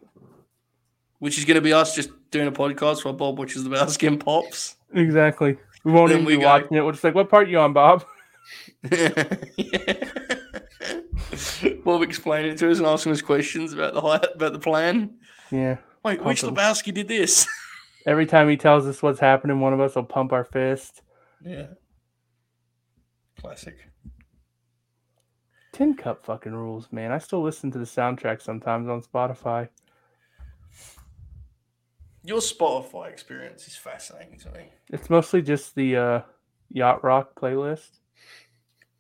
Speaker 2: which is going to be us just doing a podcast while Bob watches Lebowski and pops. *laughs*
Speaker 5: Exactly. We won't
Speaker 2: Then
Speaker 5: even
Speaker 2: we
Speaker 5: be
Speaker 2: got-
Speaker 5: watching it. We're just like, what part you on, Bob? *laughs*
Speaker 2: Bob explained it to us and asking us questions about the hi- about the plan.
Speaker 5: Yeah.
Speaker 2: Wait, which
Speaker 5: Awesome.
Speaker 2: Lebowski did this? *laughs*
Speaker 5: Every time he tells us what's happening, one of us will pump our fist.
Speaker 2: Yeah. Classic.
Speaker 5: Tin Cup fucking rules, man. I still listen to the soundtrack sometimes on Spotify.
Speaker 2: Your Spotify experience is fascinating to me.
Speaker 5: It's mostly just the uh, yacht rock playlist.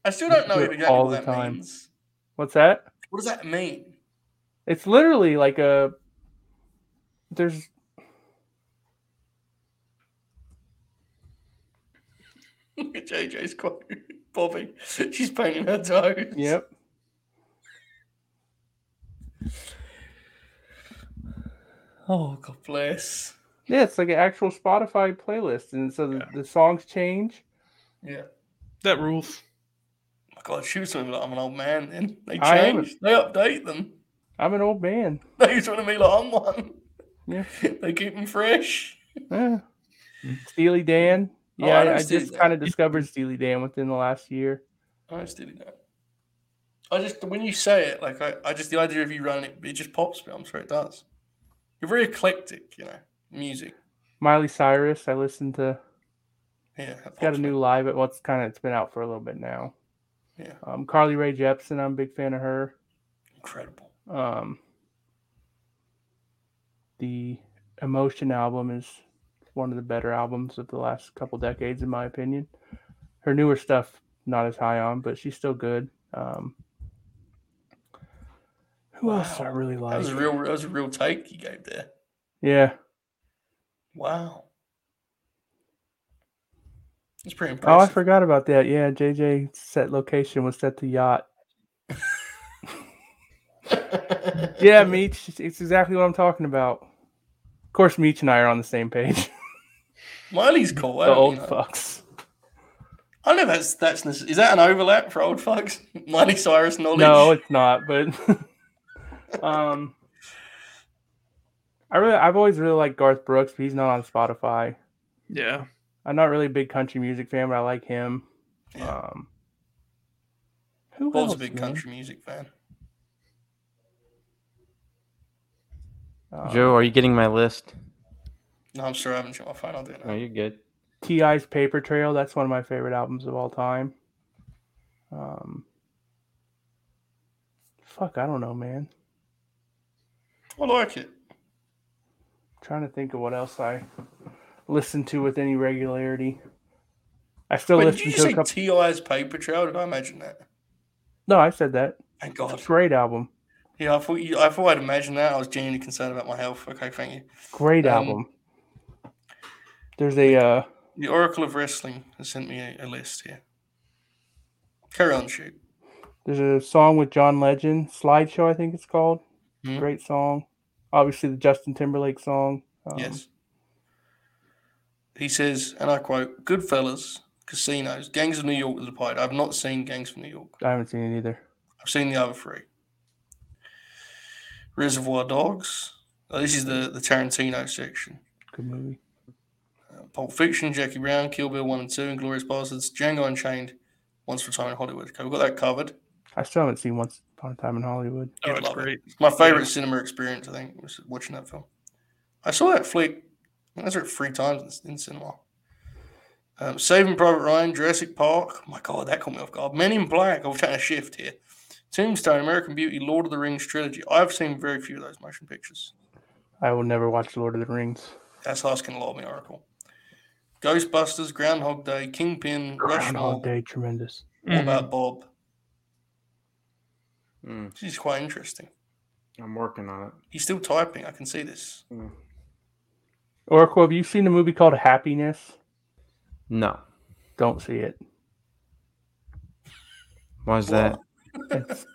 Speaker 2: I still don't know
Speaker 5: Do it
Speaker 2: exactly
Speaker 5: all
Speaker 2: what
Speaker 5: the
Speaker 2: that
Speaker 5: time.
Speaker 2: means.
Speaker 5: What's that?
Speaker 2: What does that mean? *laughs*
Speaker 5: It's literally like a there's
Speaker 2: JJ's quote. *laughs* Bobby, she's painting her toes.
Speaker 5: yep.
Speaker 2: Oh, God bless.
Speaker 5: Yeah, it's like an actual Spotify playlist, and so the,
Speaker 4: Yeah.
Speaker 5: the songs change.
Speaker 2: Yeah.
Speaker 4: that rules.
Speaker 2: My God, she was talking like I'm an old man then. They
Speaker 5: I am.
Speaker 2: change, they update them. *laughs*
Speaker 5: I'm an old man.
Speaker 2: They was talking to me like I'm one.
Speaker 5: Yeah.
Speaker 2: *laughs* they keep them fresh.
Speaker 5: Yeah. Steely Dan.
Speaker 2: Oh,
Speaker 5: Yeah,
Speaker 2: I
Speaker 5: I, I
Speaker 2: don't see
Speaker 5: just
Speaker 2: that.
Speaker 5: kind of discovered Steely Dan within the last year.
Speaker 2: I just didn't know. I just, when you say it, like, I, I just, the idea of you running it, it just pops me. I'm sure it does. You're very eclectic, you know, music.
Speaker 5: Miley Cyrus, I listened to.
Speaker 2: Yeah. that
Speaker 5: It's got a
Speaker 2: pops me.
Speaker 5: new live at what's kind of it's been out for a little bit now.
Speaker 2: Yeah.
Speaker 5: Um, Carly Rae Jepsen, I'm a big fan of her.
Speaker 2: Incredible.
Speaker 5: Um, the Emotion album is one of the better albums of the last couple decades, in my opinion. Her newer stuff, not as high on, but she's still good. Um, who else do I
Speaker 2: Wow.
Speaker 5: really like?
Speaker 2: That was a real, that was a real take you gave there.
Speaker 5: yeah.
Speaker 2: Wow. That's pretty
Speaker 5: Oh, I
Speaker 2: impressive.
Speaker 5: forgot about that. Yeah, JJ set location was set
Speaker 2: *laughs*
Speaker 5: to yacht. Yeah, Meech, it's exactly what I'm talking about. Of course, Meech and I are on the same page.
Speaker 2: Miley's cool. I uh,
Speaker 5: the
Speaker 2: don't- you
Speaker 5: old
Speaker 2: know.
Speaker 5: fucks.
Speaker 2: I don't know if that's that's necess- is that an overlap for old fucks? *laughs* Miley Cyrus knowledge.
Speaker 5: No, it's not. But *laughs* um, I really, I've always really liked Garth Brooks, but he's not on Spotify.
Speaker 4: Yeah,
Speaker 5: I'm not really a big country music fan, but I like him. Um, who
Speaker 2: Bob's a
Speaker 5: else,
Speaker 2: big
Speaker 5: man?
Speaker 2: country music fan.
Speaker 5: Uh,
Speaker 6: Joe, are you getting my list?
Speaker 2: No, I'm sorry, I haven't checked my phone. I'll do it. now.
Speaker 6: No, Oh, you're good.
Speaker 5: Ti's Paper Trail. That's one of my favorite albums of all time. Um, fuck, I don't know, man. Uh,
Speaker 2: I like it.
Speaker 5: trying to think of what else I listen to with any regularity. I still
Speaker 2: Wait, did
Speaker 5: listen
Speaker 2: you
Speaker 5: to
Speaker 2: just
Speaker 5: a
Speaker 2: say
Speaker 5: couple.
Speaker 2: T.I.'s Paper Trail? Did I imagine that?
Speaker 5: no, I said that.
Speaker 2: Thank
Speaker 5: It's
Speaker 2: God.
Speaker 5: a great album.
Speaker 2: Yeah, I thought you, I thought I'd imagined that. I was genuinely concerned about my health. Okay, thank you.
Speaker 5: Great
Speaker 2: Um,
Speaker 5: album. There's a uh,
Speaker 2: The Oracle of Wrestling has sent me a, a list here. Carry on, shoot.
Speaker 5: there's a song with John Legend, Slideshow, I think it's called.
Speaker 2: Mhm.
Speaker 5: Great song. Obviously, the Justin Timberlake song. Um,
Speaker 2: yes. He says, and I quote, Goodfellas, Casinos, Gangs of New York is a pirate. I've not seen Gangs of New York.
Speaker 5: I haven't seen it either.
Speaker 2: I've seen the other three. Reservoir Dogs. Oh, this is the, the Tarantino section.
Speaker 5: Good movie.
Speaker 2: Uh, Pulp Fiction, Jackie Brown, Kill Bill 1 and 2, Inglorious Bastards, Django Unchained, Once Upon a Time in Hollywood. Okay, we've got that covered.
Speaker 5: I still haven't seen Once Upon a Time in Hollywood.
Speaker 4: Oh,
Speaker 2: You'd
Speaker 4: it's
Speaker 2: love it.
Speaker 4: great.
Speaker 2: It's my favorite cinema experience, I think, was watching that film. I saw that flick, I saw it three times in, in cinema. Um, Saving Private Ryan, Jurassic Park. My God, that caught me off guard. Men in Black. I've taken a shift here. Tombstone, American Beauty, Lord of the Rings trilogy. I've seen very few of those motion pictures.
Speaker 5: I will never watch Lord of the Rings.
Speaker 2: That's asking a lot of me, Oracle. Ghostbusters, Groundhog Day, Kingpin, Rushmore,
Speaker 5: Groundhog Day, tremendous.
Speaker 4: Mm-hmm.
Speaker 2: All About Bob.
Speaker 6: Mm,
Speaker 2: This is quite interesting.
Speaker 6: I'm working on it.
Speaker 2: He's still typing. I can see this.
Speaker 5: Oracle, have you seen a movie called Happiness?
Speaker 6: No.
Speaker 5: Don't see it.
Speaker 6: Why is
Speaker 2: Well,
Speaker 6: that?
Speaker 5: It's,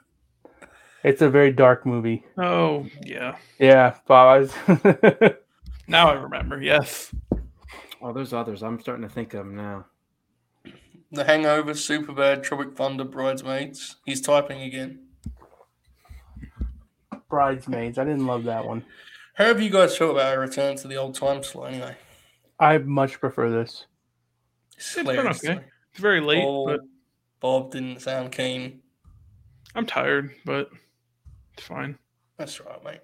Speaker 5: it's a very dark movie.
Speaker 4: Oh, yeah.
Speaker 5: Yeah, Bob. I was *laughs*
Speaker 4: Now I remember. Yes.
Speaker 6: Oh, there's others. I'm starting to think of 'em now.
Speaker 2: The Hangover, Superbad, Tropic Thunder, Bridesmaids. He's typing again.
Speaker 5: Bridesmaids. I didn't love that one.
Speaker 2: How have you guys felt about our return to the old time slot anyway?
Speaker 5: I much prefer this.
Speaker 2: It's
Speaker 4: It's been
Speaker 2: hilarious.
Speaker 4: okay. It's very late, but
Speaker 2: Bob, Bob didn't sound keen.
Speaker 4: I'm tired, but it's fine.
Speaker 2: That's right, mate.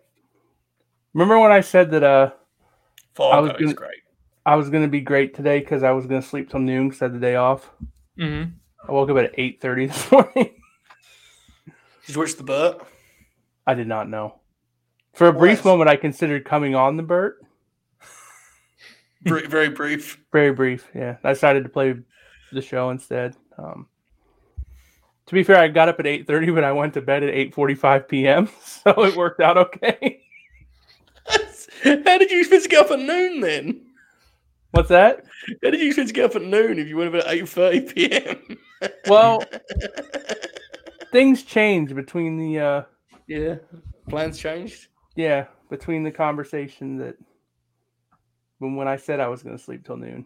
Speaker 5: Remember when I said that uh
Speaker 2: Fargo
Speaker 5: was
Speaker 2: is
Speaker 5: gonna-
Speaker 2: great.
Speaker 5: I was gonna be great today because I was gonna sleep till noon because I had the day off.
Speaker 4: Mm-hmm.
Speaker 5: I woke up at eight thirty *laughs* this morning.
Speaker 2: Did you watch the Burt?
Speaker 5: I did not know. For a brief
Speaker 2: Nice.
Speaker 5: moment, I considered coming on the Burt. *laughs*
Speaker 2: Br- very brief. *laughs*
Speaker 5: Very brief. Yeah, I decided to play the show instead. Um, to be fair, I got up at eight thirty, but I went to bed at eight forty-five p.m. *laughs* So it worked out okay. *laughs*
Speaker 2: How did you expect to get up at noon then?
Speaker 5: What's that?
Speaker 2: How did you expect to get up at noon if you went up at eight thirty p.m.?
Speaker 5: Well, things change between the uh,
Speaker 2: yeah, plans changed.
Speaker 5: yeah between the conversation that when when I said I was going to sleep till noon.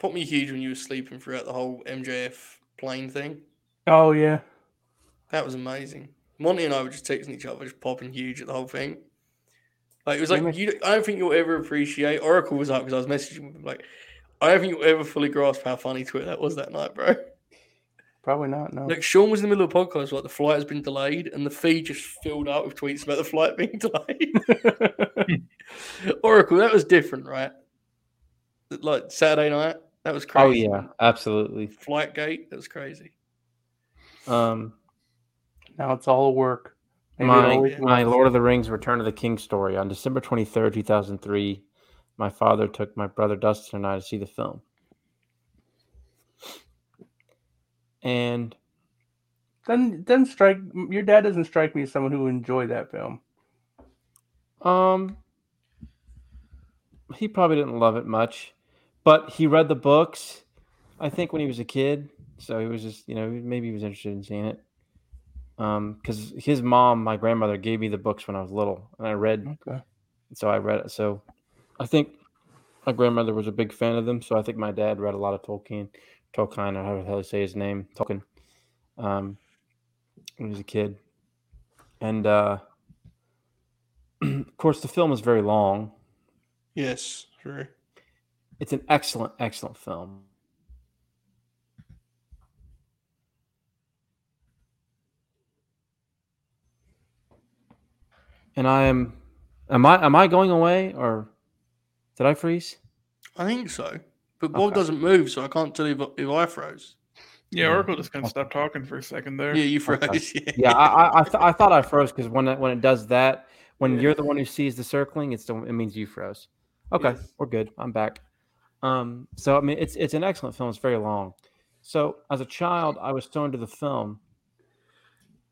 Speaker 2: Put me huge when you were sleeping throughout the whole MJF plane thing.
Speaker 5: Oh yeah,
Speaker 2: That was amazing. Monty and I were just texting each other, just popping huge at the whole thing. Like it was
Speaker 5: Yeah,
Speaker 2: like
Speaker 5: mate.
Speaker 2: you. I don't think you'll ever appreciate. Oracle was up because I was messaging him like, I don't think you'll ever fully grasp how funny Twitter that was that night, bro.
Speaker 5: probably not.
Speaker 6: Oh.
Speaker 5: No,
Speaker 2: Like Sean was in the middle of a podcast, like the flight has been delayed, and the feed just filled up with tweets about the flight being *laughs* delayed.
Speaker 6: *laughs*
Speaker 2: Oracle, that was different, right? Like Saturday night, that was
Speaker 6: Oh
Speaker 2: crazy.
Speaker 6: yeah, absolutely.
Speaker 2: Flight gate, that was crazy.
Speaker 6: Um,
Speaker 5: now it's all work. Maybe it
Speaker 6: my
Speaker 5: always
Speaker 6: my
Speaker 5: was.
Speaker 6: Lord of the Rings: Return of the King story on December twenty third, two thousand three. My father took my brother Dustin and I to see the film, and
Speaker 5: doesn't doesn't strike your dad doesn't strike me as someone who would enjoy that film.
Speaker 6: um, he probably didn't love it much, but he read the books, I think, when he was a kid. So he was just, you know, maybe he was interested in seeing it. Um, because his mom, my grandmother, gave me the books when I was little, and I read
Speaker 5: Okay,
Speaker 6: so I read it. So I think my grandmother was a big fan of them. So I think my dad read a lot of Tolkien, Tolkien, or however the hell you say his name, Tolkien, um, when he was a kid. And uh, *clears throat* of course, the film is very long.
Speaker 2: Yes, sure.
Speaker 6: It's an excellent, excellent film. and I am. Am I am I going away or did I freeze?
Speaker 2: I think so. But Bob
Speaker 6: Okay.
Speaker 2: doesn't move, so I can't tell you if I froze.
Speaker 4: Yeah, Oracle just kind of stopped talking for a second there.
Speaker 2: Yeah, you froze. *laughs*
Speaker 6: Yeah, I I, I, th- I thought I froze because when it, when it does that, when
Speaker 2: Yeah.
Speaker 6: you're the one who sees the circling, it's the, it means you froze. Okay, we're good. I'm back. Um, so I mean, it's it's an excellent film. It's very long. So as a child, I was so into the film.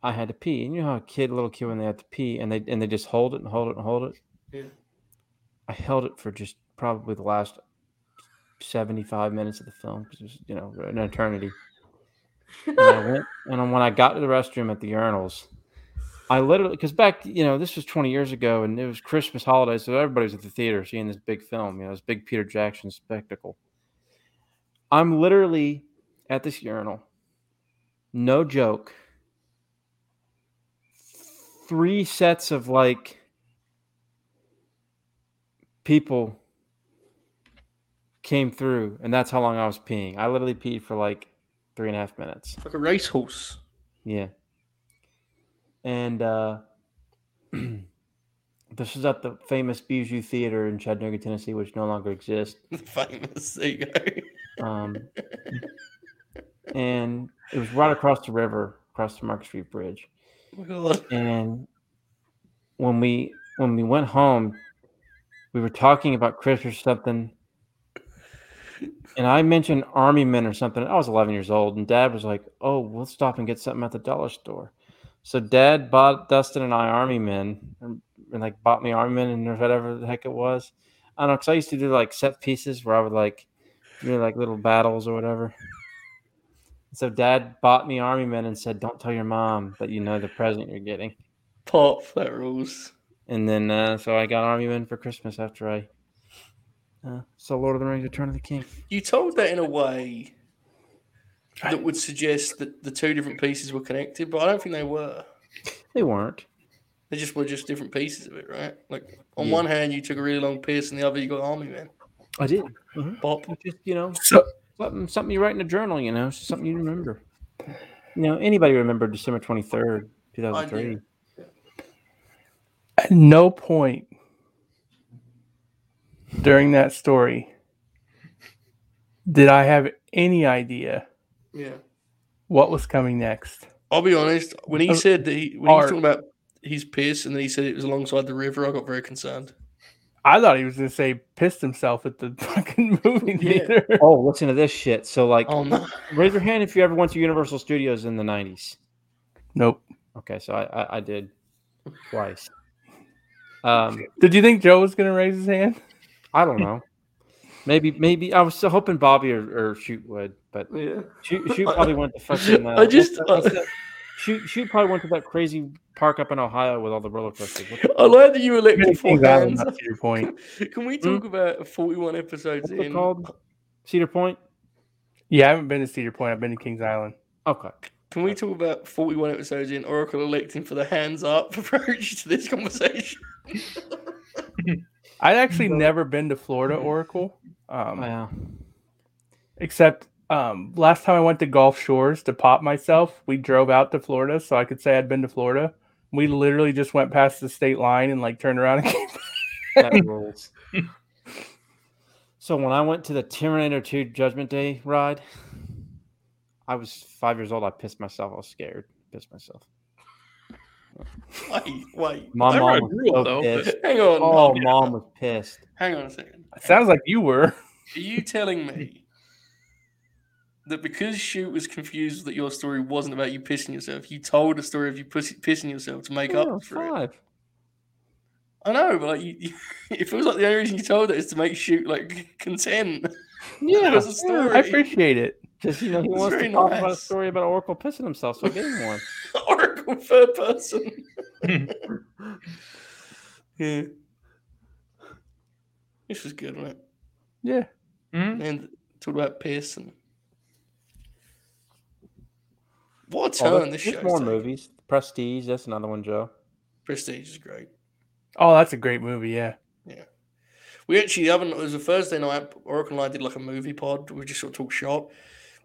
Speaker 6: I had to pee. And you know how a kid, little kid, when they have to pee and they and they just hold it and hold it and hold it.
Speaker 2: Yeah.
Speaker 6: I held it for just probably the last seventy-five minutes of the film because it was you know an eternity and I went, and when I got to the restroom at the urinals, I literally because back you know this was 20 years ago, and it was Christmas holiday, so everybody was at the theater seeing this big film, you know, this big Peter Jackson spectacle. I'm literally at this urinal, no joke. Three sets of like people came through, and that's how long I was peeing. I literally peed for like three and a half minutes.
Speaker 2: Like a racehorse.
Speaker 6: Yeah. And uh, *clears throat* this is at the famous Bijou Theater in Chattanooga, Tennessee, which no longer exists.
Speaker 2: Famous. There you go.
Speaker 6: Um, and it was right across the river, across the Market Street Bridge
Speaker 2: Oh *laughs* my God.
Speaker 6: and when we when we went home we were talking about chris or something and i mentioned army men or something i was 11 years old and dad was like oh we'll stop and get something at the dollar store so dad bought dustin and i army men and and, like bought me army men and whatever the heck it was i don't know because i used to do like set pieces where i would like do like little battles or whatever so dad bought me army men and said don't tell your mom that you know the present you're getting
Speaker 2: Pop, that rules.
Speaker 6: and then uh, so I got Army Men for Christmas after I uh, saw Lord of the Rings: Return of the King.
Speaker 2: You told that in a way that would suggest that the two different pieces were connected, but I don't think they were.
Speaker 6: They weren't.
Speaker 2: They just were just different pieces of it, right? Like on
Speaker 6: Yeah.
Speaker 2: one hand, you took a really long piss, and the other you got army man.
Speaker 6: I did.
Speaker 2: Pop.
Speaker 6: Just you know,
Speaker 4: So,
Speaker 6: something something you write in a journal. You know, something you remember. You know, anybody remember December twenty third, two thousand three?
Speaker 5: At no point during that story did I have any idea
Speaker 2: Yeah.
Speaker 5: what was coming next.
Speaker 2: I'll be honest. um, When he
Speaker 5: Uh,
Speaker 2: said that he when he was
Speaker 5: art.
Speaker 2: talking about his piss, and then he said it was alongside the river, I got very concerned.
Speaker 5: I thought he was going to say pissed himself at the *laughs* fucking movie
Speaker 2: Yeah.
Speaker 5: theater.
Speaker 6: Oh, listen to this shit. So like,
Speaker 2: Oh no!
Speaker 6: raise your hand if you ever went to Universal Studios in the nineties.
Speaker 5: Nope.
Speaker 6: Okay, so I I, I did twice. Um,
Speaker 5: Did you think Joe was going to raise his hand?
Speaker 6: I don't know. Maybe, maybe I was still hoping Bobby or, or Shoot would, but
Speaker 2: *laughs* Yeah. *laughs*
Speaker 6: Shoot, shoot probably went to fucking. Uh,
Speaker 2: I just-
Speaker 6: what's that- what's that- shoot, shoot probably went to that crazy park up in Ohio with all the roller coasters.
Speaker 2: *laughs*
Speaker 6: What the-
Speaker 2: I like that you
Speaker 5: Many
Speaker 2: elected four
Speaker 5: things I don't
Speaker 2: hands.
Speaker 5: know, to your point.
Speaker 2: *laughs* Can we talk about forty-one episodes
Speaker 6: Hmm? What's it
Speaker 2: in?
Speaker 6: called? Cedar Point.
Speaker 5: Yeah, I haven't been to Cedar Point. I've been to Kings Island.
Speaker 6: Okay.
Speaker 2: Can we talk about forty-one episodes in Oracle electing for the hands up *laughs* approach to this conversation? *laughs*
Speaker 5: I'd actually
Speaker 6: Mm-hmm.
Speaker 5: never been to Florida Oracle, um,
Speaker 6: Yeah.
Speaker 5: except um, last time I went to Gulf Shores to pop myself, we drove out to Florida, so I could say I'd been to Florida. We literally just went past the state line and like turned around. And *laughs* came.
Speaker 2: *laughs*
Speaker 6: That rules. so when I went to the Terminator 2 Judgment Day ride, I was five years old. I pissed myself. I was scared. Pissed myself.
Speaker 2: Wait, wait.
Speaker 6: My
Speaker 4: That
Speaker 6: mom
Speaker 4: ride
Speaker 6: was
Speaker 4: ruled,
Speaker 6: so
Speaker 2: *laughs*
Speaker 4: though.
Speaker 6: pissed.
Speaker 2: Hang on.
Speaker 6: Oh, mom was pissed.
Speaker 2: Hang on a second.
Speaker 5: It sounds like you were.
Speaker 2: Are you telling me that because Shoot was confused that your story wasn't about you pissing yourself, you told a story of you pussy, pissing yourself to make
Speaker 6: Yeah, I
Speaker 2: up
Speaker 6: was
Speaker 2: for it?
Speaker 6: five.
Speaker 2: I know, but like, you, *laughs* you, it feels like the only reason you told it is to make Shoot like *laughs* content.
Speaker 6: Yeah.
Speaker 2: was a story.
Speaker 5: *laughs* I appreciate it.
Speaker 6: Because you know he
Speaker 2: It's
Speaker 6: wants to
Speaker 2: very
Speaker 6: talk about a
Speaker 2: nice.
Speaker 6: story about Oracle pissing himself, so I gave him one.
Speaker 2: Oracle third
Speaker 6: *laughs*
Speaker 2: person. yeah. This was good, right?
Speaker 5: Yeah.
Speaker 4: hmm?
Speaker 2: And talk about piss and what a
Speaker 6: Oh,
Speaker 2: turn this
Speaker 6: there's- there's
Speaker 2: show's
Speaker 6: more
Speaker 2: taken.
Speaker 6: movies. Prestige, that's another one, Joe.
Speaker 2: Prestige is great.
Speaker 5: Oh, that's a great movie. Yeah.
Speaker 2: We actually haven't. It was a Thursday night. Oracle and I did like a movie pod. We just sort of talk shop.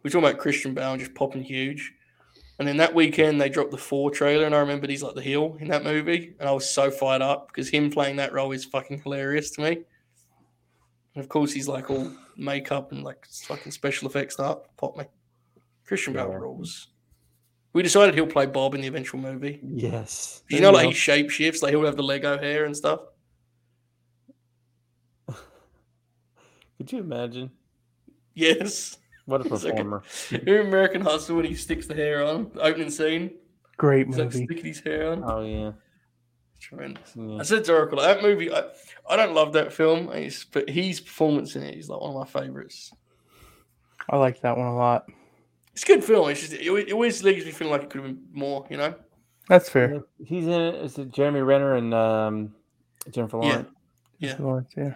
Speaker 2: We were talking about Christian Bale just popping huge, And then that weekend they dropped the four trailer, and I remembered he's like the heel in that movie, and I was so fired up because him playing that role is fucking hilarious to me. And of course he's like all makeup and like fucking special effects stuff. Pop me, Christian Bale
Speaker 6: Yeah.
Speaker 2: rules. We decided he'll play Bob in the eventual movie.
Speaker 6: Yes.
Speaker 2: You know, like he shapeshifts, like he'll have the Lego hair and stuff.
Speaker 6: could you imagine?
Speaker 2: Yes.
Speaker 6: *laughs* What a
Speaker 2: It's like a-
Speaker 6: performer.
Speaker 2: Remember American Hustle when he sticks the hair on the opening scene?
Speaker 5: Great
Speaker 2: He's like
Speaker 5: movie.
Speaker 2: sticking his hair on.
Speaker 6: Oh yeah.
Speaker 2: Tremendous.
Speaker 6: yeah.
Speaker 2: I said to Oracle, that movie, I, I don't love that film, it's, but his performance in it is like one of my favorites.
Speaker 5: I like that one a lot.
Speaker 2: It's a good film. It's just, it, al- it always leaves me feeling like it could have been more, you know?
Speaker 5: That's fair.
Speaker 6: He's in it. Is it Jeremy Renner and um, Jennifer
Speaker 2: Yeah.
Speaker 6: Lawrence?
Speaker 2: Yeah.
Speaker 5: Lawrence, yeah.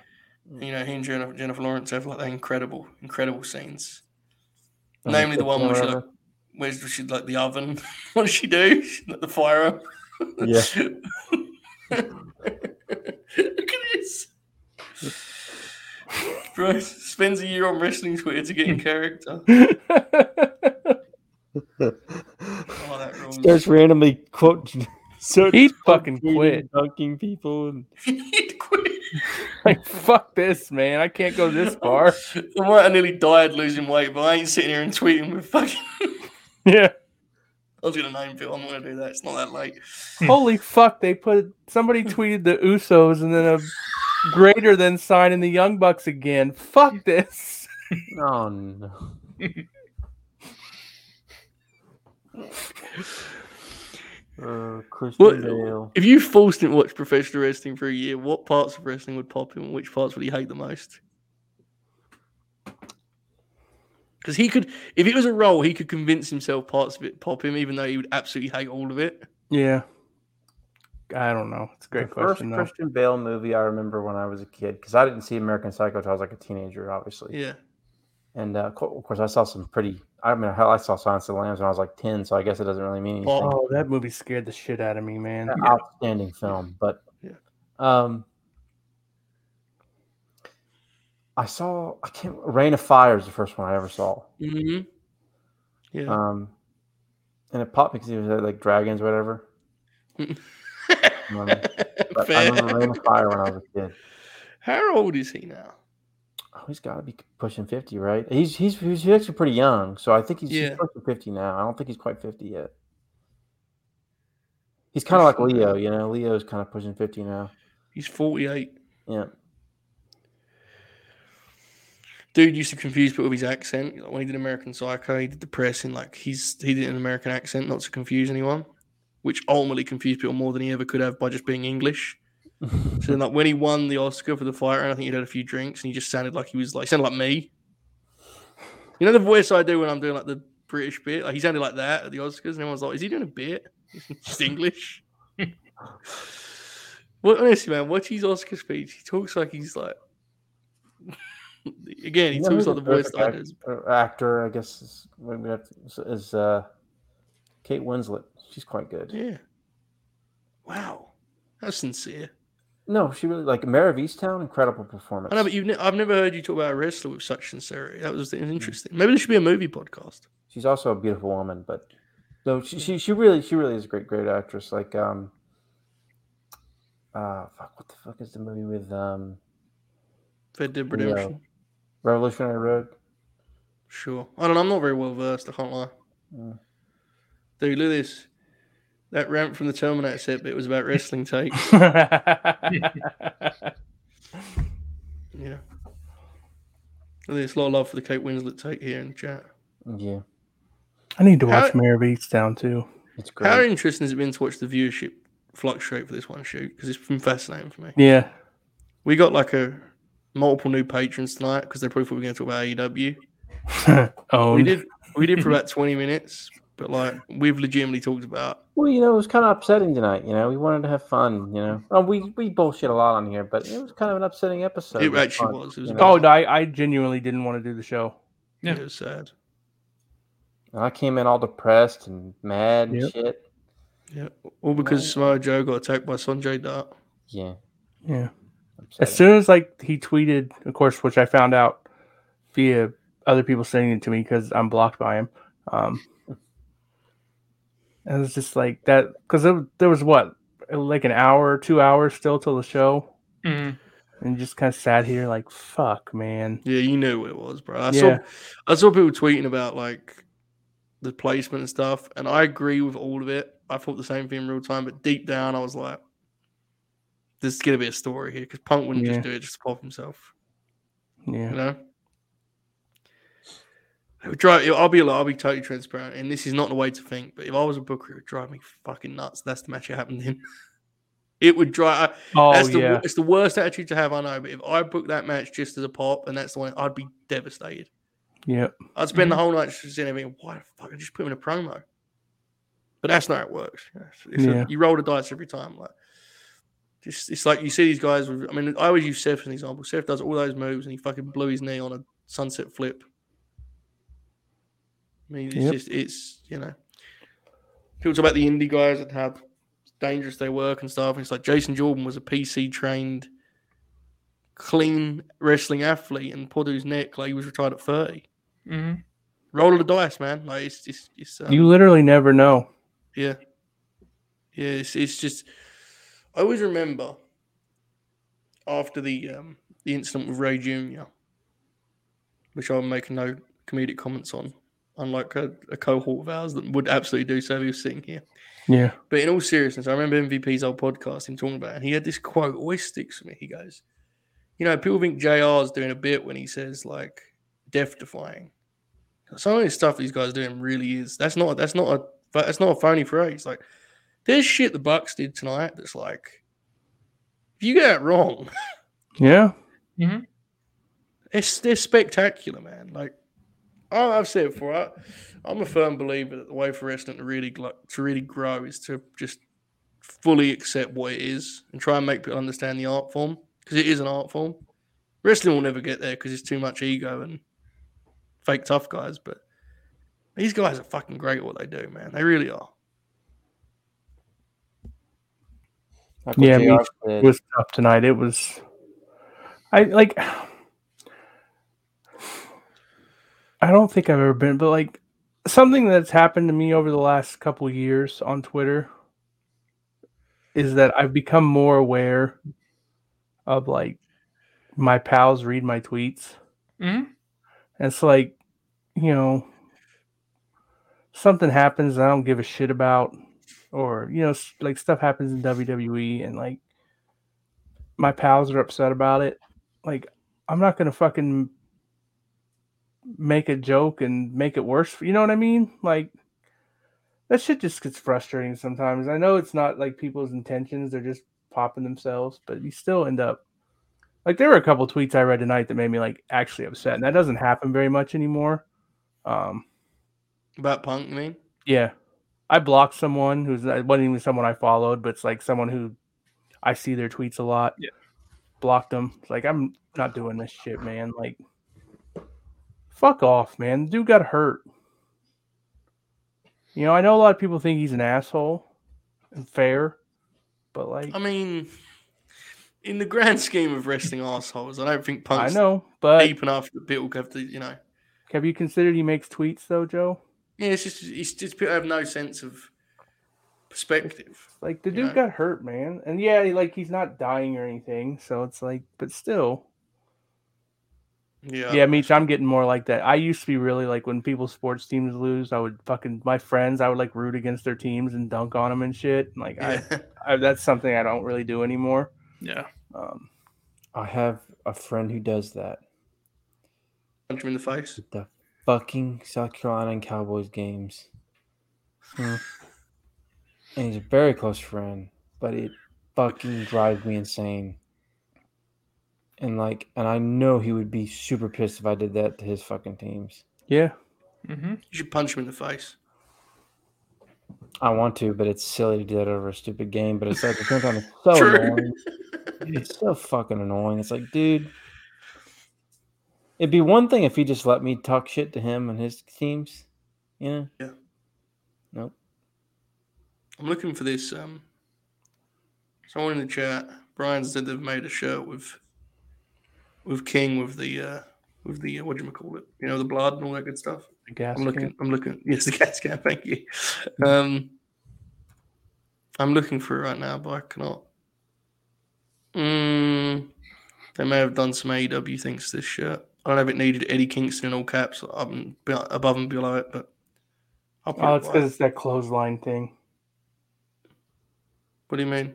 Speaker 2: You know, he and Jennifer, Jennifer Lawrence have like incredible, incredible scenes.
Speaker 6: Um,
Speaker 2: Namely, the one
Speaker 6: or
Speaker 2: where she like,
Speaker 6: whatever.
Speaker 2: where's she like the oven? *laughs* what does she do? She lit the fire up.
Speaker 6: Yeah.
Speaker 2: Look at this. Bro spends a year on wrestling Twitter to get in character.
Speaker 5: *laughs*
Speaker 2: Oh, that *laughs* rules.
Speaker 6: *laughs* starts randomly quote. *laughs* starts
Speaker 5: He
Speaker 6: quote
Speaker 5: fucking
Speaker 6: tweeting,
Speaker 5: quit.
Speaker 6: Dunking people and
Speaker 2: He'd quit.
Speaker 5: like, fuck this, man. I can't go this far.
Speaker 2: I might have nearly died losing weight, but I ain't sitting here and tweeting with fucking.
Speaker 5: *laughs* Yeah.
Speaker 2: I was gonna name Bill. I'm not gonna do that. It's not that late.
Speaker 5: Holy fuck! They put somebody tweeted the Usos and then a greater than sign in the Young Bucks again. Fuck this.
Speaker 6: oh no. *laughs* Uh, Christian
Speaker 2: What-
Speaker 6: Bale.
Speaker 2: If you forced him to watch professional wrestling for a year, what parts of wrestling would pop him, and which parts would he hate the most? Because he could, if it was a role, he could convince himself parts of it pop him, even though he would absolutely hate all of it.
Speaker 5: Yeah. I don't know. It's a great
Speaker 6: the
Speaker 5: question
Speaker 6: first
Speaker 5: though.
Speaker 6: Christian Bale movie I remember when I was a kid because I didn't see American Psycho till I was like a teenager, obviously.
Speaker 2: Yeah,
Speaker 6: And uh, co- of course, I saw some pretty. I mean, hell, I saw Silence of the Lambs when I was like ten, so I guess it doesn't really mean anything.
Speaker 2: Well,
Speaker 5: Oh, that movie scared the shit out of me, man.
Speaker 6: An outstanding film, but
Speaker 2: Yeah.
Speaker 6: um, I saw I can't. Rain of Fire is the first one I ever saw.
Speaker 2: hmm yeah. *laughs*
Speaker 6: Um, and it popped me because he was uh, like
Speaker 2: *laughs*
Speaker 6: dragons, whatever. remember. But I
Speaker 2: Fair.
Speaker 6: remember Rain of Fire when I was a kid.
Speaker 2: How old is he now?
Speaker 6: Oh, he's got to be pushing fifty, right? He's he's he's actually pretty young, so I think he's, he's
Speaker 2: Yeah.
Speaker 6: pushing fifty now. I don't think he's quite fifty yet. He's kind of like Leo, you know. Leo's kind of pushing fifty now.
Speaker 2: He's 48.
Speaker 6: Yeah,
Speaker 2: dude used to confuse people with his accent. Like when he did American Psycho, he did the press in like he's he did an American accent not to confuse anyone, which ultimately confused people more than he ever could have by just being English. so then, like when he won the Oscar for the fighter, and I think he'd had a few drinks, and he just sounded like he was like he sounded like me. You know the voice I do when I'm doing like the British bit. Like he sounded like that at the Oscars, and everyone's like, "Is he doing a bit?" *laughs* just
Speaker 6: *laughs*
Speaker 2: English. What honestly, man? Watch his Oscar speech. He talks like he's like. *laughs* Again, he
Speaker 6: You know
Speaker 2: talks
Speaker 6: who's
Speaker 2: like
Speaker 6: a
Speaker 2: the voice
Speaker 6: perfect
Speaker 2: that I
Speaker 6: act-
Speaker 2: do.
Speaker 6: uh, actor, I guess, is, what we have to- is uh, Kate Winslet. She's quite good.
Speaker 2: Yeah. Wow, that's sincere.
Speaker 6: No, she really like Mare of Easttown. Incredible performance.
Speaker 2: I know, but you've ne- I've never heard you talk about a wrestler with such sincerity. That was
Speaker 6: Hmm.
Speaker 2: interesting. Maybe there should be a movie podcast.
Speaker 6: she's also a beautiful woman but no she, she she really she really is a great great actress like um uh fuck, what the fuck is the movie with um
Speaker 2: Fed Dead Redemption.
Speaker 6: revolutionary road
Speaker 2: Sure. I don't know. I'm not very well versed. I can't lie.
Speaker 6: Mm.
Speaker 2: Dude, look at this. That rant from the Terminator set bit was about wrestling takes.
Speaker 5: *laughs*
Speaker 2: Yeah. There's a lot of love for the Kate Winslet take here in the chat.
Speaker 6: yeah
Speaker 5: I need to
Speaker 2: How-
Speaker 5: watch Mayor of Easttown too.
Speaker 6: it's
Speaker 2: How
Speaker 6: great
Speaker 2: interesting has it been to watch the viewership fluctuate for this one shoot? Because it's been fascinating for me.
Speaker 5: Yeah.
Speaker 2: We got like a multiple new patrons tonight because they probably thought we were going to talk about AEW.
Speaker 5: *laughs* oh,
Speaker 2: We did we did for about 20 minutes, but like we've legitimately talked about
Speaker 6: well you know it was kind of upsetting tonight you know we wanted to have fun you know oh, we we bullshit a lot on here but it was kind of an upsetting episode
Speaker 2: it
Speaker 6: but
Speaker 2: actually
Speaker 6: fun,
Speaker 2: was. It was,
Speaker 6: you know?
Speaker 5: oh, I, I genuinely didn't want to do the show.
Speaker 4: Yeah.
Speaker 2: it was sad.
Speaker 6: And i came in all depressed and mad and
Speaker 5: Yep.
Speaker 6: shit
Speaker 2: Yeah. All because Samoa Joe got attacked by Sanjay Dutt.
Speaker 6: yeah
Speaker 5: Yeah. As
Speaker 6: upsetting.
Speaker 5: soon as like he tweeted, of course, which I found out via other people sending it to me because I'm blocked by him. Um, I was just like that because there was what like an hour, two hours still till the show,
Speaker 4: Mhm.
Speaker 5: and just kind of sat here like fuck, man.
Speaker 2: Yeah, you knew what it was, bro. I saw
Speaker 5: yeah,
Speaker 2: I saw people tweeting about like the placement and stuff, and I agree with all of it. I thought the same thing in real time, but deep down, I was like, "There's gonna be a story here," because Punk wouldn't
Speaker 5: Yeah.
Speaker 2: just do it just to pop himself,
Speaker 5: yeah.
Speaker 2: you know. It would drive. I'll be, I'll be totally transparent, and this is not the way to think. But if I was a booker, it would drive me fucking nuts. That's the match it happened in. It would drive.
Speaker 5: Oh
Speaker 2: That's the,
Speaker 5: yeah,
Speaker 2: It's the worst attitude to have, I know. But if I booked that match just as a pop, and that's the one, I'd be devastated.
Speaker 5: yeah.
Speaker 2: I'd spend
Speaker 5: Mm-hmm.
Speaker 2: the whole night just sitting there being, why the fuck I just put him in a promo? But that's not how it works. you know. It's- it's a-
Speaker 5: Yeah.
Speaker 2: you roll the dice every time. Like, just it's like you see these guys. With, I mean, I always use Seth as an example. Seth does all those moves, and he fucking blew his knee on a sunset flip. I mean, it's
Speaker 5: Yep.
Speaker 2: just it's you know, people talk about the indie guys and how dangerous they work and stuff. And it's like Jason Jordan was a PC trained, clean wrestling athlete, and Padu's neck like he was retired at thirty
Speaker 4: Mhm.
Speaker 2: roll of the dice, man. Like it's it's, it's um,
Speaker 5: You literally never know.
Speaker 2: yeah, yeah. It's, it's just I always remember after the um, the incident with Ray Junior, which I'm making no comedic comments on, unlike a, a cohort of ours that would absolutely do so. if He was sitting here,
Speaker 5: Yeah,
Speaker 2: but in all seriousness, I remember MVP's old podcast him talking about, it, and he had this quote always sticks with me. He goes, "You know, people think JR's doing a bit when he says like death defying. Some of the stuff these guys doing really is that's not that's not a that's not a phony phrase. Like there's shit the Bucks did tonight that's like if you get it wrong,
Speaker 5: yeah.
Speaker 2: it's they're spectacular, man. Like I- I've said before, I, I'm a firm believer that the way for wrestling to really gl- to really grow is to just fully accept what it is and try and make people understand the art form because it is an art form. Wrestling will never get there because it's too much ego and fake tough guys. But these guys are fucking great at what they do, man. They really are.
Speaker 6: Like what
Speaker 5: Yeah, me
Speaker 6: JR
Speaker 5: It
Speaker 6: did.
Speaker 5: was tough tonight. It was. I like. I don't think I've ever been, but like something that's happened to me over the last couple years on Twitter is that I've become more aware of like my pals read my tweets.
Speaker 4: Mhm.
Speaker 5: And it's like, you know, something happens I don't give a shit about, or you know, s- like stuff happens in WWE and like my pals are upset about it. Like, I'm not gonna fucking make a joke and make it worse. For, you know what I mean? Like, that shit just gets frustrating sometimes. I know it's not like people's intentions; they're just popping themselves, but you still end up like there were a couple tweets I read tonight that made me like actually upset, and that doesn't happen very much anymore. Um,
Speaker 2: About punk, you mean?
Speaker 5: yeah, I blocked someone who's not- it wasn't even someone I followed, but it's like someone who I see their tweets a lot.
Speaker 4: Yeah.
Speaker 5: blocked them. It's like I'm not doing this shit, man. Like, fuck off, man. Dude got hurt. You know, I know a lot of people think he's an asshole and fair, but like,
Speaker 2: I mean, in the grand scheme of wrestling *laughs* assholes, I don't think
Speaker 5: I
Speaker 2: punk's
Speaker 5: know. But
Speaker 2: deep enough that people have to, you know.
Speaker 5: have you considered he makes tweets though, Joe?
Speaker 2: Yeah, it's just it's just people have no sense of perspective.
Speaker 5: Like the
Speaker 2: You
Speaker 5: dude
Speaker 2: know?
Speaker 5: got hurt, man, and yeah, he- like he's not dying or anything, so it's like, but still,
Speaker 2: Yeah.
Speaker 5: yeah, Meech, I'm getting more like that. I used to be really like when people's sports teams lose, I would fucking my friends, I would like root against their teams and dunk on them and shit. and, Like
Speaker 2: Yeah.
Speaker 5: I, I, that's something I don't really do anymore.
Speaker 4: Yeah.
Speaker 5: Um,
Speaker 6: I have a friend who does that.
Speaker 2: *laughs* Punch him in the face.
Speaker 6: The fucking South Carolina and Cowboys games.
Speaker 5: Hmm.
Speaker 6: And he's a very close friend, but it fucking drives me insane. And like, and I know he would be super pissed if I did that to his fucking teams.
Speaker 5: yeah,
Speaker 4: Mhm.
Speaker 2: You should punch him in the face.
Speaker 6: I want to, but it's silly to do that over a stupid game. But it's like it's sometimes it's so
Speaker 2: True.
Speaker 6: annoying. It's so fucking annoying. It's like, dude, it'd be one thing if he just let me talk shit to him and his teams, you know.
Speaker 2: I'm looking for this. Um, someone in the chat, Brian said they've made a shirt with with King with the uh, with the what do you call it? You know, the blood and all that good stuff.
Speaker 5: the gas.
Speaker 2: I'm looking. *laughs*
Speaker 5: can. Mm.
Speaker 2: I'm looking. Yes, the gas can. Thank you. Um, I'm looking for it right now, but I cannot. Mm, they may have done some AEW things to this shirt. I don't know if it needed Eddie Kingston in all caps up and be- above and below it, but I'll put
Speaker 5: Oh,
Speaker 2: it
Speaker 5: it's
Speaker 2: right.
Speaker 5: because it's that clothesline thing.
Speaker 2: What do you mean?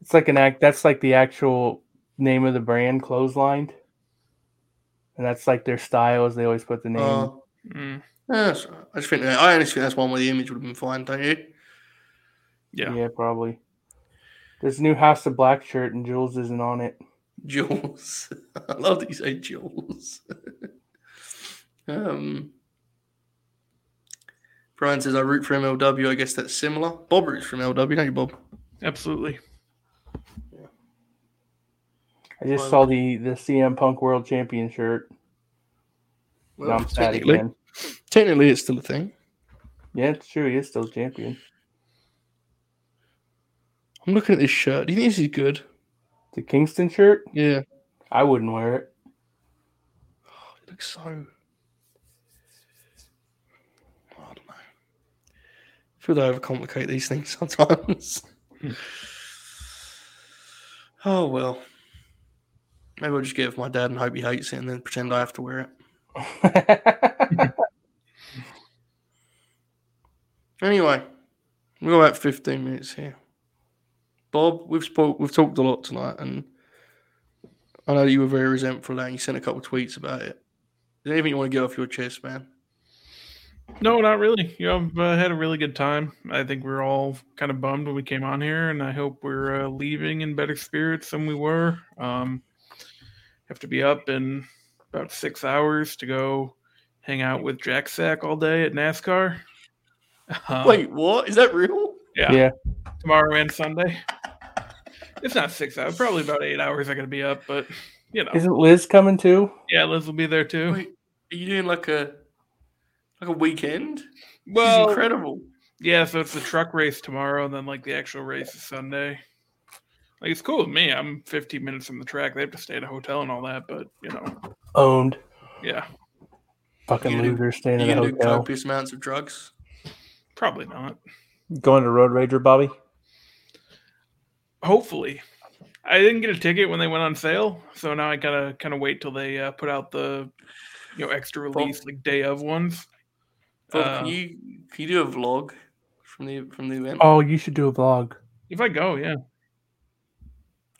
Speaker 5: It's like an act. That's like the actual name of the brand, clotheslined. And that's like their style. Is they always put the name.
Speaker 2: Uh,
Speaker 4: Mm,
Speaker 2: yeah, that's all right. I just think that, I honestly think that's one where the image would have been fine, don't you?
Speaker 4: yeah.
Speaker 5: probably. There's a new House of Black shirt, and Jules isn't on it.
Speaker 2: Jules. *laughs* I love that you say Jules. *laughs* um, Brian says, I root for MLW. I guess that's similar. Bob roots for MLW, don't you, Bob?
Speaker 4: absolutely.
Speaker 5: I just
Speaker 2: Well-
Speaker 5: saw the the CM Punk World Champion shirt. and I'm sad
Speaker 2: technically,
Speaker 5: again.
Speaker 2: technically, it's still a thing.
Speaker 5: Yeah, it's true. He is still champion.
Speaker 2: I'm looking at this shirt. Do you think this is good?
Speaker 5: The Kingston shirt,
Speaker 2: Yeah.
Speaker 5: I wouldn't wear it. *laughs*
Speaker 2: It looks so. I don't know. I feel they overcomplicate these things *laughs* sometimes. Hmm. oh well. Maybe I'll just give it to my dad and hope he hates it, and then pretend I have to wear it. Anyway, we're about fifteen minutes here. Bob, we've spoke, we've talked a lot tonight, and I know you were very resentful and you sent a couple of tweets about it. Is there anything you want to get off your chest, man?
Speaker 4: No, not really. You know, I've uh, had a really good time. I think we are all kind of bummed when we came on here, and I hope we're uh, leaving in better spirits than we were. Um, have to be up in about six hours to go hang out with Jack Sack all day at NASCAR. Um,
Speaker 2: Wait, what? Is that real?
Speaker 4: yeah,
Speaker 5: Yeah.
Speaker 4: tomorrow and Sunday. It's not six hours, probably about eight hours. I got to be up, but you know,
Speaker 5: Isn't Liz coming too?
Speaker 4: yeah, Liz will be there too.
Speaker 2: Wait, are you doing like a like a weekend? This is
Speaker 4: well,
Speaker 2: incredible.
Speaker 4: Yeah, so it's the truck race tomorrow, and then like the actual race is Sunday. Like it's cool with me. I'm 15 minutes from the track. They have to stay at a hotel and all that, but you know,
Speaker 5: Owned.
Speaker 4: yeah,
Speaker 5: Fucking
Speaker 2: You do-
Speaker 5: loser staying
Speaker 2: You're
Speaker 5: in a
Speaker 2: gonna do
Speaker 5: hotel.
Speaker 2: copious amounts of drugs.
Speaker 4: probably not.
Speaker 6: Going to Road Rager, Bobby?
Speaker 4: Hopefully, I didn't get a ticket when they went on sale, so now I gotta kind of wait till they uh, put out the you know extra
Speaker 2: Well-
Speaker 4: release like day of ones.
Speaker 2: Bob,
Speaker 4: Uh,
Speaker 2: can you can you do a vlog from the from the event?
Speaker 5: Oh, you should do a vlog.
Speaker 4: if I go, yeah.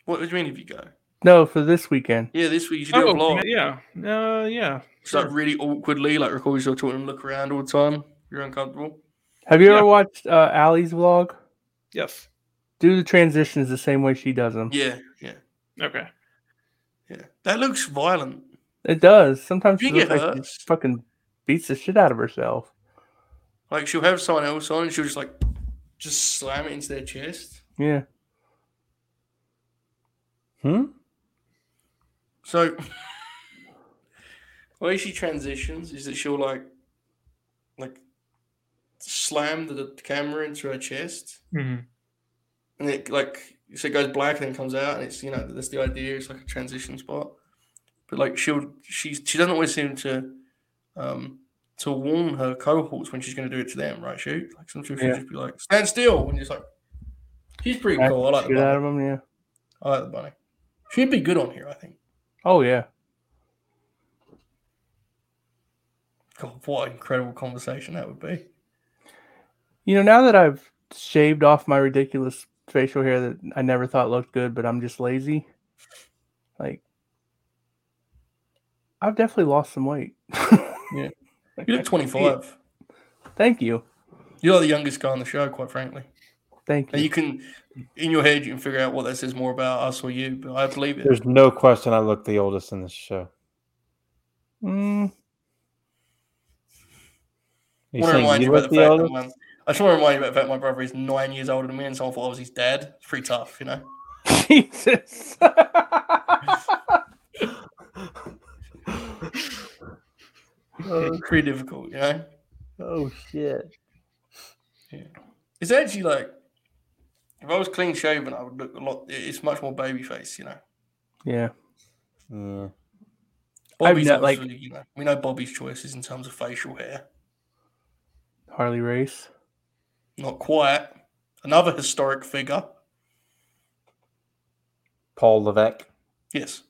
Speaker 2: What do you mean if you go?
Speaker 5: No, for this weekend.
Speaker 2: Yeah, this week you should do a
Speaker 4: Oh,
Speaker 2: vlog.
Speaker 4: yeah, uh, yeah.
Speaker 2: It's like
Speaker 4: sure.
Speaker 2: really awkwardly, like record yourself talking and look around all the time. You're uncomfortable.
Speaker 5: Have you
Speaker 4: Yeah.
Speaker 5: ever watched uh, Allie's vlog?
Speaker 4: Yes.
Speaker 5: Do the transitions the same way she does them.
Speaker 2: Yeah, yeah,
Speaker 4: Okay.
Speaker 2: yeah. That looks violent.
Speaker 5: It does. Sometimes
Speaker 2: Do
Speaker 5: she
Speaker 2: you think
Speaker 5: looks
Speaker 2: it
Speaker 5: like she
Speaker 2: hurts?
Speaker 5: fucking beats the shit out of herself.
Speaker 2: Like she'll have someone else on, and she'll just like just slam it into their chest.
Speaker 5: Yeah.
Speaker 6: Hmm?
Speaker 2: *laughs* So, way she transitions is that she'll like, like, slam the, the camera into her chest,
Speaker 4: hmm
Speaker 2: and it like so it goes black and then comes out, and it's you know that's the idea. It's like a transition spot, but like she'll she she doesn't always seem to, um, to warn her cohorts when she's going to do it to them, right? Shoot, like sometimes she'll
Speaker 5: Yeah.
Speaker 2: just be like, stand still, and it's like, she's pretty
Speaker 5: Smack
Speaker 2: cool. I
Speaker 5: the
Speaker 2: like the
Speaker 5: shit out
Speaker 2: bunny.
Speaker 5: of them, yeah.
Speaker 2: I like the bunny. She'd be good on here, I think.
Speaker 5: Oh, yeah.
Speaker 2: God, what an incredible conversation that would be.
Speaker 5: You know, now that I've shaved off my ridiculous facial hair that I never thought looked good, but I'm just lazy, like, I've definitely lost some weight. *laughs*
Speaker 2: Yeah.
Speaker 5: Like,
Speaker 2: You
Speaker 5: I
Speaker 2: look
Speaker 5: can see it.
Speaker 2: 25.
Speaker 5: Thank you.
Speaker 2: You're the youngest guy on the show, quite frankly.
Speaker 5: Thank
Speaker 2: Now
Speaker 5: you.
Speaker 2: you can, in your head, you can figure out what that says more about us or you, but I believe it.
Speaker 6: There's no question I look the oldest in this show.
Speaker 5: Mm,
Speaker 2: I
Speaker 6: Are you
Speaker 2: want to
Speaker 6: saying
Speaker 2: remind
Speaker 6: you
Speaker 2: you about
Speaker 6: look
Speaker 2: the fact
Speaker 6: the
Speaker 2: that
Speaker 6: oldest?
Speaker 2: my, I just want to remind you about the fact my brother is nine years older than me, and someone thought I was his dad. It's pretty tough, you know.
Speaker 5: *laughs* Jesus. *laughs*
Speaker 2: It's pretty difficult, you know.
Speaker 6: Oh shit!
Speaker 2: It's actually like, if I was clean shaven, I would look a lot. It's much more baby face, you know.
Speaker 5: yeah.
Speaker 6: Yeah.
Speaker 2: Bobby's
Speaker 5: not, like-
Speaker 2: obviously, you know, we know Bobby's choices in terms of facial hair.
Speaker 5: Harley Race. *laughs*
Speaker 2: Not quite. another historic figure.
Speaker 6: Paul Levesque.
Speaker 2: Yes.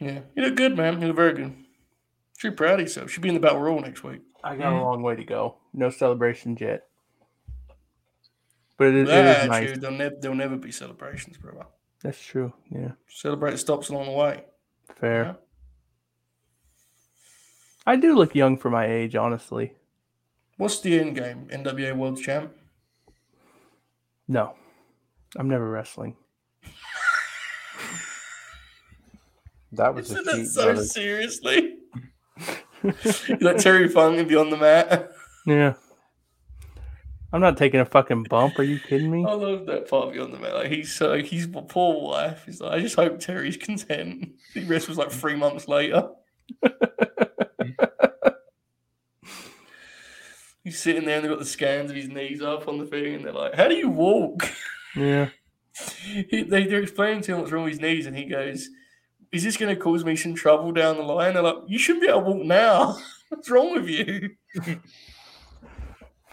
Speaker 2: Yeah. You did good, man. You did very good. Should be proud of yourself. Should be in the battle royal next week.
Speaker 5: I got a long way to go. No celebrations yet. But it is, it
Speaker 2: Nah,
Speaker 5: is nice.
Speaker 2: dude, there'll, never, there'll never be celebrations, brother.
Speaker 5: That's true. Yeah.
Speaker 2: Celebrate the stops along the way.
Speaker 5: Fair.
Speaker 2: Yeah.
Speaker 5: I do look young for my age, honestly.
Speaker 2: What's the end game? NWA World Champ?
Speaker 5: No. I'm never wrestling.
Speaker 6: That was
Speaker 2: Isn't
Speaker 6: a
Speaker 2: that
Speaker 6: cheat.
Speaker 2: so
Speaker 6: brother.
Speaker 2: seriously? *laughs* You're like Terry Funk and Beyond the Mat. *laughs*
Speaker 5: Yeah. I'm not taking a fucking bump. Are you
Speaker 2: *laughs*
Speaker 5: kidding me?
Speaker 2: I love that part of Beyond the Mat. Like he's so he's poor wife. He's like, I just hope Terry's content. He wrestles like three months later. *laughs* he's sitting there and they've got the scans of his knees up on the thing, and they're like, How do you walk? *laughs*
Speaker 5: Yeah.
Speaker 2: he, they, they're explaining to him what's wrong with his knees, and he goes, "Is this going to cause me some trouble down the line?" They're like, "You shouldn't be able to walk now. *laughs* what's wrong with you?"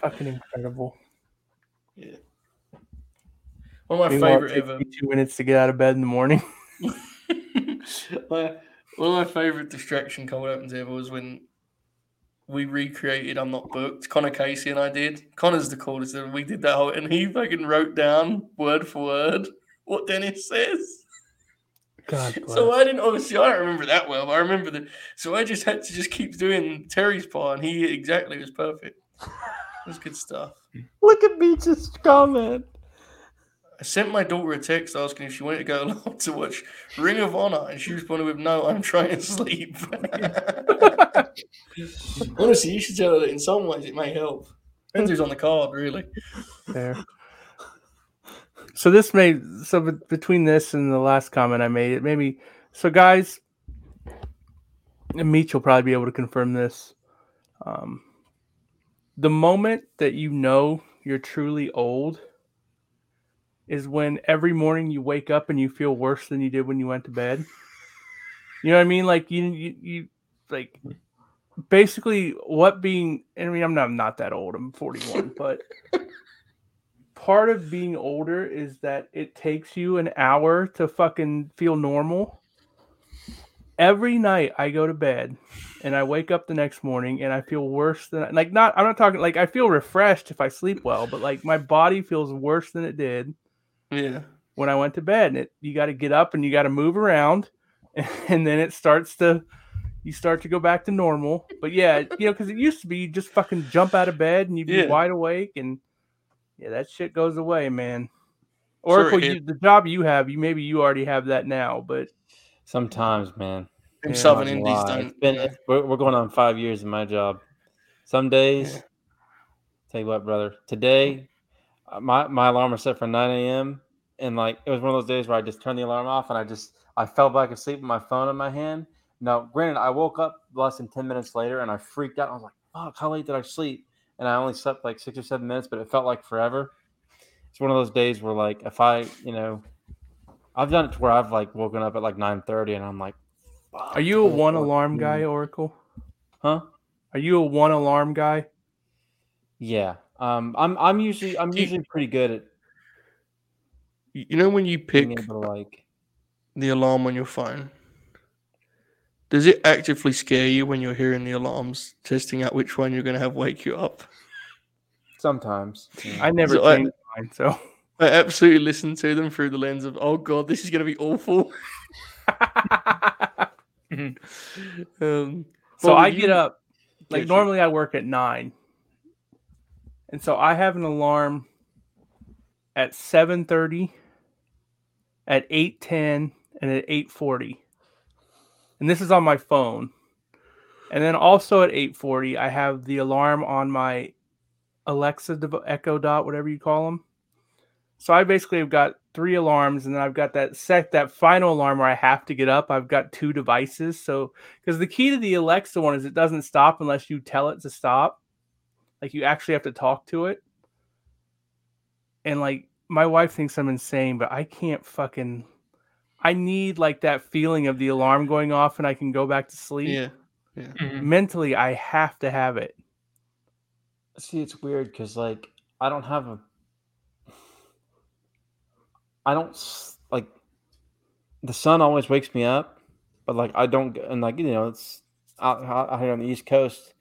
Speaker 5: Fucking incredible.
Speaker 2: One of my
Speaker 5: Meanwhile, it
Speaker 2: favorite
Speaker 5: takes
Speaker 2: ever.
Speaker 5: me two minutes to get out of bed in the morning.
Speaker 2: my, one of my favorite distraction cold opens ever was when we recreated "I'm Not Booked." Connor Casey and I did. Connor's the coolest, and we did that whole, and he fucking wrote down word for word what Dennis says.
Speaker 5: God
Speaker 2: *laughs* So I didn't obviously I don't remember that well, but I remember that. So I just had to just keep doing Terry's part, and he exactly was perfect. It was good stuff.
Speaker 6: Look at Beach's comment.
Speaker 2: I sent my daughter a text asking if she wanted to go *laughs* along to watch Ring of Honor, and she responded with, "No, I'm trying to sleep." *laughs* Honestly, you should tell her that in some ways it may help. Depends who's on the card, really.
Speaker 5: There. So this made so be- between this and the last comment I made, it made me. So guys, and Meech will probably be able to confirm this. Um, the moment that you know you're truly old is when every morning you wake up and you feel worse than you did when you went to bed. You know what I mean? Like you, you, you like basically what being. I mean, I'm not I'm not that old. I'm 41, but part of being older is that it takes you an hour to fucking feel normal. Every night I go to bed and I wake up the next morning and I feel worse than like not I'm not talking like I feel refreshed if I sleep well, but like my body feels worse than it did
Speaker 2: Yeah,
Speaker 5: when I went to bed. And it, you got to get up and you got to move around, *laughs* and then it starts to you start to go back to normal. But yeah, you know, because it used to be you just fucking jump out of bed and you'd be
Speaker 2: Yeah.
Speaker 5: wide awake, and yeah, that shit goes away, man.
Speaker 2: Sure
Speaker 5: Oracle,
Speaker 2: it
Speaker 5: you, the job you have, you maybe you already have that now, but
Speaker 6: Sometimes, man.
Speaker 2: them
Speaker 5: Yeah,
Speaker 2: Southern
Speaker 6: Not gonna
Speaker 2: Indies
Speaker 6: lie.
Speaker 2: don't.
Speaker 6: It's been, we're, we're going on five years in my job. Some days,
Speaker 2: Yeah.
Speaker 6: tell you what, brother. Today, uh, my my alarm was set for nine a.m. and like it was one of those days where I just turned the alarm off and I just I fell back asleep with my phone in my hand. Now, granted, I woke up less than ten minutes later and I freaked out. I was like, "Fuck, how late did I sleep?" And I only slept like six or seven minutes, but it felt like forever. It's one of those days where like if I, you know, I've done it to where I've like woken up at like nine thirty and I'm like.
Speaker 5: are you a one alarm guy, Oracle?
Speaker 6: Oh, Huh?
Speaker 5: Are you a one alarm guy?
Speaker 6: Yeah. Um, I'm I'm usually I'm
Speaker 2: Do you-
Speaker 6: usually pretty good at
Speaker 4: You you know when you
Speaker 6: being
Speaker 4: pick
Speaker 6: able to like
Speaker 4: the alarm on your phone, does it actively scare you when you're hearing the alarms, testing out which one you're going to have wake you up?
Speaker 6: sometimes. yeah.
Speaker 5: I never
Speaker 4: So I-
Speaker 5: changed mine, so
Speaker 4: I absolutely listen to them through the lens of, oh god, this is going to be
Speaker 6: *laughs*
Speaker 4: awful. *laughs* um,
Speaker 5: So
Speaker 4: Well,
Speaker 5: I
Speaker 4: you-
Speaker 5: get up. Like
Speaker 4: Yes, you-
Speaker 5: normally, I work at nine, and so I have an alarm at seven thirty, at eight ten, and at eight forty. And this is on my phone. And then also at eight forty, I have the alarm on my Alexa dev- Echo Dot, whatever you call them. So I basically have got three alarms, and then I've got that set that final alarm where I have to get up. I've got two devices, so because the key to the Alexa one is it doesn't stop unless you tell it to stop. Like you actually have to talk to it. And like my wife thinks I'm insane, but I can't fucking. I need like that feeling of the alarm going off and I can go back to sleep.
Speaker 2: Mm-hmm.
Speaker 4: yeah,
Speaker 8: Mhm.
Speaker 5: Mentally, I have to have it.
Speaker 6: See, it's weird because like I don't have a, I don't s- like, the sun always wakes me up, but like I don't g- and like you know it's out, out out here on the East Coast,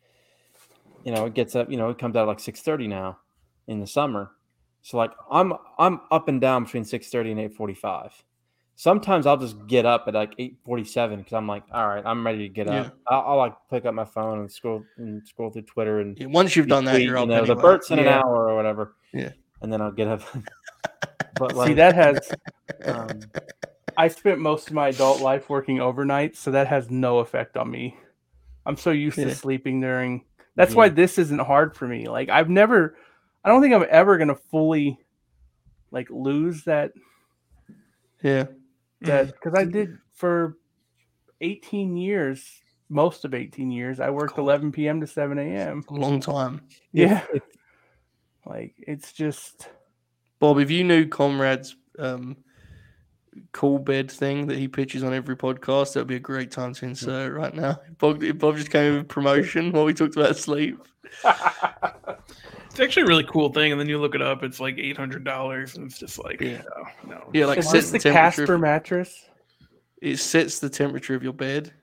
Speaker 6: you know it gets up you know it comes out at like six thirty now, in the summer, so like I'm I'm up and down between six thirty and eight forty five. Sometimes I'll just get up at like eight forty seven because I'm like, all right, I'm ready to get
Speaker 2: Yeah.
Speaker 6: up. I'll, I'll like pick up my phone and scroll and scroll through Twitter and
Speaker 2: Yeah, once you've done that,
Speaker 6: between,
Speaker 2: you're
Speaker 6: you
Speaker 2: up
Speaker 6: know,
Speaker 2: anyway.
Speaker 6: the Burt's in an
Speaker 5: Yeah.
Speaker 6: hour or whatever.
Speaker 2: Yeah.
Speaker 6: And then I'll get *laughs* up. but
Speaker 5: See,
Speaker 6: like,
Speaker 5: that has.
Speaker 6: *clears throat*
Speaker 5: Um, I spent most of my adult life working overnight, so that has no effect on me. I'm so used
Speaker 2: Yeah.
Speaker 5: to sleeping during. That's why this isn't hard for me. Like I've never, I don't think I'm ever gonna fully, like lose that
Speaker 2: Yeah.
Speaker 5: that because I did for 18 years, most of 18 years, I worked 11 p.m. to 7 a.m.
Speaker 2: A long time.
Speaker 5: Yeah, like it's just
Speaker 2: Bob, if you knew Comrade's um, cool bed thing that he pitches on every podcast, that would be a great time to insert right now. Bob, Bob just came with promotion while we talked about sleep.
Speaker 4: It's actually a really cool thing, and then you look it up, it's like eight hundred dollars, and it's just like
Speaker 2: Yeah.
Speaker 4: no, no.
Speaker 2: Yeah, like
Speaker 5: is
Speaker 2: sets
Speaker 5: this
Speaker 2: the
Speaker 5: the
Speaker 2: temperature.
Speaker 5: Casper mattress?
Speaker 2: It sets the temperature of your bed.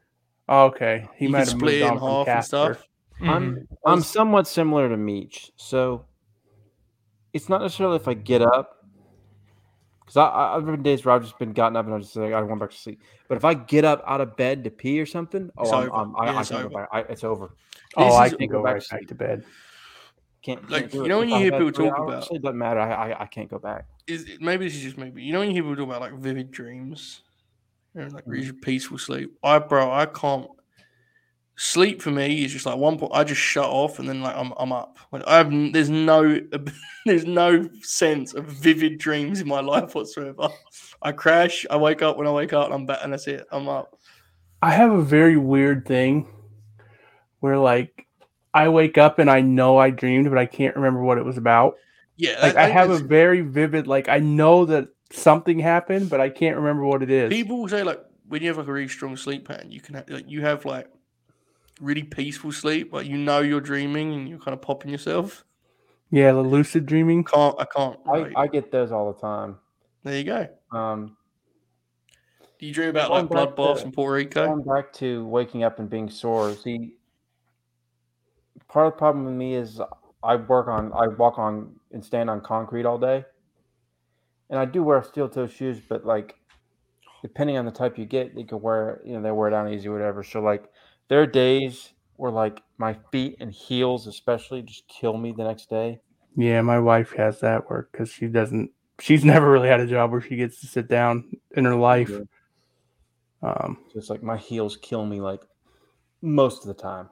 Speaker 5: Oh, okay, he
Speaker 2: You
Speaker 5: might
Speaker 2: can
Speaker 5: have
Speaker 2: split it in
Speaker 5: moved on from
Speaker 2: half and
Speaker 5: Casper.
Speaker 2: stuff.
Speaker 4: Mhm.
Speaker 6: I'm I'm somewhat similar to Meech, so it's not necessarily if I get up because I, I I've been days where I've just been gotten up and I just like I want back to sleep. But if I get up out of bed to pee or something, oh,
Speaker 2: It's
Speaker 6: I'm,
Speaker 2: over.
Speaker 6: I'm, I,
Speaker 2: Yeah,
Speaker 6: I
Speaker 2: it's
Speaker 6: can't
Speaker 2: over.
Speaker 6: go back. I, it's over.
Speaker 5: Oh,
Speaker 2: This
Speaker 5: I
Speaker 2: is-
Speaker 5: can go right back to bed.
Speaker 6: Can't, can't
Speaker 2: Like,
Speaker 6: do
Speaker 2: you
Speaker 6: it.
Speaker 2: know when
Speaker 6: If
Speaker 2: you
Speaker 6: I've
Speaker 2: hear
Speaker 6: had
Speaker 2: people
Speaker 6: three
Speaker 2: talk
Speaker 6: hours,
Speaker 2: about-
Speaker 6: it doesn't matter. I, I I can't go back.
Speaker 2: Is maybe this is just maybe. You know when you hear people talk about like vivid dreams, and like
Speaker 5: Mm.
Speaker 2: really peaceful sleep. I bro, I can't sleep for me is just like one point. I just shut off and then like I'm I'm up. Like, I have n- there's no *laughs* there's no sense of vivid dreams in my life whatsoever. I crash. I wake up when I wake up. And I'm back and that's it. I'm up.
Speaker 5: I have a very weird thing where like I wake up and I know I dreamed, but I can't remember what it was about.
Speaker 2: Yeah,
Speaker 5: Like I
Speaker 2: think
Speaker 5: have a
Speaker 2: that's-
Speaker 5: very vivid, like I know that something happened, but I can't remember what it is.
Speaker 2: People will say like when you have like a really strong sleep pattern, you can ha- like you have like really peaceful sleep, like you know you're dreaming and you're kind of popping yourself.
Speaker 5: yeah, the lucid dreaming.
Speaker 2: Can't I can't.
Speaker 6: I,
Speaker 2: relate.
Speaker 6: I get those all the time.
Speaker 2: there you go.
Speaker 6: Um,
Speaker 2: Do you dream about
Speaker 6: Going
Speaker 2: like
Speaker 6: back
Speaker 2: bloodbaths
Speaker 6: to-
Speaker 2: in Puerto Rico?
Speaker 6: Going back to waking up and being sore. See, part of the problem with me is I work on, I walk on and stand on concrete all day, and I do wear steel toe shoes. But like, depending on the type you get, you can wear, you know, they wear down easy, whatever. So like, there are days where like my feet and heels, especially, just kill me the next day.
Speaker 5: Yeah, my wife has that work because she doesn't. She's *laughs* never really had a job where she gets to sit down in her life.
Speaker 6: Yeah.
Speaker 5: Um,
Speaker 6: So it's like my heels kill me like most of the time.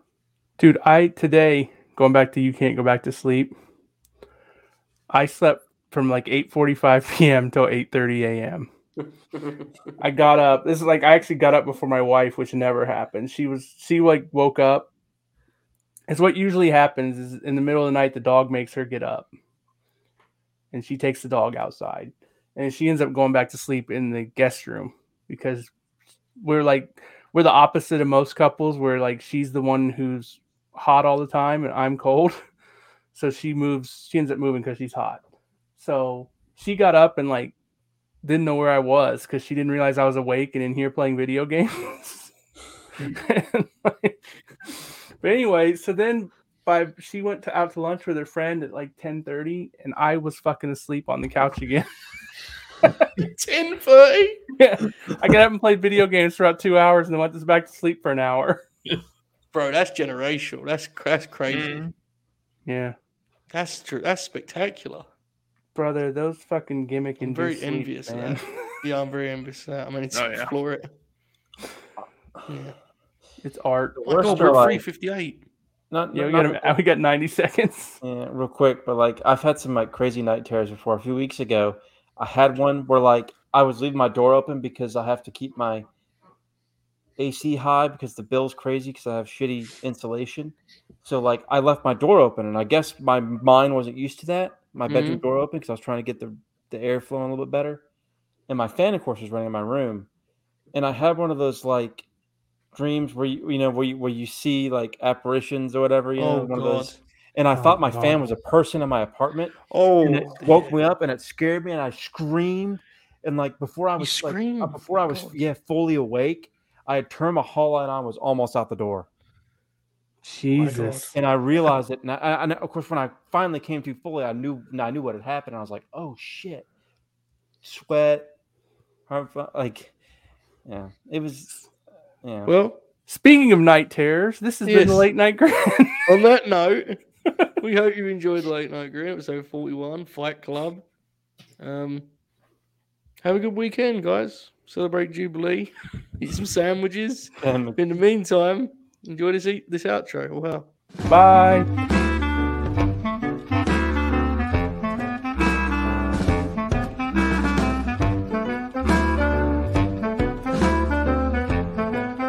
Speaker 5: Dude, I today going back to you can't go back to sleep. I slept from like 8:45 p.m. till 8:30 a.m. I got up. This is like I actually got up before my wife, which never happened. She was she like woke up. It's what usually happens is in the middle of the night the dog makes her get up. And she takes the dog outside. And she ends up going back to sleep in the guest room because we're like we're the opposite of most couples where like she's the one who's hot all the time and I'm cold. *laughs* So she moves, she ends up moving because she's hot. So she got up and like didn't know where I was because she didn't realize I was awake and in here playing video *laughs* games. And, like- but anyway, so then by she went to, out to lunch with her friend at like 10 30 and I was fucking asleep on the couch again. *laughs*
Speaker 2: Ten thirty.
Speaker 5: I got up and played video games for about two hours and then went this back to sleep for an hour.
Speaker 2: Bro, that's generational. That's cra- that's crazy.
Speaker 4: Mhm.
Speaker 5: Yeah.
Speaker 2: That's true. That's spectacular.
Speaker 5: Brother, those fucking gimmick
Speaker 2: I'm
Speaker 5: and
Speaker 2: very envious of
Speaker 5: man.
Speaker 2: that. Yeah, I'm very envious. of that. I mean, it's
Speaker 4: Oh, yeah.
Speaker 2: explore
Speaker 6: *sighs*
Speaker 2: it. Yeah.
Speaker 5: *laughs* it's art.
Speaker 6: The
Speaker 2: My
Speaker 6: worst
Speaker 2: God,
Speaker 6: are,
Speaker 2: we're
Speaker 6: like-
Speaker 2: three fifty eight.
Speaker 6: Not,
Speaker 5: Yeah, we
Speaker 6: not
Speaker 5: got
Speaker 6: the-
Speaker 5: a- *laughs* we got 90 seconds.
Speaker 6: Yeah, real quick, but like I've had some like crazy night terrors before. A few weeks ago, I had one where like I was leaving my door open because I have to keep my AC high because the bill's crazy because I have shitty insulation. So like I left my door open, and I guess my mind wasn't used to that. My bedroom
Speaker 2: Mm-hmm.
Speaker 6: door open because I was trying to get the the air flowing a little bit better, and my fan of course was running in my room, and I had one of those like dreams where you you know where you, where you see like apparitions or whatetever you know
Speaker 2: Oh
Speaker 6: one of
Speaker 2: God.
Speaker 6: those and I
Speaker 5: Oh,
Speaker 6: thought my
Speaker 5: God.
Speaker 6: fan was a person in my apartment.
Speaker 2: Oh,
Speaker 6: and it woke me up and it scared me and I screamed and like before I
Speaker 2: You
Speaker 6: was like, uh,
Speaker 2: screamed,
Speaker 6: before I was
Speaker 2: God.
Speaker 6: yeah fully awake I had turned my hall light on was almost out the door
Speaker 5: Jesus.
Speaker 6: and I realized it and I, I and of course when I finally came to fully I knew I knew what had happened and I was like oh shit sweat heart fa- like yeah it was yeah
Speaker 2: well,
Speaker 5: Speaking of night terrors, this has been the
Speaker 2: Yes.
Speaker 5: late night grand.
Speaker 2: on that note, we hope you enjoyed Late Night Green, episode 41, Fight Club. Um, have a good weekend, guys. Celebrate Jubilee. *laughs* Eat some sandwiches. *laughs*
Speaker 6: Um,
Speaker 2: In the meantime, enjoy this, this outro. e-, Wow.
Speaker 5: Bye.